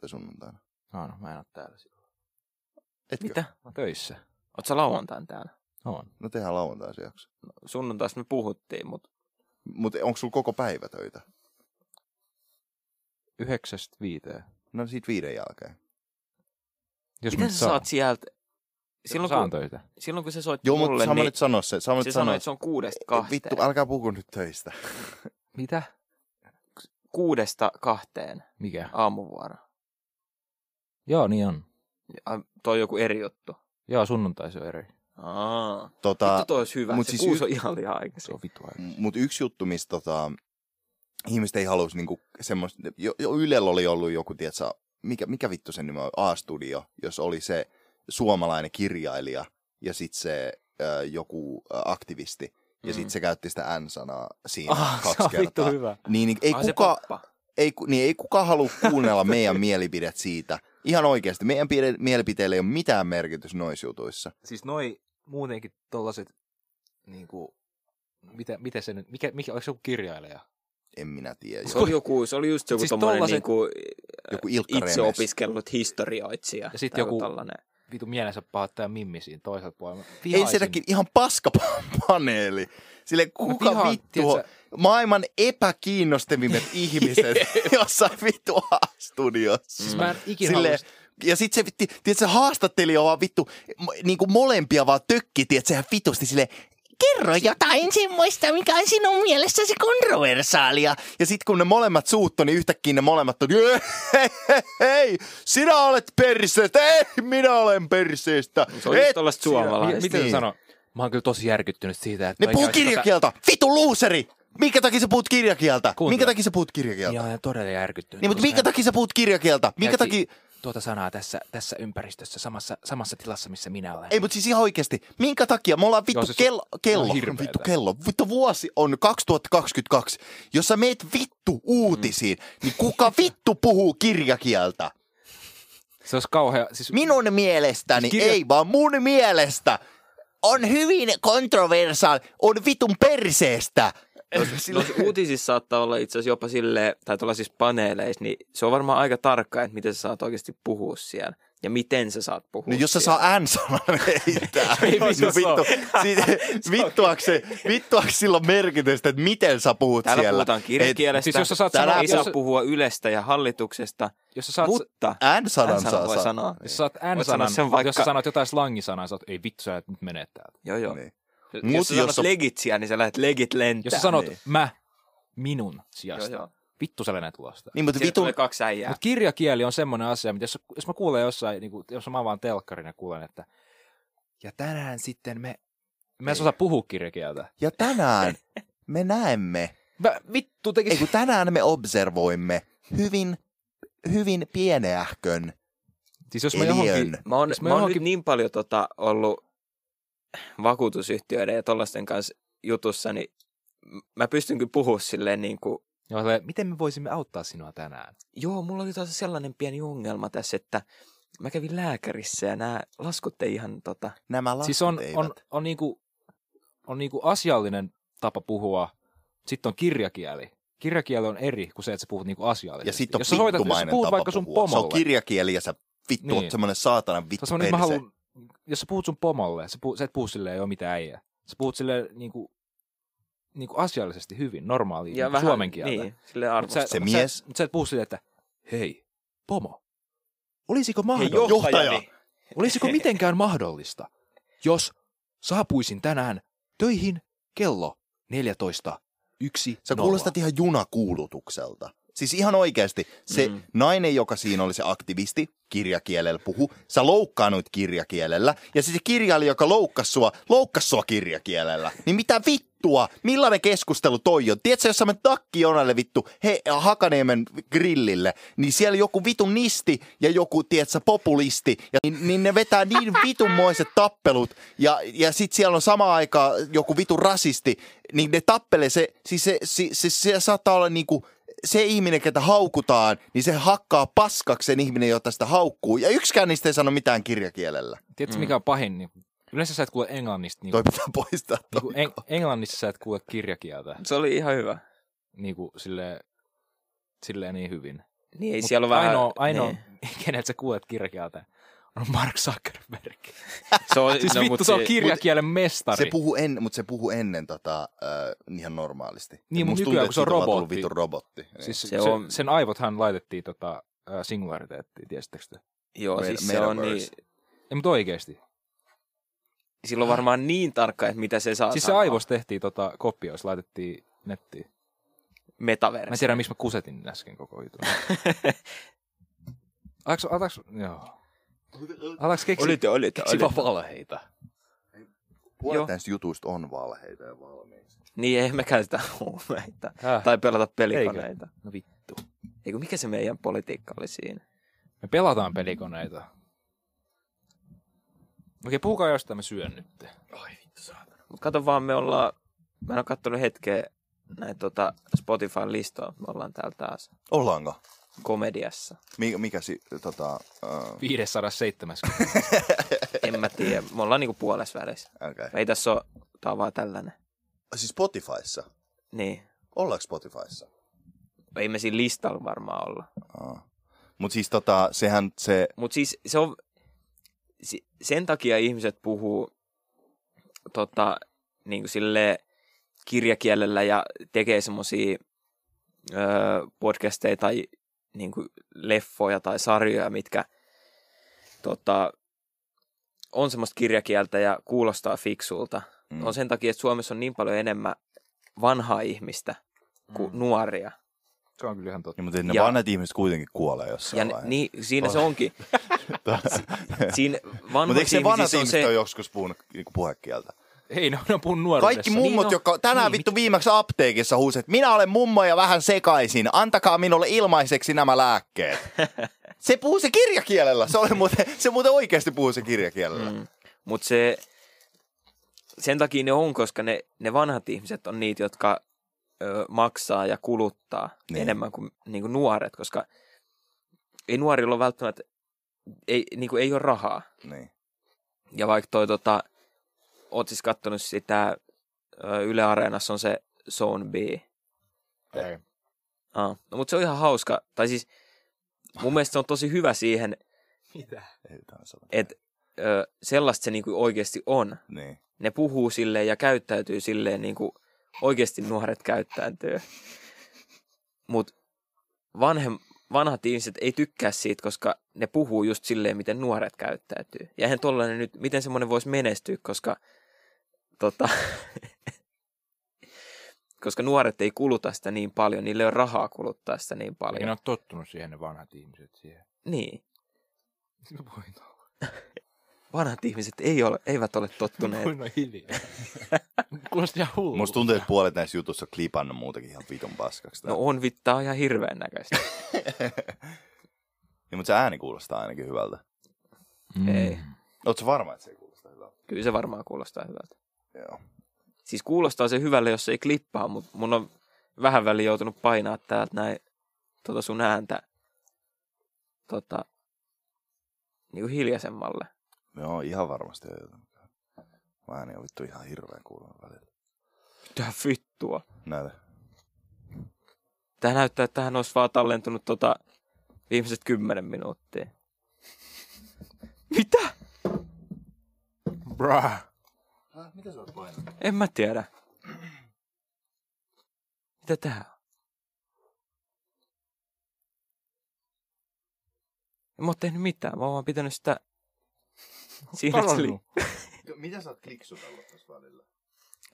[SPEAKER 1] tai sunnuntaina.
[SPEAKER 3] No, no mä en ole täällä silloin.
[SPEAKER 1] Etkö?
[SPEAKER 2] Mitä?
[SPEAKER 3] Mä oon töissä.
[SPEAKER 2] Oot sä lauantaina täällä?
[SPEAKER 3] On.
[SPEAKER 1] No tehdään lauantaina se jakso.
[SPEAKER 2] Sunnuntaista me puhuttiin, mutta
[SPEAKER 1] Mutta onko sulla koko päivä töitä?
[SPEAKER 3] Yhdeksästä viiteen.
[SPEAKER 1] No siitä viiden jälkeen.
[SPEAKER 3] Jos
[SPEAKER 2] miten
[SPEAKER 3] mä
[SPEAKER 2] sä
[SPEAKER 3] saan.
[SPEAKER 2] saat sieltä? Silloin
[SPEAKER 3] saan
[SPEAKER 2] kun,
[SPEAKER 3] töitä.
[SPEAKER 2] silloin kun se soitti
[SPEAKER 1] Joo, mutta
[SPEAKER 2] mulle,
[SPEAKER 1] sama
[SPEAKER 2] niin
[SPEAKER 1] nyt sano se. Sama
[SPEAKER 2] se
[SPEAKER 1] nyt sano,
[SPEAKER 2] sanoi, että se on kuudesta kahteen.
[SPEAKER 1] Vittu, älkää puhu nyt töistä.
[SPEAKER 3] Mitä?
[SPEAKER 2] Kuudesta kahteen
[SPEAKER 3] Mikä?
[SPEAKER 2] aamuvuoro.
[SPEAKER 3] Joo, niin on.
[SPEAKER 2] Ja, toi on joku eri juttu.
[SPEAKER 3] Joo, sunnuntai se on eri.
[SPEAKER 2] Aa.
[SPEAKER 1] Tota,
[SPEAKER 2] Vittu toi olisi hyvä.
[SPEAKER 1] mut
[SPEAKER 2] se
[SPEAKER 1] siis
[SPEAKER 2] siis kuusi
[SPEAKER 1] y-
[SPEAKER 2] on ihan liian
[SPEAKER 3] Se
[SPEAKER 2] aikaisin.
[SPEAKER 3] on vittu aika.
[SPEAKER 1] Mutta yksi juttu, missä tota, ihmiset ei halusi niinku semmoista, jo, jo Ylellä oli ollut joku, tietsä, mikä, mikä vittu sen nimi on, A-studio, jos oli se suomalainen kirjailija ja sitten se ö, joku ö, aktivisti. Ja
[SPEAKER 2] Mm.
[SPEAKER 1] sitten se käytti sitä N-sanaa siinä
[SPEAKER 3] Ah,
[SPEAKER 1] kaksi
[SPEAKER 3] se on vittu
[SPEAKER 1] kertaa.
[SPEAKER 3] hyvä.
[SPEAKER 1] Niin, niin ei,
[SPEAKER 2] Ai, Ah, se
[SPEAKER 1] kuka,
[SPEAKER 2] poppa.
[SPEAKER 1] ei, ku- niin, ei kukaan halua kuunnella meidän mielipidet siitä. Ihan oikeasti, meidän pide- mielipiteillä ei ole mitään merkitys noissa jutuissa.
[SPEAKER 3] Siis noi muutenkin tollaset, niinku, mitä, mitä se nyt, mikä, mikä, oliko se joku kirjailija?
[SPEAKER 1] En minä tiedä.
[SPEAKER 2] Se oli, joku, se oli just joku
[SPEAKER 3] Siis
[SPEAKER 2] siis tommonen
[SPEAKER 3] tollaset-
[SPEAKER 2] niinku
[SPEAKER 1] Joku Ilkka
[SPEAKER 2] itse
[SPEAKER 1] Remes.
[SPEAKER 2] opiskellut historioitsija.
[SPEAKER 3] Ja sit
[SPEAKER 2] tai
[SPEAKER 3] joku-
[SPEAKER 2] Tällainen.
[SPEAKER 3] Vitu mielensä pahoittaja Mimmi siinä toisella puolella. Mä
[SPEAKER 1] Ei
[SPEAKER 3] vihaisin-
[SPEAKER 1] sitäkin ihan paska paneeli. Sille
[SPEAKER 3] mä
[SPEAKER 1] kuka
[SPEAKER 3] vihaan,
[SPEAKER 1] vittu on
[SPEAKER 3] tiedätkö,
[SPEAKER 1] maailman epäkiinnostavimmat ihmiset jossain vittu A-studiossa.
[SPEAKER 3] Siis mä en ikinä
[SPEAKER 1] Mm. Silleen,
[SPEAKER 3] halus-
[SPEAKER 1] ja sit se, vitti- tiedätkö, haastattelija vaan vittu, m- niinku molempia vaan tökki, tiedätkö, ihan vitusti silleen, kerro jotain semmoista, mikä on sinun mielessäsi kontroversaalia. Ja sit kun ne molemmat suuttu, niin yhtäkkiä ne molemmat on, hei, hei, hei, sinä olet perseestä, ei, minä olen perseestä.
[SPEAKER 2] Se on just
[SPEAKER 1] Et
[SPEAKER 2] tollaista
[SPEAKER 3] Mi-
[SPEAKER 2] suomalaista.
[SPEAKER 3] Miten se
[SPEAKER 1] Niin.
[SPEAKER 3] sanoo? Mä oon kyllä tosi järkyttynyt siitä, että...
[SPEAKER 1] Ne puhuu
[SPEAKER 3] tuota-
[SPEAKER 1] kirjakieltä. Vitu luuseri! Minkä takia sä puhut kirjakieltä?
[SPEAKER 3] Kuuntele.
[SPEAKER 1] Minkä takia sä puhut kirjakieltä?
[SPEAKER 3] Joo, todella järkyttynyt.
[SPEAKER 1] Niin, mutta
[SPEAKER 3] koska
[SPEAKER 1] minkä
[SPEAKER 3] hän
[SPEAKER 1] takia sä puhut kirjakieltä? Minkä
[SPEAKER 3] käytti
[SPEAKER 1] takia...
[SPEAKER 3] Tuota sanaa tässä, tässä ympäristössä, samassa, samassa tilassa, missä minä olen.
[SPEAKER 1] Ei, mutta siis ihan oikeesti. Minkä takia? Me ollaan vittu
[SPEAKER 3] Joo,
[SPEAKER 1] Joo,
[SPEAKER 3] siis-
[SPEAKER 1] kello,
[SPEAKER 3] se
[SPEAKER 1] kello,
[SPEAKER 3] on hirveetä.
[SPEAKER 1] vittu kello. Vittu vuosi on 2022. Jos sä meet vittu uutisiin,
[SPEAKER 3] Mm.
[SPEAKER 1] niin kuka vittu puhuu kirjakieltä?
[SPEAKER 3] Se olisi kauhea... Siis...
[SPEAKER 1] Minun mielestäni,
[SPEAKER 3] Siis kirja-
[SPEAKER 1] ei vaan mun mielestä, on hyvin kontroversaal, on vitun perseestä.
[SPEAKER 3] siis
[SPEAKER 2] No, uutisissa saattaa olla itse asiassa jopa silleen, tai tuollaisissa paneeleissa, niin se on varmaan aika tarkka, että miten sä saat oikeasti puhua siellä. Ja miten sä saat puhua
[SPEAKER 1] No jos sä
[SPEAKER 2] siellä.
[SPEAKER 1] saa N-sanan heittää.
[SPEAKER 3] Ei,
[SPEAKER 1] No
[SPEAKER 3] mitä se
[SPEAKER 1] vittu, si- vittuaks, se, vittuaks sillä on merkitystä, että miten sä puhut
[SPEAKER 2] Täällä
[SPEAKER 1] siellä.
[SPEAKER 2] puhutaan kirjakielestä,
[SPEAKER 3] Siis jos sä saat
[SPEAKER 2] täällä
[SPEAKER 3] sanoa-
[SPEAKER 2] ei saa
[SPEAKER 3] jos-
[SPEAKER 2] puhua Ylestä ja hallituksesta,
[SPEAKER 3] Jos sä saat,
[SPEAKER 2] mutta
[SPEAKER 1] N-sanan
[SPEAKER 2] N-sanan
[SPEAKER 1] saa
[SPEAKER 2] voi
[SPEAKER 1] sa-
[SPEAKER 2] sanoa.
[SPEAKER 3] jos sä saat
[SPEAKER 2] Voit sanoa
[SPEAKER 3] N-sanan,
[SPEAKER 2] sen vaikka-
[SPEAKER 3] jos sä sanot jotain slangisanaa, sä oot, ei vittu, sä et nyt mene täältä.
[SPEAKER 2] joo joo.
[SPEAKER 1] Niin. Mut
[SPEAKER 2] Jos sä
[SPEAKER 1] jos
[SPEAKER 2] sanot
[SPEAKER 1] sä-
[SPEAKER 2] legit siellä, niin sä lähdet legit lentää.
[SPEAKER 3] Jos sä sanot
[SPEAKER 1] niin.
[SPEAKER 3] mä minun
[SPEAKER 2] joo,
[SPEAKER 3] sijasta,
[SPEAKER 2] joo.
[SPEAKER 3] vittu sä lennät ulos täältä.
[SPEAKER 1] Niin, mutta
[SPEAKER 2] Siellä
[SPEAKER 1] vitun,
[SPEAKER 2] tulee kaksi äijää.
[SPEAKER 3] Mutta kirjakieli on semmoinen asia, mitä jos, jos mä kuulen jossain, niin kuin, jos mä avaan telkkarin ja kuulen, että ja tänään sitten me, mä en
[SPEAKER 1] Ei.
[SPEAKER 3] osaa puhua kirjakieltä.
[SPEAKER 1] ja tänään me näemme,
[SPEAKER 3] Mä vittu tekin.
[SPEAKER 1] ei kun tänään me observoimme hyvin, hyvin pieneähkön
[SPEAKER 3] siis jos mä johonkin,
[SPEAKER 1] eliön.
[SPEAKER 2] Mä oon,
[SPEAKER 3] Jos mä
[SPEAKER 2] mä oon
[SPEAKER 3] johonkin-
[SPEAKER 2] nyt niin paljon tota, ollut vakuutusyhtiöiden ja tollasten kanssa jutussa, niin m- mä pystyn kyllä puhua silleen niin kuin
[SPEAKER 3] ja mä silleen, miten me voisimme auttaa sinua tänään?
[SPEAKER 2] Joo, mulla oli taas sellainen pieni ongelma tässä, että mä kävin lääkärissä ja nämä laskut ei ihan tota...
[SPEAKER 1] Nämä lapset
[SPEAKER 3] siis on,
[SPEAKER 1] eivät.
[SPEAKER 3] on, on, niinku, on niinku asiallinen tapa puhua, sitten on kirjakieli. Kirjakieli on eri kuin se, että sä puhut niinku asiallisesti.
[SPEAKER 1] ja sitten on
[SPEAKER 3] jos sä soitat, jos sä
[SPEAKER 1] vittumainen
[SPEAKER 3] puhut
[SPEAKER 1] tapa
[SPEAKER 3] vaikka sun
[SPEAKER 1] puhua. Se on
[SPEAKER 3] pomolle,
[SPEAKER 1] kirjakieli ja sä vittu
[SPEAKER 3] Niin.
[SPEAKER 1] oot semmonen saatanan vittu
[SPEAKER 3] Se on
[SPEAKER 1] perse.
[SPEAKER 3] semmoinen, mä haluan, jos sä puhut sun pomolle, sä, puhut, sä et puhu silleen joo mitä äijä. Sä puhut silleen niinku, niinku asiallisesti hyvin, normaaliin,
[SPEAKER 2] Ja
[SPEAKER 3] niinku suomen kieltä.
[SPEAKER 2] Niin, silleen
[SPEAKER 3] Mut sä,
[SPEAKER 2] arvostaa.
[SPEAKER 1] Se
[SPEAKER 3] mut
[SPEAKER 1] mies.
[SPEAKER 3] Sä, mut sä et puhu silleen, että hei, pomo, olisiko
[SPEAKER 2] Hei,
[SPEAKER 3] mahdollista,
[SPEAKER 1] johtaja.
[SPEAKER 2] niin
[SPEAKER 3] olisiko mitenkään mahdollista, jos saapuisin tänään töihin kello
[SPEAKER 1] 14.
[SPEAKER 3] Yksi
[SPEAKER 1] Sä kuulostat ihan junakuulutukselta. Siis ihan oikeasti, se
[SPEAKER 2] Mm.
[SPEAKER 1] mm. nainen, joka siinä oli se aktivisti, kirjakielellä puhu, sä loukkaannuit kirjakielellä, ja siis se kirjailija, joka loukkasi sua, loukkasi sua kirjakielellä. Niin mitä vittua, millainen keskustelu toi on? Tiedätkö, jos sä menet takkijonalle vittu, he, Hakaniemen grillille, niin siellä joku vitun nisti ja joku, tiedätkö, populisti, ja niin, niin ne vetää niin vitunmoiset tappelut, ja, ja sit siellä on sama aikaa joku vitun rasisti, niin ne tappelee se, siis se, se, se, se saattaa olla niinku, se ihminen, ketä haukutaan, niin se hakkaa paskaksi sen ihminen, jota sitä haukkuu. Ja yksikään niistä ei sano mitään kirjakielellä.
[SPEAKER 3] Tiedätkö,
[SPEAKER 2] Mm.
[SPEAKER 3] mikä on pahin? Niin yleensä sä et kuule englannista. Niin
[SPEAKER 1] Toi
[SPEAKER 3] kuin,
[SPEAKER 1] pitää poistaa.
[SPEAKER 3] niin
[SPEAKER 1] Toi.
[SPEAKER 3] kuin en, englannissa sä et kuule kirjakieltä.
[SPEAKER 2] Se oli ihan hyvä.
[SPEAKER 3] Niin kuin silleen, silleen niin hyvin.
[SPEAKER 2] Niin ei
[SPEAKER 3] Mut
[SPEAKER 2] siellä ole vähän...
[SPEAKER 3] ainoa, ainoa
[SPEAKER 2] Niin.
[SPEAKER 3] keneltä sä kuulet kirjakieltä, on Mark Zuckerberg.
[SPEAKER 2] Se on,
[SPEAKER 3] Siis no,
[SPEAKER 2] mut
[SPEAKER 3] vittu, se on kirjakielen
[SPEAKER 1] Se
[SPEAKER 3] mestari.
[SPEAKER 1] puhuu en, mutta se puhuu ennen tota, äh, ihan normaalisti.
[SPEAKER 3] Niin, mut
[SPEAKER 1] Musta tuntuu,
[SPEAKER 3] nykyään, kun se on
[SPEAKER 1] että siitä vaan tullut
[SPEAKER 3] robotti.
[SPEAKER 1] Vitun robotti. Niin. Siis,
[SPEAKER 3] Siis se,
[SPEAKER 2] Se
[SPEAKER 3] se
[SPEAKER 2] on-
[SPEAKER 3] on... sen aivothan laitettiin tota, äh, singulariteettiin, tiesittekö te?
[SPEAKER 2] Joo,
[SPEAKER 1] Meta-
[SPEAKER 2] siis se on niin...
[SPEAKER 1] Metaverse.
[SPEAKER 3] Ei, mutta oikeesti.
[SPEAKER 2] Silloin varmaan niin tarkka, että mitä se saa
[SPEAKER 3] Siis se
[SPEAKER 2] sanoa.
[SPEAKER 3] aivos tehtiin tota, kopio, jos laitettiin nettiin.
[SPEAKER 2] Metaverse.
[SPEAKER 3] Mä en tiedä, miksi mä kusetin äsken koko jutun. Alaks, alaks, joo. Alaks keksi,
[SPEAKER 2] Olit, olit,
[SPEAKER 3] keksi vaan valheita.
[SPEAKER 1] Puolet näistä jutuista on valheita ja valmiita.
[SPEAKER 2] Niin, ei me käytetä huumeita.
[SPEAKER 3] Häh?
[SPEAKER 2] Tai pelata pelikoneita.
[SPEAKER 3] No vittu.
[SPEAKER 2] Eikö mikä se meidän politiikka oli siinä?
[SPEAKER 3] Me pelataan pelikoneita. Okei, puhukaa jostain, mä syön nyt.
[SPEAKER 2] Mut kato vaan, me ollaan... Mä en ole kattonut hetkeä näitä tota Spotify-listoa. Me ollaan täällä taas
[SPEAKER 1] Ollaanko?
[SPEAKER 2] komediassa.
[SPEAKER 1] Mikä, mikä si, tota, äh,
[SPEAKER 3] 570.
[SPEAKER 2] En mä tiedä. Me ollaan niinku puolessa välissä.
[SPEAKER 1] okay.
[SPEAKER 2] Ei tässä ole... Tää on vaan tällainen.
[SPEAKER 1] Siis Spotifyssa.
[SPEAKER 2] Niin.
[SPEAKER 1] Ollaanko Spotifyssa?
[SPEAKER 2] Ei me siinä listalla varmaan olla.
[SPEAKER 1] Aa. Mut siis tota, sehän se,
[SPEAKER 2] Mutta siis se on, si- sen takia ihmiset puhuu tota, niin kuin sille kirjakielellä ja tekee semmoisia podcasteja tai niin kuin leffoja tai sarjoja, mitkä tota, on semmoista kirjakieltä ja kuulostaa fiksulta. Mm.
[SPEAKER 1] Mm.
[SPEAKER 2] On sen takia, että Suomessa on niin paljon enemmän vanhaa ihmistä kuin mm. nuoria.
[SPEAKER 3] Se on kyllä ihan totta.
[SPEAKER 1] niin, mutta ne
[SPEAKER 2] Ja-
[SPEAKER 1] ja... vanhat ihmiset kuitenkin kuolee jossain
[SPEAKER 2] Ja
[SPEAKER 1] vaiheessa. Tota-
[SPEAKER 2] niin, siinä se onkin. Siinä
[SPEAKER 1] Mutta
[SPEAKER 2] vanhoissa
[SPEAKER 1] eikö se vanhat
[SPEAKER 2] ihmisissä siis on
[SPEAKER 1] ihmiset
[SPEAKER 2] se,
[SPEAKER 1] ole joskus puhunut niinku puhekieltä?
[SPEAKER 3] Ei, ne on- ne on puhunut nuoruudessa.
[SPEAKER 1] Kaikki mummot,
[SPEAKER 2] no.
[SPEAKER 1] jotka tänään
[SPEAKER 2] Niin,
[SPEAKER 1] niin, vittu viimeksi apteekissa huusi, että minä olen mummo ja vähän sekaisin, antakaa minulle ilmaiseksi nämä lääkkeet. se puhuu se kirjakielellä, se, oli muuten, se muuten oikeasti puhuu se kirjakielellä. Mm.
[SPEAKER 2] Mm. Mutta se, sen takia ne on, koska ne, ne vanhat ihmiset on niitä, jotka ö, maksaa ja kuluttaa niin.
[SPEAKER 1] Niin.
[SPEAKER 2] enemmän kuin, niin kuin nuoret, koska ei nuorilla ole välttämättä, ei, niin kuin ei ole rahaa.
[SPEAKER 1] Niin.
[SPEAKER 2] Ja vaikka toi, tota, oot siis kattonut sitä, ö, Yle Areenassa on se Zone B.
[SPEAKER 3] Ei.
[SPEAKER 2] Ah. No, mutta se on ihan hauska, tai siis mun mielestä se on tosi hyvä siihen,
[SPEAKER 3] Mitä?
[SPEAKER 1] Ei, tää on sellainen.
[SPEAKER 2] että ö, sellaista se niin kuin oikeasti on.
[SPEAKER 1] niin.
[SPEAKER 2] ne puhuu silleen ja käyttäytyy silleen niin kuin oikeasti nuoret käyttäytyy. Mutta vanhem, vanhat ihmiset ei tykkää siitä, koska ne puhuu just silleen, miten nuoret käyttäytyy. Ja eihän tollainen nyt, miten semmoinen voisi menestyä, koska, tota, koska nuoret ei kuluta sitä niin paljon, niille ei ole rahaa kuluttaa sitä niin
[SPEAKER 3] Eikä
[SPEAKER 2] paljon.
[SPEAKER 3] ne
[SPEAKER 2] No.
[SPEAKER 3] ole tottunut siihen ne vanhat ihmiset siihen.
[SPEAKER 2] Niin,
[SPEAKER 3] Mä puhuin tuolla.
[SPEAKER 2] vanhat ihmiset ei ole, eivät ole tottuneet.
[SPEAKER 3] Puhuin noin hiljaa. Kuulosti ihan hullu.
[SPEAKER 1] Musta tuntuu, että puolet näistä jutuissa on klipannut muutakin ihan vitun paskaksi.
[SPEAKER 2] No on vittaa ihan hirveän näköistä.
[SPEAKER 1] Niin, mutta se ääni kuulostaa ainakin hyvältä.
[SPEAKER 2] Ei.
[SPEAKER 3] Mm.
[SPEAKER 1] Oletko varma, että se ei kuulosta hyvältä?
[SPEAKER 2] Kyllä se varmaan kuulostaa hyvältä.
[SPEAKER 1] Joo.
[SPEAKER 2] Siis kuulostaa se hyvälle, jos ei klippaa, mutta mun on vähän väliin joutunut painaa täältä näin tota sun ääntä tota, niin kuin hiljaisemmalle.
[SPEAKER 1] Joo, ihan varmasti. Mä ääni on vittu ihan hirveän kuulunut välillä.
[SPEAKER 2] Mitä vittua?
[SPEAKER 1] Näytä.
[SPEAKER 2] Tää näyttää, että tähän olisi vaan tallentunut tota viimeiset kymmenen minuuttia. Mitä?
[SPEAKER 3] Bruh.
[SPEAKER 2] En mä tiedä. Mitä tää on? En mä oo tehnyt mitään, mä oon vaan pitänyt sitä... Siinä, että se oli-
[SPEAKER 3] Palannut.
[SPEAKER 1] Mitä sä oot kliksutellut tässä välillä?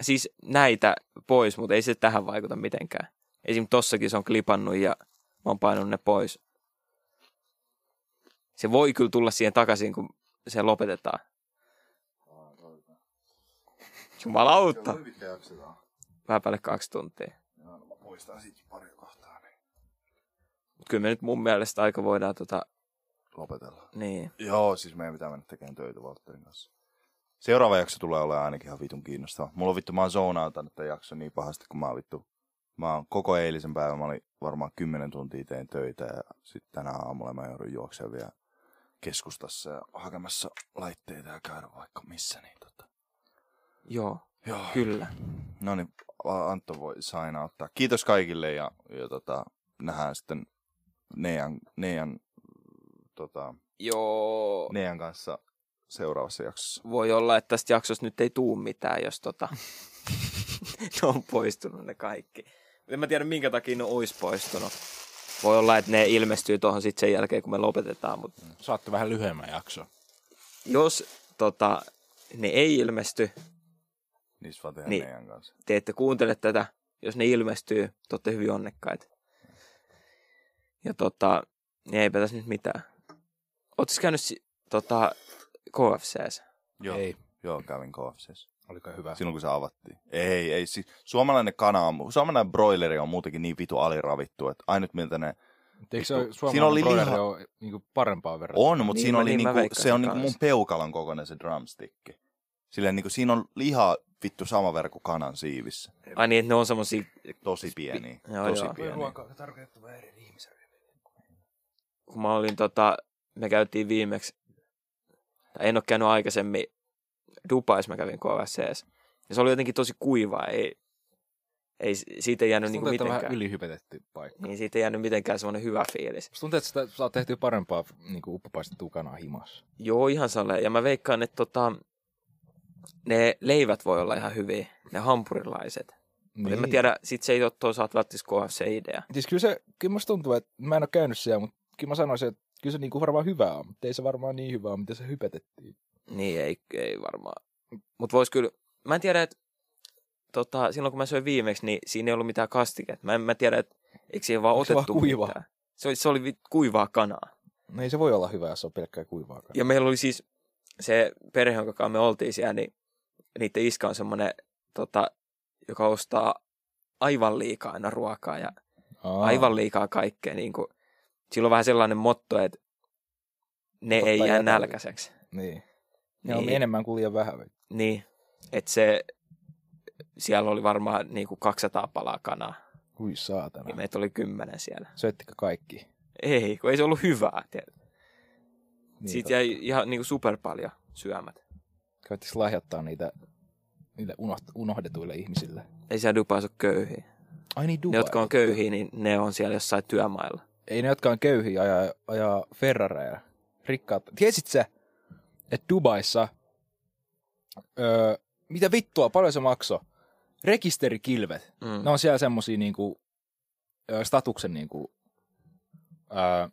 [SPEAKER 2] siis näitä pois, mutta ei se tähän vaikuta mitenkään. Esim. tossakin se on klipannut ja mä oon painanut ne pois. Se voi kyllä tulla siihen takaisin, kun se lopetetaan. Jumalauta. Vähän päälle kaksi tuntia.
[SPEAKER 1] no Mä poistan siitäkin pari kohtaa. Niin.
[SPEAKER 2] Mutta kyllä me nyt mun mielestä aika voidaan tota,
[SPEAKER 1] Lopetellaan.
[SPEAKER 2] niin.
[SPEAKER 1] Joo, siis meidän pitää mennä tekemään töitä Valtterin kanssa. Seuraava jakso tulee olemaan ainakin ihan vitun kiinnostava. Mulla on vittu, mä oon zoonautanut tämän jakson niin pahasti, kun mä oon vittu... Mä oon koko eilisen päivän, mä olin varmaan 10 tuntia tein töitä ja sitten tänä aamulla mä joudun juoksemaan vielä keskustassa ja hakemassa laitteita ja käydä vaikka missä. Niin tota.
[SPEAKER 2] Joo,
[SPEAKER 1] Joo.
[SPEAKER 2] kyllä.
[SPEAKER 1] No niin, Antto voi signauttaa. Kiitos kaikille ja, ja tota, nähdään sitten Neijan, Neijan, tota,
[SPEAKER 2] Joo.
[SPEAKER 1] Neijan kanssa seuraavassa jaksossa.
[SPEAKER 2] Niin. Voi olla, että tästä jaksosta nyt ei tuu mitään, jos tota... ne on poistunut ne kaikki. En mä tiedä, minkä takia ne olisi poistunut. Voi olla, että ne ilmestyy tuohon sitten sen jälkeen, kun me lopetetaan, mutta
[SPEAKER 3] Saatte vähän lyhyemmän jakson.
[SPEAKER 2] jos tota, ne ei ilmesty,
[SPEAKER 1] Niissä vaan tehdään
[SPEAKER 2] Niin.
[SPEAKER 1] niin. Neijan kanssa.
[SPEAKER 2] te ette kuuntele tätä. Jos ne ilmestyy, te olette hyvin onnekkaita. Ja tota, niin eipä tässä nyt mitään. Ootis käynyt si- tota, KFCs?
[SPEAKER 1] Joo.
[SPEAKER 3] Ei.
[SPEAKER 1] Joo, kävin KFCs.
[SPEAKER 3] Oliko hyvä?
[SPEAKER 1] Silloin kun se avattiin. Ei, ei. Siis, suomalainen kana on, suomalainen broileri on muutenkin niin vitu aliravittu, että ainut miltä ne
[SPEAKER 3] Eikö se
[SPEAKER 1] Vittu.
[SPEAKER 3] suomalainen
[SPEAKER 1] Siinä oli
[SPEAKER 3] broileri
[SPEAKER 1] liha-
[SPEAKER 3] ole niinku parempaa verran?
[SPEAKER 1] on, mutta
[SPEAKER 2] Niin
[SPEAKER 1] niin, siinä
[SPEAKER 2] mä-
[SPEAKER 1] oli
[SPEAKER 2] niin mä
[SPEAKER 1] niinku,
[SPEAKER 2] veikkasin
[SPEAKER 1] se on niinku mun
[SPEAKER 2] kanssa.
[SPEAKER 1] peukalon kokoinen se drumstick. Silleen niinku, siinä on lihaa vittu sama verran kuin kanan siivissä.
[SPEAKER 2] Ai niin, että ne on semmosia...
[SPEAKER 1] Tosi pieni.
[SPEAKER 2] Joo,
[SPEAKER 1] tosi
[SPEAKER 2] joo.
[SPEAKER 1] pieni.
[SPEAKER 3] on tarkoitettu eri ihmiselle.
[SPEAKER 2] Kun mä olin tota, me käytiin viimeksi, tai en ole käynyt aikaisemmin, Dubais mä kävin KFCs. Ja se oli jotenkin tosi kuivaa, ei, ei siitä ei jäänyt
[SPEAKER 3] Niin
[SPEAKER 2] niinku
[SPEAKER 3] kuin mitenkään.
[SPEAKER 2] mitenkään.
[SPEAKER 3] vähän ylihypetetty paikka.
[SPEAKER 2] Niin siitä ei jäänyt mitenkään semmoinen hyvä fiilis.
[SPEAKER 3] Musta tuntuu, että sitä saa tehtyä parempaa niin kuin uppopaistettua kanaa himassa.
[SPEAKER 2] Joo, ihan sale. Ja mä veikkaan, että tota, ne leivät voi olla ihan hyviä, ne hampurilaiset. Niin. En mä tiedä, sit se ei ole toisaalta välttämättä KFC-idea.
[SPEAKER 3] Siis kyllä, se, kyllä musta tuntuu, että mä en ole käynyt siellä, mutta kyllä mä sanoisin, että kyllä se niinku varmaan hyvää on, mutta ei se varmaan niin hyvää ole, mitä se hypetettiin.
[SPEAKER 2] Niin, ei, ei varmaan. Mutta vois kyllä, mä en tiedä, että tota, silloin kun mä söin viimeksi, niin siinä ei ollut mitään kastiketta. Mä en mä tiedä, että eikö siihen vaan
[SPEAKER 3] Onko se
[SPEAKER 2] otettu
[SPEAKER 3] vaan kuivaa?
[SPEAKER 2] mitään. Se oli, se oli vi- kuivaa kanaa.
[SPEAKER 3] No ei se voi olla hyvää, jos se on pelkkää kuivaa kanaa.
[SPEAKER 2] Ja meillä oli siis se perhe, jonka kanssa me oltiin siellä, niin niiden iskä on semmoinen, tota, joka ostaa aivan liikaa aina ruokaa ja
[SPEAKER 3] Aa,
[SPEAKER 2] aivan liikaa kaikkea. Niin kuin, sillä on vähän sellainen motto, että ne
[SPEAKER 3] Totta
[SPEAKER 2] ei jää
[SPEAKER 3] jätä.
[SPEAKER 2] nälkäiseksi.
[SPEAKER 3] Niin. Ne on
[SPEAKER 2] Niin,
[SPEAKER 3] enemmän kuin liian vähän.
[SPEAKER 2] niin. että se, siellä oli varmaan niin kuin 200 palaa kanaa,
[SPEAKER 3] Ui saatana.
[SPEAKER 2] ja meitä oli kymmenen siellä.
[SPEAKER 3] Söittekö kaikki?
[SPEAKER 2] Ei, kun ei se ollut hyvää. Tiedät.
[SPEAKER 3] Niin,
[SPEAKER 2] Siitä
[SPEAKER 3] totta.
[SPEAKER 2] jäi ihan niin kuin super paljon syömät.
[SPEAKER 3] Käyttäis lahjoittaa niitä niille unoht- unohdetuille ihmisille.
[SPEAKER 2] Ei siellä Dubaissa ole köyhiä.
[SPEAKER 3] Ai niin, Dubai.
[SPEAKER 2] Ne, jotka on köyhiä, niin ne on siellä jossain työmailla.
[SPEAKER 3] Ei ne, jotka on köyhiä, ajaa, ajaa Ferrareja. Rikkaat. Tiesit sä, että Dubaissa, öö, mitä vittua, paljon se maksoi? Rekisterikilvet.
[SPEAKER 2] Mm.
[SPEAKER 3] Ne on siellä semmosia niinku, öö, statuksen niinku, öö,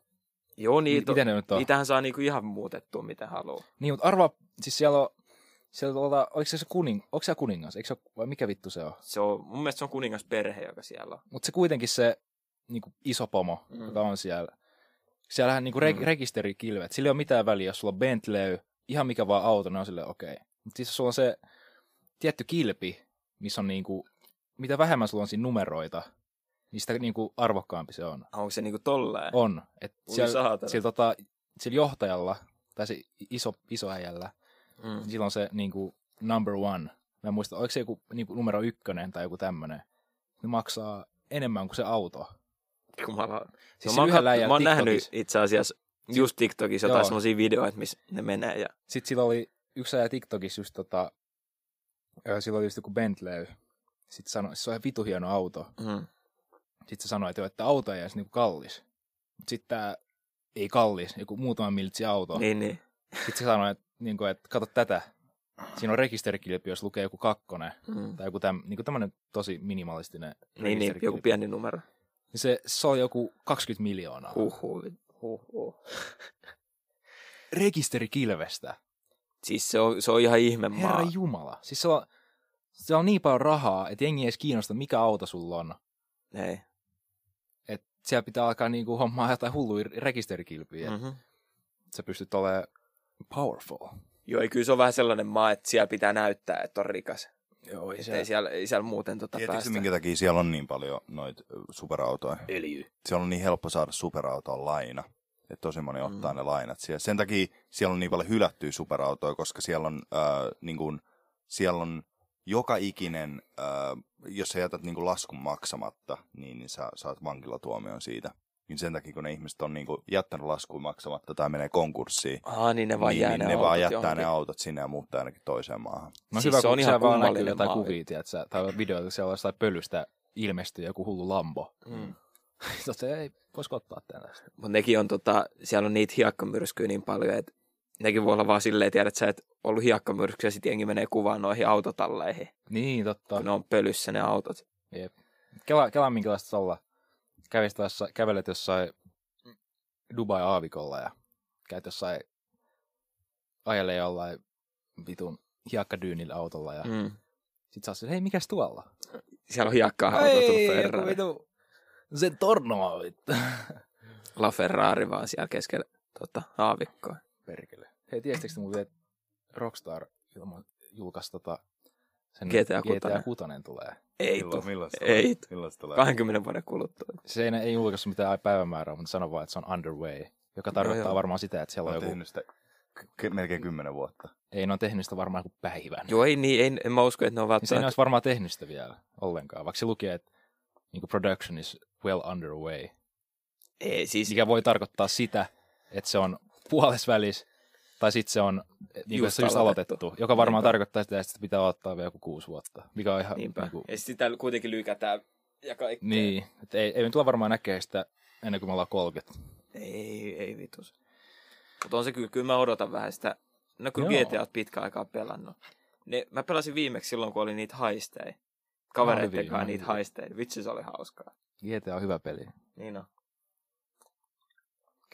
[SPEAKER 2] Joo, niitä,
[SPEAKER 3] Niito, miten ne nyt on?
[SPEAKER 2] niitähän saa niinku ihan muutettua, mitä haluaa.
[SPEAKER 3] Niin, mutta arva, siis siellä on, siellä tuota, oliko se, se kuning, onko se kuningas, eikö se, ole- vai mikä vittu se on?
[SPEAKER 2] Se on, mun mielestä se on kuningasperhe, joka siellä on.
[SPEAKER 3] Mutta se kuitenkin se niin kuin iso pomo,
[SPEAKER 2] Mm.
[SPEAKER 3] mm. joka on siellä. Siellähän niin kuin re-
[SPEAKER 2] Mm.
[SPEAKER 3] mm. rekisterikilvet, sillä ei ole mitään väliä, jos sulla on Bentley, ihan mikä vaan auto, ne on sille okei. Okay. Mutta siis jos sulla on se tietty kilpi, missä on niin kuin, mitä vähemmän sulla on siinä numeroita, niin sitä niin kuin arvokkaampi se on.
[SPEAKER 2] Onko se niinku tolleen?
[SPEAKER 3] On. Et
[SPEAKER 2] Ui
[SPEAKER 3] siellä,
[SPEAKER 2] saatana.
[SPEAKER 3] siellä, tota, siellä johtajalla, tai se iso, iso äijällä,
[SPEAKER 2] Mm.
[SPEAKER 3] niin silloin se niin kuin, number one, mä en muista, oliko se joku niin kuin, numero ykkönen tai joku tämmöinen, ne maksaa enemmän kuin se auto.
[SPEAKER 2] Jumala.
[SPEAKER 3] Siis
[SPEAKER 2] No mä,
[SPEAKER 3] no,
[SPEAKER 2] oon katso,
[SPEAKER 3] yhdellä äijällä
[SPEAKER 2] mä oon nähnyt
[SPEAKER 3] TikTokissa.
[SPEAKER 2] itse asiassa just TikTokissa jotain
[SPEAKER 3] Joo.
[SPEAKER 2] semmoisia videoita, missä ne menee. Ja,
[SPEAKER 3] Sitten sillä oli yksi äijä TikTokissa just tota, ö, sillä oli just joku Bentley. Sitten sanoi, se on ihan vitu hieno auto.
[SPEAKER 2] mm.
[SPEAKER 3] Sitten se sanoi, että, joo, että auto ei edes niinku kallis. Mutta sitten tämä ei kallis, joku muutama miltsi auto.
[SPEAKER 2] Niin, niin.
[SPEAKER 3] Sitten se sanoi, että, niinku, että kato tätä. Siinä on rekisterikilpi, jos lukee joku kakkonen.
[SPEAKER 2] Mm.
[SPEAKER 3] Tai joku täm, niinku tämmöinen tosi minimalistinen
[SPEAKER 2] Niin, niin, joku
[SPEAKER 3] rekisterikilpi.
[SPEAKER 2] pieni numero.
[SPEAKER 3] niin se, se oli joku 20 miljoonaa.
[SPEAKER 2] Huhhuh. Huhhuh.
[SPEAKER 3] Rekisterikilvestä.
[SPEAKER 2] Siis se on, se on ihan ihme maa.
[SPEAKER 3] Herra Jumala. Siis se on, Se on niin paljon rahaa, että jengi ei edes kiinnosta, mikä auto sulla on.
[SPEAKER 2] Ei.
[SPEAKER 3] Et siellä pitää alkaa niinku hommaa jotain hulluja rekisterikilpiä. Mm.
[SPEAKER 2] Mm-hmm.
[SPEAKER 3] Sä pystyt olemaan powerful.
[SPEAKER 2] Joo, ei, kyllä se on vähän sellainen maa, että siellä pitää näyttää, että on rikas.
[SPEAKER 3] Joo, ei
[SPEAKER 2] Se... Ei, siellä, ei siellä muuten tota
[SPEAKER 1] Tiedätkö
[SPEAKER 2] päästä.
[SPEAKER 1] se, minkä takia siellä on niin paljon noita ö, superautoja?
[SPEAKER 4] Öljy.
[SPEAKER 1] Siellä on niin helppo saada superautoon laina. Että tosi moni ottaa
[SPEAKER 2] Mm.
[SPEAKER 1] ne lainat siellä. Sen takia siellä on niin paljon hylättyä superautoja, koska siellä on, äh, niin kuin, siellä on joka ikinen, äh, jos sä jätät niin kuin laskun maksamatta, niin, niin sä saat vankilatuomion siitä. Niin sen takia, kun ne ihmiset on niin kuin jättänyt laskuun maksamatta tai menee konkurssiin,
[SPEAKER 2] Aa, niin ne vaan
[SPEAKER 1] niin,
[SPEAKER 2] jää
[SPEAKER 1] niin
[SPEAKER 2] ne,
[SPEAKER 1] ne vaan
[SPEAKER 2] autot
[SPEAKER 1] jättää
[SPEAKER 2] johonkin.
[SPEAKER 1] ne autot sinne ja muuttaa ainakin toiseen maahan.
[SPEAKER 3] No
[SPEAKER 2] Siis
[SPEAKER 3] hyvä,
[SPEAKER 2] se
[SPEAKER 3] kun
[SPEAKER 2] on ihan
[SPEAKER 3] siellä vaan näkyy
[SPEAKER 2] kummallinen
[SPEAKER 3] jotain
[SPEAKER 2] malli.
[SPEAKER 3] kuvia, tiedätkö, tai videoita, siellä on jostain pölystä ilmestyy joku hullu lambo.
[SPEAKER 2] Mm.
[SPEAKER 3] Sitten ei, voisiko ottaa tällaista?
[SPEAKER 2] Mutta nekin on, tota, siellä on niitä hiekkamyrskyjä niin paljon, että nekin voi olla vaan silleen, tiedät sä, että ollut hiekkamyrskyjä, sitten jengi menee kuvaan noihin autotalleihin,
[SPEAKER 3] Niin, totta.
[SPEAKER 2] kun ne on pölyssä ne autot.
[SPEAKER 3] Kela, kela minkälaista se olla. Kävisit jossa, kävelet jossain Dubai-aavikolla ja käyt jossain ajelee jollain vitun hiekkadyynillä autolla ja mm.
[SPEAKER 2] Mm.
[SPEAKER 3] sit sä oot silleen, hei, mikäs tuolla?
[SPEAKER 2] Siellä on hiekkaa auto Ah, tullut Ferrari.
[SPEAKER 3] vitu. Se torno vittu.
[SPEAKER 2] La Ferrari vaan siellä keskellä tota, aavikkoa.
[SPEAKER 3] Perkele. Hei, tiesittekö te muuten, että Rockstar ilmo- julkaisi tota, sen
[SPEAKER 2] GTA kutonen.
[SPEAKER 3] GTA 6 tulee.
[SPEAKER 2] Ei tuu.
[SPEAKER 1] milloin se
[SPEAKER 2] Ei tuu.
[SPEAKER 1] Milloin se tulee?
[SPEAKER 2] 20 vuoden kuluttua.
[SPEAKER 3] Se ei, ei julkaissut mitään päivämäärää, mutta sano vaan, että se on underway, joka tarkoittaa
[SPEAKER 2] joo.
[SPEAKER 3] varmaan sitä, että siellä
[SPEAKER 1] Mä
[SPEAKER 3] on
[SPEAKER 1] oon
[SPEAKER 3] joku...
[SPEAKER 1] tehnyt sitä k- melkein kymmenen vuotta.
[SPEAKER 3] Ei, ne on tehnyt sitä varmaan joku päivän.
[SPEAKER 2] Joo, ei niin, en, en mä usko, että ne on
[SPEAKER 3] Niin se ei
[SPEAKER 2] välttämättä.
[SPEAKER 3] olisi varmaan tehnyt sitä vielä ollenkaan, vaikka se lukee, että niin production is well underway.
[SPEAKER 2] Ei, siis
[SPEAKER 3] Mikä voi tarkoittaa sitä, että se on puolesvälis, tai sitten se on niin just,
[SPEAKER 2] Just
[SPEAKER 3] se on just aloitettu,
[SPEAKER 2] aloitettu.
[SPEAKER 3] joka varmaan
[SPEAKER 2] Niinpä.
[SPEAKER 3] tarkoittaa sitä, että sitä pitää ottaa vielä joku kuusi vuotta, mikä on ihan
[SPEAKER 2] niinpä.
[SPEAKER 3] niin, kuin,
[SPEAKER 2] Ja sit sitä kuitenkin lykätään ja kaikkea.
[SPEAKER 3] niin että ei, ei me tulla varmaan näkee sitä ennen kuin me ollaan 30.
[SPEAKER 2] Ei, ei vitus. Mutta on se kyllä, kyllä mä odotan vähän sitä. No kun
[SPEAKER 3] Joo.
[SPEAKER 2] GTA oot pitkään aikaa pelannut. Ne, mä pelasin viimeksi silloin, kun oli niitä haisteja.
[SPEAKER 3] Mä olin
[SPEAKER 2] Kavereittekaan
[SPEAKER 3] viimeinen.
[SPEAKER 2] niitä haisteja. Vitsi, se oli hauskaa.
[SPEAKER 3] GTA on hyvä peli.
[SPEAKER 2] Niin on.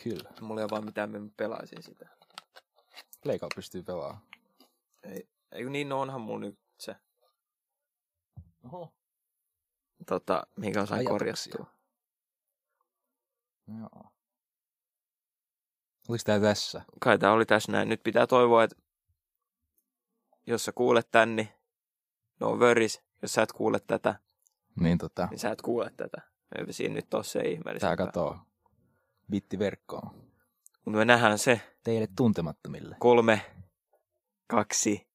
[SPEAKER 3] Kyllä.
[SPEAKER 2] Mulla ei ole vaan mitään, millä mä pelaisin sitä.
[SPEAKER 3] Pleikalla pystyy pelaamaan.
[SPEAKER 2] Ei kun niin, no onhan mun nyt se,
[SPEAKER 3] Oho.
[SPEAKER 2] tota, minkä mä sain
[SPEAKER 3] Ajatuksia.
[SPEAKER 2] korjattua.
[SPEAKER 3] Joo. Olis tää tässä?
[SPEAKER 2] kai tämä oli tässä näin. Nyt pitää toivoa, että jos sä kuulet tän, niin no worries. Jos sä et kuule tätä,
[SPEAKER 3] Niin tota,
[SPEAKER 2] niin sä et kuule tätä. Ei siinä nyt ole se
[SPEAKER 3] tää
[SPEAKER 2] ihmeellisempää.
[SPEAKER 3] katoo. Bitti verkkoon.
[SPEAKER 2] Mutta me nähdään se
[SPEAKER 3] Teille tuntemattomille.
[SPEAKER 2] kolme, kaksi,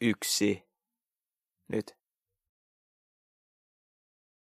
[SPEAKER 2] yksi, nyt.